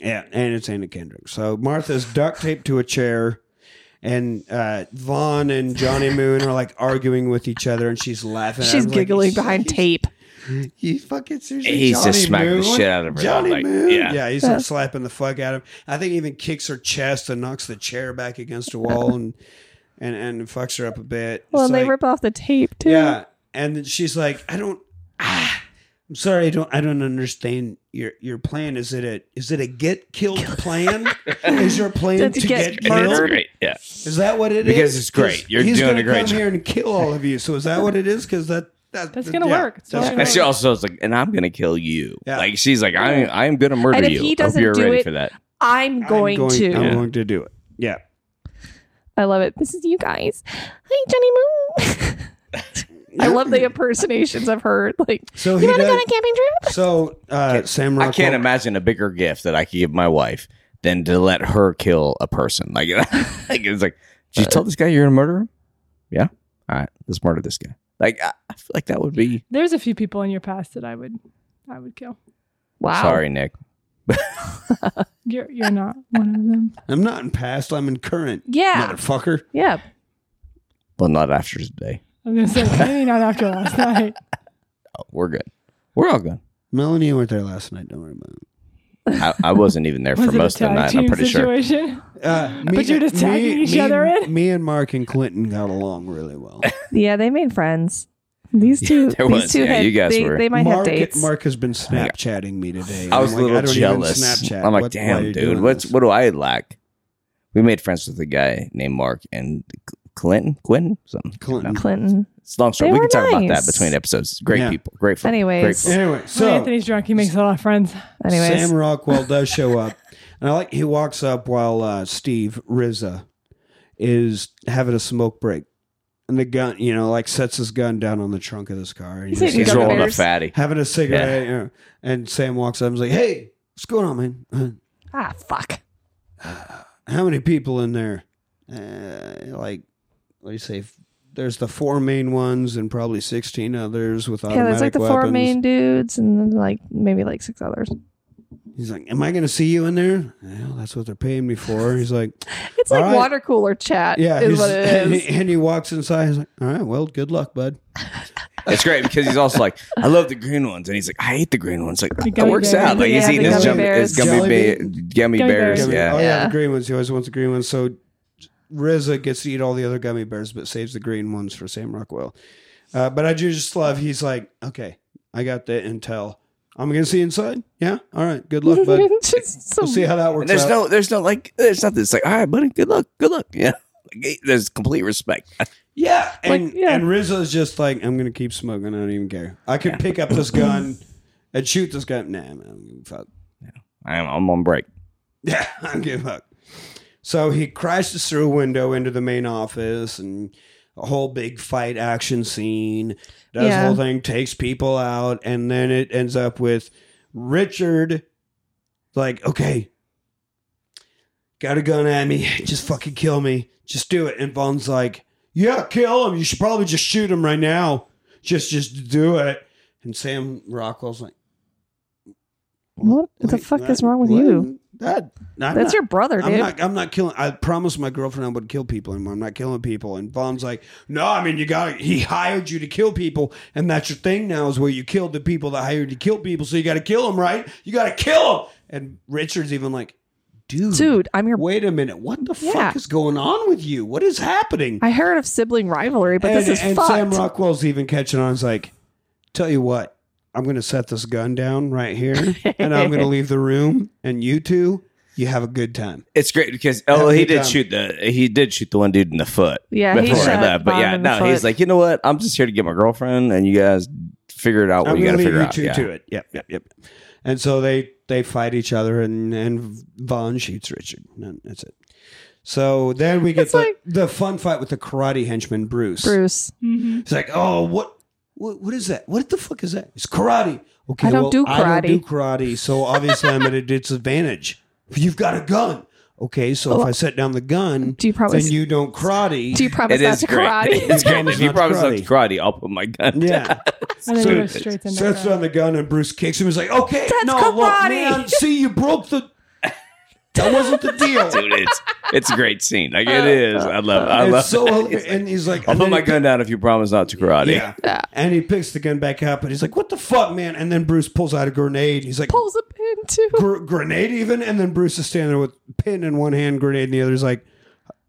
Speaker 1: Yeah, and it's Anna Kendrick. So Martha's duct taped to a chair, and uh, Vaughn and Johnny Moon are like arguing with each other, and she's laughing. at
Speaker 2: She's
Speaker 1: him, like,
Speaker 2: giggling behind tape.
Speaker 1: You fucking seriously,
Speaker 3: He's
Speaker 1: Johnny
Speaker 3: just smacking the
Speaker 1: Moon?
Speaker 3: shit out of her,
Speaker 1: Johnny
Speaker 3: like,
Speaker 1: Moon.
Speaker 3: yeah.
Speaker 1: he's like slapping the fuck out of him. I think he even kicks her chest and knocks the chair back against a wall, and and and fucks her up a bit.
Speaker 2: Well,
Speaker 1: It's
Speaker 2: and they
Speaker 1: like-
Speaker 2: rip off the tape too.
Speaker 1: yeah, and then she's like, "I don't. Ah, I'm sorry, I don't. I don't understand your your plan. Is it a is it a get killed
Speaker 2: (laughs)
Speaker 1: plan? is your plan
Speaker 2: That's
Speaker 1: to
Speaker 2: get
Speaker 1: get,
Speaker 3: It's
Speaker 1: killed?
Speaker 3: great. Yeah.
Speaker 1: Is that what it is?
Speaker 3: Because it's great.
Speaker 1: 'Cause
Speaker 3: You're
Speaker 1: he's
Speaker 3: doing
Speaker 1: gonna
Speaker 3: a great
Speaker 1: come
Speaker 3: job.
Speaker 1: here and kill all of you. So is that what it is? Because that, that
Speaker 4: That's
Speaker 1: that-
Speaker 4: gonna
Speaker 1: yeah,
Speaker 4: work. It's
Speaker 1: that's
Speaker 4: not
Speaker 1: gonna
Speaker 3: And
Speaker 4: gonna
Speaker 3: she
Speaker 1: work.
Speaker 3: also is like, and I'm gonna kill you.
Speaker 1: Yeah.
Speaker 3: Like she's like, I I am gonna murder
Speaker 2: And if
Speaker 3: you.
Speaker 2: he
Speaker 3: Hope
Speaker 2: doesn't
Speaker 3: you're
Speaker 2: do
Speaker 3: ready
Speaker 2: it-
Speaker 3: for that.
Speaker 2: I'm
Speaker 1: I'm
Speaker 2: going, to.
Speaker 1: I'm
Speaker 3: Yeah.
Speaker 1: going to do it. Yeah.
Speaker 2: I love it. This is you guys. Hi, Johnny Moon. (laughs) I love the impersonations I've heard. Like,
Speaker 1: (clears throat) So
Speaker 2: you
Speaker 1: Oh, he
Speaker 2: want to go on
Speaker 1: does,
Speaker 2: a camping trip?
Speaker 1: So uh, Sam
Speaker 3: I
Speaker 1: Rockwell.
Speaker 3: can't imagine a bigger gift that I could give my wife than to let her kill a person. Like, (laughs) like it's like,
Speaker 2: Uh,
Speaker 3: did you tell this guy you're gonna murder him? Yeah. All right, let's murder this guy. Like, I, I feel like that would be.
Speaker 4: There's a few people in your past that I would, I would kill.
Speaker 2: Wow.
Speaker 3: Sorry, Nick.
Speaker 4: You're you're not one of them.
Speaker 1: I'm not in past. I'm in current.
Speaker 2: Yeah.
Speaker 1: Motherfucker.
Speaker 2: Yeah.
Speaker 3: Well, not after today.
Speaker 4: I was gonna say maybe not after last night.
Speaker 3: Oh, we're good. We're all good.
Speaker 1: Melanie, you weren't there last night. Don't worry about it.
Speaker 3: I, I
Speaker 2: (laughs)
Speaker 3: wasn't even there for
Speaker 4: Was it a
Speaker 3: most of the
Speaker 4: tag
Speaker 3: night.
Speaker 4: team
Speaker 3: I'm pretty sure.
Speaker 4: situation?
Speaker 1: Uh, me,
Speaker 4: But you're just tagging each other in?
Speaker 1: Me and Mark and Clinton got along really well.
Speaker 2: Yeah. They made friends. These
Speaker 3: Yeah,
Speaker 2: two.
Speaker 3: (laughs) there
Speaker 2: these
Speaker 3: was.
Speaker 2: two
Speaker 3: Yeah,
Speaker 2: had,
Speaker 3: you guys
Speaker 2: they,
Speaker 3: were-
Speaker 2: they might have
Speaker 1: Mark,
Speaker 2: dates.
Speaker 1: Mark has been Snapchatting me today.
Speaker 3: I was
Speaker 1: I'm
Speaker 3: a little
Speaker 1: like, don't even
Speaker 3: jealous.
Speaker 1: Snapchat.
Speaker 3: I'm like,
Speaker 1: What- why are
Speaker 3: damn,
Speaker 1: you
Speaker 3: dude.
Speaker 1: doing
Speaker 3: What's
Speaker 1: this?"
Speaker 3: what do I lack? We made friends with a guy named Mark and Clinton. Clinton, something.
Speaker 1: Clinton.
Speaker 2: Clinton.
Speaker 3: It's a long story.
Speaker 2: They
Speaker 3: we
Speaker 2: were
Speaker 3: can talk about that
Speaker 2: nice.
Speaker 3: between episodes. Great
Speaker 1: Yeah.
Speaker 3: people. Great friends.
Speaker 2: Anyways.
Speaker 3: Grateful.
Speaker 1: Anyway,
Speaker 4: when
Speaker 1: so
Speaker 4: Anthony's drunk, he makes a lot of friends.
Speaker 2: Anyways.
Speaker 1: Sam Rockwell does show up, and I like he walks up while uh, Steve Rizza is having a smoke break, and the gun, you know, like sets his gun down on the trunk of this car. And
Speaker 2: He's
Speaker 1: just-
Speaker 2: You
Speaker 3: He's
Speaker 2: got
Speaker 3: rolling a
Speaker 2: bears.
Speaker 3: fatty.
Speaker 1: having a cigarette, you know, and Sam walks up and is like, "Hey, what's going on, man? (laughs) Uh,
Speaker 2: ah, fuck.
Speaker 1: How many people in there? Uh, like, what do you say?" F- There's the four main ones and probably 16 others with automatic
Speaker 2: Yeah. There's like the
Speaker 1: weapons.
Speaker 2: four main dudes and then like maybe like six others.
Speaker 1: He's like, "Am I going to see you in there?" Well, that's what they're paying me for. He's
Speaker 2: (laughs)
Speaker 1: like,
Speaker 2: It's
Speaker 1: All
Speaker 2: like
Speaker 1: right.
Speaker 2: water cooler chat.
Speaker 1: Yeah,
Speaker 2: Is
Speaker 1: he's-
Speaker 2: what
Speaker 1: (laughs)
Speaker 2: it
Speaker 1: And
Speaker 2: is.
Speaker 1: he, and he walks inside. He's like, "All right, well, good luck, bud."
Speaker 3: It's great because he's also like, I love the green ones, and he's like, I hate the green ones. Like
Speaker 4: The
Speaker 3: it
Speaker 4: gummy
Speaker 3: works
Speaker 4: bears.
Speaker 3: out. Like
Speaker 2: Yeah,
Speaker 3: he's
Speaker 2: the
Speaker 3: eating
Speaker 2: gummy
Speaker 3: his gummy,
Speaker 2: bears.
Speaker 3: his gummy,
Speaker 1: Jelly
Speaker 3: bear,
Speaker 1: beans.
Speaker 3: gummy,
Speaker 4: Gummy
Speaker 3: bears.
Speaker 4: bears.
Speaker 1: oh
Speaker 3: Yeah,
Speaker 1: yeah,
Speaker 2: Yeah.
Speaker 1: the green ones. He always wants the green ones. So Rizza gets to eat all the other gummy bears, but saves the green ones for Sam Rockwell. Uh, but I do just love. He's like, "Okay, I got the intel. I'm gonna see inside. Yeah, all right, good luck, bud.
Speaker 2: (laughs) Just some-
Speaker 1: We'll see how that works."
Speaker 3: and there's
Speaker 1: out.
Speaker 3: no, there's no like, there's nothing. It's like, all right, buddy, good luck, good luck. (laughs) Yeah, like, there's complete respect. (laughs)
Speaker 1: Yeah,
Speaker 2: Like,
Speaker 1: and
Speaker 2: yeah.
Speaker 1: and Rizzo's just like, I'm gonna keep smoking. I don't even care. I could pick up this gun and shoot this guy. Nah, man, I don't give a fuck.
Speaker 3: I'm, I'm on break.
Speaker 1: (laughs) Yeah, I don't give a fuck. So he crashes through a window into the main office and a whole big fight action scene. Does the
Speaker 2: Yeah.
Speaker 1: whole thing, takes people out, and then it ends up with Richard like, okay, got a gun at me, (laughs) just fucking kill me. Just do it. And Vaughn's like, Yeah, kill him. You should probably just shoot him right now. Just just do it. And Sam Rockwell's like,
Speaker 2: What the
Speaker 1: "Wait,
Speaker 2: fuck is
Speaker 1: what?
Speaker 2: wrong with
Speaker 1: What?
Speaker 2: you?
Speaker 1: That, I'm
Speaker 2: That's
Speaker 1: not-
Speaker 2: your brother,
Speaker 1: I'm
Speaker 2: dude.
Speaker 1: not. I'm not killing. I promised my girlfriend I would kill people anymore. I'm not killing people. And Vaughn's like, no. I mean, you got. to He hired you to kill people, and that's your thing now. Is where you killed the people that hired you to kill people. So you got to kill them, right? You got to kill them. And Richard's even like, dude,
Speaker 2: Dude, I'm your.
Speaker 1: wait a minute. What the
Speaker 2: Yeah.
Speaker 1: fuck is going on with you? What is happening?
Speaker 2: I heard of sibling rivalry, but this
Speaker 1: and,
Speaker 2: is
Speaker 1: and
Speaker 2: fucked.
Speaker 1: Sam Rockwell's even catching on. He's like, tell you what, I'm going to set this gun down right here, and I'm
Speaker 2: (laughs)
Speaker 1: going to leave the room, and you two, you have a good time.
Speaker 3: It's great because
Speaker 1: Have
Speaker 3: oh,
Speaker 1: a
Speaker 3: he
Speaker 1: good
Speaker 3: did
Speaker 1: time.
Speaker 3: shoot the he did shoot the one dude in the foot.
Speaker 2: Yeah, he
Speaker 3: before I
Speaker 2: shot
Speaker 3: left. But
Speaker 2: Bond
Speaker 3: yeah,
Speaker 2: in the
Speaker 3: no, he's
Speaker 2: foot.
Speaker 3: like, you know what? I'm just here to get my girlfriend, and you guys figure it out what
Speaker 1: I'm
Speaker 3: you got
Speaker 1: gonna
Speaker 3: to
Speaker 1: leave
Speaker 3: figure
Speaker 1: you
Speaker 3: out.
Speaker 1: two
Speaker 3: Yeah.
Speaker 1: to it. Yep, yep, yep. And so they they fight each other, and and Vaughn shoots Richard, and that's it. So then we get
Speaker 2: It's
Speaker 1: the,
Speaker 2: like-
Speaker 1: the fun fight with the karate henchman Bruce.
Speaker 2: Bruce.
Speaker 4: Mm-hmm.
Speaker 1: It's like, oh, what, what, what is that? What the fuck is that? It's karate. Okay,
Speaker 2: I don't
Speaker 1: well,
Speaker 2: do
Speaker 1: I don't
Speaker 2: karate.
Speaker 1: do karate, so obviously I'm at
Speaker 2: (laughs)
Speaker 1: a disadvantage. You've got a gun. Okay, so if I set down the gun,
Speaker 2: Do you promise?
Speaker 1: then you don't karate.
Speaker 2: (laughs) do you promise
Speaker 3: It
Speaker 2: not
Speaker 3: is
Speaker 2: to
Speaker 3: great. (laughs)
Speaker 2: karate?
Speaker 3: It's great.
Speaker 1: Promise
Speaker 3: If you
Speaker 1: not to
Speaker 3: promise not to
Speaker 1: karate.
Speaker 3: karate, I'll put my gun.
Speaker 1: yeah.
Speaker 4: And then
Speaker 1: So-
Speaker 4: he goes straight to
Speaker 1: sets
Speaker 4: Nick.
Speaker 1: down the gun and Bruce kicks him. He's like, "Okay,
Speaker 2: That's
Speaker 1: no, look,
Speaker 2: karate."
Speaker 1: man, see, you broke the. That wasn't the deal.
Speaker 3: Dude, it's it's a great scene. Like
Speaker 2: Oh,
Speaker 3: it is. I love. I love.
Speaker 1: it's so,
Speaker 3: it.
Speaker 1: hilarious. and he's like,
Speaker 3: I'll
Speaker 1: and
Speaker 3: put
Speaker 1: then
Speaker 3: my
Speaker 1: he-
Speaker 3: gun down if you promise not to karate.
Speaker 1: Yeah. and he picks the gun back up, and he's like, "What the fuck, man?" And then Bruce pulls out a grenade. He's like,
Speaker 2: Pulls a pin too.
Speaker 1: "Gr- "Grenade, even?" And then Bruce is standing there with pin in one hand, grenade in the other. He's like,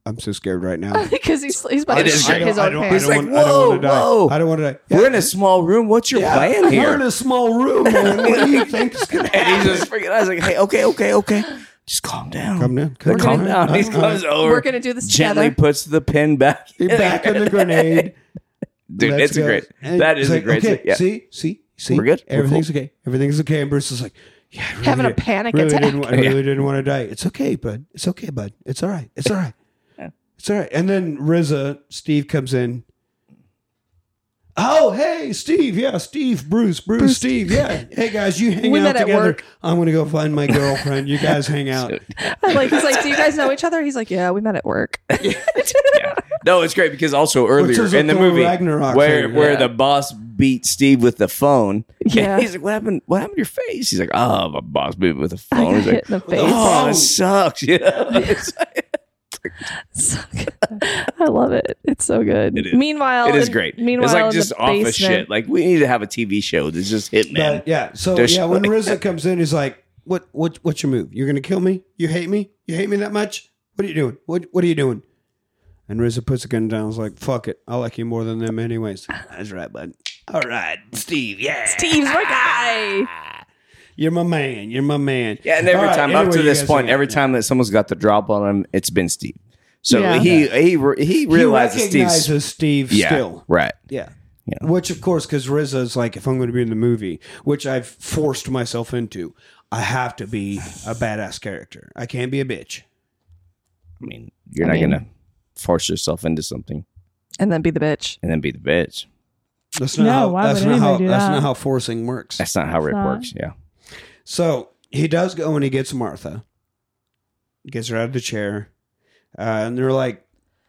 Speaker 1: "I'm so scared right now."
Speaker 2: (laughs) Because he's he's about
Speaker 3: (laughs) It
Speaker 2: to
Speaker 3: is
Speaker 2: shit
Speaker 3: great.
Speaker 2: his own
Speaker 1: I don't,
Speaker 2: pants.
Speaker 3: like,
Speaker 1: want, I don't want to die.
Speaker 3: "Whoa, whoa."
Speaker 1: I don't want to die.
Speaker 3: We're in a small room. What's your plan
Speaker 1: We're in
Speaker 3: here?
Speaker 1: a small room, man. What do you think is going to happen?
Speaker 3: (laughs) And
Speaker 1: (laughs)
Speaker 3: he's just freaking out. He's like, hey, okay, okay, okay. Just calm down.
Speaker 1: Calm down.
Speaker 3: Calm, down. He
Speaker 1: Uh, uh,
Speaker 3: comes over.
Speaker 2: We're gonna do this
Speaker 3: gently
Speaker 2: together.
Speaker 3: puts the pin back.
Speaker 1: He back in the grenade.
Speaker 3: (laughs) Dude,
Speaker 1: Let's
Speaker 3: it's a
Speaker 1: go.
Speaker 3: great.
Speaker 1: And
Speaker 3: That is
Speaker 1: it's
Speaker 3: a
Speaker 1: like,
Speaker 3: great.
Speaker 1: Okay,
Speaker 3: scene. Yeah.
Speaker 1: See, see, see.
Speaker 3: We're good? We're
Speaker 1: Everything's okay. Everything's okay. And Bruce is like, yeah, I really
Speaker 2: Having a
Speaker 1: did-
Speaker 2: panic
Speaker 1: really
Speaker 2: attack. (laughs)
Speaker 1: Didn't, wa- I
Speaker 3: Yeah.
Speaker 1: really didn't want to die. It's okay, bud. It's okay, bud. It's all right. It's all
Speaker 2: (laughs)
Speaker 1: right. It's all right. And then Rizza, Steve comes in. Oh, hey, Steve. Yeah, Steve, Bruce, Bruce, Steve. Yeah. Hey, guys, you hang
Speaker 2: (laughs) We met
Speaker 1: out
Speaker 2: at
Speaker 1: together.
Speaker 2: work.
Speaker 1: I'm going to go find my girlfriend. You guys
Speaker 3: (laughs)
Speaker 1: hang out.
Speaker 2: like he's like, do you guys know each other? He's like, yeah, we met at
Speaker 3: (laughs)
Speaker 2: work. (laughs)
Speaker 3: No, it's great because also earlier
Speaker 1: is a
Speaker 3: in the
Speaker 1: Thor
Speaker 3: movie
Speaker 1: Ragnarok
Speaker 3: where
Speaker 1: thing,
Speaker 3: where
Speaker 1: yeah.
Speaker 3: the boss beat Steve with the phone. (laughs)
Speaker 2: Yeah.
Speaker 3: And he's like, "What happened? What happened to your face?" He's like, "Oh, my boss beat me with a
Speaker 2: I
Speaker 3: phone."
Speaker 2: got
Speaker 3: He's like,
Speaker 2: hit in the face.
Speaker 3: "Oh, that sucks." (laughs) You
Speaker 1: (laughs)
Speaker 3: know? It's like-
Speaker 2: So good. I love it. It's so good.
Speaker 3: It is.
Speaker 2: Meanwhile,
Speaker 3: it is
Speaker 2: in-
Speaker 3: great.
Speaker 2: Meanwhile,
Speaker 3: it's like
Speaker 2: in
Speaker 3: just
Speaker 2: the
Speaker 3: office
Speaker 2: basement,
Speaker 3: shit. Like we need to have a TV show that's just hitman.
Speaker 1: But yeah, so
Speaker 3: There's- (laughs)
Speaker 1: yeah, when RZA comes in, he's like, "What? What? What's your move? You're gonna kill me? You hate me? You hate me that much? What are you doing? What? What are you doing?" And RZA puts a gun down. He's like, "Fuck it, I like you more than them,
Speaker 3: (laughs)
Speaker 1: anyways." That's right, bud. All right, Steve. Yeah,
Speaker 2: Steve's my guy.
Speaker 1: You're my man. You're my man.
Speaker 3: Yeah, and every
Speaker 1: All right,
Speaker 3: time up
Speaker 1: anyway,
Speaker 3: to
Speaker 1: you
Speaker 3: this
Speaker 1: guys
Speaker 3: point,
Speaker 1: are-
Speaker 3: every time that someone's got the drop on him, it's been Steve. So
Speaker 2: Yeah.
Speaker 3: he he re- he
Speaker 1: he
Speaker 3: realizes Steve's
Speaker 1: recognizes Steve
Speaker 3: yeah
Speaker 1: still.
Speaker 3: right.
Speaker 1: Yeah.
Speaker 3: Yeah.
Speaker 1: Which, of course, because RZA's like, if I'm going to be in the movie, which I've forced myself into, I have to be a badass character. I can't be a bitch.
Speaker 3: I mean, you're
Speaker 2: I
Speaker 3: not
Speaker 2: mean-
Speaker 3: gonna force yourself into something
Speaker 2: (laughs) And then be the bitch.
Speaker 3: and then be the bitch.
Speaker 1: That's not
Speaker 4: No,
Speaker 1: how.
Speaker 4: why
Speaker 1: That's
Speaker 4: would
Speaker 1: not
Speaker 4: anybody
Speaker 1: how.
Speaker 4: do
Speaker 1: That's
Speaker 4: that?
Speaker 1: not how forcing works.
Speaker 3: That's not how Rick
Speaker 4: not-
Speaker 3: works. Yeah,
Speaker 1: So he does go and he gets Martha, gets her out of the chair, uh, and they're like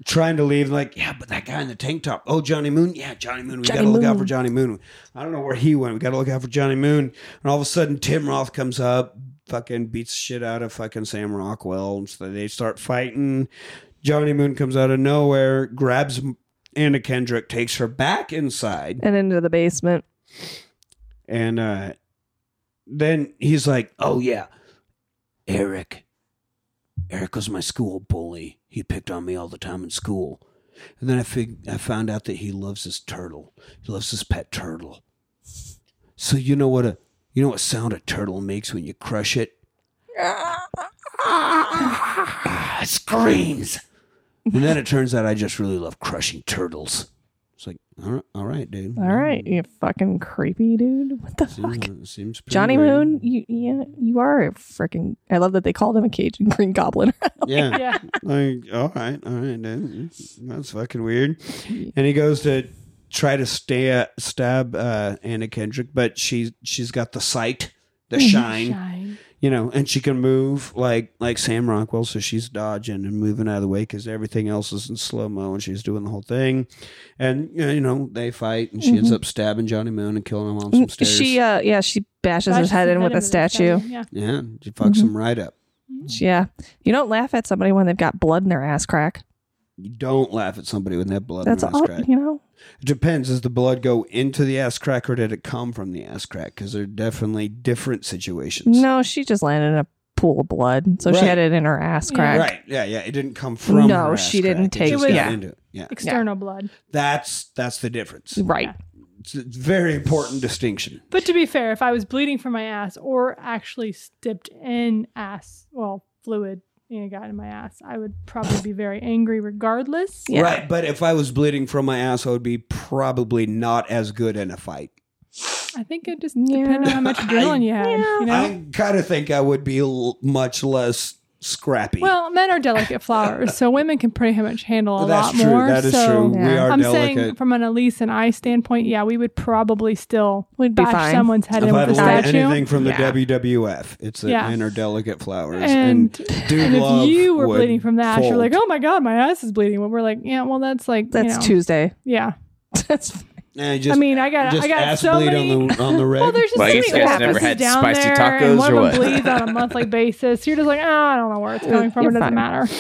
Speaker 1: trying to leave. Like, yeah, but that guy in the tank top. Oh, Johnny Moon. Yeah, Johnny Moon. We
Speaker 2: Johnny
Speaker 1: got to look out
Speaker 2: Moon.
Speaker 1: for Johnny Moon. I don't know where he went. We got to look out for Johnny Moon. And all of a sudden, Tim Roth comes up, fucking beats the shit out of fucking Sam Rockwell. And so they start fighting. Johnny Moon comes out of nowhere, grabs Anna Kendrick, takes her back inside.
Speaker 2: And into the (laughs) basement.
Speaker 1: And uh, then he's like, "Oh yeah, Eric. Eric was my school bully. He picked on me all the time in school." And then I fig- I found out that he loves his turtle. He loves his pet turtle. So you know what a you know what sound a turtle makes when you crush it? Ah, It screams. And then it turns out I just really love crushing turtles. It's like, all right, all right dude.
Speaker 2: All right, you fucking creepy dude. What the fuck?
Speaker 1: Seems, seems pretty
Speaker 2: Johnny
Speaker 1: weird.
Speaker 2: Moon, you yeah, you are a freaking. I love that they called him a Cajun Green Goblin. (laughs)
Speaker 1: Yeah.
Speaker 4: Yeah.
Speaker 1: Like, all right, all right, dude. That's fucking weird. And he goes to try to stay, stab uh, Anna Kendrick, but she she's got the sight,
Speaker 2: Mm-hmm.
Speaker 1: the shine, you know, and she can move like like Sam Rockwell, so she's dodging and moving out of the way because everything else is in slow mo, and she's doing the whole thing. And uh, you know, they fight, and she ends up stabbing Johnny Moon and killing him on some stairs.
Speaker 2: Mm-hmm. she uh yeah, she bashes his head in with a statue.
Speaker 4: Yeah.
Speaker 1: yeah, she fucks
Speaker 2: Mm-hmm.
Speaker 1: him right up.
Speaker 2: She- Yeah, you don't laugh at somebody when they've got blood in their ass crack.
Speaker 1: You don't laugh at somebody with that blood. in
Speaker 2: That's
Speaker 1: their ass
Speaker 2: all
Speaker 1: crack.
Speaker 2: you know.
Speaker 1: It depends. Does the blood go into the ass crack or did it come from the ass crack? Because they're definitely different situations.
Speaker 2: No, she just landed in a pool of blood, so she
Speaker 1: Right.
Speaker 2: had it in her ass crack.
Speaker 1: Right. Yeah. Yeah. It didn't come from.
Speaker 2: No,
Speaker 1: her ass
Speaker 2: she didn't
Speaker 1: crack. It
Speaker 2: take-
Speaker 1: just
Speaker 4: It was-
Speaker 1: got
Speaker 2: yeah.
Speaker 1: into it. Yeah.
Speaker 4: External blood.
Speaker 1: That's that's the difference.
Speaker 2: Right.
Speaker 1: It's a very important distinction.
Speaker 4: But to be fair, if I was bleeding from my ass or actually dipped in ass, well, fluid you know, got in my ass, I would probably be very angry regardless.
Speaker 2: Yeah.
Speaker 1: Right. But if I was bleeding from my ass, I would be probably not as good in a fight.
Speaker 4: I think it just
Speaker 2: Yeah.
Speaker 4: depends on how much adrenaline you had. You know?
Speaker 1: I kind of think I would be l- much less scrappy.
Speaker 4: well, men are delicate flowers, so women can pretty much handle a
Speaker 1: that's
Speaker 4: lot
Speaker 1: true.
Speaker 4: more.
Speaker 1: that is
Speaker 4: so
Speaker 1: true. We
Speaker 2: Yeah.
Speaker 1: are
Speaker 4: I'm
Speaker 1: delicate.
Speaker 4: saying from an Elise and I standpoint, yeah, we would probably still
Speaker 2: We'd be
Speaker 4: bash
Speaker 2: fine.
Speaker 4: someone's head
Speaker 1: If
Speaker 4: in with
Speaker 1: I've
Speaker 4: a
Speaker 1: learned
Speaker 4: statue.
Speaker 1: anything from the
Speaker 2: Yeah.
Speaker 1: WWF, it's that
Speaker 4: Yeah.
Speaker 1: men are delicate flowers.
Speaker 4: And-
Speaker 1: And, dude
Speaker 4: And
Speaker 1: love
Speaker 4: if you were
Speaker 1: would
Speaker 4: bleeding from that, you're
Speaker 1: fold.
Speaker 4: like, oh my God, my ass is bleeding. When we're like, yeah, well, that's like,
Speaker 2: That's
Speaker 4: you know,
Speaker 2: Tuesday. (laughs)
Speaker 4: Yeah.
Speaker 2: That's fine.
Speaker 1: Nah, just-
Speaker 4: I mean, I got,
Speaker 1: just
Speaker 4: I got
Speaker 1: ass
Speaker 4: so
Speaker 1: bleed
Speaker 4: many.
Speaker 1: on the on the red.
Speaker 4: (laughs) well, there's just
Speaker 3: Well, I
Speaker 4: so
Speaker 3: guess
Speaker 4: many
Speaker 2: you guys never
Speaker 4: orifices
Speaker 3: had
Speaker 4: down
Speaker 3: spicy
Speaker 4: there,
Speaker 3: tacos
Speaker 4: and one
Speaker 3: or
Speaker 4: of them
Speaker 3: what?
Speaker 4: bleeds
Speaker 3: (laughs)
Speaker 4: on a monthly basis. You're just like, oh, I don't know where it's coming from.
Speaker 2: You're
Speaker 4: it doesn't
Speaker 2: fine.
Speaker 4: matter.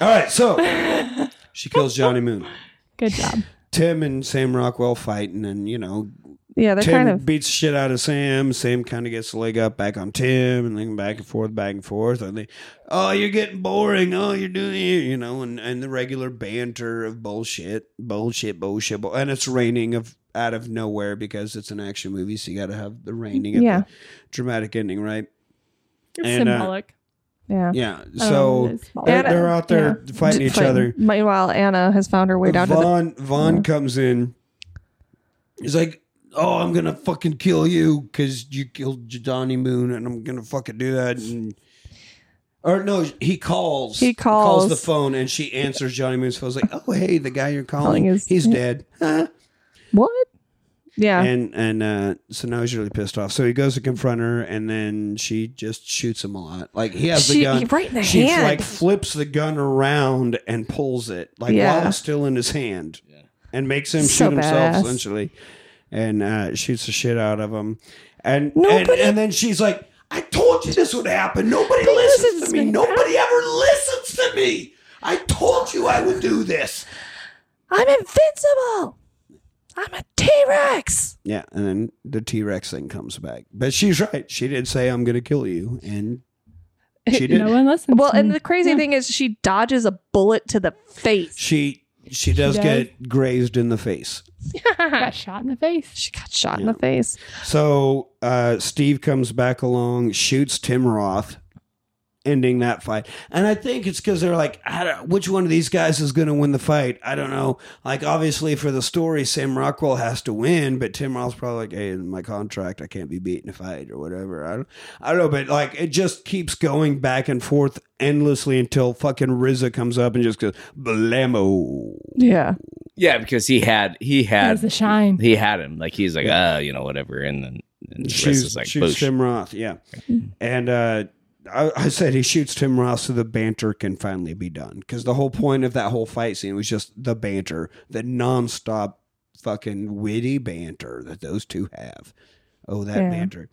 Speaker 1: All right, so she kills Johnny Moon.
Speaker 4: (laughs) Good job.
Speaker 1: Tim and Sam Rockwell fighting, and you know
Speaker 2: Yeah, they're
Speaker 1: Tim
Speaker 2: kind of
Speaker 1: beats shit out of Sam. Sam kind of gets the leg up back on Tim, and then back and forth, back and forth. And they, oh, you're getting boring. Oh, you're doing, you know, and, and the regular banter of bullshit, bullshit, bullshit, bull- and it's raining of out of nowhere because it's an action movie, so you got to have the raining, at
Speaker 2: Yeah.
Speaker 1: the dramatic ending, right?
Speaker 4: It's
Speaker 1: And, uh,
Speaker 4: symbolic.
Speaker 2: yeah.
Speaker 1: Yeah,
Speaker 4: I don't know what
Speaker 1: so
Speaker 4: it is.
Speaker 1: they're,
Speaker 2: Anna-
Speaker 1: they're out there fighting each
Speaker 2: Fighting.
Speaker 1: other.
Speaker 2: Meanwhile, Anna has found her way down to
Speaker 1: Vaughn Vaughn
Speaker 2: Yeah.
Speaker 1: comes in. He's like, "Oh, I'm gonna fucking kill you because you killed Johnny Moon, and I'm gonna fucking do that." And or no, he calls.
Speaker 2: He
Speaker 1: calls the
Speaker 2: calls.
Speaker 1: phone, and she answers Johnny Moon's phone. It's like, "Oh, hey, the guy you're calling,
Speaker 2: Calling is-
Speaker 1: he's dead." Huh?
Speaker 2: the what? Yeah.
Speaker 1: And and uh, so now he's really pissed off. So he goes to confront her, and then she just shoots him a lot. Like he has the
Speaker 2: She-
Speaker 1: gun
Speaker 2: right in the
Speaker 1: She
Speaker 2: hand.
Speaker 1: like flips the gun around and pulls it like
Speaker 2: Yeah.
Speaker 1: while it's still in his hand, and makes him
Speaker 2: So
Speaker 1: shoot himself
Speaker 2: badass.
Speaker 1: essentially. and uh, shoots the shit out of him. And and,
Speaker 2: Nobody-
Speaker 1: and then she's like, "I told you this would happen. Nobody listens,
Speaker 2: listens
Speaker 1: to
Speaker 2: to
Speaker 1: me.
Speaker 2: me."
Speaker 1: Nobody ever listens to me. I told you I would do this."
Speaker 2: I'm invincible. I'm a T Rex.
Speaker 1: Yeah, and then the T Rex thing comes back, but she's right. She did say, "I'm gonna kill you," and she did.
Speaker 4: (laughs) No one listens.
Speaker 2: Well,
Speaker 4: to
Speaker 2: and
Speaker 4: me.
Speaker 2: the crazy
Speaker 4: Yeah.
Speaker 2: thing is, she dodges a bullet to the face.
Speaker 1: She she does
Speaker 4: does.
Speaker 1: get grazed in the face.
Speaker 4: got shot in the face.
Speaker 2: (laughs) She got shot in
Speaker 1: Yeah.
Speaker 2: the face.
Speaker 1: So uh, Steve comes back along, shoots Tim Roth, ending that fight. And I think it's because they're like, I don't, which one of these guys is going to win the fight? I don't know. Like, obviously, for the story, Sam Rockwell has to win, but Tim Roth's probably like, hey, in my contract, I can't be beat in a fight or whatever. I don't, I don't know, but like, it just keeps going back and forth endlessly until fucking RZA comes up and just goes, blammo.
Speaker 2: Yeah.
Speaker 3: Yeah, because he had he had
Speaker 4: Has the shine.
Speaker 3: he had him like he's like uh you know whatever and then and the rest
Speaker 1: shoots,
Speaker 3: is like
Speaker 1: shoots
Speaker 3: boosh.
Speaker 1: Tim Roth. Yeah, and uh, I, I said he shoots Tim Roth so the banter can finally be done because the whole point of that whole fight scene was just the banter, the nonstop fucking witty banter that those two have. Oh, that
Speaker 2: Yeah.
Speaker 1: banter,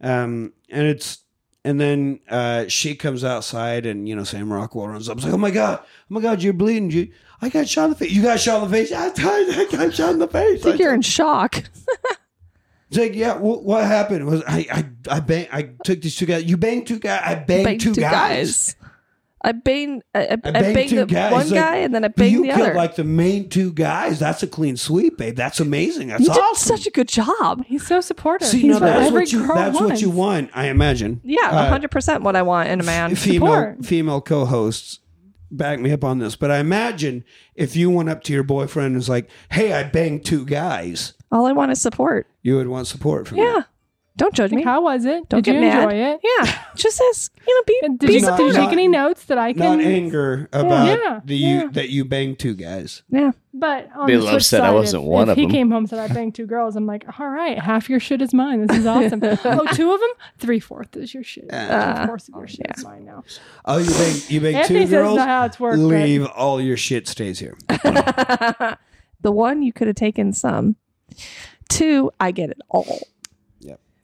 Speaker 1: um, and it's. And then uh, she comes outside, and you know Sam Rockwell runs up. It's like, "Oh my god, oh my god, you're bleeding! You, I got shot in the face. You got shot in the face. I, I got shot in the face.
Speaker 2: I think you're in shock.
Speaker 1: It's like, yeah, wh- what happened was I I I bang I took these two guys. You banged two guys. I banged,
Speaker 2: Banged
Speaker 1: two, guys.
Speaker 2: I banged, I, I, I
Speaker 1: I
Speaker 2: banged,
Speaker 1: banged two
Speaker 2: the
Speaker 1: guys,
Speaker 2: one
Speaker 1: like,
Speaker 2: guy and then I banged
Speaker 1: you
Speaker 2: the
Speaker 1: killed
Speaker 2: other.
Speaker 1: like the main two guys. That's a clean sweep, babe. That's amazing. That's
Speaker 2: you did
Speaker 1: awesome.
Speaker 2: such a good job.
Speaker 4: He's so supportive.
Speaker 1: See,
Speaker 4: He's
Speaker 1: no, that's
Speaker 4: every
Speaker 1: what you
Speaker 4: girl
Speaker 1: that's what
Speaker 4: wants.
Speaker 1: you want. I imagine.
Speaker 2: Yeah,
Speaker 1: Uh,
Speaker 2: 100% what I want in a man.
Speaker 1: female
Speaker 4: Support.
Speaker 1: female co-hosts back me up on this, but I imagine if you went up to your boyfriend and was like, "Hey, I banged two guys,"
Speaker 2: All I want is support.
Speaker 1: you would want support from
Speaker 2: Yeah. Don't judge me.
Speaker 4: Like, how was it?
Speaker 2: Don't
Speaker 4: Did
Speaker 2: get
Speaker 4: you
Speaker 2: mad.
Speaker 4: enjoy it?
Speaker 2: (laughs) Yeah. Just as, you know, be,
Speaker 4: And
Speaker 2: be
Speaker 4: Did you, did
Speaker 2: supportive.
Speaker 4: you take any notes that I
Speaker 1: you. Not
Speaker 4: can?
Speaker 1: anger about
Speaker 4: Yeah,
Speaker 1: the you
Speaker 4: yeah.
Speaker 1: that you banged two guys.
Speaker 2: Yeah.
Speaker 4: But on
Speaker 3: Be
Speaker 4: the
Speaker 3: a little
Speaker 4: flip
Speaker 3: upset I
Speaker 4: side,
Speaker 3: wasn't
Speaker 4: if,
Speaker 3: one
Speaker 4: if
Speaker 3: of
Speaker 4: he
Speaker 3: them.
Speaker 4: came home and said I banged two girls, I'm like, all right, half your shit is
Speaker 3: (laughs)
Speaker 4: mine. This is awesome. oh, two of them, three fourths is your shit.
Speaker 1: Ah.
Speaker 3: Uh,
Speaker 4: Two fourths of your shit is mine now.
Speaker 1: Oh, you banged you banged
Speaker 4: Anthony
Speaker 1: two
Speaker 4: says
Speaker 1: girls.
Speaker 4: not how it's worked.
Speaker 1: Leave all your shit stays
Speaker 4: (laughs)
Speaker 1: here.
Speaker 2: the one, you could have taken some. Two, I get it all.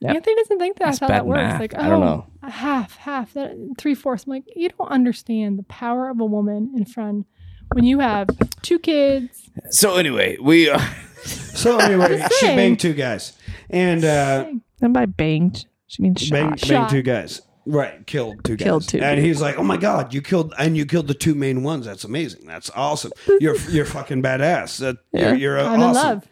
Speaker 4: But Anthony doesn't think
Speaker 3: That's
Speaker 4: that's, how that
Speaker 3: bad
Speaker 4: works.
Speaker 3: math.
Speaker 4: Like, oh,
Speaker 3: I don't know.
Speaker 4: a half, half, that three fourths. I'm like, you don't understand the power of a woman in front when you have two kids.
Speaker 3: So anyway, we (laughs) uh,
Speaker 1: So anyway,
Speaker 4: Just
Speaker 1: she
Speaker 4: saying.
Speaker 1: banged two guys, and uh,
Speaker 2: And by banged, she means shot.
Speaker 1: banged, banged
Speaker 4: Shot.
Speaker 1: two guys. Right, killed two guys.
Speaker 2: Killed two
Speaker 1: And
Speaker 2: people.
Speaker 1: he's like, "Oh my god, you killed and you killed the two main ones. That's amazing. That's
Speaker 4: (laughs)
Speaker 1: awesome. You're you're fucking badass. That,
Speaker 2: Yeah.
Speaker 1: You're, you're
Speaker 4: I'm
Speaker 1: uh, awesome."
Speaker 4: in love.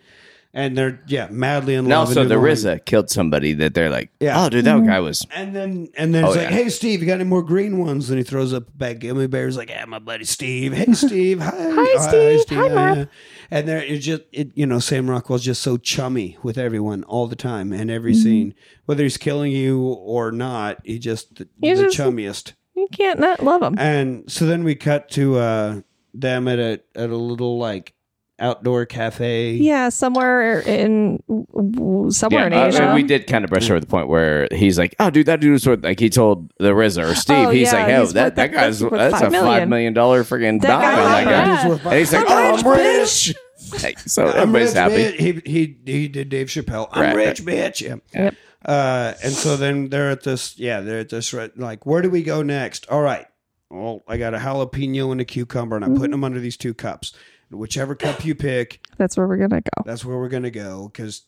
Speaker 1: And they're yeah, madly in
Speaker 3: and
Speaker 1: love.
Speaker 3: also
Speaker 1: and
Speaker 3: the
Speaker 1: in love.
Speaker 3: RZA killed somebody that they're like
Speaker 1: Yeah.
Speaker 3: oh dude
Speaker 2: Mm-hmm.
Speaker 3: that guy was
Speaker 1: And then and then
Speaker 3: Oh,
Speaker 1: it's like,
Speaker 3: yeah.
Speaker 1: "Hey Steve, you got any more green ones?" And he throws up a bag of gummy bears. Like, "Yeah, my buddy Steve.
Speaker 2: (laughs)
Speaker 1: Hey Steve. Hi, Oh,
Speaker 2: Steve. Hi,
Speaker 1: Yeah,
Speaker 2: Mark."
Speaker 1: yeah. And there, it's just it, you know, Sam Rockwell's just so chummy with everyone all the time and every
Speaker 2: Mm-hmm.
Speaker 1: scene, whether he's killing you or not. He just the,
Speaker 2: He's
Speaker 1: the
Speaker 2: just-
Speaker 1: chummiest.
Speaker 2: You can't not love them.
Speaker 1: And so then we cut to uh, them at a at a little like outdoor cafe.
Speaker 2: Yeah, somewhere in w- w- somewhere
Speaker 3: uh,
Speaker 2: in Asia.
Speaker 3: we did kind of brush over the point where he's like, "Oh, dude, that dude was worth like he told the RZA or Steve,
Speaker 2: Oh,
Speaker 3: he's
Speaker 2: yeah,
Speaker 3: like, "Hey,
Speaker 2: he's
Speaker 3: that,
Speaker 2: worth-
Speaker 3: that guy's
Speaker 2: that's worth
Speaker 3: that's a
Speaker 2: five million.
Speaker 3: five million dollar freaking
Speaker 2: That
Speaker 3: dime
Speaker 2: guy
Speaker 3: on that
Speaker 2: was
Speaker 3: guy."
Speaker 4: worth-
Speaker 3: And he's like,
Speaker 2: I'm
Speaker 3: "Oh,
Speaker 2: rich,
Speaker 3: I'm rich." Hey, so Oh, everybody's
Speaker 1: I'm rich,
Speaker 3: happy.
Speaker 1: Bitch. He he he did Dave Chappelle. I'm
Speaker 3: Right,
Speaker 1: rich, bitch. Yeah.
Speaker 2: Yep.
Speaker 1: Uh, and so then they're at this. Yeah, they're at this. Right, like, where do we go next? All right. Well, I got a jalapeno and a cucumber, and I'm
Speaker 3: Mm-hmm.
Speaker 1: putting them under these two cups. And whichever cup you pick,
Speaker 2: That's where we're gonna go.
Speaker 1: that's where we're gonna go because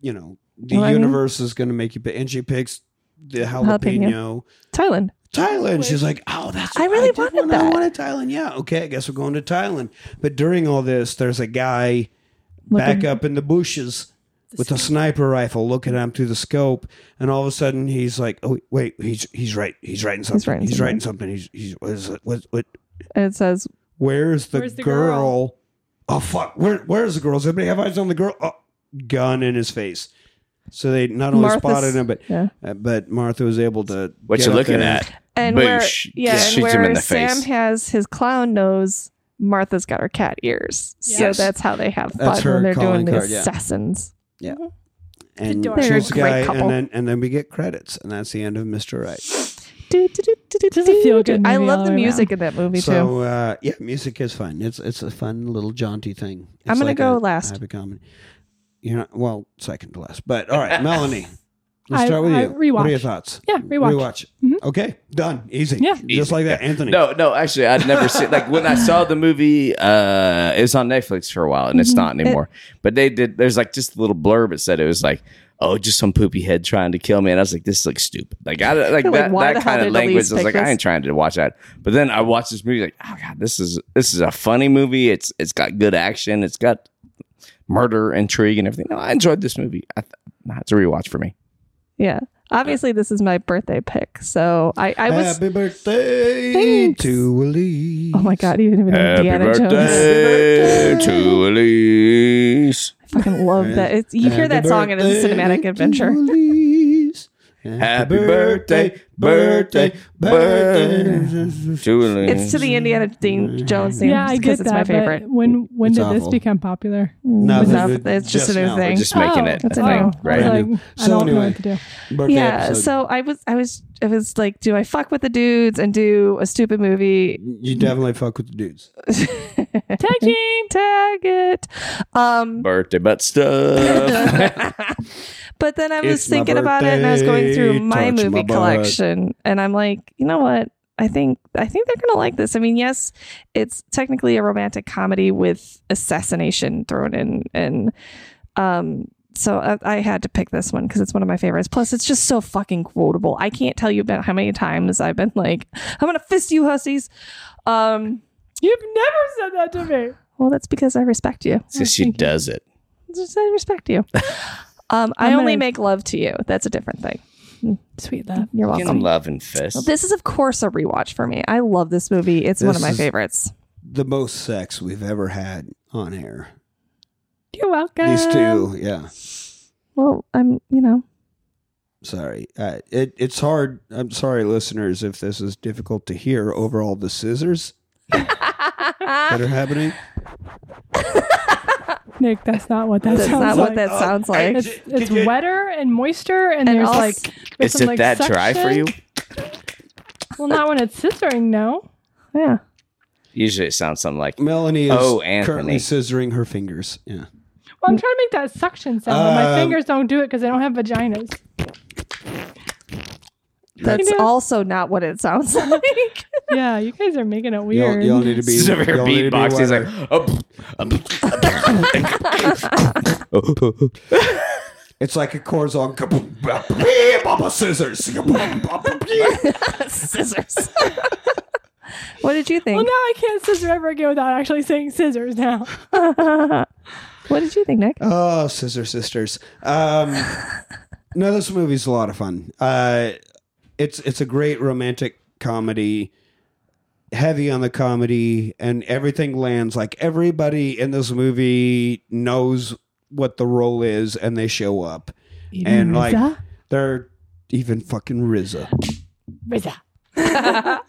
Speaker 1: you know the
Speaker 2: Well, I mean-
Speaker 1: universe is gonna make you. pick. And she picks the jalapeno.
Speaker 2: Thailand.
Speaker 1: Thailand. She's like, oh, that's
Speaker 2: I
Speaker 1: what
Speaker 2: really
Speaker 1: did
Speaker 2: wanted
Speaker 1: when I
Speaker 2: that.
Speaker 1: wanted Thailand. Yeah, okay, I guess we're going to Thailand. But during all this, there's a guy back up in the bushes with a sniper rifle looking at him through the scope, and all of a sudden he's like, oh wait, he's he's right, he's writing something, he's
Speaker 2: writing
Speaker 1: writing,
Speaker 2: something.
Speaker 1: something, he's he's what is it? What, what,
Speaker 2: And it says
Speaker 1: where's the,
Speaker 4: Where's the
Speaker 1: girl?
Speaker 4: girl?
Speaker 1: Oh fuck, where where's the girl? Does anybody have eyes on the girl? Oh, gun in his face. So they not only
Speaker 2: Martha's-
Speaker 1: spotted him, but
Speaker 2: yeah.
Speaker 1: uh, but Martha was able to.
Speaker 3: What
Speaker 1: get
Speaker 3: you
Speaker 1: up
Speaker 3: looking
Speaker 1: there.
Speaker 3: at?
Speaker 2: and where
Speaker 3: Boosh.
Speaker 2: yeah,
Speaker 3: Just
Speaker 2: and
Speaker 3: shoots him in
Speaker 2: where
Speaker 3: the
Speaker 2: Sam
Speaker 3: face.
Speaker 2: has his clown nose, Martha's got her cat ears.
Speaker 3: Yes.
Speaker 2: So that's how they have
Speaker 1: That's
Speaker 2: fun
Speaker 1: her
Speaker 2: when they're doing
Speaker 1: calling
Speaker 2: the
Speaker 1: card, yeah.
Speaker 2: assassins.
Speaker 1: and
Speaker 4: Adorable.
Speaker 1: choose the
Speaker 2: They're a
Speaker 1: guy,
Speaker 2: great couple.
Speaker 1: and then and then we get credits, and that's the end of Mr. Right.
Speaker 2: Do, do, do, do, do,
Speaker 4: Does it
Speaker 2: do,
Speaker 4: feel
Speaker 2: do.
Speaker 4: good
Speaker 2: I
Speaker 4: movie all
Speaker 2: love
Speaker 4: the
Speaker 2: the
Speaker 4: way
Speaker 2: music in that movie too.
Speaker 1: so uh, yeah, music is fun. It's it's a fun little jaunty thing. It's
Speaker 2: I'm gonna
Speaker 1: like
Speaker 2: go
Speaker 1: a
Speaker 2: last.
Speaker 1: type of comedy. You're not well, second to last. But all
Speaker 3: (laughs)
Speaker 1: right, Melanie. Let's
Speaker 4: I-
Speaker 1: start with
Speaker 4: I
Speaker 1: you.
Speaker 4: rewatched.
Speaker 1: What are your thoughts?
Speaker 4: Yeah, rewatch. Mhm.
Speaker 2: Mm-hmm.
Speaker 1: Okay, done. Easy.
Speaker 4: Yeah.
Speaker 1: just
Speaker 3: Easy,
Speaker 1: like that. Anthony.
Speaker 3: No, no, actually, I'd never seen. Like when I saw the movie, uh, it was on Netflix for a while, and it's
Speaker 2: Mm-hmm.
Speaker 3: not anymore. But they did. There's like just a little blurb that said it was like, "Oh, just some poopy head trying to kill me," and I was like, "This looks stupid." Like I don't- like
Speaker 2: Like,
Speaker 3: that,
Speaker 2: why
Speaker 3: that
Speaker 2: the hell
Speaker 3: kind of
Speaker 2: did the
Speaker 3: language.
Speaker 2: leads
Speaker 3: I was
Speaker 2: pick
Speaker 3: like,
Speaker 2: this?
Speaker 3: I ain't trying to watch that. But then I watched this movie, like, oh god, this is this is a funny movie. It's it's got good action. It's got murder, intrigue, and everything. No, I enjoyed this movie. I, th- nah, it's a rewatch for me.
Speaker 2: Yeah. Obviously, this is my birthday pick. So I, I was.
Speaker 1: Happy birthday
Speaker 2: Thanks.
Speaker 1: to Elise.
Speaker 2: Oh my God, even even Indiana Jones.
Speaker 3: birthday to Elise.
Speaker 2: I fucking love that. It's, you hear
Speaker 1: Happy
Speaker 2: that song and it's a
Speaker 1: birthday
Speaker 2: cinematic
Speaker 1: to
Speaker 2: adventure.
Speaker 1: Elise.
Speaker 3: (laughs) Happy birthday, birthday, birthday to Elise.
Speaker 2: It's to the Indiana Dean Jones theme
Speaker 4: yeah, I get
Speaker 2: because
Speaker 4: that.
Speaker 2: it's my
Speaker 4: but
Speaker 2: favorite.
Speaker 4: When when
Speaker 1: It's
Speaker 4: did this
Speaker 1: awful.
Speaker 4: become popular?
Speaker 1: No,
Speaker 2: It's
Speaker 1: this
Speaker 2: not-
Speaker 1: is
Speaker 2: it's just,
Speaker 1: just
Speaker 2: a new
Speaker 1: now.
Speaker 2: thing.
Speaker 3: We're just making it.
Speaker 4: Oh,
Speaker 3: a
Speaker 2: that's
Speaker 3: thing,
Speaker 2: anyway.
Speaker 3: right?
Speaker 4: I
Speaker 1: Brand new.
Speaker 4: was like, I
Speaker 1: So
Speaker 4: don't know
Speaker 1: anyway.
Speaker 4: what to do.
Speaker 1: Birthday
Speaker 2: yeah.
Speaker 1: episode.
Speaker 2: So I was, I was, I was like, do I fuck with the dudes and do a stupid movie? (laughs)
Speaker 1: you definitely fuck with the dudes.
Speaker 2: Tag team, tag it. Um,
Speaker 3: Birthday butt (laughs) stuff.
Speaker 2: but then I was
Speaker 1: It's my
Speaker 2: thinking about it and I was going through
Speaker 1: birthday,
Speaker 2: my
Speaker 1: touch my
Speaker 2: movie
Speaker 1: butt.
Speaker 2: collection and I'm like, you know what? I think I think they're gonna like this. I mean, yes, it's technically a romantic comedy with assassination thrown in, and um, so I, I had to pick this one because it's one of my favorites. Plus, it's just so fucking quotable. I can't tell you about how many times I've been like, "I'm gonna fist you, hussies." Um,
Speaker 4: You've never said that to me.
Speaker 2: well, that's because I respect you.
Speaker 3: so she does it.
Speaker 2: Just I respect you. (laughs) Um, Mm, I
Speaker 4: I'm
Speaker 2: only
Speaker 4: gonna-
Speaker 2: make love to you. That's a different thing.
Speaker 4: Sweet love.
Speaker 2: You're
Speaker 3: Get in
Speaker 2: welcome.
Speaker 3: love and fist.
Speaker 2: This is, of course, a rewatch for me. I love this movie. It's one of
Speaker 1: This
Speaker 2: my
Speaker 1: is-
Speaker 2: favorites.
Speaker 1: The most sex we've ever had on air.
Speaker 4: You're welcome.
Speaker 1: These two, yeah.
Speaker 2: Well, I'm, you (laughs) know,
Speaker 1: Sorry, uh, it, it's hard. I'm sorry, listeners, if this is difficult to hear over all the scissors that
Speaker 2: Ah.
Speaker 1: are happening.
Speaker 4: Nick, that's not what that
Speaker 2: that's
Speaker 4: sounds
Speaker 2: not
Speaker 4: like.
Speaker 2: what that sounds like.
Speaker 4: It's, it's wetter and moistter, and,
Speaker 2: And
Speaker 4: there's
Speaker 2: also-
Speaker 4: like there's
Speaker 3: Is
Speaker 4: some,
Speaker 3: it
Speaker 4: like,
Speaker 3: that dry for you?
Speaker 4: suction. Well, not when it's scissoring, no.
Speaker 2: (laughs) Yeah.
Speaker 3: Usually it sounds something like
Speaker 1: Melanie is
Speaker 3: Oh,
Speaker 1: currently
Speaker 3: Anthony.
Speaker 1: scissoring her fingers. Yeah.
Speaker 4: Well, I'm trying to make that suction sound, but my
Speaker 1: Um,
Speaker 4: fingers don't do it because I don't have vaginas.
Speaker 2: (laughs) That's
Speaker 4: You know-
Speaker 2: also not what it (laughs) sounds like.
Speaker 4: yeah, you guys are making it
Speaker 1: Y'all,
Speaker 4: weird.
Speaker 1: y'all need to be.
Speaker 3: He's over here
Speaker 1: y'all need to be
Speaker 3: beatboxing. He's
Speaker 1: wetter.
Speaker 3: like, oh,
Speaker 1: it's like a Corazon. kaboom, bop, bee, bop, bop, Scissors. kaboom, bop, bop, bee.
Speaker 2: Scissors. (laughs) what did you
Speaker 4: Well,
Speaker 2: think?
Speaker 4: now I can't scissor ever again without actually saying scissors now.
Speaker 1: (laughs)
Speaker 2: (laughs) What did you think, Nick?
Speaker 1: Oh, Scissor Sisters. Um, no, this movie's a lot of fun. Uh, it's it's a great romantic comedy, heavy on the comedy, and everything lands. Like everybody in this movie knows what the role is, and they show up, and like
Speaker 4: RZA?
Speaker 1: they're even fucking RZA.
Speaker 4: RZA.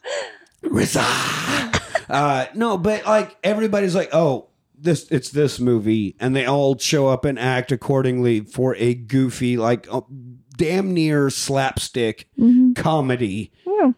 Speaker 1: Uh, no, but like everybody's like, oh, this it's this movie, and they all show up and act accordingly for a goofy, like uh, damn near slapstick
Speaker 2: Mm-hmm.
Speaker 1: comedy
Speaker 2: Yeah.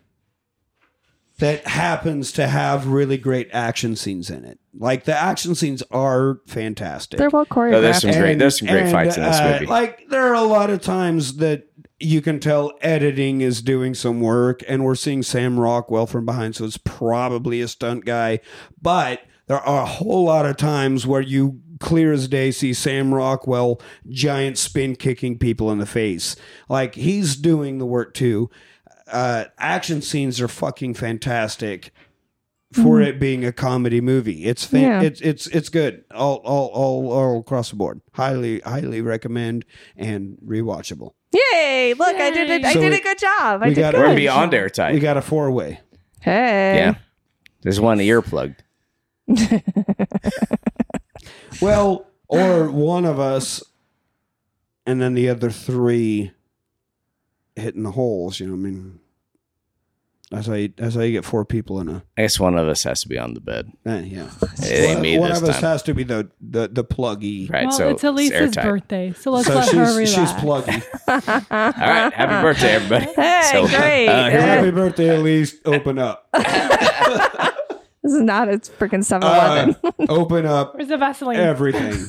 Speaker 1: that happens to have really great action scenes in it. Like the action scenes are fantastic.
Speaker 2: They're well choreographed.
Speaker 3: No, there's some great, there's some great
Speaker 1: and,
Speaker 3: fights in this
Speaker 1: uh,
Speaker 3: movie.
Speaker 1: Like there are a lot of times that you can tell editing is doing some work, and we're seeing Sam Rockwell from behind, so it's probably a stunt guy. But there are a whole lot of times where you clear as day see Sam Rockwell giant spin kicking people in the face. Like he's doing the work too. Uh, action scenes are fucking fantastic for it being a comedy movie. It's fan-
Speaker 2: Yeah.
Speaker 1: it's it's it's good all all all all across the board. Highly highly recommend and rewatchable.
Speaker 2: Yay! Look, I did it. I
Speaker 1: So
Speaker 2: did
Speaker 1: we-
Speaker 2: a good job. I
Speaker 1: we
Speaker 2: did
Speaker 1: got-
Speaker 2: good.
Speaker 3: We're beyond
Speaker 1: We
Speaker 3: airtight.
Speaker 1: got a four way.
Speaker 2: hey.
Speaker 3: Yeah. There's one earplugged.
Speaker 1: Well, or one of us, and then the other three hitting the holes. You know, what I mean, that's how you, that's how you get four people in a
Speaker 3: I guess one of us has to be on the bed.
Speaker 1: eh, yeah.
Speaker 3: It ain't me
Speaker 1: one
Speaker 3: this
Speaker 1: of us
Speaker 3: time.
Speaker 1: has to be the the the pluggy.
Speaker 3: Right,
Speaker 4: well,
Speaker 3: so
Speaker 4: it's Elise's
Speaker 3: airtight.
Speaker 4: birthday, so let's let
Speaker 1: she's
Speaker 4: her relax.
Speaker 1: she's pluggy.
Speaker 3: All right,
Speaker 4: (laughs)
Speaker 3: happy
Speaker 1: (laughs)
Speaker 3: birthday,
Speaker 1: uh,
Speaker 3: everybody.
Speaker 2: Hey, great.
Speaker 3: uh,
Speaker 1: Happy birthday, Elise. Open up.
Speaker 2: This is not a freaking 7 Eleven.
Speaker 1: Uh, open up
Speaker 4: Where's the Vaseline?
Speaker 1: everything.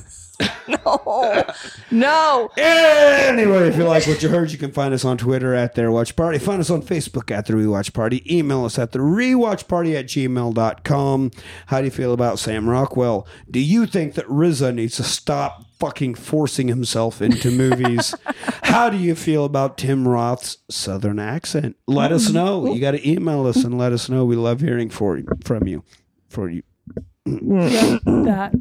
Speaker 2: no.
Speaker 1: Uh,
Speaker 2: (laughs)
Speaker 1: (laughs)
Speaker 2: No.
Speaker 1: Anyway, if you like what you heard, you can find us on Twitter at Their Watch Party. Find us on Facebook at The Rewatch Party. Email us at The Rewatch Party at gmail.com. How do you feel about Sam Rockwell? Do you think that Riza needs to stop fucking forcing himself into movies? How do you feel about Tim Roth's Southern accent? Let us know. You got to email us and let us know. We love hearing for, from you. For you.
Speaker 4: that.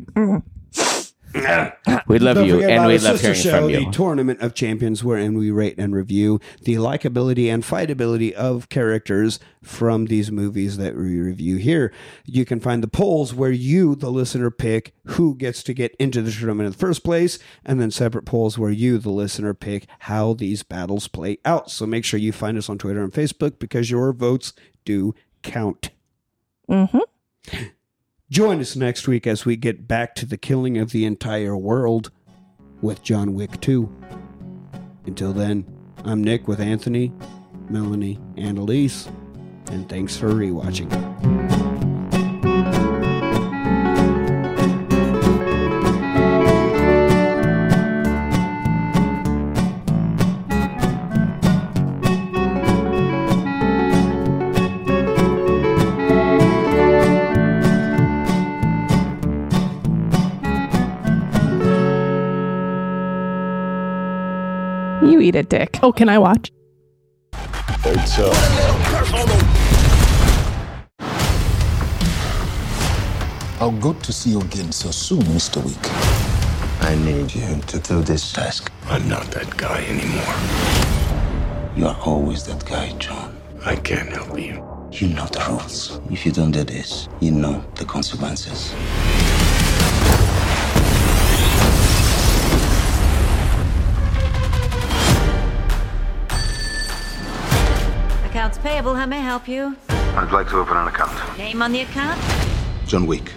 Speaker 3: We love
Speaker 1: Don't
Speaker 3: you,
Speaker 1: forget
Speaker 3: and
Speaker 1: about
Speaker 3: we
Speaker 1: our
Speaker 3: love
Speaker 1: sister
Speaker 3: hearing
Speaker 1: show,
Speaker 3: from
Speaker 1: The
Speaker 3: you.
Speaker 1: Tournament of Champions, wherein we rate and review the likability and fightability of characters from these movies that we review here. You can find the polls where you, the listener, pick who gets to get into the tournament in the first place, and then separate polls where you, the listener, pick how these battles play out. So make sure you find us on Twitter and Facebook because your votes do count.
Speaker 2: Mm-hmm.
Speaker 1: Join us next week as we get back to the killing of the entire world with John Wick 2. Until then, I'm Nick with Anthony, Melanie, and Elise, and thanks for rewatching.
Speaker 2: You eat a dick.
Speaker 4: Oh, can I watch?
Speaker 5: How good to see you again so soon, Mr. Week.
Speaker 6: I need you to do this task.
Speaker 7: I'm not that guy anymore.
Speaker 6: You're always that guy, John.
Speaker 7: I can't help you.
Speaker 6: You know the rules. If you don't do this, you know the consequences.
Speaker 8: Accounts payable, how may I help you?
Speaker 7: I'd like to open an account.
Speaker 8: Name on the account?
Speaker 6: John Wick.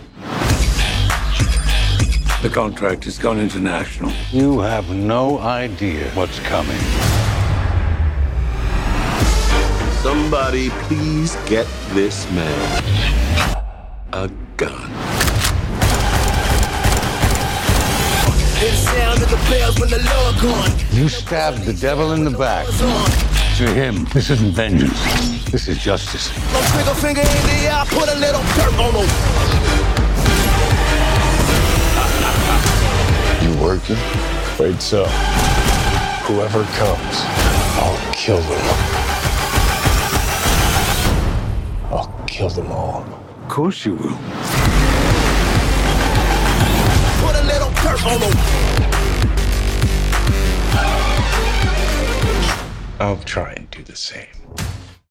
Speaker 7: The contract has gone international.
Speaker 9: You have no idea what's coming.
Speaker 7: Somebody please get this man a gun.
Speaker 9: You stabbed the devil in the back. To him, this isn't vengeance. This is justice.
Speaker 5: You working?
Speaker 9: Wait, so whoever comes, I'll kill them. I'll kill them all. Of course you will.
Speaker 7: I'll try and do the same.